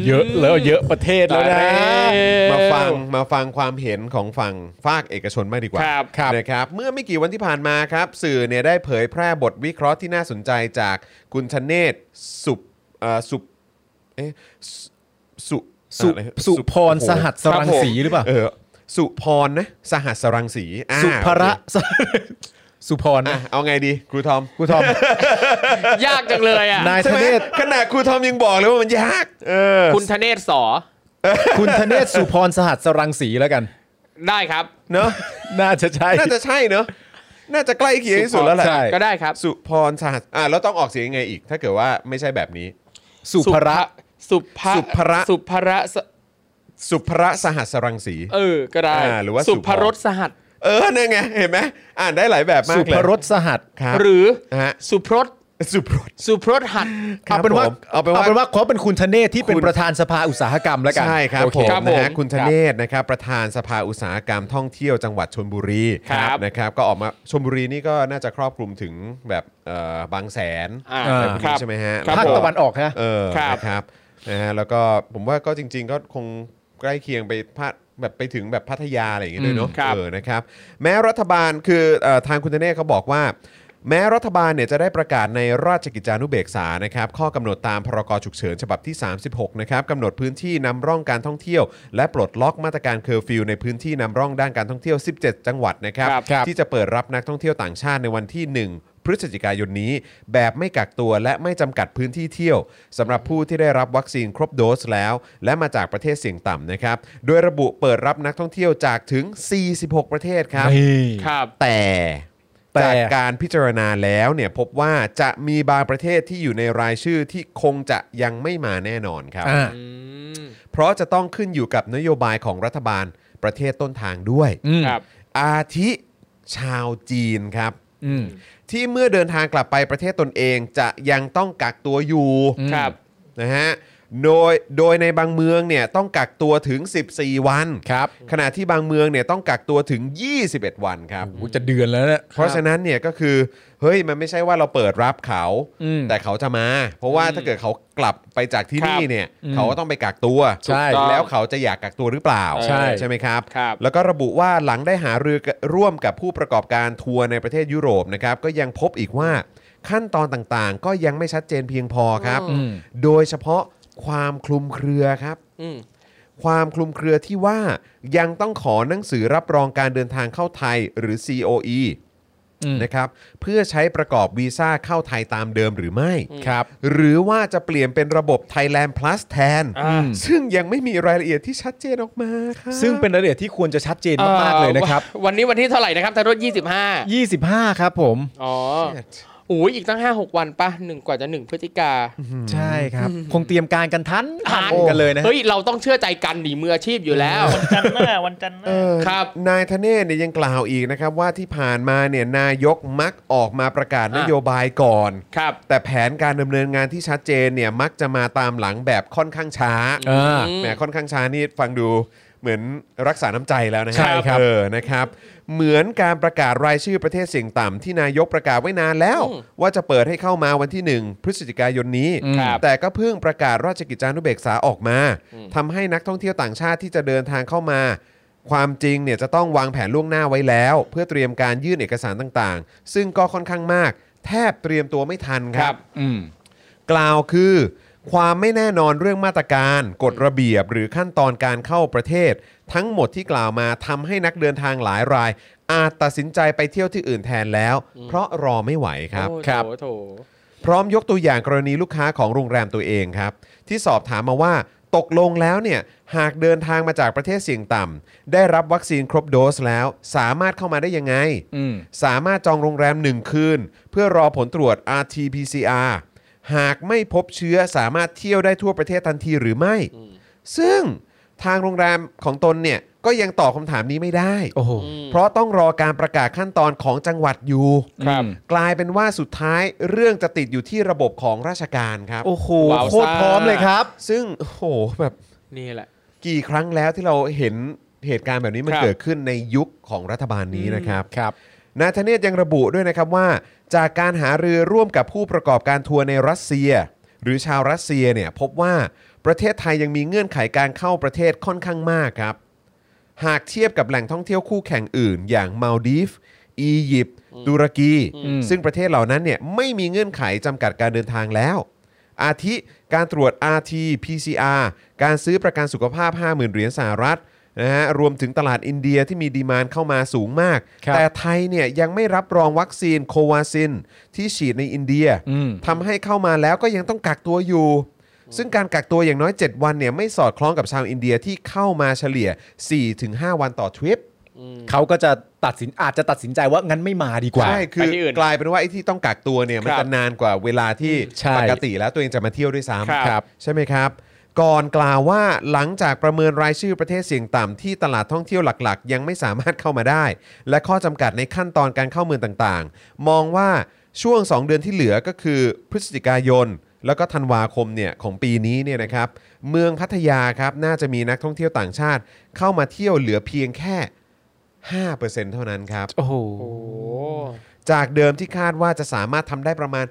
เยอะแล้วเยอะประเทศแล้วนะ
ตายแล้ว
มาฟังมาฟังความเห็นของฝั่งฝากเอกชนมากดีกว่า
ครับครับ
นะครับ เมื่อไม่กี่วันที่ผ่านมาครับ สื่อเนี่ยได้เผยแพร่บทวิเคราะห์ที่น่าสนใจจากคุณชนเนศสุปเอ่อสุปเอ๊ะสุ
สุ
อะไร
สุพร
โอ้โห
สหัสสรังสีหรือเปล่า
เออสุพรนะสหัสรังสีอ่า
สุภระ
โอ
สสุพร
เคอ่ะ
นะ
เอาไงดีครูทอม
ครูทอม
ยากจังเลยอ่ะ
นาย
ใช่
ธ
ไหม
เนศ
ขนาดครูทอมยังบอกเลยว่ามันยากเออ
คุณธเนศสอ
คุณธเนศสุพรสหัสสรังสีแล้วกัน
ได้ครับ
เนาะ
น่าจะใช่
น่าจะใช่เนาะน่าจะใกล้เคียงที่สุดแล้วแหละ
ใช่
ก็ได้ครับ
สุพรสหัสอ่ะแล้วต้องออกเสียงยังไงอีก ถ้าเกิดว่าไม่ใช่แบบนี้
สุภระ
สุภะ
สุภระ
สุภระส
สุพระสหัสรังสี
เออก็ได้
อ่าหรือว่าสุ
สุ
ภร
ภรสสหัส
เออนั่นไงเห็นไหมอ่านได้หลายแบบมาก
สุ
เลย
ภรสสหัส
ครับ
หรือ
ฮะ
สุพรส
สุพรส
สุพรสหัส
ครับ
เอาเป็นว่า
ผมเอาเป็นว่า
เขาเป็นคุณธเนศที่เป็นประธานสภาอุตสาหกรรมแล้วกัน
ใช่ครับ
โอเ
ผม
ครับ
นะ
ผ
ฮะ
ม
คุณธเนศนะครับประธานสภาอุตสาหกรรมท่องเที่ยวจังหวัดชนบุรี
ครับ
นะครับก็ออกมาชนบุรีนี่ก็น่าจะครอบคลุมถึงแบบเอ่อบางแสน
อ่า
อะไรพวก
ครั
นี้
บ
ใช่ไหมฮะ
ครับ
ภาค
ผม
ตะวันออกนะ
เออ
ครับ
นะครับนะฮะแล้วก็ผมว่าก็จริง ๆ ก็คงใกล้เคียงไปพาดแบบไปถึงแบบพัทยาอะไรอย่างเงี้ยด้วยเนาะ
ครับ
เออนะครับแม้รัฐบาลคือเอ่อทางคุณธเนศเขาบอกว่า แม้รัฐบาลเนี่ยจะได้ประกาศในราชกิจจานุเบกษานะครับข้อกำหนดตามพรกฉุกเฉินฉบับที่ 36 นะครับกำหนดพื้นที่นำร่องการท่องเที่ยว และปลดล็อกมาตรการเคอร์ฟิวในพื้นที่นำร่องด้านการท่องเที่ยว 17 จังหวัดนะครับ
ครับครับ
ที่จะเปิดรับนักท่องเที่ยวต่างชาติในวันที่ 1 พฤศจิกายนนี้ แบบไม่กักตัวและไม่จำกัดพื้นที่เที่ยวสำหรับผู้ที่ได้รับวัคซีนครบโดสแล้ว และมาจากประเทศเสี่ยงต่ำนะครับโดยระบุเปิดรับนักท่องเที่ยวจากถึง 46 ประเทศครับ
นี่
ครับ
แต่
แต่
จากการพิจารณาแล้วเนี่ยพบว่าจะมีบางประเทศที่อยู่ในรายชื่อที่คงจะยังไม่มาแน่นอนครับ
อ่า
เพราะจะต้องขึ้นอยู่กับนโยบายของรัฐบาลประเทศต้นทางด้วย
อืม
ครับ
อาทิชาวจีนครับ
อืม
ที่เมื่อเดินทางกลับไปประเทศตนเองจะยังต้องกักตัวอยู่
ครับ
นะฮะโดยโดยในบางเมืองเนี่ยต้องกักตัวถึง 14 วัน
ครับ
ขณะที่บางเมืองเนี่ยต้องกักตัวถึง 21 วันครับ
โอ้จะเดือนแล้วเนี่ย
เพราะฉะนั้นเนี่ยก็คือเฮ้ยมันไม่ใช่ว่าเราเปิดรับเขา
อืม
แต่เขาจะมา เพราะว่าถ้าเกิดเขากลับไปจากที่นี่
ครับ
เนี่ย
อืม
เขาก็ต้องไปกักตัว
ใช่
ถูกต้องแล้วเขาจะอยากกักตัวหรือเปล่า
ใช่
ใช่ไหมครับ
ครับ
แล้วก็ระบุว่าหลังได้หารือร่วมกับผู้ประกอบการทัวร์ในประเทศยุโรปนะครับก็ยังพบอีกว่าขั้นตอนต่างๆ ก็ยังไม่ชัดเจนเพียงพอครับ
อื
อืม
โดยเฉพาะความคลุมเครือครับ
อืม
ความคลุมเครือที่ว่ายังต้องขอหนังสือรับรองการเดินทางเข้าไทยหรือ COE
อืม
นะครับเพื่อใช้ประกอบวีซ่าเข้าไทยตามเดิมหรือไม่
ครับ
หรือว่าจะเปลี่ยนเป็นระบบ Thailand Plus แทน
อ่า
ซึ่งยังไม่มีรายละเอียดที่ชัดเจนออกมาครับ
ซึ่งเป็นรายละเอียดที่ควรจะชัดเจนมากๆเลยนะครับ
อ่อวันนี้วันที่เท่าไหร่นะครับทารถ25
25 ครับผม
อ๋อโอ้ยอีกตั้ง 5 6 วันปะหนึ่งกว่าจะหนึ่งพฤศจิกา
ใช่ครับ คงเตรียมการกันทัน
ทั
ทันกันเลยนะ
เฮ้ย เราต้องเชื่อใจกันดีมืออาชีพอยู่แล้ว
วันจันทร์หน้าวันจันทร์หน้า
เออ
ครับ
นายธเนศเนี่ยยังกล่าวอีกนะครับว่าที่ผ่านมาเนี่ยนายกมักออกมาประกาศน
อ่ะ
โยบายก่อน
ครับ
แต่แผนการดำเนินงานที่ชัดเจนเนี่ยมักจะมาตามหลังแบบค่อนข้างช้า
เออ
ม
แหมค่อนข้างช้านี่ฟังดู เหมือนรักษาน้ำใจแล้วนะฮะ
ใช่ครับ
เออนะครับ เหมือนการประกาศรายชื่อประเทศเสี่ยงต่ำที่นายกประกาศไว้นานแล้ว
อืม
ว่าจะเปิดให้เข้ามาวันที่ 1 พฤศจิกายนนี้
ครับ
แต่ก็เพิ่งประกาศราชกิจจานุเบกษาออกมาทำให้นักท่องเที่ยวต่างชาติที่จะเดินทางเข้ามา ความจริงเนี่ยจะต้องวางแผนล่วงหน้าไว้แล้ว เพื่อเตรียมการยื่นเอกสารต่างๆ ซึ่งก็ค่อนข้างมาก แทบเตรียมตัวไม่ทันครับ
อืม
กล่าวคือ ความไม่แน่นอนเรื่องมาตรการ กฎระเบียบ หรือขั้นตอนการเข้าประเทศ ทั้งหมดที่กล่าวมาทำให้นักเดินทางหลายราย อาจตัดสินใจไปเที่ยวที่อื่นแทนแล้ว เพราะรอไม่ไหวครับ
โอ้โถโถ
พร้อมยกตัวอย่างกรณีลูกค้าของโรงแรมตัวเองครับ ที่สอบถามมาว่าตกลงแล้วเนี่ย หากเดินทางมาจากประเทศเสี่ยงต่ำได้รับวัคซีนครบโดสแล้ว สามารถเข้ามาได้ยังไง
อืม
สามารถจองโรงแรม 1 คืน เพื่อรอผลตรวจ RT-PCR หากไม่พบเชื้อสามารถเที่ยวได้ทั่วประเทศทันทีหรือไม่ ซึ่งทางโรงแรมของตนเนี่ยก็ยังตอบคำถามนี้ไม่ได้
โอ้โห
เพราะต้องรอการประกาศขั้นตอนของจังหวัดอยู่
ครับ
กลายเป็นว่าสุดท้ายเรื่องจะติดอยู่ที่ระบบของราชการครับ
โอ้โห
ว้าว
โคตรพร้อม
ซ่า
เลยครับ
ซึ่งโอ้โหแบบ
นี่แหละ
กี่ครั้งแล้วที่เราเห็นเหตุการณ์แบบนี้มัน
ครับ
เกิดขึ้นในยุคของรัฐบาลนี้นะครับ
ครับ
นายธเนศยังระบุด้วยนะครับว่า จากการหารือร่วมกับผู้ประกอบการทัวร์ในรัสเซีย หรือชาวรัสเซียเนี่ยพบว่าประเทศไทยยังมีเงื่อนไขาการเข้าประเทศค่อนข้างมากครับ หากเทียบกับแหล่งท่องเที่ยวคู่แข่งอื่น อย่างมาลดีฟอียิปต์ตุรกี
อืม
ซึ่งประเทศเหล่านั้นเนี่ยไม่มีเงื่อนไขจำกัดการเดินทางแล้ว อาทิการตรวจ RT PCR การซื้อประกันสุขภาพ 50,000 เหรียญสหรัฐนะฮะรวมถึงตลาดอินเดียที่มีดีมานด์เข้ามาสูงมาก
ครับ
แต่ไทยเนี่ยยังไม่รับรองวัคซีนโควาซิน ที่ฉีดในอินเดีย
อืม
ทำให้เข้ามาแล้วก็ยังต้องกักตัวอยู่ ซึ่งการกักตัวอย่างน้อย 7 วันเนี่ยไม่สอดคล้องกับชาวอินเดียที่เข้ามาเฉลี่ย 4-5 วันต่อทริป
เขาก็จะตัดสินอาจจะตัดสินใจว่างั้นไม่มาดีกว่า
ใช่คื
ไป
อ
ที่อื่น
กลายเป็นว่าไอ้ที่ต้องกักตัวเนี่ยมัน
ครับ
จะนานกว่าเวลาที่
ใช่
ปกติแล้วตัวเองจะมาเที่ยวด้วย
ครั
ซ้ำ
บ
ใช่ไหมครับ ก่อนกล่าวว่าหลังจากประเมินรายชื่อประเทศเสี่ยงต่ำที่ตลาดท่องเที่ยวหลักๆ ยังไม่สามารถเข้ามาได้ และข้อจำกัดในขั้นตอนการเข้าเมืองต่างๆ มองว่าช่วง 2 เดือนที่เหลือก็คือพฤศจิกายน แล้วก็ธันวาคมเนี่ยของปีนี้เนี่ยนะครับเมืองพัทยาครับน่าจะมีนักท่องเที่ยวต่างชาติ เข้ามาเที่ยวเหลือเพียงแค่ 5%เท่านั้นครับ
โอ้โห
โอ้
จากเดิมที่คาดว่าจะสามารถทำได้ประมาณ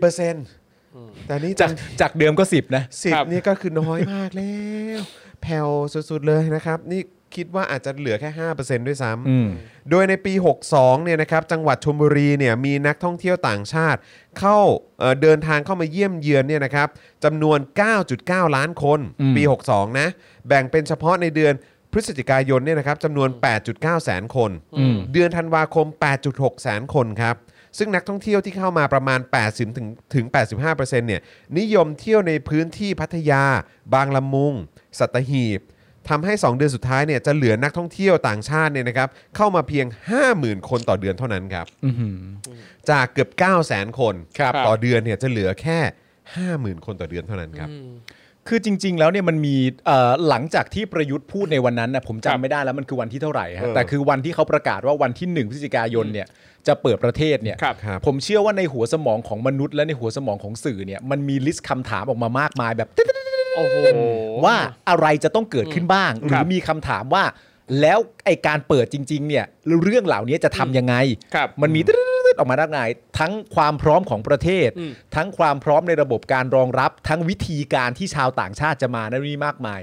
10%แต่นี่
จากจากเดิมก็สิบนะ
สิบนี่ก็คือน้อยมากแล้ว แผ่วสุดๆเลยนะครับ นี่คิดว่าอาจจะเหลือแค่ 5%ด้วยซ้ำ
อืม
โดยในปี 62 เนี่ยนะครับ จังหวัดชลบุรีเนี่ยมีนักท่องเที่ยวต่างชาติ เข้าเอ่อเดินทางเข้ามาเยี่ยมเยือนเนี่ยนะครับจำนวน 9.9 ล้านคน
อืม
ปี 62 นะ แบ่งเป็นเฉพาะในเดือนพฤศจิกายนเนี่ยนะครับจำนวน 8.9 แสนคน เดือนธันวาคม 8.6 แสนคนครับ ซึ่งนักท่องเที่ยวที่เข้ามาประมาณ 80ถึงถึง 85%เนี่ยนิยมเที่ยวในพื้นที่พัทยา บางละมุง สัตหีบทำให้ 2 เดือนสุดท้ายเนี่ยจะเหลือนักท่องเที่ยวต่างชาติเนี่ยนะครับเข้ามาเพียง 50,000 คนต่อเดือนเท่านั้นครับ
อื้อหือ
จากเกือบ 9 0 0 0 0 0 คนต่อเดือนเนี่ยจะเหลือแค่ 50,000 คนต่อเดือนเท่านั้นครับ
คือจริง ๆ แล้วเนี่ยมันมีเอ่อหลังจากที่ประยุทธ์พูดในวันนั้นนะผม
ครั
จำ
บ
ไม่ได้แล้วมันคือวันที่เท่าไหร่ฮะ
เออ
แต่คือวันที่เขาประกาศว่าวันที่หนึ่งพฤศจิกายนเนี่ยจะเปิดประเทศเนี่ย
ครับ
ครับ
ผมเชื่อว่าในหัวสมองของมนุษย์และในหัวสมองของสื่อเนี่ยมันมีลิสต์คำถามออกมามากมายแบบตึ๊ด
โอ้โห
ว่าอะไรจะต้องเกิดขึ้นบ้าง ห
ค
รื
รั
อบ มีคำถามว่า แล้วไอการเปิดจริง ๆ เนี่ยเรื่องเหล่านี้จะทำยังไง
ครับ
มันมีตึ๊ดๆออกมามากมายทั้งความพร้อมของประเทศ
อืม
ทั้งความพร้อมในระบบการรองรับ ทั้งวิธีการที่ชาวต่างชาติจะมานั่นนี่มากมาย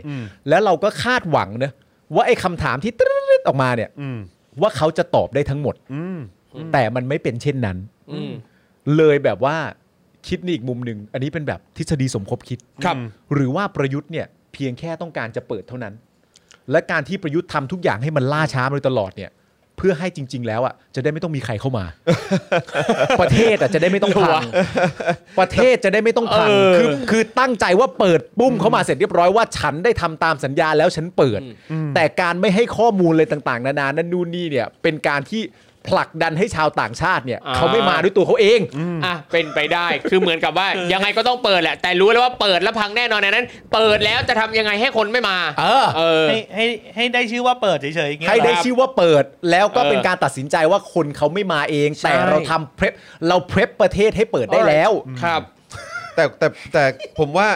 แล้วเราก็คาดหวังนะว่าไอ้คำถามที่ตึ๊ดๆออกมาเนี่ย
อืม
ว่าเขาจะตอบได้ทั้งหมด
อืม
แต่มันไม่เป็นเช่นนั้น
อืม
เลยแบบว่าคิดในอีกมุมหนึ่งอันนี้เป็นแบบทฤษฎีสมคบคิด
ครับ
หรือว่าประยุทธ์เนี่ยเพียงแค่ต้องการจะเปิดเท่านั้น และการที่ประยุทธ์ทำทุกอย่างให้มันล่าช้ามาโดยตลอดเนี่ย เพื่อให้จริง ๆ แล้วอ่ะจะได้ไม่ต้องมีใครเข้ามา ประเทศอ่ะจะได้ไม่ต้องพังประเทศจะได้ไม่ต้องพัง
เออ
คือคือตั้งใจว่าเปิดปุ้มเข้ามาเสร็จเรียบร้อยว่าฉันได้ทำตามสัญญาแล้วฉันเปิด แต่การไม่ให้ข้อมูลเลยต่างๆ นานานั่นนู่นนี่เนี่ยเป็นการที่ผลักดันให้ชาวต่างชาติเนี่ย
อ่า
เขาไม่มาด้วยตัวเขาเอง
อ่ะเป็นไปได้ คือเหมือนกับว่า ยังไงก็ต้องเปิดแหละ แต่รู้แล้วว่าเปิดแล้วพังแน่นอนอันนั้น เปิดแล้วจะทำยังไงให้คนไม่มา
เออ
เออ
ให้ให้ให้ได้ชื่อว่าเปิดเฉยๆอย่างเงี้ย
ให้ได้
เหรอครับ
ชื่อว่าเปิดแล้วก็
เออ
เป็นการตัดสินใจว่าคนเขาไม่มาเอง
ใช่
แต่เราทำเพร p เราเพร p ประเทศให้เปิดได้แล้ว
ครับ
แต่แต่แต่ผมว่า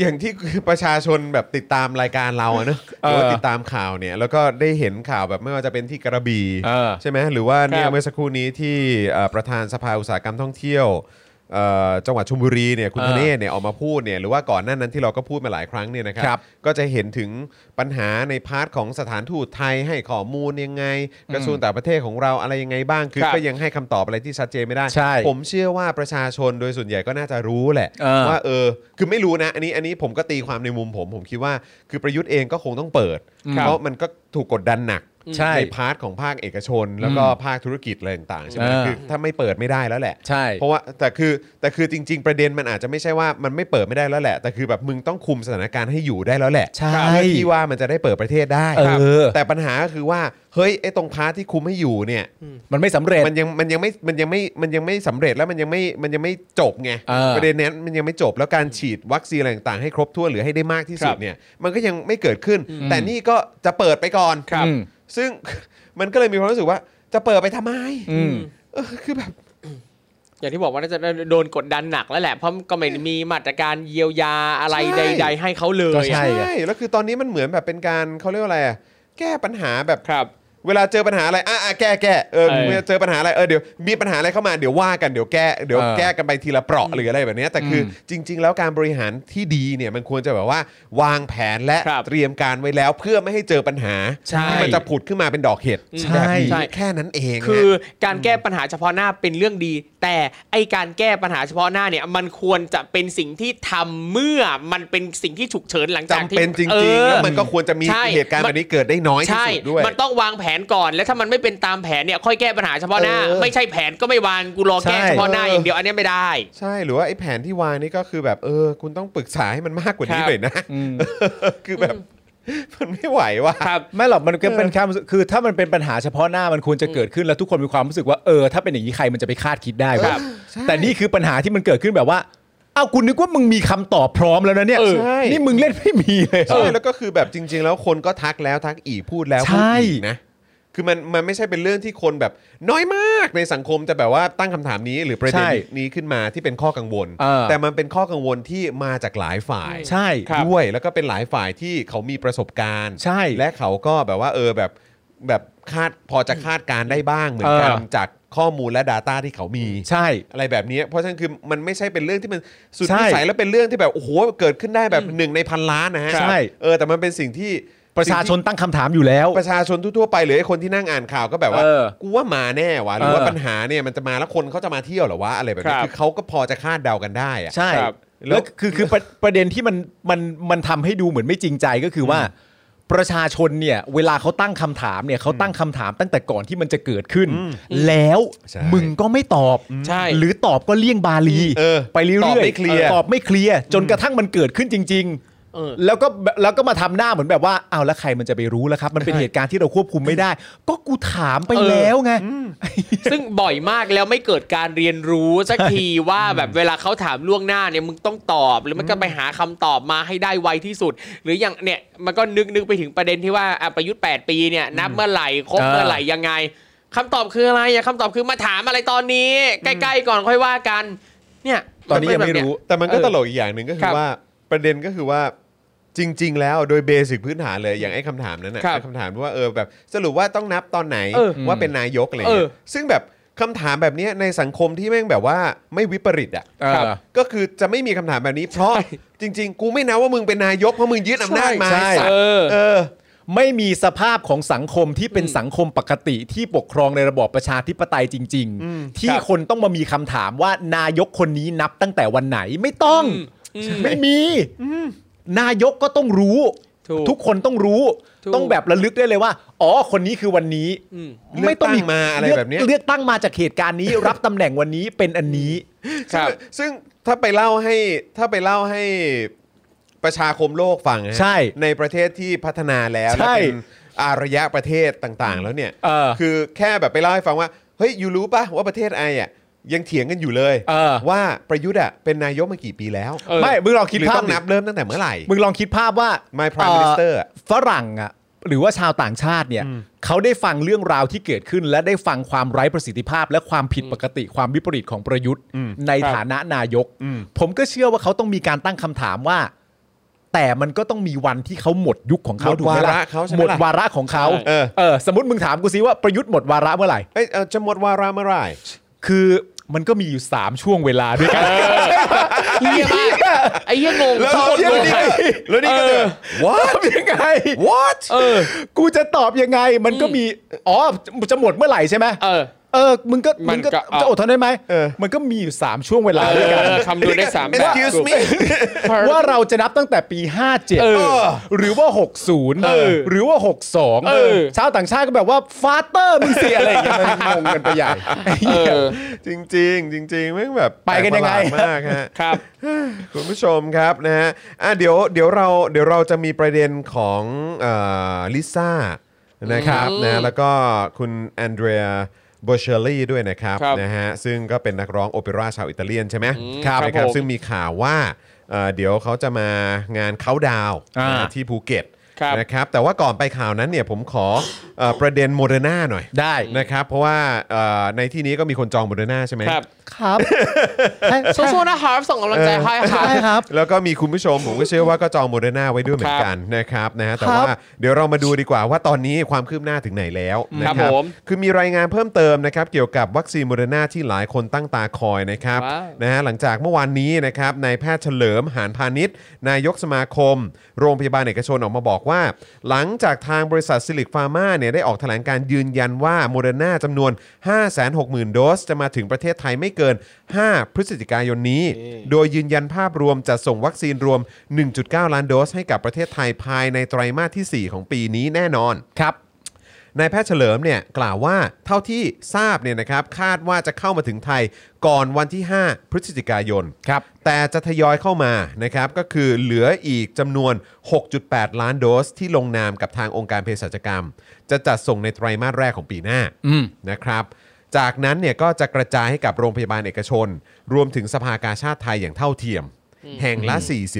อย่างที่ประชาชนแบบติดตามรายการเราอะเนอะห
เออ
รือว่าติดตามข่าวเนี่ยแล้วก็ได้เห็นข่าวแบบไม่ว่าจะเป็นที่กระบี่
เออ
ใช่ไหมหรือว่าเนี่ย
ครับ
เมื่อสักครู่นี้ที่เอ่อประธานสภาอุตสาหกรรมท่องเที่ยวเอ่อจังหวัดชลบุรีเนี่ยคุณ
เออ
ธเนศเนี่ยออกมาพูดเนี่ยหรือว่าก่อนหน้านั้นที่เราก็พูดมาหลายครั้งเนี่ยนะค
ครั
รับ ก็จะเห็นถึงปัญหาในพาร์ทของสถานทูตไทยให้ข้อมูลยังไง กระทรวงต่างประเทศของเราอะไรยังไงบ้างคือ
ครับ
ก็ยังให้คำตอบอะไรที่ชัดเจนไม่ได้
ใช่
ผมเชื่อว่าประชาชนโดยส่วนใหญ่ก็น่าจะรู้แหละ
เออ
ว่าเออคือไม่รู้นะอันนี้อันนี้ผมก็ตีความในมุมผม ผมคิดว่าคือประยุทธ์เองก็คงต้องเปิด
ครับ
เพราะมันก็ถูกกดดันหนัก
ใช่
พาร์ทของภาคเอกชน แล้วก็ภาคธุรกิจอะไรต่างๆใช่ไหม
เออ
คือถ้าไม่เปิดไม่ได้แล้วแหละ
ใช่
เพราะว่าแต่คือแต่คือจริง ๆ ประเด็นมันอาจจะไม่ใช่ว่ามันไม่เปิดไม่ได้แล้วแหละ แต่คือแบบมึงต้องคุมสถานการณ์ให้อยู่ได้แล้วแหละ
ใช่
เพื่อที่ว่ามันจะได้เปิดประเทศได้
เออ
ครับแต่ปัญหาก็คือว่าเฮ้ยไอ้ตรงพาร์ทที่คุมให้อยู่เนี่ย
มันไม่สำเร็จ
มันยังมันยังไม่มันยังไม่มันยังไม่สำเร็จแล้วมันยังไม่มันยังไม่จบไง
เออ
ประเด็นนั้นมันยังไม่จบแล้วการฉีดวัคซีนอะไรต่างๆให้ครบถ้วนหรือให้ได้มากที่สุด
ครับ
เนี่ยมันก็ยังไม่เกิดขึ้น แต่นี่ก็จะเปิดไปก่อน
ครับ
อืม
ซึ่ง มันก็เลยมีความรู้สึกว่าจะเปิดไปทำไม
อืม
เออคือแบบ
อย่างที่บอกว่าน่าจะโดนกดดันหนักแล้วแหละ เพราะก็ไม่มีมาตรการเยียวยาอะไรใด ๆ ให้เขาเล
ก็
ย
ใช่
อะ
ไง
แล้วคือตอนนี้มันเหมือนแบบเป็นการเขาเรียกว่าอะไรอะแก้ปัญหาแบบ
ครับ
เวลาเจอปัญหาอะไร อ่ะอ่ะแก้แก้เออ
เออ
เวลาเจอปัญหาอะไร เออ เดี๋ยว มีปัญหาอะไรเข้ามา เดี๋ยวว่ากัน เดี๋ยวแก้ เดี๋ยว
เออ
แก้กันไปทีละเปราะหรืออะไรแบบเนี้ยแต่คืออจริง ๆ แล้วการบริหารที่ดีเนี่ย มันควรจะแบบว่า วางแผนและ
ครับ
เตรียมการไว้แล้ว เพื่อไม่ให้เจอปัญหา
ใช่
ที่มันจะผุดขึ้นมาเป็นดอกเห็ด
ใช่
แบบนี้แค่นั้นเอง
คือ
ฮะ
การแก้ปัญหาเฉพาะหน้าเป็นเรื่องดี แต่ไอการแก้ปัญหาเฉพาะหน้าเนี่ย มันควรจะเป็นสิ่งที่ทำเมื่อมันเป็นสิ่งที่ฉุกเฉินหลังจาก
จำ
ที่
เป็นจ
อ
ริง
อ
ๆ แล้วมันก็ควรจะมี
ใช่
เหตุการณ์
มั
แบ
น
บนี้เกิดได้น้อยที่
ใช่
สุดด้วย
มันต้องวางแผนก่อน แล้วถ้ามันไม่เป็นตามแผนเนี่ยค่อยแก้ปัญหาเฉพาะหน้า
เออ
ไม่ใช่แผนก็ไม่วางกูรอแก้
ใช่
เฉพาะหน้า
เออ
อ
อ
ย่างเดียวอันเนี้ยไม่ได้
ใช่ หรือว่าไอ้แผนที่วางนี่ก็คือแบบ เออ คุณต้องปรึกษาให้มันมากกว่านี้
ครับ
หน่อยนะ
อืม
คือแบบ มันไม่ไหวว่ะ
ครับ
ไม่หรอกมันก็เป็นความรู้สึกคือถ้ามันเป็นปัญหาเฉพาะหน้ามันควรจะเกิดขึ้นแล้วทุกคนมีความรู้สึกว่าเออถ้าเป็นอย่างนี้ใครมันจะไปคาดคิดได้วะ
ครับ
ใช่
แต่นี่คือปัญหาที่มันเกิดขึ้นแบบว่าอ้าวคุณนึกว่ามึงมีคำตอบพร้อมแล้วนะเนี่ย
เออใช่
นี่มึงเล่นไม่มีเลยเหรอ
ใช่แล้วก็คือแบบจริง ๆ แล้วคนก็ทักแล้วทักอีกพูดแล้ว
ใช่
พูดอีกนะคือมันมันไม่ใช่เป็นเรื่องที่คนแบบน้อยมากในสังคมจะแบบว่าตั้งคำถามนี้หรือประเด็นนี้ขึ้นมาที่เป็นข้อกังวล
เออ
แต่มันเป็นข้อกังวลที่มาจากหลายฝ่าย
ใช่
ด้วยแล้วก็เป็นหลายฝ่ายที่เขามีประสบการณ์
ใช่
และเขาก็แบบว่าเออแบบแบบคาดพอจะคาดการณ์ได้บ้างเหมือนกัน
เออ
จากข้อมูลและ Data ที่เขามี
ใช่
อะไรแบบนี้ เพราะฉะนั้นคือมันไม่ใช่เป็นเรื่องที่มันสุด
ใช่
วิสัยแล้วเป็นเรื่องที่แบบโอ้โหเกิดขึ้นได้แบบหนึ่งในพันล้านนะฮะ
ใช่
เออแต่มันเป็นสิ่งที่
ประชาชนตั้งคำถามอยู่แล้ว
ประชาชนทั่วๆไปหรือไอ้คนที่นั่งอ่านข่าวก็แบบว่า
เออ
กูว่ามาแน่วะหรือว่า
เออ
ปัญหาเนี่ยมันจะมาแล้วคนเขาจะมาเที่ยวเหรอวะอะไรแบบนี้
ครับ
คือเขาก็พอจะคาดเดากันได้อะ
ใช่
ครับ
แล้
แล้ว วคือคือประประเด็นที่มันมันมันทำให้ดูเหมือนไม่จริงใจก็คือว่า ประชาชนเนี่ย เวลาเขาตั้งคำถามเนี่ยเขาตั้งคำถามตั้งแต่ก่อนที่มันจะเกิดขึ้น แล้ว
ใช่
มึงก็ไม่ตอบ
ใช่
หรือตอบก็เลี่ยงบาลี
เออ
ไปเรื่อยๆ
ตอบไม่เคลียร์
ตอบไม่เคลียร์จนกระทั่งมันเกิดขึ้นจริง
เออ
ๆ แล้วก็แบบแล้วก็มาทำหน้าเหมือนแบบว่าอ้าวแล้วใครมันจะไปรู้ล่ะครับ มันเป็นเหตุการณ์ที่เราควบคุมไม่ได้ ก็กูถามไปแล้วไง
ซึ่งบ่อยมากแล้วไม่เกิดการเรียนรู้สักทีว่าแบบเวลาเขาถามล่วงหน้าเนี่ยมึงต้องตอบ หรือมันก็ไปหาคำตอบมาให้ได้ไวที่สุด หรืออย่างเนี่ยมันก็นึกนึกไปถึงประเด็นที่ว่าอ่ะประยุทธ์ 8 ปีเนี่ยนับเมื่อไหร่ครบ
เออ
เมื่อไหร่ยังไงคำตอบคืออะไรอ่ะคำตอบคือมาถามอะไรตอนนี้ ใกล้ ๆ ก่อนค่อยว่ากัน เนี่ย
ตอนนี้ยังไม่รู้
แต่มันก็
เออ
ตลกอีกอย่างหนึ่งก็คื
ครั
อบ ว่าประเด็นก็คือว่าจริง ๆ แล้วโดยเบสิกพื้นฐานเลยอย่างไอ้คำถามนั้นน่ะ
ครับ
ไอ้คำถามว่าเออแบบสรุปว่าต้องนับตอนไหน
เออ
ว่าเป็นนายกอะไรอย่างเงี้ย
เออ
ซึ่งแบบคำถามแบบเนี้ยในสังคมที่แม่งแบบว่าไม่วิปริตอ่ะ
เออ
ครับก็คือจะไม่มีคำถามแบบนี้ เพราะ
ใช่
จริง ๆ กูไม่นับว่ามึงเป็นนายกเพราะมึงยึดอำนาจมา
ใช่
ไอ้สัต
เอ
ว์
อ
เออ
ไม่มีสภาพของสังคมที่เป็นสังคมปกติที่ปกครองในระบอบประชาธิปไตยจริง ๆ ที่
ครับ
คนต้องมามีคำถามว่านายกคนนี้นับตั้งแต่วันไหนไม่ต้อง
อืม
ไม่มีนายกก็ต้องรู้
ถูก
ทุกคนต้องรู้
ถูก
ต้องแบบระลึกได้เลยว่า อ๋อคนนี้คือวันนี้
อืม
ไม่ต้อง
เลือกตั้งมาอะไรแบบเนี้ย
เลือกตั้งมาจากเหตุการณ์นี้ รับตำแหน่งวันนี้เป็นอันนี้
ครับ
ซึ่งถ้าไปเล่าให้ถ้าไปเล่าให้ประชาคมโลกฟังนะฮะ
ใช่
ในประเทศที่พัฒนาแล้วและ
ใช่
เป็นอารยะประเทศต่างๆ แล้วเนี่ย
เออ
คือแค่แบบไปเล่าให้ฟังว่า เฮ้ยอยู่รู้ป่ะว่าประเทศไออ่ะยังเถียงกันอยู่เลย
เออ
ว่าประยุทธ์อ่ะเป็นนายกมากี่ปีแล้ว
เออ
ไม่มึงลองคิด
หรือ
ภา
ต้
พ
อง
ดิ
นับเริ่มตั้งแต่เมื่อไหร่
มึงลองคิดภาพว่า
My Prime Minister อะ
ฝรั่งอ่ะหรือว่าชาวต่างชาติเนี่ยเขาได้ฟังเรื่องราวที่เกิดขึ้น และได้ฟังความไร้ประสิทธิภาพ และความผิดปกติความวิปริตของประยุทธ์ ในฐานะนายก ผมก็เชื่อว่าเขาต้องมีการตั้งคำถามว่า แต่มันก็ต้องมีวันที่เขาหมดยุคของเขา
หมด
ถูกไหม
วาระ
ล่ะ
เขาใช่ไหม
หมด
ล่ะ
วาระของเขา
เออ
เออสมมติมึงถามกูซิว่าประยุทธ์หมดวาระเมื่อไหร่
เอ้ยเอ่อจะหมดวาระเมื่อไหร่
คือมันก็มีอยู่ 3 ช่วงเวลาด้วยกัน
เหี้ยมากไอ้เหี้ยงง
แล้ว
โคตรง
แล้ว
ง
นี่ก็แล้วนี่ก็เดิน what
ทำยังไง
what
เออ
กูจะตอบยังไง มันก็มี อ๋อ จะหมดเมื่อไหร่ใช่ไหม
เออ
เออ มึงก็
มั
มึ
น
ง
ก็
ก็
เอา
จะอดทนได้ไหม
เออ
มันก็มีอยู่ 3 ช่วงเวลา
เอ
ด้วยกัน
อคำนวณได้สามแบบ
excuse me
ว่าเราจะนับตั้งแต่ปี 57
เออ
หรือว่า 60
เออ
หรือว่า
เออ
62 ชาวต่างชาติก็แบบว่า ฟาเตอร์มึงเสียอะไรอย่างเงี้ยมันงงกันไปใหญ่
เออ
จริงจริงๆจริงๆแม่งแบบ
ไปกันยังไง
แปลกประหลาดมากฮะ
ครับ
คุณผู้ชมครับนะฮะอ่ะเดี๋ยวเดี๋ยวเราเดี๋ยวเราจะมีประเด็นของเอ่อลิซ่านะครับ
อืม
นะแล้วก็คุณแอนเดรียโบเชลลี่ด้วยนะครับ
ครับ
นะฮะซึ่งก็เป็นนักร้องโอเปร่าชาวอิตาเลียนใช่ไหม
อืม
ครับ
ครับ
นะครับ
ผม
ซึ่งมีข่าวว่าเอ่อเดี๋ยวเขาจะมางานเขาดาวน์
อ่า
ที่ภูเก็ต
ครับ
นะครับแต่ว่าก่อนไปข่าวนั้นเนี่ยผมขอเอ่อประเด็นโมเดอร์นาหน่อย
ได้
นะครับเพราะว่าเอ่อในที่นี้ก็มีคนจองโมเดอร์นาใช่ไหม
ครับ
ครับ
สู้ๆนะครับส่งกำลังใจให้ค่ะ
ใช่ครับ
แล้วก็มีคุณผู้ชม ผมก็เชื่อว่าก็จองโมเดอร์นาไว้ด้วยเหมือนกันนะครับนะฮะแต่ว่าเดี๋ยวเรามาดูดีกว่าว่าตอนนี้ความคืบหน้าถึงไหนแล้วนะค
ครั
รับบ
ผม
คือมีรายงานเพิ่มเติมนะครับเกี่ยวกับวัคซีนโมเดอร์นาที่หลายคนตั้งตาคอยนะครับ
ว้าว
นะฮะหลังจากเมื่อวานนี้นะครับนายแพทย์เฉลิมหานพาณิชย์ นายกสมาคม โรงพยาบาลเอกชนออกมาบอกว่า หลังจากทางบริษัทซิลิกฟาร์มาเนี่ยได้ออกแถลงการยืนยันว่าโมเดอร์นาจำนวน 560,000 โดส จะมาถึงประเทศไทยไม่เกิน 5 พฤศจิกายนนี้ โดยยืนยันภาพรวมจะส่งวัคซีนรวม 1.9 ล้านโดส ให้กับประเทศไทยภายในไตรมาสที่ 4 ของปีนี้แน่นอน
ครับ
นายแพทย์เฉลิมเนี่ยกล่าวว่าเท่าที่ทราบเนี่ยนะครับคาดว่าจะเข้ามาถึงไทยก่อนวันที่ 5 พฤศจิกายน
ครับ
แต่จะทยอยเข้ามานะครับก็คือเหลืออีกจำนวน 6.8 ล้านโดส ที่ลงนามกับทางองค์การเภสัชกรรม จะจัดส่งในไตรมาสแรกของปีหน้า
อืม
นะครับ จากนั้นเนี่ยก็จะกระจายให้กับโรงพยาบาลเอกชน รวมถึงสภากาชาติไทยอย่างเท่าเทียม แห่งละ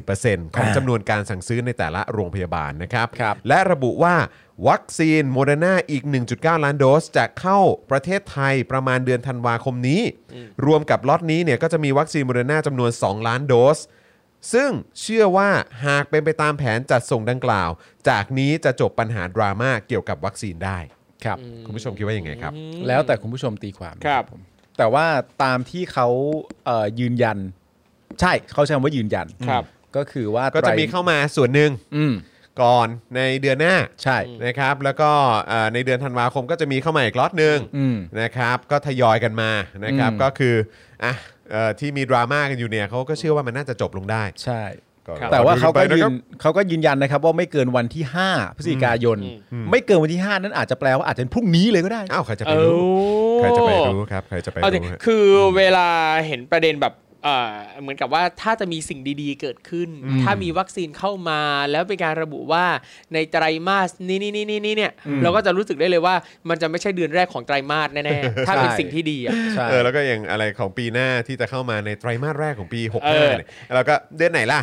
40%ของจำนวนการสั่งซื้อในแต่ละโรงพยาบาลนะครับ
ครับ
และระบุว่าวัคซีนโมเดอร์นาอีก 1.9 ล้านโดส จะเข้าประเทศไทยประมาณเดือนธันวาคมนี้ รวมกับล็อตนี้เนี่ยก็จะมีวัคซีนโมเดอร์นาจำนวน 2 ล้านโดส ซึ่งเชื่อว่าหากเป็นไปตามแผนจัดส่งดังกล่าว จากนี้จะจบปัญหาดราม่าเกี่ยวกับวัคซีนได้
ครับ
คุณผู้ชมคิดว่ายังไงครับ
แล้วแต่คุณผู้ชมตีความ
ครับ
ผมแต่ว่าตามที่เขาเอ่อยืนยัน ใช่เขาใช้คำว่ายืนยัน
ครับ
ก็คือว่า
ก็จะมีเข้ามาส่วนหนึ่ง
อืม
ก่อนในเดือนหน้า
ใช่
นะครับแล้วก็เอ่อในเดือนธันวาคมก็จะมีเข้ามาอีกล็อตหนึ่ง
อืม
นะครับก็ทยอยกันมานะครับ
อืม
ก็คืออ่ะเอ่อที่มีดราม่ากันอยู่เนี่ยเขาก็เชื่อว่ามันน่าจะจบลงได้
ใช่
ก็
ครับ
แต่ว่าเขา
ร
ก็
อดูไปะค
ยื
รั
น
บ
เขาก็ยืนยันนะครับ ว่าไม่เกินวันที่ 5 พฤศจิกายน
อืม
ไม่เกินวันที่ 5 นั้นอาจจะแปลว่าอาจจะเป็นพรุ่งนี้เลยก็ได้
อ้าวใครจะไป
เอ้
รู้ใครจะไปรู้ครับใครจะไป
เอาจริง
รู้ฮะ
คือเวลาเห็นประเด็นแบบเอ่อเหมือนกับว่าถ้าจะมีสิ่งดีๆเกิดขึ้น ถ้ามีวัคซีนเข้ามาแล้วเป็นการระบุว่าในไตรมาสนี่นี่นี่นี่เนี่ยเราก็จะรู้สึกได้เลยว่ามันจะไม่ใช่เดือนแรกของไตรมาสแน่ ๆ ถ้าเป็น
ใช่
สิ่งที่ดีอ่ะ
ใช่
เออแล้วก็อย่างอะไรของปีหน้าที่จะเข้ามาในไตรมาสแรกของปี65
เออ
เนี่ยแล้วก็เดือนไหนล่ะ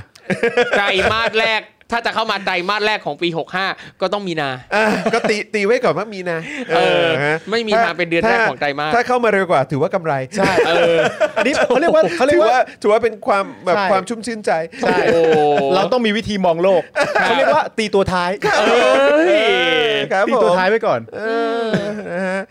ไตรมาสแรก ถ้าจะเข้ามาไตรมาสแรกของปี 65 ก็ต้องมีนา
เออก็ตีตีไว้ก่อนว่ามีนา
เออ
ฮะ
ไม่มีนาเป็นเดือนแรกของไตรมาส
ถ้าเข้ามาเร็วกว่าถือว่ากำไร
ใช่อันนี้เขาเรียกว่าเขาเรีย
ถื
ก
อ
ว่า
ว่าถือว่าเป็นความแบบ
ใช่
ความชุ่มชื่นใจ
ใช่
โอ้
เราต้องมีวิธีมองโลกเขาเรียกว่าตีตัวท้าย
เฮ้ย
ครับ
ตี
ผม
ตัวท้ายไว้ก่อน
เออนะฮะ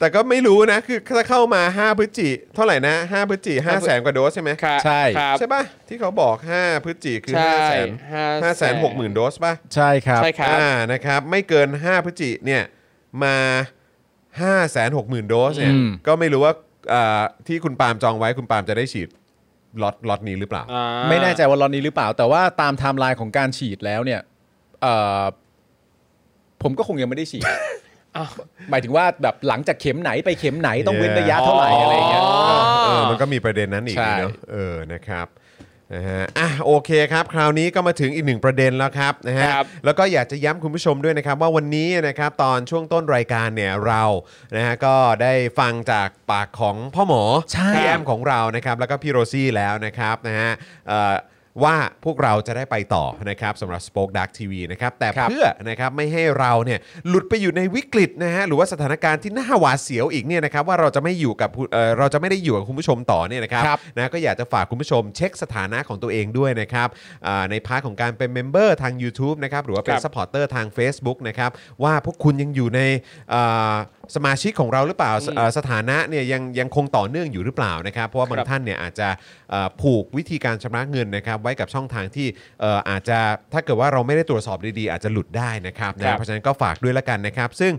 แต่ก็ไม่รู้นะ คือถ้าเข้ามา 5 พฤศจิเท่าไหร่นะ 5 พฤศจิ5แสนกว่าโดสใช่ไหม
ครับ
ใช่
ครับ
ใช่ป่ะ ที่เขาบอก 5 พฤศจิคือ
ใช
5
่
แสน
ห้า
5แสนหกหมื่นโดสป่ะ
ใช่ครับ
ใช่ครับ
อ่านะครับ ไม่เกิน 5 พฤศจิเนี่ยมา5แสนหกหมื่นโดสเนี่ย
อืม
ก็ไม่รู้ว่าอ่าที่คุณปาล์มจองไว้คุณปาล์มจะได้ฉีดล็อตล็อตนี้หรือเปล่า
อ่า
ไม่แน่ใจว่าล็อตนี้หรือเปล่า แต่ว่าตามไทม์ไลน์ของการฉีดแล้วเนี่ยเอ่อผมก็คงยังไม่ได้ฉีด
อ้าว
หมายถึงว่าแบบหลังจากเข็มไหนไปเข็มไหนต้องเว้นระยะเท่าไหร่อะไรอย่างเงี้ย
เออมันก็มีประเด็นนั้นอีก
ใช่
เนอะเออนะครับนะฮะอ่ะโอเคครับคราวนี้ก็มาถึงอีกหนึ่งประเด็นแล้วครับนะฮะ
ครับ
แล้วก็อยากจะย้ำคุณผู้ชมด้วยนะครับ ว่าวันนี้นะครับตอนช่วงต้นรายการเนี่ยเรานะฮะก็ได้ฟังจากปากของพ่อหมอ
ใช่
พี่แอมของเรานะครับแล้วก็พี่โรซี่แล้วนะครับนะฮะเอ่อ ว่าพวกเราจะได้ไปต่อนะครับสำหรับ Spoke Dark TV นะครับแต่เพื่อนะครับไม่ให้เราเนี่ยหลุดไปอยู่ในวิกฤตนะฮะหรือว่าสถานการณ์ที่น่าหวาดเสียวอีกเนี่ยนะครับว่าเราจะไม่อยู่กับผู้เอ่อเราจะไม่ได้อยู่กับคุณผู้ชมต่อเนี่ยนะครับ
ครับ
นะก็อยากจะฝากคุณผู้ชมเช็คสถานะของตัวเองด้วยนะครับอ่าในพาร์ทของการเป็นเมมเบอร์ทาง YouTube นะครับหรือว่าเป็น
ครับ
ซัพพอร์เตอร์ทาง Facebook นะครับว่าพวกคุณยังอยู่ในเอ่อสมาชิกของเราหรือเปล่าสเอ่อสถานะเนี่ยยังยังคงต่อเนื่องอยู่หรือเปล่านะครับ เพราะว่าบางท่านเนี่ยอาจจะเอ่อผูกวิธีการชำระเงินนะครับไว้กับช่องทางที่เอ่ออาจจะถ้าเกิดว่าเราไม่ได้ตรวจสอบดีๆ อาจจะหลุดได้นะครับนะเพราะฉะนั้นก็ฝากด้วยละกันนะครับ ซึ่ง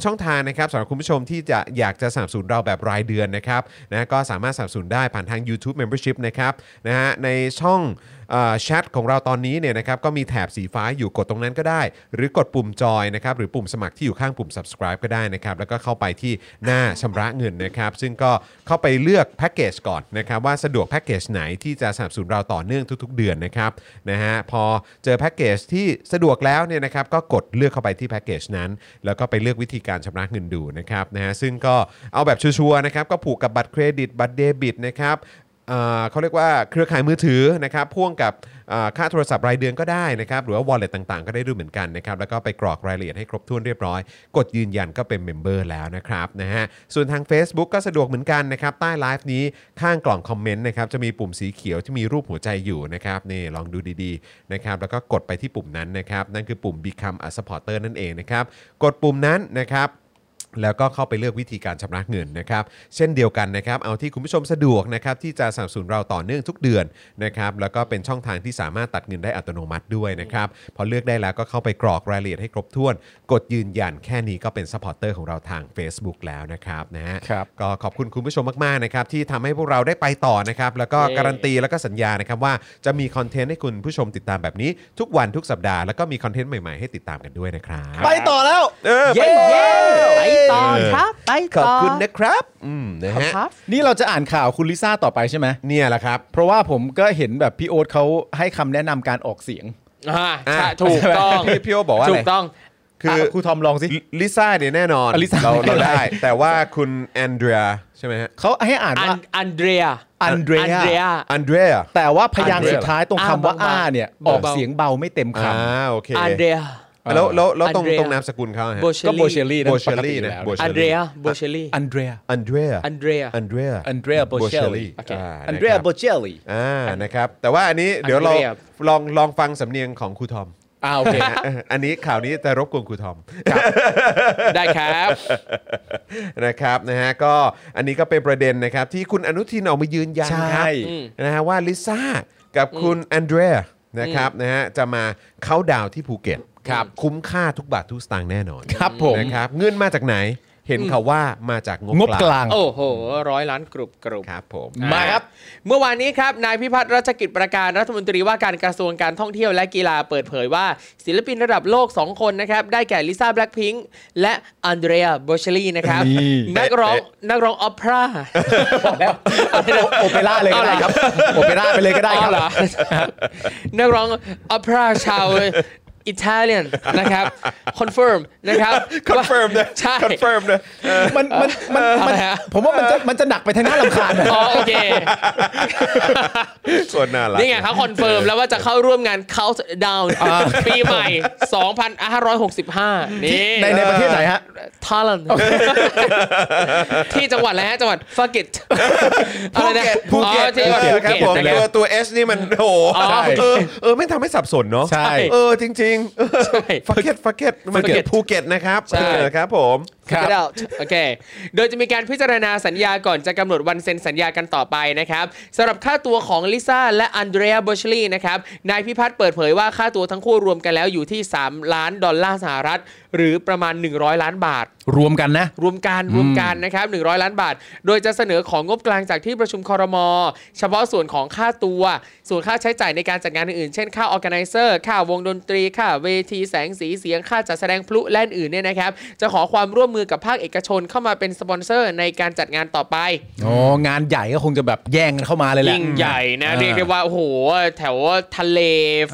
2 ช่องทางนะครับสำหรับคุณผู้ชมที่จะอยากจะสนับสนุนเราแบบรายเดือนนะครับนะก็สามารถสนับสนุนได้ผ่านทาง YouTube Membership นะครับนะฮะในช่อง เอ่อแชทของเราตอนนี้เนี่ยนะครับก็มีแถบสีฟ้าอยู่กดตรงนั้นก็ได้ หรือกดปุ่มจอยนะครับหรือปุ่มสมัครที่อยู่ข้างปุ่ม subscribe ก็ได้นะครับแล้วก็เข้าไปที่หน้าชำระเงินนะครับซึ่งก็เข้าไปเลือกแพ็กเกจก่อนนะครับว่าสะดวกแพ็กเกจไหนที่จะสนับสนุนเราต่อเนื่องทุกๆ เดือนนะครับนะฮะพอเจอแพ็กเกจที่สะดวกแล้วเนี่ยนะครับก็กดเลือกเข้าไปที่แพ็กเกจนั้น แล้วก็ไปเลือกวิธีการชำระเงินดูนะครับนะฮะซึ่งก็เอาแบบชัวร์ๆนะครับก็ผูกกับบัตรเครดิตบัตรเดบิตนะครับ เอ่อเขาเรียกว่าเครือข่ายมือถือนะครับพ่วงกับเอ่อค่าโทรศัพท์รายเดือนก็ได้นะครับหรือว่า wallet ต่างๆ ก็ได้ด้วยเหมือนกันนะครับแล้วก็ไปกรอกรายละเอียดให้ครบถ้วนเรียบร้อย กดยืนยันก็เป็นเมมเบอร์แล้วนะครับนะฮะส่วนทาง Facebook ก็สะดวกเหมือนกันนะครับใต้ไลฟ์นี้ข้างกล่องคอมเมนต์นะครับจะมีปุ่มสีเขียวที่มีรูปหัวใจอยู่นะครับนี่ลองดูดีๆนะครับแล้วก็กดไปที่ปุ่มนั้นนะครับนั่นคือปุ่ม Become a supporter นั่นเองนะครับกดปุ่มนั้นนะครับ แล้วก็เข้าไปเลือกวิธีการชำระเงินนะครับ เช่นเดียวกันนะครับ เอาที่คุณผู้ชมสะดวกนะครับที่จะสนับสนุนเราต่อเนื่องทุกเดือนนะครับ แล้วก็เป็นช่องทางที่สามารถตัดเงินได้อัตโนมัติด้วยนะครับ พอเลือกได้แล้วก็เข้าไปกรอกรายละเอียดให้ครบถ้วน กดยืนยันแค่นี้ก็เป็นซัพพอร์เตอร์ของเราทาง Facebook แล้วนะครับนะฮะ
ครับ
ก็ขอบคุณคุณผู้ชมมาก ๆ นะครับ ที่ทำให้พวกเราได้ไปต่อนะครับ แล้วก็
เย้
การันตีแล้วก็สัญญานะครับว่าจะมีคอนเทนต์ให้คุณผู้ชมติดตามแบบนี้ทุกวันทุกสัปดาห์แล้วก็มีคอนเทนต์ใหม่ๆให้ติดตามกันด้วยนะครับ
ไปต่อแล้ว
เออไป
เย้
ต่อ
ไปต่อครับไป
ข
ต่อ
อบคุณนะครับ อืมนะฮะ
ครับ
นี่เราจะอ่านข่าวคุณลิซ่าต่อไปใช่ไหม
เนี่ยแหละครับ
เพราะว่าผมก็เห็นแบบพี่โอ๊ตเขาให้คำแนะนำการออกเสียง
อ่า
อ่า
ใช่ถูกต้อง
พี่พี่โอบอกว่าอะ
ถู
ไร
กต้อง
คือ
ะครูทอมลองสิ
ลิลิซ่าเนี่ยแน่นอน
อ่ะลิซ่า
เรา
ไม่เป็
เรา
นไร
ได้ แต่ว่าคุณแอนเดรียใช่ไหมฮะ
เขาให้อ่าน
อัน
ว่า
อันเดรีย
อันเดรี
อันเดรี
ย
ย
อันเดรีย
แต่ว่าพยางค์สุดท้ายตรงคำว่า
อ่า
อ้า
เบาๆ
เนี่ย
เบาๆ
ออกเสียงเบาไม่เต็มค
อ่าโอเค
อันเดรีย
แล้วแล้วแล้วตรง
Andrea
ตรงนามสกุลเขาฮะ
โบเช
ำก็โบเช
ลี
ลลี่
โบเชลลี่
นะ
นะโบเช
อัน
ล
เดรี
ลี่
ยโบเชลี
อันเดรีย
อันเดรีย
อันเดรีย
อันเดรีย
อันเดรียโบเชลลี่
โอเค
อันเดรียโบเชลลี่
อ่านะครับแต่ว่าอันนี้เดี๋ยวเรา
Andrea
ลองลองฟังสำเนียงของครูท อม
อ่าโอเค
เอออันนี้ข่าวนี้จะรบกวนครูทอม
ได้ครับ
นะครับนะฮะก็อันนี้ก็เป็นประเด็นนะครับที่คุณอนุทินออกมายืนยันครับ
ใช่
อืม
นะฮะว่าลิซ่ากับคุณแอนเดรยนะครับนะฮะจะมาเข้าน์ดาวน์ที่ภูเก็ตครับคุ้มค่าทุกบาททุกสตางค์แน่นอน
ครับผม
นะครับเงินมาจากไหนเห็นเขาว่ามาจากง
ง
บบ ก
ก
ลาง
ลาง
โอ้โหร้อยล้านกรุบกรุบ
ครับผม
มาครับ
เมื่อวานนี้ครับ นายพิพัฒน์รัชกิจประการรัฐมนตรีว่าการกระทรวงการท่องเที่ยวและกีฬาเปิดเผยว่า ศิลปินระดับโลก 2 คนนะครับ ได้แก่ลิซ่าแบล็กพิงค์และอันเดรียโบเชลีนะครับ
นี่
นักร้องนักร้องออเปร่า
โอเปร่าเลยก็ได้ครับโอเปร่าไปเลยก็ได้ครั
อ๋
บ
อเหรอ นักร้องออเปร่าชาวอิตาเลียนนะครับคอนเฟิร์มนะครับ
คอนเฟิร์มนะ
ใช่
คอนเฟิร์มนะเออ
มันมันมันมันผมว่ามันจะมันจะหนักไปทางหน้าลำคาญนะ
อ๋อโอเค
โคตรน่ารัก
นี่ไงเขาคอนเฟิร์มแล้วว่าจะเข้าร่วมงาน Countdown ปีใหม่ 2565 นี่
ในในประเทศไหนฮะ
ทาลัน ที่จังหวัดอะไรฮะ จังหวัดฟาเกต อะไรนะ
ภูเก็ต
อ๋อที่จังหวัดภู
ครั
เก็
บ
ต
ผม
นะ
ตัว
ครับ
ตัวเอสนี่ มันโอ้โห
อ๋อ
เออเออไม่ทำให้สับสนเนาะ
ใช่
เออจริงๆเออ
ใช่
ฟักเก็ตฟักเก็ตมันเกิด
Phuket
ภูเก็ตนะครับ
ใช่
เออครับผม
Check it out โอเค โดยจะมีการพิจารณาสัญญาก่อนจะกำหนดวันเซ็นสัญญากันต่อไปนะครับสำหรับค่าตัวของลิซ่าและอันเดรียบอชลีนะครับ นายพิพัฒน์เปิดเผยว่าค่าตัวทั้งคู่รวมกันแล้วอยู่ที่ 3 ล้านดอลลาร์สหรัฐ หรือประมาณ 100 ล้านบาท
รวมกันนะ
รวมกันรวมกันนะครับ 100 ล้านบาท โดยจะเสนอของงบกลางจากที่ประชุมคอรมอเฉพาะส่วนของค่าตัว ส่วนค่าใช้จ่ายในการจัดงานอื่นๆ เช่นค่าออแกไนเซอร์ค่าวงดนตรี ค่าเวทีแสงสีเสียงค่าจัดแสดงพลุและอื่นๆเนี่ยนะครับ จะขอความร่วมมือกับภาคเอกชนเข้ามาเป็นสปอนเซอร์ในการจัดงานต่อไป
อ๋อ งานใหญ่ก็คงจะแบบแย่งกันเข้ามาเลยแหละ
ยิ่งใหญ่นะ
อ่า
เรียกได้ว่า โอ้โห แถวทะเล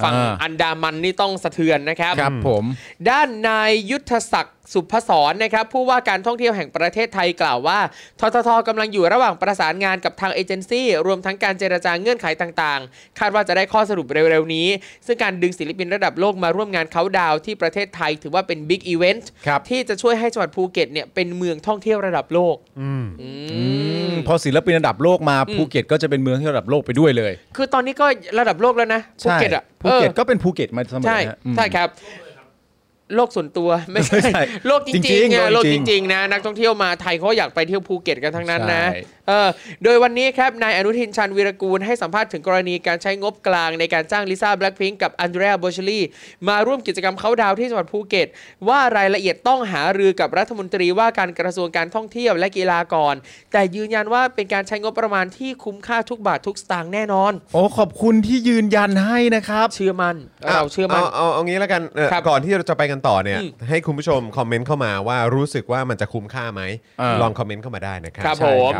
ฝั่ง
อ่า
อันดามันนี่ต้องสะเทือนนะครับ
ครับผม
ด้านนายยุทธศักดิ์ สุพศรนะครับผู้ว่าการท่องเที่ยวแห่งประเทศไทยกล่าวว่าทททกำลังอยู่ระหว่างประสานงานกับทางเอเจนซี่รวมทั้งการเจรจาเงื่อนไขต่างๆ คาดว่าจะได้ข้อสรุปเร็วๆนี้ ซึ่งการดึงศิลปินระดับโลกมาร่วมงานเขาน์ดาวน์ที่ประเทศไทยถือว่าเป็นบิ๊กอีเวนต์
ครับ
ที่จะช่วยให้จังหวัดภูเก็ตเนี่ยเป็นเมืองท่องเที่ยวระดับโลกอืม
พอศิลปินระดับโลกมาภูเก็ตก็จะเป็นเมืองที่ระดับโลกไปด้วยเลย
คือตอนนี้ก็ระดับโลกแล้วนะภูเก็ตอ่ะ
ภูเก็ต
ออ
ก็เป็นภูเก็ตมาเสมอ
ใช่
นะฮะอืม
ใช่ครับ โลกส่วน ตัวไม่ใช่
ไม่ใช่
โลกจริง
จริง
ๆ
ๆ
ไง
โล
โล
ก
ก
จ
จ
ริง
ริงๆนะนักท่องเที่ยวมาไทยเขาอยากไปเที่ยวภูเก็ตกันทั้งนั้นนะ
ใช่
เออโดยวันนี้ครับนายอนุทินชาญวีรกูลให้สัมภาษณ์ถึงกรณีการใช้งบกลางในการจ้างลิซ่าแบล็คพิงกับอันเดรียโบชลีมาร่วมกิจกรรมเขาน์ดาวน์ที่จังหวัดภูเก็ต ว่ารายละเอียดต้องหารือกับรัฐมนตรีว่าการกระทรวงการท่องเที่ยวและกีฬาก่อน แต่ยืนยันว่าเป็นการใช้งบประมาณที่คุ้มค่าทุกบาททุกสตางค์แน่นอน
โอ้ขอบคุณที่ยืนยันให้นะครับ
เชื่อมั่นเราเชื่อมั่น
เอาเอางี้แล้วกันเอ่อ
ครับ
ก่อนที่เราจะไปกันต่อเนี่ย
อืม
ให้คุณผู้ชมคอมเมนต์เข้ามาว่ารู้สึกว่ามันจะคุ้มค่าไหม
เออ
ลองคอมเมนต์เข้ามาได้นะครั
ครับ
ใช่
ผม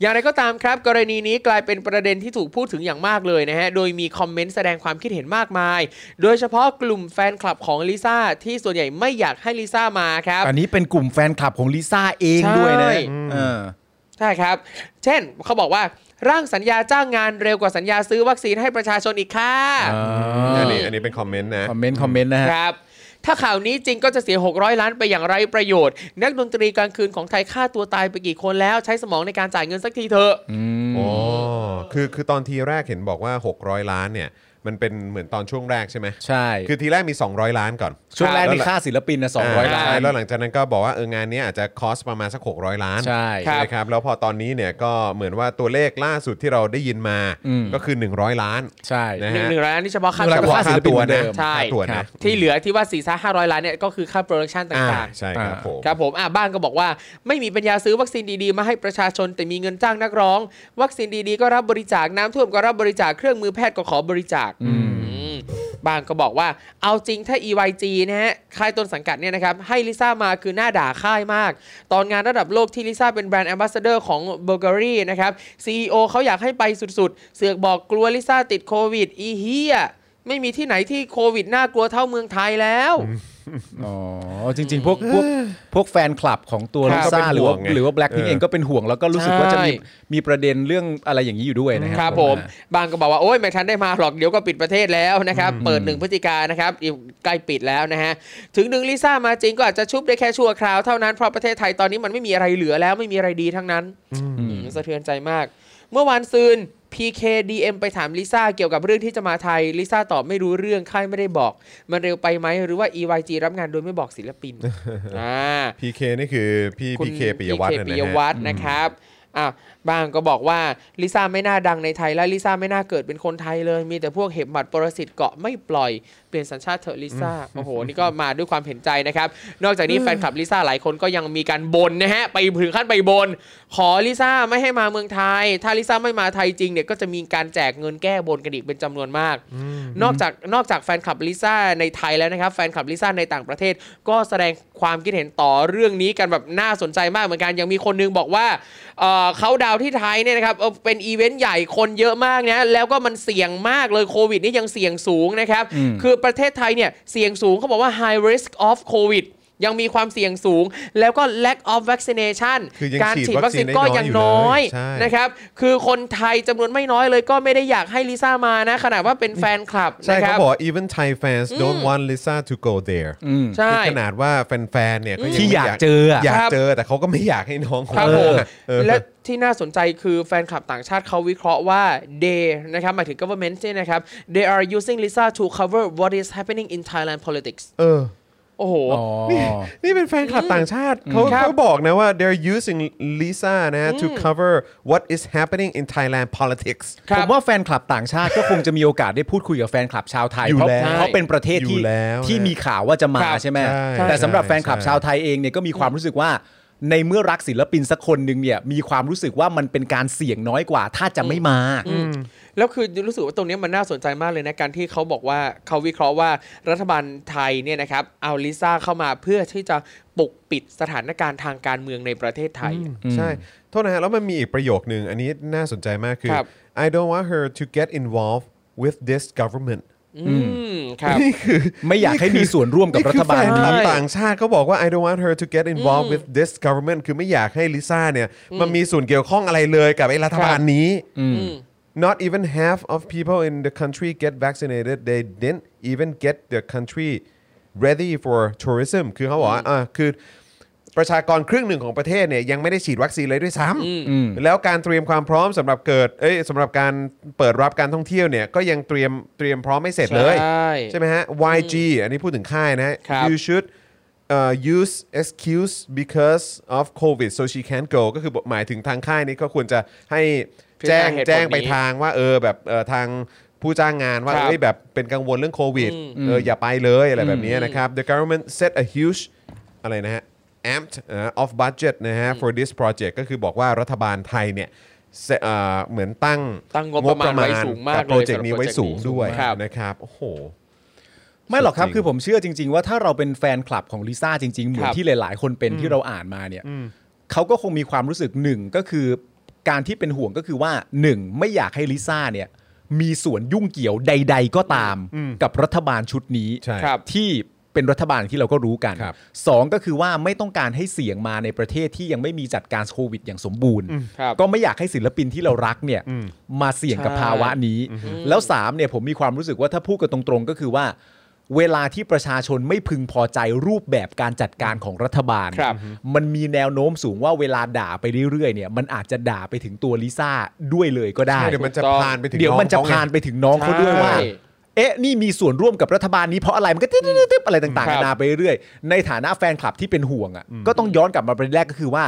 อย่างไรก็ตามครับ กรณีนี้กลายเป็นประเด็นที่ถูกพูดถึงอย่างมากเลยนะฮะ โดยมีคอมเมนต์แสดงความคิดเห็นมากมาย โดยเฉพาะกลุ่มแฟนคลับของลิซ่าที่ส่วนใหญ่ไม่อยากให้ลิซ่ามาครับ
อันนี้เป็นกลุ่มแฟนคลับของลิซ่าเอง
ใช่
ด้วยนะเออ
ใช่ครับ เช่นเขาบอกว่าร่างสัญญาจ้างงานเร็วกว่าสัญญาซื้อวัคซีนให้ประชาชนอีกค่ะ
อ่า
อันนี้อันนี้เป็นคอมเมนต์นะ
คอมเมนต์คอมเมนต์นะฮะ
ครับ ถ้าข่าวนี้จริงก็จะเสีย 600 ล้านไปอย่างไรประโยชน์ นักดนตรีกลางคืนของไทยฆ่าตัวตายไปกี่คนแล้วใช้สมองในการจ่ายเงินสักทีเถอะ
โอ้คือคือตอนทีแรกเห็นบอกว่า 600 ล้านเนี่ย มันเป็นเหมือนตอนช่วงแรกใช่ไหม
ใช่
คือทีแรกมี 200 ล้านก่อน
ช่วงแรกนี่
ล้ว
ค่าศิลปินนะสองร้อยล้า
ใช่
น
แล้วหลังจากนั้นก็บอกว่าเอองานเนี้ยอาจจะคอสประมาณสัก 600 ล้าน
ใช่
ไหมครับแล้วพอตอนนี้เนี่ยก็เหมือนว่าตัวเลขล่าสุดที่เราได้ยินมา
อืม
ก็คือ 100 ล้าน
ใช่
นะ
หนึ่ง
ฮะ
หนึ่งร้อยล้านนี่เฉพาะค่า
หนึ่งร้
สมอง
อยก็ค่าศิลปิน
ตัว
เหมือนเดิ
นะ
ม
ใช่
ค่าตัว
ครั
นะ
บ
ที่เหลือที่ว่า4ี่ห้าร้อยล้านเนี่ยก็คือค่าโปรดักชัน
อ่า
ต่าง
ใช่ครับผม
ๆ ครับผมอ่ะบ้างก็บอกว่า ไม่มีปัญญาซื้อวัคซีนดีๆ มาให้ประชาชนแต่มีเงินจ้างนักร้อง วัคซีนดีๆ ก็รับบริจาคน้ำท่วมก็รับบริจาคเครื่องมือแพทย์ก็ขอบริจาคอืมบางก็บอกว่าเอาจริงถ้า EYG นะฮะค่ายต้นสังกัดเนี่ยนะครับให้ลิซ่ามาคือหน้าด่าค่ายมาก ตอนงานระดับโลกที่ลิซ่าเป็นแบรนด์แอมบาสเดอร์ของเบเกอรี่นะครับ CEO เขาอยากให้ไปสุดๆ เสือกบอกกลัวลิซ่าติดโควิดอีเฮียไม่มีที่ไหนที่โควิดน่ากลัวเท่าเมืองไทยแล้ว
อ๋อจริงๆ พวกพวกพวกแฟนคลับของตัว
ครั
ลิ
บ
ซ่าหรือว่า
ก็เป็นห่วงไง
หรือว่าแบล็คพิง
เออ
เองก็เป็นห่วงแล้วก็รู้สึกว่าจะมี
ใช่
มีประเด็นเรื่องอะไรอย่างนี้อยู่ด้วยนะค
ค
รั
รั
บบ
ผม
นะ
บางก็บอกว่า โอ้ยไม่ทันได้มาหรอกเดี๋ยวก็ปิดประเทศแล้วนะครับ เปิดหนึ่งพฤศจิกายนนะครับอีกใกล้ปิดแล้วนะฮะ ถึงดึงลิซ่ามาจริงก็อาจจะชุบได้แค่ชั่วคราวเท่านั้น เพราะประเทศไทยตอนนี้มันไม่มีอะไรเหลือแล้วไม่มีอะไรดีทั้งนั้นอืมสะเทือนใจมาก เมื่อวานซืน PKDM ไปถามลิซ่าเกี่ยวกับเรื่องที่จะมาไทยลิซ่าตอบไม่รู้เรื่องค่ายไม่ได้บอก มันเร็วไปไหมหรือว่า EYG รับงานโดยไม่บอกศิลปิ นอ่า
พีเคนี่คือพี่
คุณ
พีเคปิยวัฒน์
พีเค
นะ
ปิย
ฮะ
วัฒน์นะครับอ่ะบางก็บอกว่าลิซ่าไม่น่าดังในไทยและลิซ่าไม่น่าเกิดเป็นคนไทยเลย มีแต่พวกเห็บหมัดปรสิตเกาะไม่ปล่อย เปลี่ยนสัญชาติเถอะลิซ่า โอ้โห นี่ก็มาด้วยความเห็นใจนะครับ นอกจากนี้แฟนคลับลิซ่าหลายคนก็ยังมีการบนนะฮะ ไปถึงขั้นไปบน ขอลิซ่าไม่ให้มาเมืองไทย ถ้าลิซ่าไม่มาไทยจริงเนี่ยก็จะมีการแจกเงินแก้บนกันอีกเป็นจำนวนมาก นอกจากนอกจากแฟนคลับลิซ่าในไทยแล้วนะครับ แฟนคลับลิซ่าในต่างประเทศ ก็แสดงความคิดเห็นต่อเรื่องนี้กันแบบน่าสนใจมากเหมือนกัน ยังมีคนนึงบอกว่าเอ่อเขาดาวน์ที่ไทยเนี่ยนะครับเอ่อเป็นอีเวนต์ใหญ่คนเยอะมากนะแล้วก็มันเสี่ยงมากเลยโควิดนี่ยังเสี่ยงสูงนะครับ
อืม
คือประเทศไทยเนี่ยเสี่ยงสูงเขาบอกว่า high risk of covid ยังมีความเสี่ยงสูง แล้วก็ lack of vaccination
คือยัง
การ
ฉีด
ฉีดวัคซีน
วัคซีน
ก็
ได้
ยัง
น้
น้
อ
อย ย
อยู่เลยใช่
นะครับ คือคนไทยจำนวนไม่น้อยเลยก็ไม่ได้อยากให้ลิซ่ามานะ ขนาดว่าเป็นแฟนคลับ
ใช่
นะค
เขา
รับ
บอกว่า even Thai fans don't want Lisa to go there
อืม
ใช่
คือขนาดว่าแฟนๆเนี่ยก็ยัง
ที่
ไม่
อยากเจออะ
อยาก
ครับ
เจอแต่เขาก็ไม่อยากให้น้องเขา
ครับผม
เออ
และที่น่าสนใจคือแฟนคลับต่างชาติเขาวิเคราะห์ว่า they นะครับหมายถึง government เนี่ยนะครับ they are using Lisa to cover what is happening in Thailand politics
เออ
โอ้โห
อ๋อ
นี่เป็นแฟนคลับต่างชาติเขา
ครับ
เขาบอกนะว่า they're using Lisa นะฮะ to cover what is happening in Thailand politics
ครั
ผ
บ
มว่าแฟนคลับต่างชาติก็คงจะมีโอกาสได้พูดคุยกับแฟนคลับชาวไทย
อยู่
เพราะ
แล้ว
เพราะเป็นประเทศ
อ
ที่
ยู่แล้ว
ที่มีข่าวว่าจะมา
ครับ
ใช่ไหม
ใช่
แต่สำหรับแฟนคลับ
ใช่
ชาวไทยเองเนี่ยก็มีความรู้สึกว่า ในเมื่อรักศิลปินสักคนหนึ่งเนี่ยมีความรู้สึกว่ามันเป็นการเสี่ยงน้อยกว่า ถ้าจะไม่มา
แล้วคือรู้สึกว่าตรงเนี้ยมันน่าสนใจมากเลยนะ การที่เขาบอกว่าเขาวิเคราะห์ว่ารัฐบาลไทยเนี่ยนะครับ เอาลิซ่าเข้ามาเพื่อที่จะปกปิดสถานการณ์ทางการเมืองในประเทศไทย
ใช่ โทษนะฮะ แล้วมันมีอีกประโยคนึง อันนี้น่าสนใจมากคือ
ครับ
I don't want her to get involved with this government
อืมครับ
ไม่อยากให้มีส่วนร่วมกับรัฐบาล
นี่คือ
นี้
แฟนคลัต่างชาติเขาบอกว่า I don't want her to get involved with this government คือไม่อยากให้ลิซ่าเนี่ยมันมีส่วนเกี่ยวข้องอะไรเลยกับไอ้รัฐบาลนี้
อืม
Not even half of people in the country get vaccinated they didn't even get the country ready for tourism คือเขาบอกว่าอ่าคือประชากรครึ่งหนึ่งของประเทศเนี่ยยังไม่ได้ฉีดวัคซีนเลยด้วยซ้ำแล้วการเตรียมความพร้อมสำหรับเกิดเอ้ยสำหรับการเปิดรับการท่องเที่ยวเนี่ยก็ยังเตรียมเตรียมพร้อมไม่เสร็จเลย
ใช่
ใช่ไหมฮะ YG อันนี้พูดถึงค่ายนะฮะ
ครับ
you should uh, use excuse because of COVID so she can't go ก็คือหมายถึงทางค่ายนี้ก็ควรจะให้แจ้ง
พิจารณาเหตุผล
แจ้งไป
นี้
ทางว่าเออแบบเอ่อทางผู้จ้างงานว่า
ครับ
เอ้ยแบบเป็นกังวลเรื่องโควิดเอออย่าไปเลย อะไรแบบนี้นะครับ the government set a huge อะไรนะฮะ amped uh, off budget นะฮะ for this project ก็คือบอกว่ารัฐบาลไทยเนี่ยเสเอ่อเหมือนตั้ง
ตั้งงบประมาณไว้สูงมาก
บโปรเจกต์
เลย
นี้ไว้สูงด้วย
ครับ
นะครับโอ้โห
ไม่หรอกครับ
จริง
คือผมเชื่อจริง ๆ ว่าถ้าเราเป็นแฟนคลับของลิซ่าจริง ๆ เหมือ
คน รับ
ที่หลาย ๆ คนเป็นที่เราอ่านมาเนี่ยเขาก็คงมีความรู้สึกหนึ่งก็คือการที่เป็นห่วงก็คือว่าหนึ่งไม่อยากให้ลิซ่าเนี่ยมีส่วนยุ่งเกี่ยวใด ๆ ก็ตามกับรัฐบาลชุดนี้
ใช่
ครับ
ที่เป็นรัฐบาลที่เราก็รู้กัน
ครับ
สองก็คือว่าไม่ต้องการให้เสียงมาในประเทศที่ยังไม่มีจัดการโควิดอย่างสมบูรณ์
ครับ
ก็ไม่อยากให้ศิลปินที่เรารักเนี่ยมาเสี่ยงกับ
ใช่
ภาวะนี้ แล้วสามเนี่ยผมมีความรู้สึกว่าถ้าพูดกันตรงๆ ก็คือว่า เวลาที่ประชาชนไม่พึงพอใจรูปแบบการจัดการของรัฐบาล
ครับ
มันมีแนวโน้มสูงว่าเวลาด่าไปเรื่อยๆเนี่ยมันอาจจะด่าไปถึงตัวลิซ่าด้วยเลยก็ได้
ใช่เดี๋ยวมันจะ
ถูกต้อง
ผ่านไปถึง
เดี๋ยวมันจะ
องเขไง
ผ่านไปถึงน้องเขาด้วยว่า
ใช่
เอ๊ะ นี่มีส่วนร่วมกับรัฐบาลนี้เพราะอะไร มันก็ติ๊ดๆๆๆอะไรต่าง
ค
ๆ
รับ
นานาไปเรื่อยๆ ในฐานะแฟนคลับที่เป็นห่วงอ่ะ ก็ต้องย้อนกลับมาประเด็นแรกก็คือว่า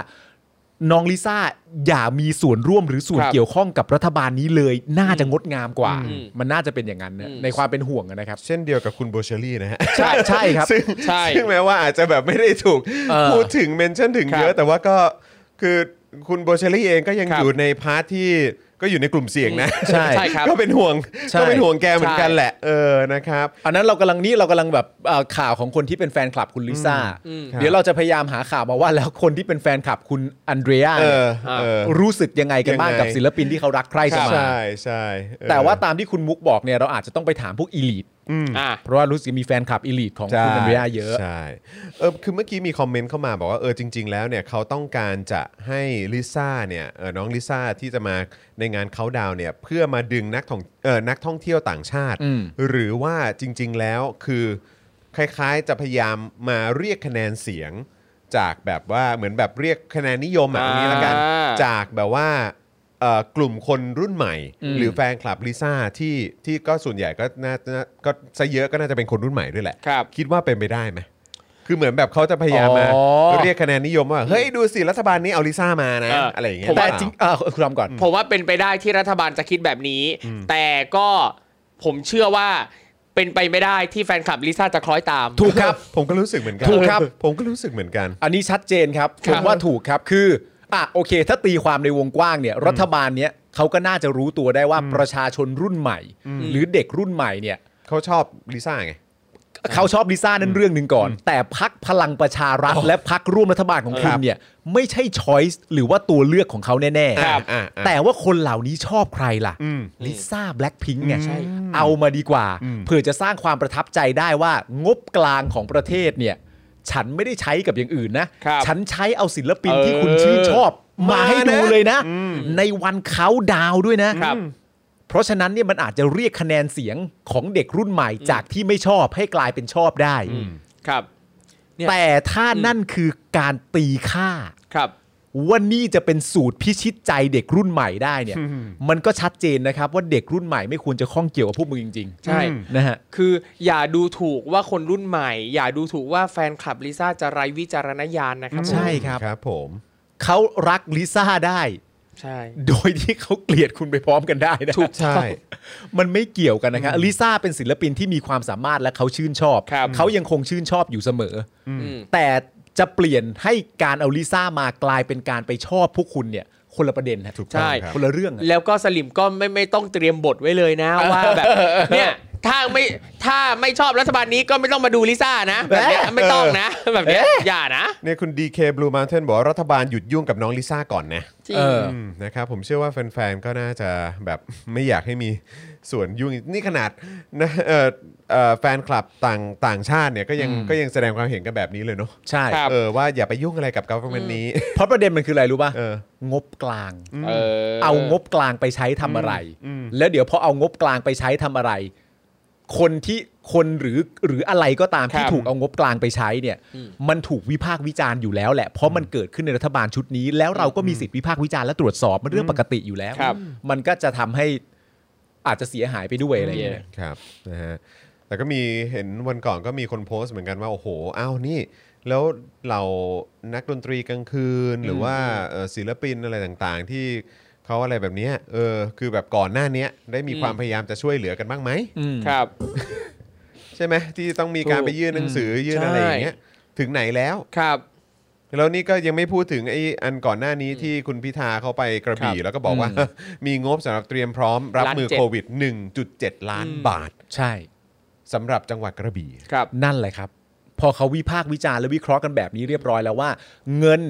น้องลิซ่าอย่ามีส่วนร่วมหรือส่วน
ครับ
เกี่ยวข้องกับรัฐบาลนี้เลย น่าจะงดงามกว่า
อืม
มันน่าจะเป็นอย่างนั้นนะ
อืม
ในความเป็นห่วงอะนะครับ
เช่นเดียวกับคุณโบเชอรี่นะฮะ
ใช่ใช่ครับ
ซึ่ง
ใช่
ซึ่งแม้ว่าอาจจะแบบไม่ได้ถูก
เออ
พูดถึงเมนชั่นถึง
ครับ
เยอะ แต่ว่าก็คือคุณโบเชอรี่เองก็ยัง
ครับ
อยู่ในพาร์ทที่ก็อยู่ในกลุ่มเสี่ยงนะ
ใช่
ใช่ครับ
ก็เป็นห่วง
ใช่
ก็เป็นห่วงแกเหมือนกันแหละ เออนะครับ
อันนั้นเรากำลังนี่เรากำลังแบบเอ่อข่าวของคนที่เป็นแฟนคลับคุณลิซ่า
อืม
เดี๋ยวเราจะพยายามหาข่าวมาว่าแล้วคนที่เป็นแฟนคลับคุณอันเดรีย
เอ
เนี่ย
อเออ
รู้สึกยังไงกันบ้าง
ยังไง
กับศิลปินที่เขารักใคร่จะมา
ใช่ใช่เออ
แต่ว่าตามที่คุณมุกบอกเนี่ยเราอาจจะต้องไปถามพวกอีลีท
อ่ะ
เพราะว่ารู้สึกมีแฟนคลับอีลีทของคุณอันเดรียเยอะ
ใช่เออคือเมื่อกี้มีคอมเมนต์เข้ามาบอกว่าเออจริง ๆ แล้วเนี่ยเขาต้องการจะให้ลิซ่าเนี่ยเออน้องลิซ่าที่จะมาในงานเขาดาวน์เนี่ยเพื่อมาดึงนักท่องเออนักท่องเที่ยวต่างชาติ
อืม
หรือว่าจริง ๆ แล้วคือคล้ายๆจะพยายามมาเรียกคะแนนเสียง จากแบบว่าเหมือนแบบเรียกคะแนนนิยมแบบนี้ละกัน
อ่า
จากแบบว่าเอ่อกลุ่มคนรุ่นใหม่ หรือแฟนคลับลิซ่าที่ที่ก็ส่วนใหญ่ก็น่าน่าก็ซะเยอะก็น่าจะเป็นคนรุ่นใหม่ด้วยแหละ
ครับ
คิดว่าเป็นไปได้ไหม คือเหมือนแบบเขาจะพยายามมา
อ๋อ
เรียกคะแนนนิยมว่า เฮ้ย ดูสิ รัฐบาลนี้เอาลิซ่ามานะ
เอออ
อะไรอย่างเงี้
ผ
ย
ม
แต่
หอเปล่า
จริงเออคุณรำก่อน
ผมว่าเป็นไปได้ที่รัฐบาลจะคิดแบบนี้ แต่ก็ผมเชื่อว่าเป็นไปไม่ได้ที่แฟนคลับลิซ่าจะคล้อยตาม
ถูกครับ
ผมก็รู้สึกเหมือนกัน
ถูกครับ
ผมก็รู้สึกเหมือนกัน
อันนี้ชัดเจนครับ
ค
ผ
รับ
มว่าถูกครับคืออ่ะโอเค ถ้าตีความในวงกว้างเนี่ย รัฐบาลเนี้ยเขาก็น่าจะรู้ตัวได้ว่าประชาชนรุ่นใหม่ หรือเด็กรุ่นใหม่เนี่ย
เขาชอบลิซ่าไง
เขาชอบลิซ่านั่นเรื่องหนึ่งก่อน แต่พักพลังประชารัฐและพักร่วมรัฐบาลของคุณเนี่ยไม่ใช่ช้อยส์หรือว่าตัวเลือกของเขาแน่ๆ
ครับ
อ่าอ่า
แต่ว่าคนเหล่านี้ชอบใครล่ะ
อืม
ลิซ่าแบล็คพิงค์ไงเอามาดีกว่า เพื่อจะสร้างความประทับใจได้ว่างบกลางของประเทศเนี่ย ฉันไม่ได้ใช้กับอย่างอื่นนะ
ครับ
ฉันใช้เอาศิลปิน
เออ
ที่คุณชื่นชอบมาให้ดูเลยนะ
อืม
ในวันเขาดาวน์ด้วยนะครับ เพราะฉะนั้นเนี่ยมันอาจจะเรียกคะแนนเสียงของเด็กรุ่นใหม่จากที่ไม่ชอบให้กลายเป็นชอบได้
ครับ เนี่ย
แต่ถ้านั่นคือการตีค่า
ครับ
ว่านี่จะเป็นสูตรพิชิตใจเด็กรุ่นใหม่ได้ เนี่ย มันก็ชัดเจนนะครับว่าเด็กรุ่นใหม่ไม่ควรจะข้องเกี่ยวกับพวกมึงจริงๆ
ใช่
นะฮะ
คืออย่าดูถูกว่าคนรุ่นใหม่ อย่าดูถูกว่าแฟนคลับลิซ่าจะไร้วิจารณญาณนะครับ
ใช่ ครับ
ครับผม
เขารักลิซ่าได้
ใช่
โดยที่เขาเกลียดคุณไปพร้อมกันได้นะ
ถูกใช่
มันไม่เกี่ยวกันนะครับลิซ่าเป็นศิลปินที่มีความสามารถและเขาชื่นชอบ
ครับ
เขายังคงชื่นชอบอยู่เสมออ
อืม
แต่จะเปลี่ยนให้การเอาลิซ่ามากลายเป็นการไปชอบพวกคุณเนี่ย คนละประเด็นนะ
ถูกต้อง
ใช่
ครับ
คนละเรื่องอะ
แล้วก็สลิมก็ไม่ไม่ต้องเตรียมบทไว้เลยนะว่าแบบเนี่ย ถ้าไม่ถ้าไม่ชอบรัฐบาลนี้ก็ไม่ต้องมาดูลิซ่านะแบบเนี้ย
เอ๊ะ
ไม่ต้องนะ แบบเนี้ยอย่านะ
เนี่ยคุณ DK Blue Mountain บอกว่ารัฐบาลหยุดยุ่งกับน้องลิซ่าก่อนนะ
จริง
เออ
มนะครับผมเชื่อว่าแฟนๆ ก็น่าจะแบบไม่อยากให้มีส่วนยุ่งนี่ขนาด นะเอ่อเอ่อแฟนคลับต่างต่างชาติเนี่ยก็ยังก็ยังแสดงความเห็นกันแบบนี้เลยเนาะ
ใช่
ครับ
เออว่าอย่าไปยุ่งอะไรกับ government นี้
เพราะประเด็นมันคืออะไรรู้ป่ะ
เออ
งบกลาง
เออ
เอางบกลางไปใช้ทำอะไร แล้วเดี๋ยวพอเอางบกลางไปใช้ทำอะไร คนที่คนหรือหรืออะไรก็ตามที่
ครับ
ถูกเอางบกลางไปใช้เนี่ย มันถูกวิพากษ์วิจารณ์อยู่แล้วแหละเพราะมันเกิดขึ้นในรัฐบาลชุดนี้ แล้วเราก็มีสิทธิวิพากษ์วิจารณ์และตรวจสอบมันเรื่องปกติอยู่แล้ว
ครับ
มันก็จะทำให้อาจจะเสียหายไปด้วยอะไรอย่างเงี้ย
ครับนะฮะแต่ก็มีเห็นวันก่อนก็มีคนโพสต์เหมือนกันว่า โอ้โหอ้าวนี่ แล้วเหล่านักดนตรีกลางคืน หรือว่าเอ่อศิลปินอะไรต่างๆ ที่เขาอะไรแบบเนี้ยเออคือแบบก่อนหน้าเนี้ยได้มี
อืม
ความพยายามจะช่วยเหลือกันบ้างไหม
ครับ
ใช่ไหมที่ต้องมีการ
ถูก
ไปยื่นหนังสือยื่นอะไร
ใช่
อย่างเงี้ยถึงไหนแล้ว
ครับ
แล้วนี่ก็ยังไม่พูดถึงไอ้อันก่อนหน้านี้ที่คุณพิธาเขาไปกระบี่ แล้วก็บอกว่า มีงบสำหรับเตรียมพร้อมรับ
ล้าน
มือ
เจ็ด
โควิด 1.7 ล้าน
อืม
บาท
ใช่
สำหรับจังหวัดกระบี่
ครับ
นั่นแหละครับ พอเขาวิพากษ์วิจารณ์และวิเคราะห์กันแบบนี้เรียบร้อยแล้วว่า เงิน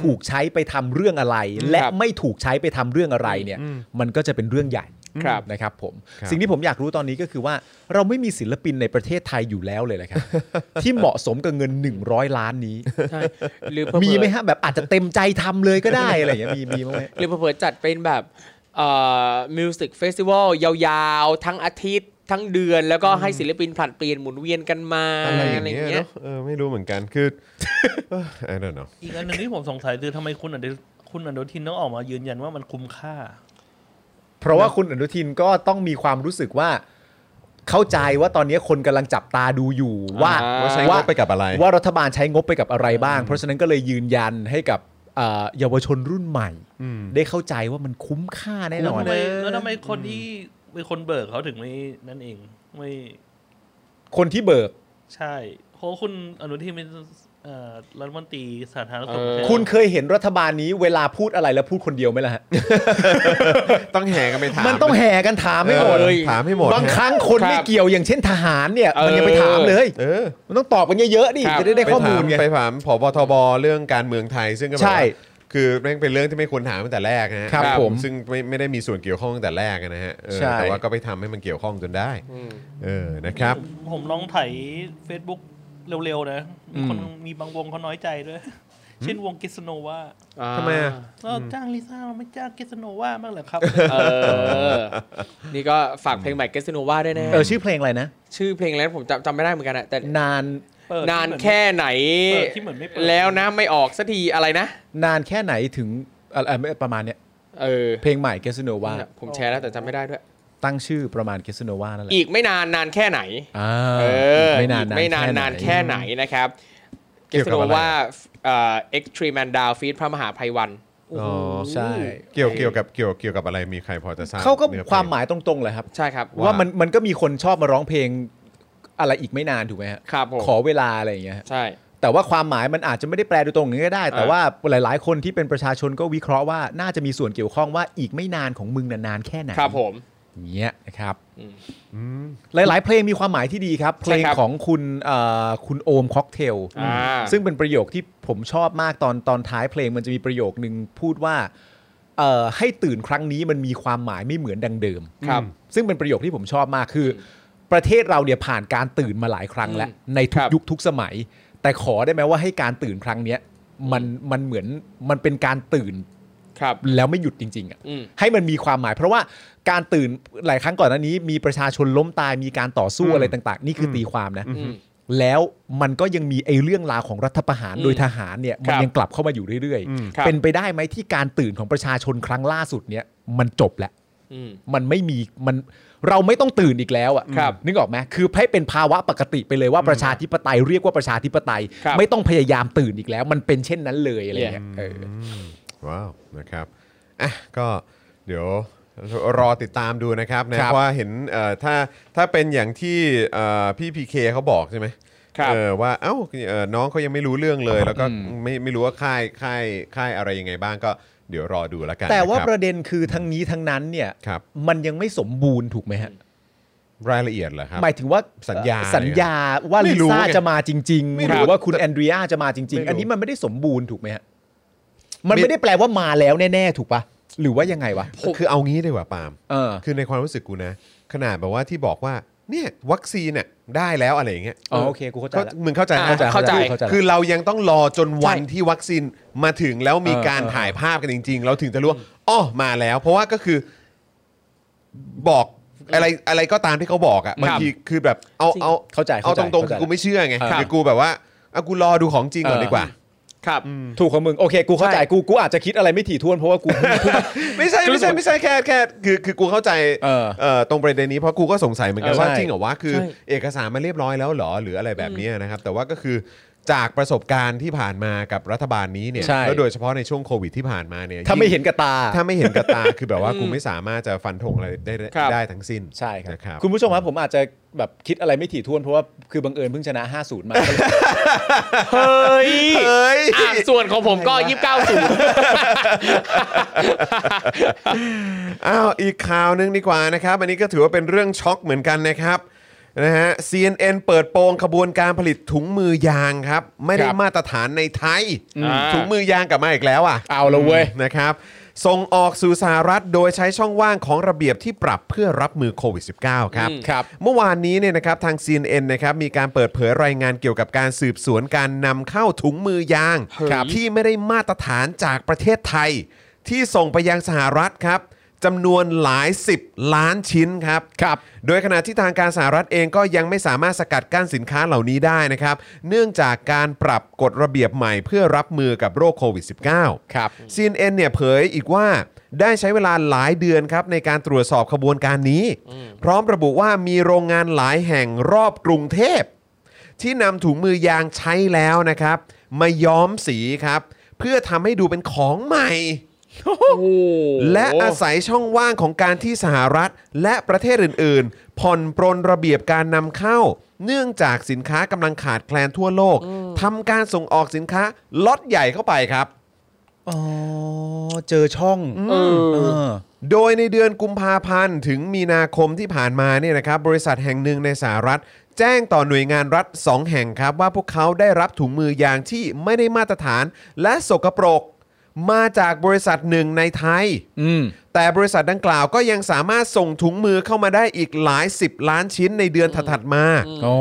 ถูกใช้ไปทำเรื่องอะไร และ
ครับ
ไม่ถูกใช้ไปทำเรื่องอะไรเนี่ย มันก็จะเป็นเรื่องใหญ่
ครับ
นะครับผม
ครับ
สิ่งที่ผมอยากรู้ตอนนี้ก็คือว่า เราไม่มีศิลปินในประเทศไทยอยู่แล้วเลยนะครับ ที่เหมาะสมกับเงิน 100 ล้านนี้
ใช่หรือเผื่อ
มีไหมฮะแบบอาจจะเต็มใจทำเลยก็ได้อะไรอย่างเงี้ยมีมีบ้างไหม
หรือเผื่อจัดเป็นแบบเอ่อมิวสิกเฟสติวัลยาวๆ ทั้งอาทิตย์ทั้งเดือนแล้วก็ให้ศิลปินผลัดเปลี่ยนหมุนเวียนกันมา
อะไรอย่างเงี้ยเนอะเออไม่รู้เหมือนกันคือ เออ I don't know
อีกอันหนึ่งที่ผมสงสัยคือทำไมคุณอนุคุณอนุทินต้องออกมายืนยันว่ามันคุ้มค่า
เพราะว่าคุณอนุทินก็ต้องมีความรู้สึกว่า เข้าใจว่าตอนนี้คนกำลังจับตาดูอยู่ว่า
ว่าใช้งบไปกับอะไร
ว่ารัฐบาลใช้งบไปกับอะไรบ้าง เพราะฉะนั้นก็เลยยืนยันให้กับเอ่อเยาวชนรุ่นใหม่ ได้เข้าใจว่ามันคุ้มค่าแน่น
แล้ว
อน
ทำไมแล้วทำไมคนที่เป็นคนเบิกเขาถึงไม่นั่นเองไม่
คนที่เบิก
ใช่เพราะคุณอนุทินเป็นเอ่อรัฐมนตรีสาธารณสุขใช่ไหม
คุณเคยเห็นรัฐบาลนี้เวลาพูดอะไรแล้วพูดคนเดียวไหมล่ะฮะ
ต้องแห่กันไปถาม
มันต้องแห่กันถามไม่หมด
เออถามให้หมด
บาง
ฮะ
ครั้งคน
ครับ
ไม่เกี่ยวอย่างเช่นทหารเนี่ย
เออ
มันยังไปถามเลย
เออ
มันต้องตอบกันเยอะๆดิ
ครับ
จะได้ได้ข้อมูลไง
ไปถาไปถามผบทบเรื่องการเมืองไทย ซึ่งก็แบบ
ใช่
ว่าคือแม่งเป็นเรื่องที่ไม่ควรถามตั้งแต่แรกนะฮะ
ครับผม
ซึ่งไม่ไม่ได้มีส่วนเกี่ยวข้องตั้งแต่แรกนะฮะเออ
ใช่
แต่ว่าก็ไปทำให้มันเกี่ยวข้องจนได้เออนะครับ
ผมลองไถ Facebook เร็วๆนะมีคนมีบางวงเขาน้อยใจด้วย เช่นวงกิสโนว่า
ทำไมอะ
เราจ้างลิซ่าเราไม่จ้างกิสโนว่าบ้างเหรอครับ
เออ นี่ก็ฝากเพลงใหม่ g กสโนวาด้วยนะ
เออชื่อเพลงอะไรนะ
ชื่อเพลงแล้วผมจำจำไม่ได้เหมือนกันอะแต่
นาน
เปิด
นาน
ที่เหมือ
แค่ไหน
เปิดที่เหมือนไม่เปิด
แล้วนะไม่ออกสักทีอะไรนะ
นานแค่ไหนถึงเอ่อเอ่อประมาณเนี้ย
เออ
เพลงใหม่เกสโนวา
เนี่ยผมแชร์แล้วแต่จำไม่ได้ด้วย
ตั้งชื่อประมาณเกสโนวานั่นแหละ
อีกไม่นานนานแค่ไหน
อ่า
เออ
ไม่นาน
อีกไม่นานนานแค่ไหนนะครับเก
เกี่ยว
ส
กั
โน
บอะไร
ว่าเอ็กซ์ตรีแมนดาวฟีดพระมหาภัยวัน
อ๋อใช่
เกี่ยวเกี่ยวกับเกี่ยวเกี่ยวกับอะไรมีใครพอจะทราบ
เขาก็
นื้อพลง
ความหมายตรงๆเลยครับ
ใช่ครับ
ว่ามันมันก็มีคนชอบมาร้องเพลงอะไรอีกไม่นานถูกไหมฮะ
ครับผม
ขอเวลาอะไรอย่างเงี้ยฮะ
ใช่
แต่ว่าความหมายมันอาจจะไม่ได้แปลโดยตรงอย่างนี้ก็ได้ แต่
อ่า
ว่าหลายๆ คนที่เป็นประชาชนก็วิเคราะห์ว่าน่าจะมีส่วนเกี่ยวข้องว่าอีกไม่นานของมึงนานๆแค่ไหน
ครับผม
อย่างเงี้ยนะครับ
อืม
หลาย ๆ เพลงมีความหมายที่ดีครับ เพลง
ครับ
ของคุณเอ่อคุณโอมค็อกเทล
อ่า
ซึ่งเป็นประโยคที่ผมชอบมากตอนตอนท้ายเพลงมันจะมีประโยคนึงพูดว่าเอ่อให้ตื่นครั้งนี้มันมีความหมายไม่เหมือนดังเดิม
ครับ
ซึ่งเป็นประโยคที่ผมชอบมากคือ ประเทศเราเนี่ยผ่านการตื่นมาหลายครั้งแล้ว ในทุ
ค
ก
รับ
ยุคทุกสมัย แต่ขอได้ไหมว่าให้การตื่นครั้งเนี้ยมันมันเหมือนมันเป็นการตื่น
ครับ
แล้วไม่หยุดจริง ๆอะ
อืม
ให้มันมีความหมาย เพราะว่าการตื่นหลายครั้งก่อนหน้านี้ มีประชาชนล้มตายมีการต่อสู้อะไรต่าง ๆ นี่คือตีความนะ
อืม
แล้วมันก็ยังมีไอ้เรื่องราวของรัฐประหาร
อืม
โดยทหารเนี่ย
ค
มั
รั
น
บ
ยังกลับเข้ามาอยู่เรื่อย
ครับ
เป็นไปได้ไหมที่การตื่นของประชาชนครั้งล่าสุดเนี่ยมันจบแล้ว
อืม
มันไม่มีมันเราไม่ต้องตื่นอีกแล้ว
ครั
อะ่ะ
บ
นึกออกไหมคือให้เป็นภาวะปกติไปเลยว่าประชาธิปไตยเรียกว่าประชาธิปไตย
ครับ
ไม่ต้องพยายามตื่นอีกแล้ว มันเป็นเช่นนั้นเลยอะไรเงี้ยเอออ
ว้าวนะครับอ่ะก็เดี๋ยวรอติดตามดูนะครับนะครับ เพราะว่าเห็นเอ่อถ้าถ้าเป็นอย่างที่เอ่อพี่พีเคเขาบอกใช่ไหม
ครับ
เออว่าเอ้าเอ่อน้องเขายังไม่รู้เรื่องเลย แล้วก็
อืม
ไม่ไม่รู้ว่าค่ายค่ายค่ายอะไรยังไงบ้างก็เดี๋ยวรอดูแล้วกัน
แต่ว่า
นะค
ป
รับ
ระเด็นคือทั้งนี้ทั้งนั้นเนี่ย
ครับ
มันยังไม่สมบูรณ์ถูกไหมฮะ
รายละเอียดเหรอครับ
หมายถึงว่า
สัญญา
สัญญาว่า
ไม่
ลิ
รู้
ซ่า
ไง
จะมาจริง
ไม่
ๆ ห
รู้
รือว่าคุณแอนเดรียจะมาจริง
ไม่รู้
ๆ อันนี้มันไม่ได้สมบูรณ์ถูกไหมฮะมัน
มี
ไม่ได้แปลว่ามาแล้วแน่ๆ ถูกปะหรือว่ายังไงวะ
คือเอางี้ดีกว่าปาล์ม
เออ
คือในความรู้สึกกูนะ ขนาดแบบว่าที่บอกว่าเนี่ยวัคซีนเนี่ยได้แล้วอะไรอย่างเงี้ย
อ๋อโอเคกูเข้าใจละ
มึงเข้าใจนะ
อ่า เข้าใจ
เข้าใจ
คือเรายังต้องรอจนวัน
ใช่
ที่วัคซีนมาถึงแล้วมีการ
เออเออ
ถ่ายภาพกันจริง ๆ เราถึงจะรู้ว่าอ๋อมาแล้ว เพราะว่าก็คือบอกอะไรอะไรก็ตามที่เขาบอกอะบางทีคือแบบเอาเอา
เข้าใจ
เอา
เข้าใจ
ตรงๆ
เข้า
คื
ใจ
อกูไม่เชื่อไง
ครับ
คือกูแบบว่าเอากูรอดูของจริงก่อน
เออ
ดีกว่า
ครับ
ถูกของมึงโอเคกูเข้าใจกูกูอาจจะคิดอะไรไม่ถี่ถ้วนเพราะว่ากู
ไม่ใช่ไม่ใช่ไม่ใช่แค่แค่คือคือกูเข้าใจ
เออ
เอ่อตรงประเด็นนี้เพราะกูก็สงสัยเหมือนกัน
เออ
ว่า
ใช่
จริงเหรอวะคือ
ใช่
เอกสารมันเรียบร้อยแล้วเหรอหรืออะไรแบบเนี้ยนะครับ แต่ว่าก็คือจากประสบการณ์ที่ผ่านมากับรัฐบาลนี้เนี่ย
ใช่
แล้วโดยเฉพาะในช่วงโควิดที่ผ่านมาเนี่ย
ถ้าไม่
ยิ่ง
เห็นกับตา
ถ้าไม่เห็นกับตา คือแบบว่ากูไม่สามารถจะฟันธงอะไรได้ได้
ครับ
ได้ทั้งสิ้น
ใช่ครับ
นะครับ
คุณผู้ชมครับผมอาจจะแบบคิดอะไรไม่ถี่ถ้วนเพราะว่าคือบังเอิญเพิ่งชนะ 50 มาก็เลย
เฮ้ย
เฮ้ย
อ่ะส่วนของผมก็ยี่สิบเก้าสูง
อ้าวอีกข่าวหนึงดีกว่านะครับ อันนี้ก็ถือว่าเป็นเรื่องช็อกเหมือนกันนะครับนะฮะ CNN เปิดโปงขบวนการผลิตถุงมือยางครับ ไม่ได้
ครับ
มาตรฐานในไทย
อืม
ถุงมือยางกลับมาอีกแล้วอ่ะ
เอาละเว้ย
นะครับส่งออกสู่สหรัฐโดยใช้ช่องว่างของระเบียบที่ปรับเพื่อรับมือโควิด -19 ครับ
อืม
ครับ
เมื่อวานนี้เนี่ยนะครับทาง CNN นะครับมีการเปิดเผยรายงานเกี่ยวกับการสืบสวนการนำเข้าถุงมือยาง
ครับ
ที่ไม่ได้มาตรฐานจากประเทศไทย ที่ส่งไปยังสหรัฐครับจำนวนหลาย 10 ล้านชิ้นครับ
ครับ
โดยขณะที่ทางการสหรัฐเองก็ยังไม่สามารถสกัดกั้นสินค้าเหล่านี้ได้นะครับ เนื่องจากการปรับกฎระเบียบใหม่เพื่อรับมือกับโรคโควิด -19
ครับ
CNN เนี่ยเผยอีกว่าได้ใช้เวลาหลายเดือนครับในการตรวจสอบขบวนการนี้ พร้อมระบุว่ามีโรงงานหลายแห่งรอบกรุงเทพ ที่นำถุงมือยางใช้แล้วนะครับ มาย้อมสีครับ เพื่อทำให้ดูเป็นของใหม่ และอาศัยช่องว่างของการที่สหรัฐ และประเทศอื่น ๆ ผ่อนปรนระเบียบการนำเข้า เนื่องจากสินค้ากำลังขาดแคลนทั่วโลกทำการส่งออกสินค้าล็อตใหญ่เข้าไปครับ
อ๋อเจอช่อง
เอ
เอ
อ
อ
โดยในเดือนกุมภาพันธ์ถึงมีนาคมที่ผ่านมาเนี่ยนะครับบริษัทแห่งหนึ่งในสหรัฐ แจ้งต่อหน่วยงานรัฐ 2 แห่งครับ ว่าพวกเขาได้รับถุงมือยางที่ไม่ได้มาตรฐานและสกปรก มาจากบริษัทหนึ่งในไทย
อืม
แต่บริษัทดังกล่าวก็ยังสามารถส่งถุงมือเข้ามาได้อีกหลาย 10 ล้านชิ้นในเดือนถัดๆมา
อ๋อ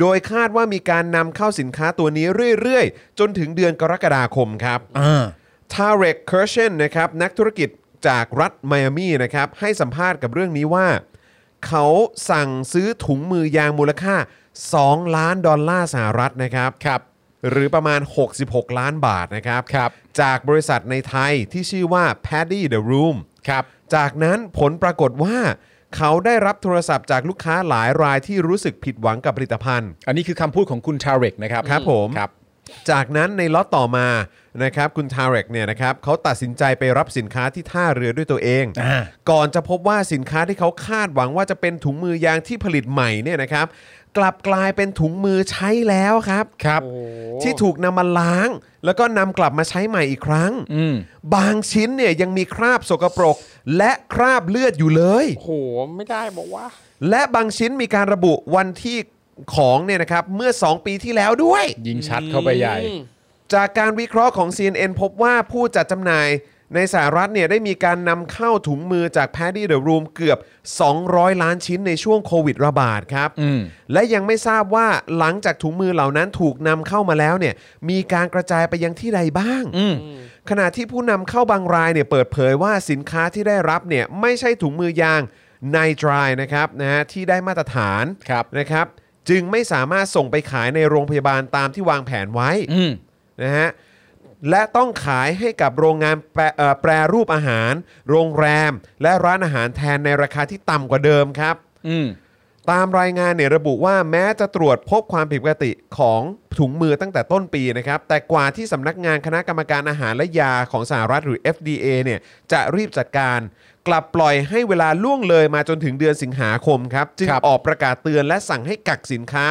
โดยคาดว่ามีการนำเข้าสินค้าตัวนี้เรื่อยๆ จนถึงเดือนกรกฎาคมครับ
อ่า
ทาเรกเคิร์เชนนะครับนักธุรกิจจากรัฐไมอามีนะครับให้สัมภาษณ์กับเรื่องนี้ว่า เขาสั่งซื้อถุงมือยางมูลค่า 2 ล้านดอลลาร์สหรัฐนะครับครับ หรือประมาณ 66 ล้านบาทนะครับ
ครับ
จากบริษัทในไทยที่ชื่อว่า Paddy the Room
ครับ
จากนั้นผลปรากฏว่า เขาได้รับโทรศัพท์จากลูกค้าหลายรายที่รู้สึกผิดหวังกับผลิตภัณฑ์
อันนี้คือคำพูดของคุณชาเรกนะครับ
ครับผม
ครับ
จากนั้นในล็อตต่อมานะครับคุณทาเรกเนี่ยนะครับเขาตัดสินใจไปรับสินค้าที่ท่าเรือด้วยตัวเอง
อ่า
ก่อนจะพบว่าสินค้าที่เขาคาดหวังว่าจะเป็นถุงมือยางที่ผลิตใหม่เนี่ยนะครับกลับกลายเป็นถุงมือใช้แล้วครับครับ ที่ถูกนำมาล้าง แล้วก็นำกลับมาใช้ใหม่อีกครั้ง
อืม
บางชิ้นเนี่ยยังมีคราบสกปรก และคราบเลือดอยู่เลย
โหไม่ได้บอกว่า
และบางชิ้นมีการระบุวันที่ของเนี่ยนะครับเมื่อ 2 ปีที่แล้วด้วย
ยิงชัดเข้าไปใหญ่
จากการวิเคราะห์ของ CNN พบว่าผู้จัดจำหน่ายในสหรัฐเนี่ยได้มีการนำเข้าถุงมือจาก Paddy the Room เกือบ 200 ล้านชิ้นในช่วงโควิดระบาดครับ
อืม
และยังไม่ทราบว่าหลังจากถุงมือเหล่านั้นถูกนำเข้ามาแล้วเนี่ยมีการกระจายไปยังที่ใดบ้าง
อืม
ขณะที่ผู้นำเข้าบางรายเนี่ยเปิดเผยว่าสินค้าที่ได้รับเนี่ยไม่ใช่ถุงมือยางในดรายนะครับนะฮะที่ได้มาตรฐาน
ครับ
นะครับจึงไม่สามารถส่งไปขายในโรงพยาบาลตามที่วางแผนไว้
อืม
นะฮะและต้องขายให้กับโรงงานแปรเอ่อแปรรูปอาหาร โรงแรม และร้านอาหารแทนในราคาที่ต่ำกว่าเดิมครับ
อืม
ตามรายงานเนี่ยระบุว่าแม้จะตรวจพบความผิดปกติของ ถุงมือตั้งแต่ต้นปีนะครับ แต่กว่าที่สำนักงานคณะกรรมการอาหารและยาของสหรัฐหรือ FDA เนี่ยจะรีบจัดการ กลับปล่อยให้เวลาล่วงเลยมาจนถึงเดือนสิงหาคมครับ จึงออกประกาศเตือนและสั่งให้กักสินค้า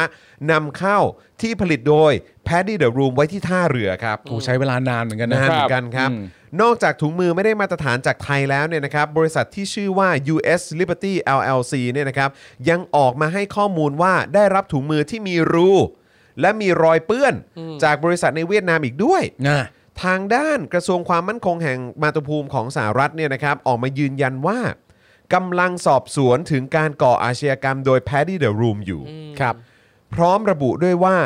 นำเข้าที่ผลิตโดย Paddy the Room ไว้ที่ท่าเรือครับ
โอ้ใช้เวลานานเหมือนกัน
นะ
นะ
ฮะเหมือนกันครับ
อืม
นอกจากถุงมือไม่ได้มาตรฐานจากไทยแล้วเนี่ยนะครับ บริษัทที่ชื่อว่า US Liberty LLC เนี่ยนะครับ ยังออกมาให้ข้อมูลว่าได้รับถุงมือที่มีรู และมีรอยเปื้อน จากบริษัทในเวียดนามอีกด้วย
นะ
ทางด้านกระทรวงความมั่นคงแห่งมาตุภูมิของสหรัฐเนี่ยนะครับ ออกมายืนยันว่ากำลังสอบสวนถึงการก่ออาชญากรรมโดย Paddy the Room อยู่
ครับ
พร้อมระบุด้วยว่า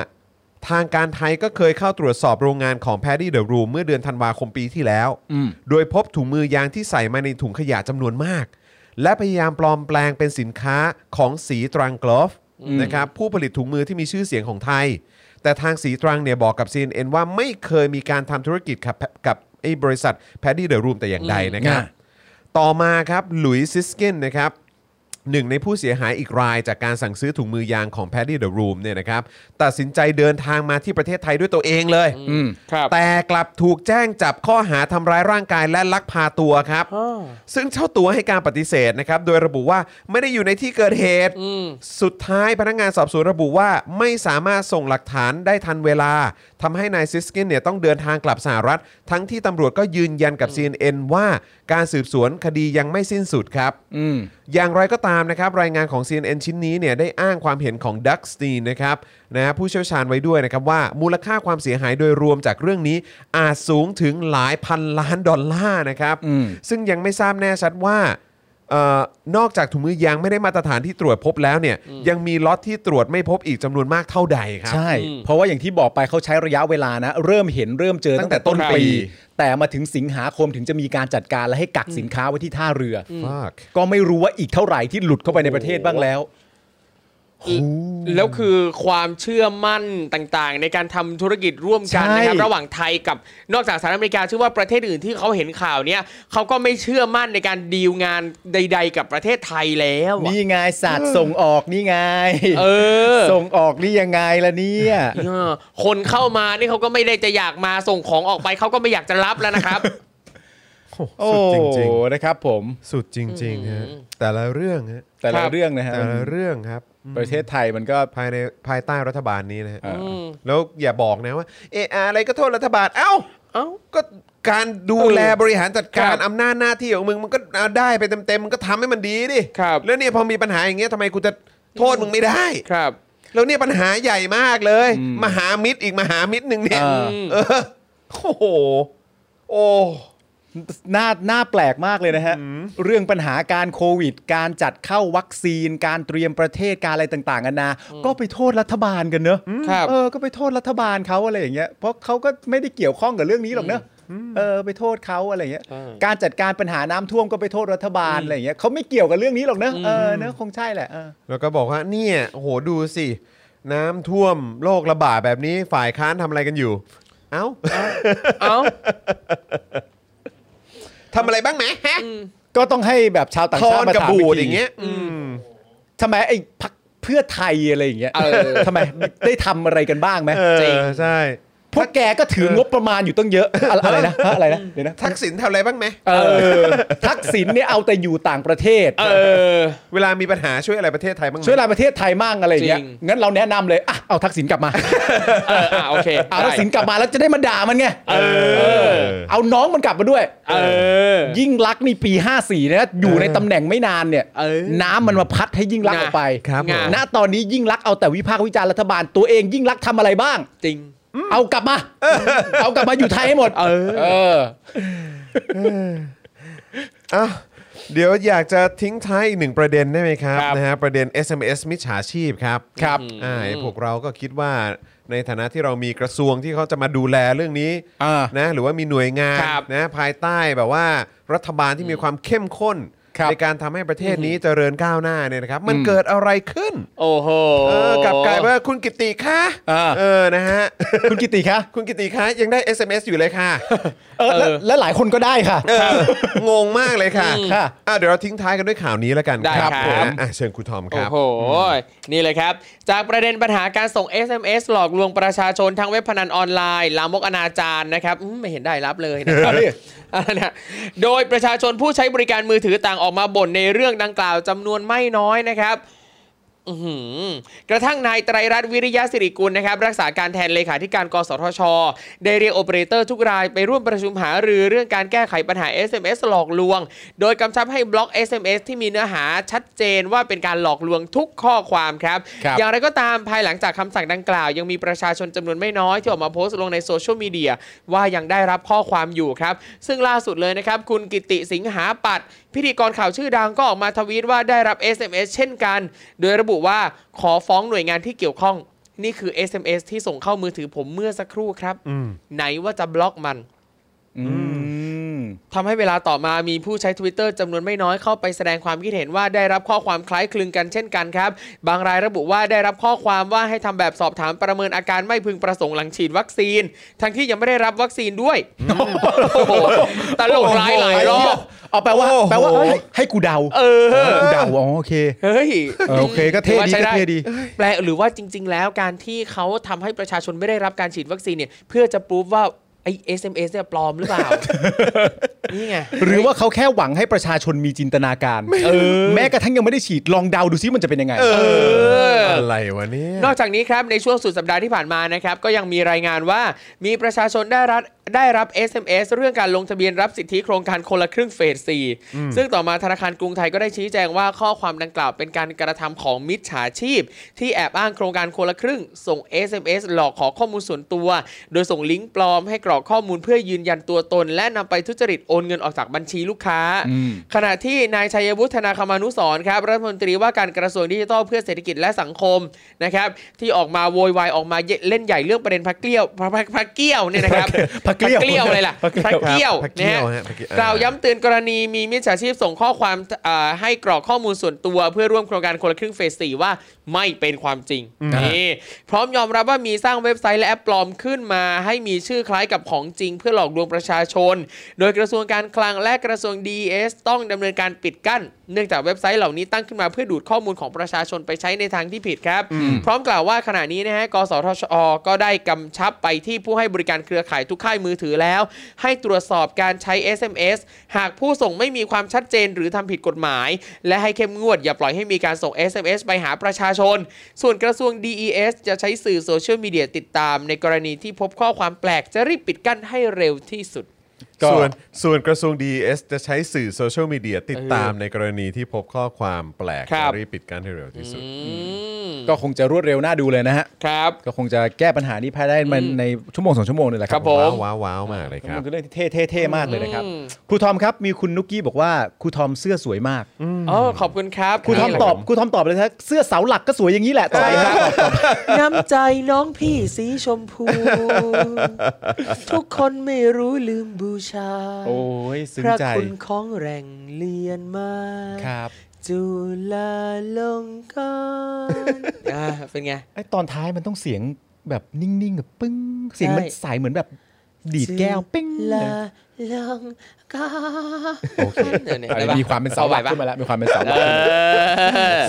ทางการไทยก็เคยเข้าตรวจสอบโรงงานของ Paddy the Room เมื่อเดือนธันวาคมปีที่แล้ว
อืม
โดยพบถุงมือยางที่ใส่มาในถุงขยะจำนวนมาก และพยายามปลอมแปลงเป็นสินค้าของสีตรังกลอฟนะครับผู้ผลิตถุงมือที่มีชื่อเสียงของไทย แต่ทางสีตรังเนี่ยบอกกับ CNN ว่าไม่เคยมีการทำธุรกิจกับกับไอ้บริษัท Paddy the Room แต่อย่างใดนะครับ
อืม
ต่อมาครับหลุยซิสกินนะครับ หนึ่งในผู้เสียหายอีกรายจากการสั่งซื้อถุงมือยางของ Paddy the Room เนี่ยนะครับตัดสินใจเดินทางมาที่ประเทศไทยด้วยตัวเองเลย
อืม
ครับ
แต่กลับถูกแจ้งจับข้อหาทำร้ายร่างกายและลักพาตัวครับ
อ้อ
ซึ่งเจ้าตัวให้การปฏิเสธนะครับ โดยระบุว่าไม่ได้อยู่ในที่เกิดเหตุ
อืม
สุดท้ายพนักงานสอบสวนระบุว่าไม่สามารถส่งหลักฐานได้ทันเวลาทำให้นายซิสกินเนี่ยต้องเดินทางกลับสหรัฐ ทั้งที่ตำรวจก็ยืนยันกับ CNN ว่าการสืบสวนคดียังไม่สิ้นสุดครับ
อืม
อย่างไรก็ตามนะครับ รายงานของ CNN ชิ้นนี้เนี่ยได้อ้างความเห็นของดักสตีนนะครับนะฮะผู้เชี่ยวชาญไว้ด้วยนะครับ ว่ามูลค่าความเสียหายโดยรวมจากเรื่องนี้อาจสูงถึงหลายพันล้านดอลลาร์นะครับ
อืม
ซึ่งยังไม่ทราบแน่ชัดว่าเอ่อนอกจากถุงมือยางไม่ได้มาตรฐานที่ตรวจพบแล้วเนี่ยยังมีล็อตที่ตรวจไม่พบอีกจำนวนมากเท่าใดครั
ใช่
อืม
เพราะว่าอย่างที่บอกไปเขาใช้ระยะเวลานะ เริ่มเห็นเริ่มเจอ
ตั้
ตั้
ง
ง
แต่
แต่ต้น
ต้นปี
ปี แต่มาถึงสิงหาคมถึงจะมีการจัดการและให้กักสินค้าไว้ที่ท่าเรือ
Fuck
ก็ไม่รู้ว่าอีกเท่าไหร่ที่หลุดเข้าไปในประเทศบ้างแล้ว
อืม แล้วคือความเชื่อมั่นต่างๆ ในการทำธุรกิจร่วมกัน
ใช่
นะครับระหว่างไทยกับนอกจากสหรัฐอเมริกาเชื่อว่าประเทศอื่นที่เขาเห็นข่าวเนี้ยเขาก็ไม่เชื่อมั่นในการดีลงานใด ๆ กับประเทศไทยแล้วอะ
นี่ไงศาสตร์ส่งออกนี่ไง
เออ
ส่งออกนี่ยังไงล่ะเนี่ย
เออคนเข้ามานี่เขาก็ไม่ได้จะอยากมาส่งของออกไปเขาก็ไม่อยากจะรับแล้วนะครับ
โอ้โหนะครับ ผม
สุดจริงๆฮะแต่ละเรื่องฮะ
แต่
ครั
ละ
บ
เรื่องนะฮะ
แต่ละเรื่องครับ
ประเทศไทยมันก็
ภายในภายใต้รัฐบาลนี้นะฮะ
เออ
อืม
แล้วอย่าบอกนะว่าเอะอะไรก็โทษรัฐบาลเอ้า
เอ้า
ก็การดูแลบริหารจัดการ
ครับ
อำนาจหน้าที่ของมึงมันก็เอาได้ไปเต็มๆ มันก็ทำให้มันดีดิ
ครับ
แล้วเนี่ยพอมีปัญหาอย่างเงี้ยทำไมกูจะโทษมึงไม่ได้
ครับ
แล้วเนี่ยปัญหาใหญ่มากเลย มหามิตรอีกมหามิตรหนึ่งเนี่ย
เออ
เออโอ้โห โอ้
น่าน่าแปลกมากเลยนะฮะ เรื่องปัญหาการโควิด การจัดเข้าวัคซีน การเตรียมประเทศการอะไรต่างๆกันานาก็ไปโทษรัฐบาลกันเนอะ
ครับ
เออก็ไปโทษรัฐบาลเขาอะไรอย่างเงี้ยเพราะเขาก็ไม่ได้เกี่ยวข้องกับเรื่องนี้หรอกเนอะเออไปโทษเขาอะไรอย่างเงี้ย
ใช่
การจัดการปัญหาน้ำท่วมก็ไปโทษรัฐบาลอะไรอย่างเงี้ยเขาไม่เกี่ยวกับเรื่องนี้หรอกเนอะเออเนอะคงใช่แหละเออ
แล้วก็บอกว่าเนี่ยโอ้โหดูสิ น้ำท่วมโรคระบาดแบบนี้ฝ่ายค้านทำอะไรกันอยู่ เอ้า
เอ้า
ทำอะไรบ้างไหมฮะ
ก็ต้องให้แบบชาวต่าง
ทอ
ชาติ
น
มา
กับ
ถาม
บูด
กที
อย่างเงี้ย อืม
ทำไมไอ้พักเพื่อไทยอะไรอย่างเงี้ย
เออ
ทำไมได้ทำอะไรกันบ้างไหม
เออใช่
พวกแกก็ถืองบประมาณอยู่ตั้งเยอะอะไรอะไรนะฮะอะไรนะเดี๋ยวนะ
ทักษิณทำอะไรบ้างไหม
เออทักษิณเนี่ยเอาแต่อยู่ต่างประเทศ
เออ
เวลามีปัญหาช่วยอะไรประเทศไทยบ้างไหม
ช่วยรายประเทศไทยมั่งอะไรอย่างเงี้ย
จริง
งั้นเราแนะนำเลยอ่ะเอาทักษิณกลับมา
เอออ่ะโอเค
เอาทักษิณกลับมาแล้วจะได้มาด่ามันไง
เอ
เอ
อ
อ
เอาน้องมันกลับมาด้วย
เออ
ยิ่งรักษณ์นี่ปี 54นะอยู่ในตำแหน่งไม่นานเนี่ย
เออ
น้ำมันมาพัดให้ยิ่งรักษณ์อ
นะ
อกไป
ครับผม
ณตอนนี้ยิ่งรักษณ์เอาแต่วิพากษ์วิจารณ์รัฐบาลตัวเองยิ่งรักษณ์ทำอะไรบ้าง
จริง
เอากลับมา เอากลับมาอยู่ไทยให้หมด
เออ
เออ
อ่ะเดี๋ยวอยากจะทิ้งท้ายอีกหนึ่งประเด็นได้ไหมครับ
ครับ
นะฮะประเด็น SMS มิจฉาชีพครับ
ครับ
อ่าไอ้พวกเราก็คิดว่าในฐานะที่เรามีกระทรวงที่เขาจะมาดูแลเรื่องนี้
อ่า
นะหรือว่ามีหน่วยงาน
ครับ
นะภายใต้แบบว่ารัฐบาลที่มีความเข้มข้น
ครับ
ในการทำให้ประเทศนี้เจริญก้าวหน้าเนี่ยนะครับ มันเกิดอะไรขึ้น
โอ้โห
เออกลับกลายว่าคุณกิติคะ
อ่า
เออนะฮ ะ
คุณกิติคะ
คุณกิติคะยังได้ SMS อยู่เลยค่ะ
เออและ
เออ
และหลายคนก็ได้ค่ะ
เอองงมากเลยค่ะ
ค่ะ
อ่ะ เดี๋ยวเราทิ้งท้ายกันด้วยข่าวนี้แล้วกัน
ได้ครับ
ผมอ่ะเชิญครูทอมค
โอ้
รับ
โห นี่เลยครับ จากประเด็นปัญหาการส่ง SMS หลอกลวงประชาชนทางเว็บพนันออนไลน์ลามกอนาจารนะครับอืมไม่เห็นได้รับเลยนะครับ อะไรนะโดยประชาชนผู้ใช้บริการมือถือต่างออกมาบ่นในเรื่องดังกล่าวจำนวนไม่น้อยนะครับ อื้อหือกระทั่งนายไตรรัตน์วิริยะสิริกุลนะครับรักษาการแทนเลขาธิการกสทช ได้เรียกโอเปอเรเตอร์ทุกรายไปร่วมประชุมหารือเรื่องการแก้ไขปัญหา SMS หลอกลวง โดยกำชับให้บล็อก SMS ที่มีเนื้อหาชัดเจนว่าเป็นการหลอกลวงทุกข้อความครับ
ครับ
อย่างไรก็ตามภายหลังจากคำสั่งดังกล่าว ยังมีประชาชนจำนวนไม่น้อยที่ออกมาโพสต์ลงในโซเชียลมีเดียว่ายังได้รับข้อความอยู่ครับ ซึ่งล่าสุดเลยนะครับ คุณกิติสิงหาปัตย์พิธีกรข่าวชื่อดังก็ออกมาทวีตว่าได้รับ SMS เช่นกัน โดยระบุว่าขอฟ้องหน่วยงานที่เกี่ยวข้อง นี่คือ SMS ที่ส่งเข้ามือถือผมเมื่อสักครู่ครับ ไหนว่าจะบล็อกมัน
อืม
ทำให้เวลาต่อมามีผู้ใช้ Twitter จำนวนไม่น้อยเข้าไปแสดงความคิดเห็นว่าได้รับข้อความคล้ายคลึงกันเช่นกันครับ บางรายระบุว่าได้รับข้อความว่าให้ทำแบบสอบถามประเมินอาการไม่พึงประสงค์หลังฉีดวัคซีน ทั้งที่ยังไม่ได้รับวัคซีนด้วยโอ้โหตลกร้ายหลายรอบ
เอาแปลว่า
โอ้โห
แปลว่าเอ้ยให้กูเดา
เออ
กูเดาอ๋อโอเค
เฮ้ย
เออโอเคก็เท่ดี
ถือว่าใช้
ก็เท่ดี
แปลหรือว่าจริง ๆ แล้วการที่เขาทำให้ประชาชนไม่ได้รับการฉีดวัคซีนเนี่ยเพื่อจะพรูฟว่าไอ้ SMS เนี่ยปลอมหรือ เปล่า นี่ไง
หรือว่าเขาแค่หวังให้ประชาชนมีจินตนาการแม้กระทั่งยังไม่ได้ฉีดลองเดาดูซิมันจะเป็นยังไง
อ
อะไรวะเนี่ย
นอกจากนี้ครับในช่วงสุดสัปดาห์ที่ผ่านมานะครับก็ยังมีรายงานว่ามีประชาชนได้รับได้รับ SMS เรื่องการลงทะเบียนรับสิทธิโครงการคนละครึ่งเฟส 4 ซึ่งต่อมาธนาคารกรุงไทยก็ได้ชี้แจงว่าข้อความดังกล่าวเป็นการกระทำของมิจฉาชีพ ที่แอบอ้างโครงการคนละครึ่ง ส่ง SMS หลอกขอข้อมูลส่วนตัว โดยส่งลิงก์ปลอมให้กรอกข้อมูลเพื่อยืนยันตัวตน และนำไปทุจริตโอนเงินออกจากบัญชีลูกค้า
อืม
ขณะที่นายชัยวุฒนาคมานุสรณ์ครับรัฐมนตรีว่าการกระทรวงดิจิทัลเพื่อเศรษฐกิจและสังคมนะครับที่ออกมาโวยวายออกมาเล่นใหญ่เรื่องประเด็นพระเกลี้ยวพระพระพระเกี้ยวเนี่ยนะครับ
พระเกลี้ยว
พระเกลี้ยวอะไรล่ะ
พระเกลี้ยว
พระเกี้ยว
พระเกี้ยว
นะฮะ
ฮะพระเกี้ยว
กล่าวย้ำเตือนกรณีมีมิจฉาชีพส่งข้อความอ่าให้กรอกข้อมูลส่วนตัว เพื่อร่วมโครงการคนละครึ่งเฟสสี่ว่าไม่เป็นความจริงนี่พร้อมยอมรับว่ามีสร้างเว็บไซต์และแอปปลอมขึ้นมา ให้มีชื่อคล้ายกับของจริง เพื่อหลอกลวงประชาชน โดยกระทรวงการคลังและกระทรวง DES ต้องดำเนินการปิดกั้น เนื่องจากเว็บไซต์เหล่านี้ตั้งขึ้นมาเพื่อดูดข้อมูลของประชาชนไปใช้ในทางที่ผิดครับ พร้อมกล่าวว่าขณะนี้นะฮะกสทช ก็ได้กำชับไปที่ผู้ให้บริการเครือข่ายทุกค่ายมือถือแล้ว ให้ตรวจสอบการใช้ SMS หากผู้ส่งไม่มีความชัดเจนหรือทำผิดกฎหมาย และให้เข้มงวดอย่าปล่อยให้มีการส่ง SMS ไปหาประชาชน ส่วนกระทรวง DES จะใช้สื่อโซเชียลมีเดียติดตาม ในกรณีที่พบข้อความแปลกจะรีบปิดกั้นให้เร็วที่สุด
ก็
ส่วนส่วนกระทรวง DES จะใช้สื่อโซเชียลมีเดียติดตามในกรณีที่พบข้อความแปลก
ครับ
รีบปิดการให้เร็วที่สุด
อืม
ก็คงจะรวดเร็วน่าดูเลยนะฮะ
ครับ
ก็คงจะแก้ปัญหานี้ภายได้มันในชั่วโมงสองชั่วโมงนี่แหละค
ค
รั
รั
บบ ผม
ว้าว
ผม
ว้าวว้าวมากเลยครับ
มันคือเรื่องที่เท่เท่เท่มากเลยนะครับ
อืม
ครูทอมครับมีคุณนุกกี้บอกว่าครูทอมเสื้อสวยมาก
อ๋อขอบคุณครับ
ครูทอมตอบครูทอมตอบเลยนะเสื้อเสาหลักก็สวยอย่างนี้แหละตอบเลยครับ
น้ำใจน้องพี่สีชมพู ทุกคนไม่รู้ลืมบูชา
โอ้ยซึ้
พ
ง
ระ
ใจ
คุณของแรงเลียนมา
ครับ
จุลาลงกรณ์อ่าเป็นไง
ไอตอนท้ายมันต้องเสียงแบบนิ่งๆแบบปึ้งเสียงมัน
ใช่
สายเหมือนแบบดีดแก้วปิ้ง
จุลาลงกรณ์โอเค
อะไมีความเป็นเสาหลักขึ้นมาแล้วมีความเป็นเสาหลัก โ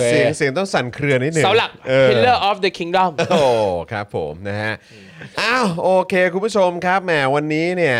อเค
เสียงเสียงต้องสั่นเครือนิดหนึง
เสาหลัก
ออ
Pillar of the Kingdom
โอ้ครับผมนะฮะ อ้าวโอเค คุณผู้ชมครับแหมวันนี้เนี่ย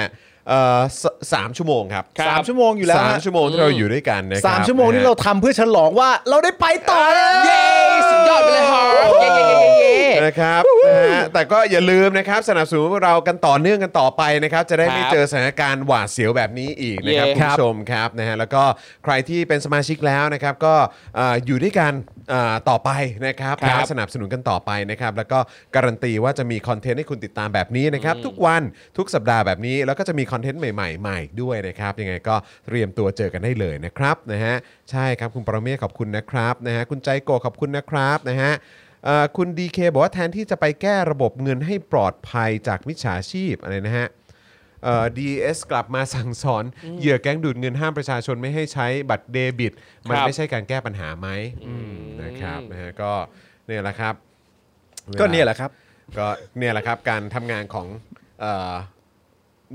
เอ่อสสามชั่วโมงครับ
สามชั่วโมงอยู่แล้ว
สาม
ฮะ
ชั่วโมงที่เราอยู่ด้วยกันนะครับ
สามชั่วโมงนี้เราทำเพื่อฉลองว่าเราได้ไปต่อแล้ว
เย้สุดยอดไปเลยฮะเย้เย้เย้เย้
นะครับนะฮะแต่ก็อย่าลืมนะครับสนับสนุนพวกเรากันต่อเนื่องกันต่อไปนะครับ จะได้ไม่
ครับ
เจอสถานการณ์หวาดเสียวแบบนี้อีกนะครับ
เย้
คุณผู้ชมครับนะฮะแล้วก็ใครที่เป็นสมาชิกแล้วนะครับก็เอ่ออยู่ด้วยกันเอ่อต่อไปนะครับ
ครับ
นะ สนับสนุนกันต่อไปนะครับ แล้วก็การันตีว่าจะมีคอนเทนต์ให้คุณติดตามแบบนี้นะครับ ทุกวันทุกสัปดาห์แบบนี้ แล้วก็จะมีคอนเทนต์ใหม่ๆใหม่ด้วยนะครับ ยังไงก็เตรียมตัวเจอกันได้เลยนะครับนะฮะใช่ครับคุณประเมศขอบคุณนะครับนะฮะคุณใจโกขอบคุณนะครับนะฮะเอ่อคุณ DK บอกว่าแทนที่จะไปแก้ระบบเงินให้ปลอดภัยจากมิจฉาชีพอะไรนะฮะ ดีเอสกลับมาสั่งสอน เหยื่อแก๊งดูดเงินห้ามประชาชนไม่ให้ใช้บัตรเดบิต มัน
ครับ
ไม่ใช่การแก้ปัญหาไหมนะครับนะฮะก็เนี่ยแหละครับ
ก็เนี่ยแหละครับ
ก็เนี่ยแหละครับการทำงานของเอ่อ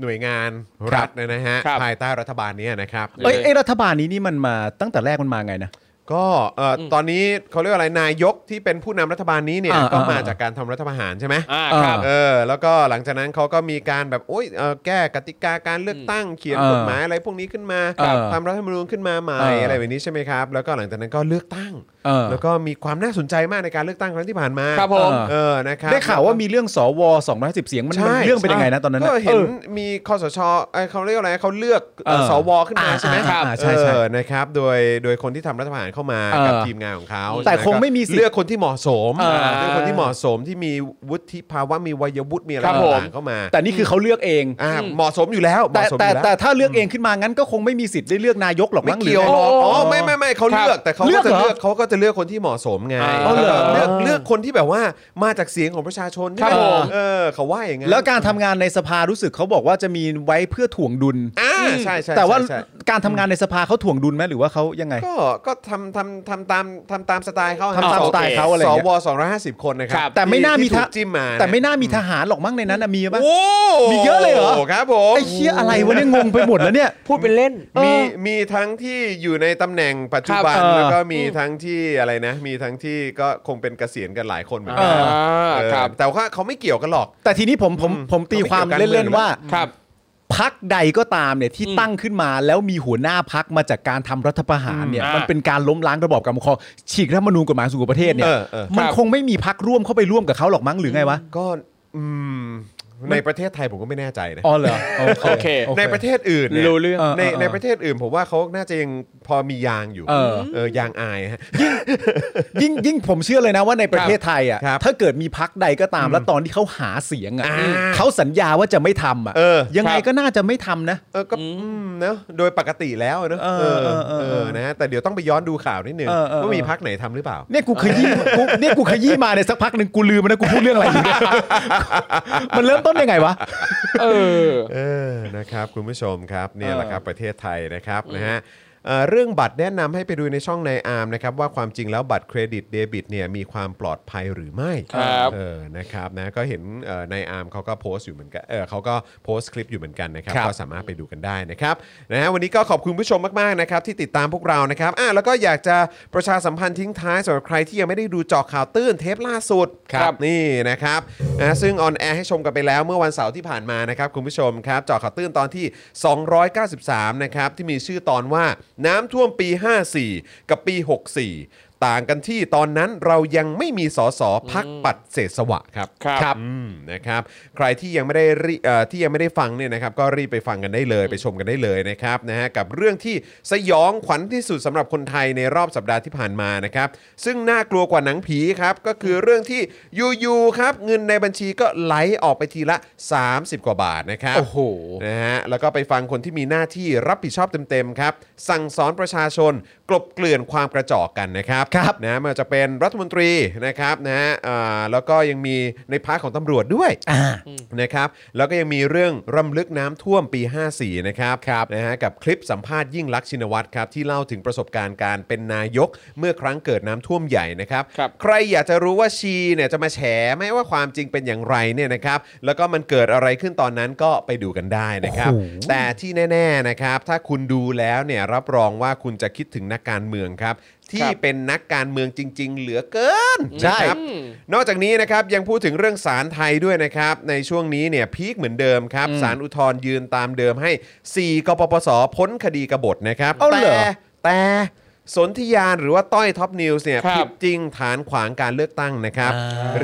หน่วยงานรัฐนะฮะ
ครับ
ภายใต้รัฐบาลเนี้นะครับ
เอ้ยเอ้ยรัฐบาลนี้นี่มันมาตั้งแต่แรกมันมาไงนะ
ก็เอ่ออตอนนี้เขาเรียกว่าอะไรนายกที่เป็นผู้นำรัฐบาลนี้เนี่ย
อ่า
ก็
อ่า
มา
อ่า
จากการทำรัฐประหารใช่ไหม
อ่า
อ่า
ครับ
เออแล้วก็หลังจากนั้นเขาก็มีการแบบโอ้ยเอ่อแก้กติกาการเลือกตั้งเขียน
เออก
ฎหมายอะไรพวกนี้ขึ้นมา
ครับ
ทำรัฐธรรมนูญขึ้นมาใหม่
เอออ
อะไรแบบนี้ใช่ไหมครับ แล้วก็หลังจากนั้นก็เลือกตั้ง
เออ
แล้วก็มีความน่าสนใจมากในการเลือกตั้งครั้งที่ผ่านมา
ครับผม
เออนะครับ
ได้ข่าวว่ามีเรื่องสวสองร้อยสิบเสียงมัน
ใช่
มันเรื่องเป็นยังไงนะตอนนั้น
ก็
น่ะ
เห็น
ออ
มีคอสชเอ้ยเขาเรียกอะไรเขาเลือกเอ่อ
เออ
สวขึ้นมา
อ่า
ใช่ไหม
อ่าอ่าใช่ใช่
เออนะครับโดยโดยคนที่ทำรัฐประหารเข้ามา
เออ
กับทีมงานของเขา
แต่
ใช่ห
คงไม่มีสิทธิ์
เลือกคนที่เหมาะสม
เออ
เลือกคนที่เหมาะสมที่มีวุฒิภาวะมีวัยวุฒิมีอะไร
ครับผม
ต่างๆเข้ามา
แต่นี่คือเขาเลือกเอง
อ่าเหมาะสมอยู่แล้วเห
แต่
มาะสมอ
แต่
ยู่แล้ว
แต่ถ้าเลือกเองขึ้นมางั้นก็คงไม่มีสิทธิ์ได้เลือกนายกหรอก
ไม่
มั้งหรือ
เกี่ยวหรอกอ๋อไม่ไม่ไม่เขาเลือกแต่เขา
เลื
ก็
อก
จะ
เหรอ
เลือกเขาก็จะเลือกคนที่เหมาะสมไง
อ๋อเหรอ
เลือกเลือกคนที่แบบว่ามาจากเสียงของประชาชน
ครั
ใช่
บ
ไหม
ผม
เออเขาว่าอย่างนั้น
แล้วการทำงานในสภารู้สึกเขาบอกว่าจะมีไว้เพื่อถ่วงดุล
อ่าใช่ใช่
แต่ว่า
ใช่
การทำงานในสภาเขาถ่วงดุลไหมหรือว่าเขายังไง
ก็ ก็ทำทำทำตามทำตามสไตล์เขา
ทำตาม
ฮะ
สไตล์เขาอะไรอ
ส
ย่างเงี้
วย สองร้อยห้าสิบคนนะค
ครั
รับ
แต่ไม่น่ามี
ที่ถู
ทะ
กจิ้มมา
แต่ไม่น่ามีทหารหรอกมั้งในนั้นน่ะมีปะ
โอ้
มีเยอะเลยเหรอ
ครับผม
ไอ้เชี่ยอะไรวะเนี่ยงงไปหมดแล้วเนี่ย
พูดเป็นเล่น
มีมีทั้งที่อยู่ในตำแหน่งปัจจุบัน
ครับเออ
แล้วก็มีทั้งที่อะไรนะ มีทั้งที่ก็คงเป็นเกษียณกันหลายคนเหมือนกั
อ่
นา เออ
ครับ
แต่ว่าเขาไม่เกี่ยวกันหรอก
แต่ทีนี้ผมผมผมตีความ
เขาไม่เกี่ยวกัน
เล่น
เลย
ๆว่า
ครับ
พักใดก็ตามเนี่ยที่ตั้งขึ้นมาแล้วมีหัวหน้าพักมาจากการทำรัฐประหารเนี่ย
อืม
มันเป็นการล้มล้างระบอบการปกครองฉีกรัฐธรรมนูญกฎหมายสู่ประเทศเนี่
เอย อเออ
มัน
ครับ
คงไม่มีพักร่วมเข้าไปร่วมกับเขาหรอกมั้งหรือไงวะ
ก็อืมในประเทศไทยผมก็ไม่แน่ใจนะ
อ๋อเหรอ
โอเค
ในประเทศอื่นนี่ย
รู้เรื่อง
ในในประเทศอื่นผมว่าเขาน่าจะยังพอมียางอยู่
เออ
เออยางอายฮะ
ยิ่งยิ่งผมเชื่อเลยนะว่าในประเทศไทยอ่ะ
ครับ
ถ้าเกิดมีพักใดก็ตาม แล้วตอนที่เขาหาเสียงอ่ะ
อ่า
เขาสัญญาว่าจะไม่ทำอ่ะ
เออ
ยังไงก็น่าจะไม่ทำนะ
เออก็อืมเนอะโดยปกติแล้วเนอะ
เออเออเออ
เออนะฮะแต่เดี๋ยวต้องไปย้อนดูข่าวนิดนึง
เออเออ
ว่ามีพักไหนทำหรือเปล่า
เนี่ยกูขยี้กูเนี่ยกูขยี้มาในยสักพักหนึ่งกูลืมไปนะกูพูดเรื่องอะไรอยู่เนี่ย มันเริ่มต้นยังไงวะ
เออ
เออนะครับคุณผู้ชมครับเนี่ยแหละครับประเทศไทยนะครับนะฮะเอ่อเรื่องบัตรแนะนำให้ไปดูในช่องในอาร์มนะครับว่าความจริงแล้วบัตรเครดิตเดบิตเนี่ยมีความปลอดภัยหรือไม่
ครับ
เออนะครับนะก็เห็นเอ่อในอาร์มเขาก็โพสต์อยู่เหมือนกันเออเขาก็โพสต์คลิปอยู่เหมือนกันนะครับ
ครับ
ก็สามารถไปดูกันได้นะครับนะฮะวันนี้ก็ขอบคุณผู้ชมมากๆนะครับที่ติดตามพวกเรานะครับอ่ะแล้วก็อยากจะประชาสัมพันธ์ทิ้งท้ายสำหรับใครที่ยังไม่ได้ดูเจอข่าวตื้นเทปล่าสุด
ครับ
นี่นะครับนะซึ่งออนแอร์ให้ชมกันไปแล้วเมื่อวันเสาร์ที่ผ่านมานะครับ คุณผู้ชมครับเจอข่าวตื้นตอนที่ 293 นะครับ ที่มีชื่อตอนว่าน้ำท่วมปี 54 กับปี 64 ต่างกันที่ตอนนั้นเรายังไม่มีสสพักปัดเศษสวะครับ
ครับ
อืมนะครับใครที่ยังไม่ได้รีเอ่อที่ยังไม่ได้ฟังเนี่ยนะครับก็รีบไปฟังกันได้เลยไปชมกันได้เลยนะครับนะฮะกับเรื่องที่สยองขวัญที่สุดสำหรับคนไทยในรอบสัปดาห์ที่ผ่านมานะครับซึ่งน่ากลัวกว่าหนังผีครับก็คือเรื่องที่ยูๆครับเงินในบัญชีก็ไหลออกไปทีละ 30 กว่าบาทนะครับ
โอ้โห
นะฮะแล้วก็ไปฟังคนที่มีหน้าที่รับผิดชอบเต็มๆครับ สั่งสอนประชาชน กลบเกลื่อนความกระจอกกันนะครับ
ครับ
นะไมันจะเป็นรัฐมนตรีนะครับนะฮะอ่าแล้วก็ยังมีในพาร์ทของตำรวจด้วย
อ่า
นะครับแล้วก็ยังมีเรื่องรำลึกน้ำท่วมปี 54 นะครับครับนะฮะกับคลิปสัมภาษณ์ยิ่งลักษณ์ชินวัตรครับที่เล่าถึงประสบการณ์การเป็นนายกเมื่อครั้งเกิดน้ำท่วมใหญ่นะครับ
ครับ
ใครอยากจะรู้ว่าชีเนี่ยจะมาแฉไหมว่าความจริงเป็นอย่างไรเนี่ยนะครับแล้วก็มันเกิดอะไรขึ้นตอนนั้นก็ไปดูกันได้นะครับ
โอ้โห
แต่ที่แน่ๆนะครับถ้าคุณดูแล้วเนี่ยรับรองว่าคุณจะคิดถึงนักการเมืองครับ ที่
ครับ
เป็นนักการเมืองจริง ๆ เหลือเกิน
ใช่
นะครับ นอกจากนี้นะครับยังพูดถึงเรื่องสารไทยด้วยนะครับ ในช่วงนี้เนี่ยพีคเหมือนเดิมครับสารอุทธรยืนตามเดิมให้ 4กปปสพ้นคดีกบฏนะครับ
เอาเหร
แต่
อ
แต่สนธิยานหรือว่าต้อยท็อปนิวส์เนี่ย
ครับ
ผิดจริงฐานขวางการเลือกตั้งนะครับ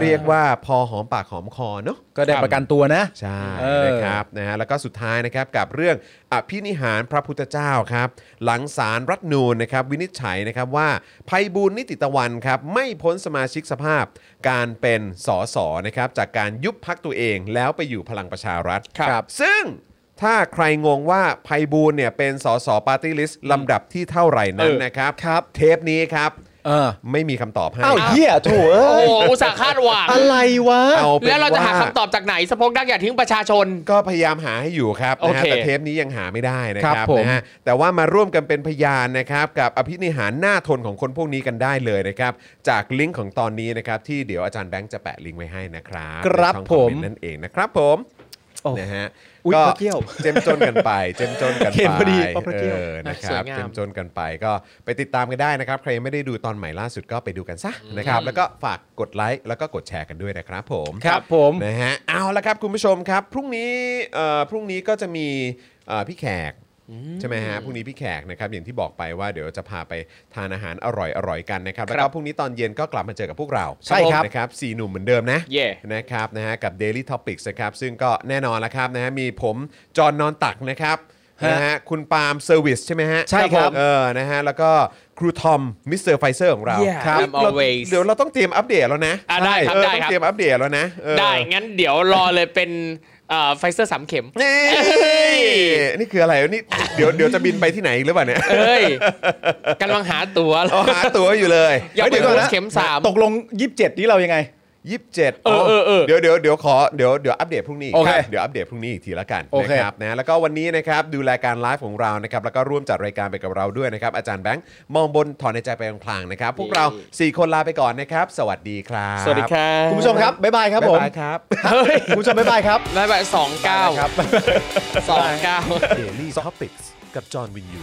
เรียกว่าพอหอมปากหอมคอเนาะ
ก็ได้ประกันตัวนะ
ใช่
เออ
นะครับนะฮะแล้วก็สุดท้ายนะครับกับเรื่องอภินิหารพระพุทธเจ้าครับ หลังสารรัฐธรรมนูนนะครับวินิจฉัยนะครับว่าภัยบูลย์นิติตะวันครับไม่พ้นสมาชิกสภาพ การเป็นสสนะครับจากการยุบพักตัวเองแล้วไปอยู่พลังประชารัฐ
ครับ
ซึ่งถ้าใครงงว่าภัยบูลย์เนี่ยเป็นสสปาร์ตี้ลิสต์ลำดับที่เท่าไหร่นั้น
เออ
นะครับ เทปนี้ครับ
เออ
ไม่มีคำตอบให้
อ้าวเหี้ยโถเอ้
โอ้
ย
โหอุตส่าห์คาดหวัง
อะไรวะ
เอาเป็น
แล้วเราจะหา
ว่
คำตอบจากไหนสะพกดักอย่าทิ้งประชาชน
ก็พยายามหาให้อยู่ครับนะฮะ
โอเค
แต่เทปนี้ยังหาไม่ได้นะค
ครั
รับบ
ผม
นะฮะแต่ว่ามาร่วมกันเป็นพยานนะครับกับอภินิหารหน้าทนของคนพวกนี้กันได้เลยนะครับ จากลิงก์ของตอนนี้นะครับที่เดี๋ยวอาจารย์แบงค์จะแปะลิงก์ไว้ให้นะครับ
ครับ
ในช่องอเน
ผม
ต์นั่นเองนะครับผม
โอ้
นะฮะ
อุ๊ย
ก็
พระเกี้ยว
เจมจนกันไป เจมจนกัน
เห็น
ไป
พอดีว่าพระ
เอ
เกี้ยว
อนะค
ส
รั
ว
บ
ยงาม
เจมจนกันไปก็ไปติดตามกันได้นะครับ ใครยังไม่ได้ดูตอนใหม่ล่าสุดก็ไปดูกันซะนะครับ แล้วก็ฝากกดไลค์แล้วก็กดแชร์กันด้วยนะครับผม
ครับผม
นะฮะเอาละครับคุณผู้ชมครับ พรุ่งนี้เอ่อพรุ่งนี้ก็จะมีเอ่อพี่แขกใช่ไหมฮะพรุ่งนี้พี่แขกนะครับอย่างที่บอกไปว่าเดี๋ยวจะพาไปทานอาหารอร่อยๆกันนะครับแล้วก็พรุ่งนี้ตอนเย็นก็กลับมาเจอกับพวกเรา
ใช่ครับ
นะครับสี่หนุ่มเหมือนเดิมนะ
เย่
นะครับนะฮะกับ Daily Topics นะครับซึ่งก็แน่นอนแล้วครับนะฮะมีผมจอห์นนอนตักนะครับ
ฮะ
นะฮะคุณปาล์มเซอร์วิสใช่ไหมฮะ
ใช่ครับ
เออนะฮะแล้วก็ครูทอมมิสเตอร์ไฟเซอร์ของเรา
Yeah,
ครับ
I'm always
เดี๋ยวเราต้องเตรียมอัปเดตแล้วนะ
อ่ะได้ครับ
เออ
ได้
ต้อง
ครับ
เตรียมอัปเดตแล้วนะเออ
ได้ งั้นเดี๋ยวรอเลยเป็นไฟเซอร์สามเข็ม
นี่นี่คืออะไรวะนี่เดี๋ยวเดี๋ยวจะบินไปที่ไหนอีกหรือเปล่าเนี่ย
เอ้ยกำลังหาตั๋วเหร
อ๋อ
อ
หาตั๋วอยู่เลย
อยากไป
เดี๋ยวก่อนนะ
เข็มสาม
ตกลง 27 นี้เรายังไง
ยี่สิบเจ็ด
เออเออเออ
เดี๋ยวเดี๋ยวเดี๋ยวขอเดี๋ยวเดี๋ยวอัปเดตพรุ่งนี้ก
โอเค
ครับเดี๋ยวอัปเดตพรุ่งนี้อีกทีละกัน
โอ
นะ
เค
ครับนะแล้วก็วันนี้นะครับดูรายการไลฟ์ของเรานะครับแล้วก็ร่วมจัดรายการไปกับเราด้วยนะครับอาจารย์แบงค์มองบนถอนในใจไปพลางๆนะครับ พวกเรา 4 คนลาไปก่อนนะครับ สวัสดีครับ
สวัสดีครับ
คุณผู้ชมครับ บ๊ายบายครับ
บ๊าย
ผม
บายครับ
คุณผู้ชมบ๊ายบายครับ
บ๊ายบายสองเก้าสองเก้า
Daily Topics กับจอห์นวินยู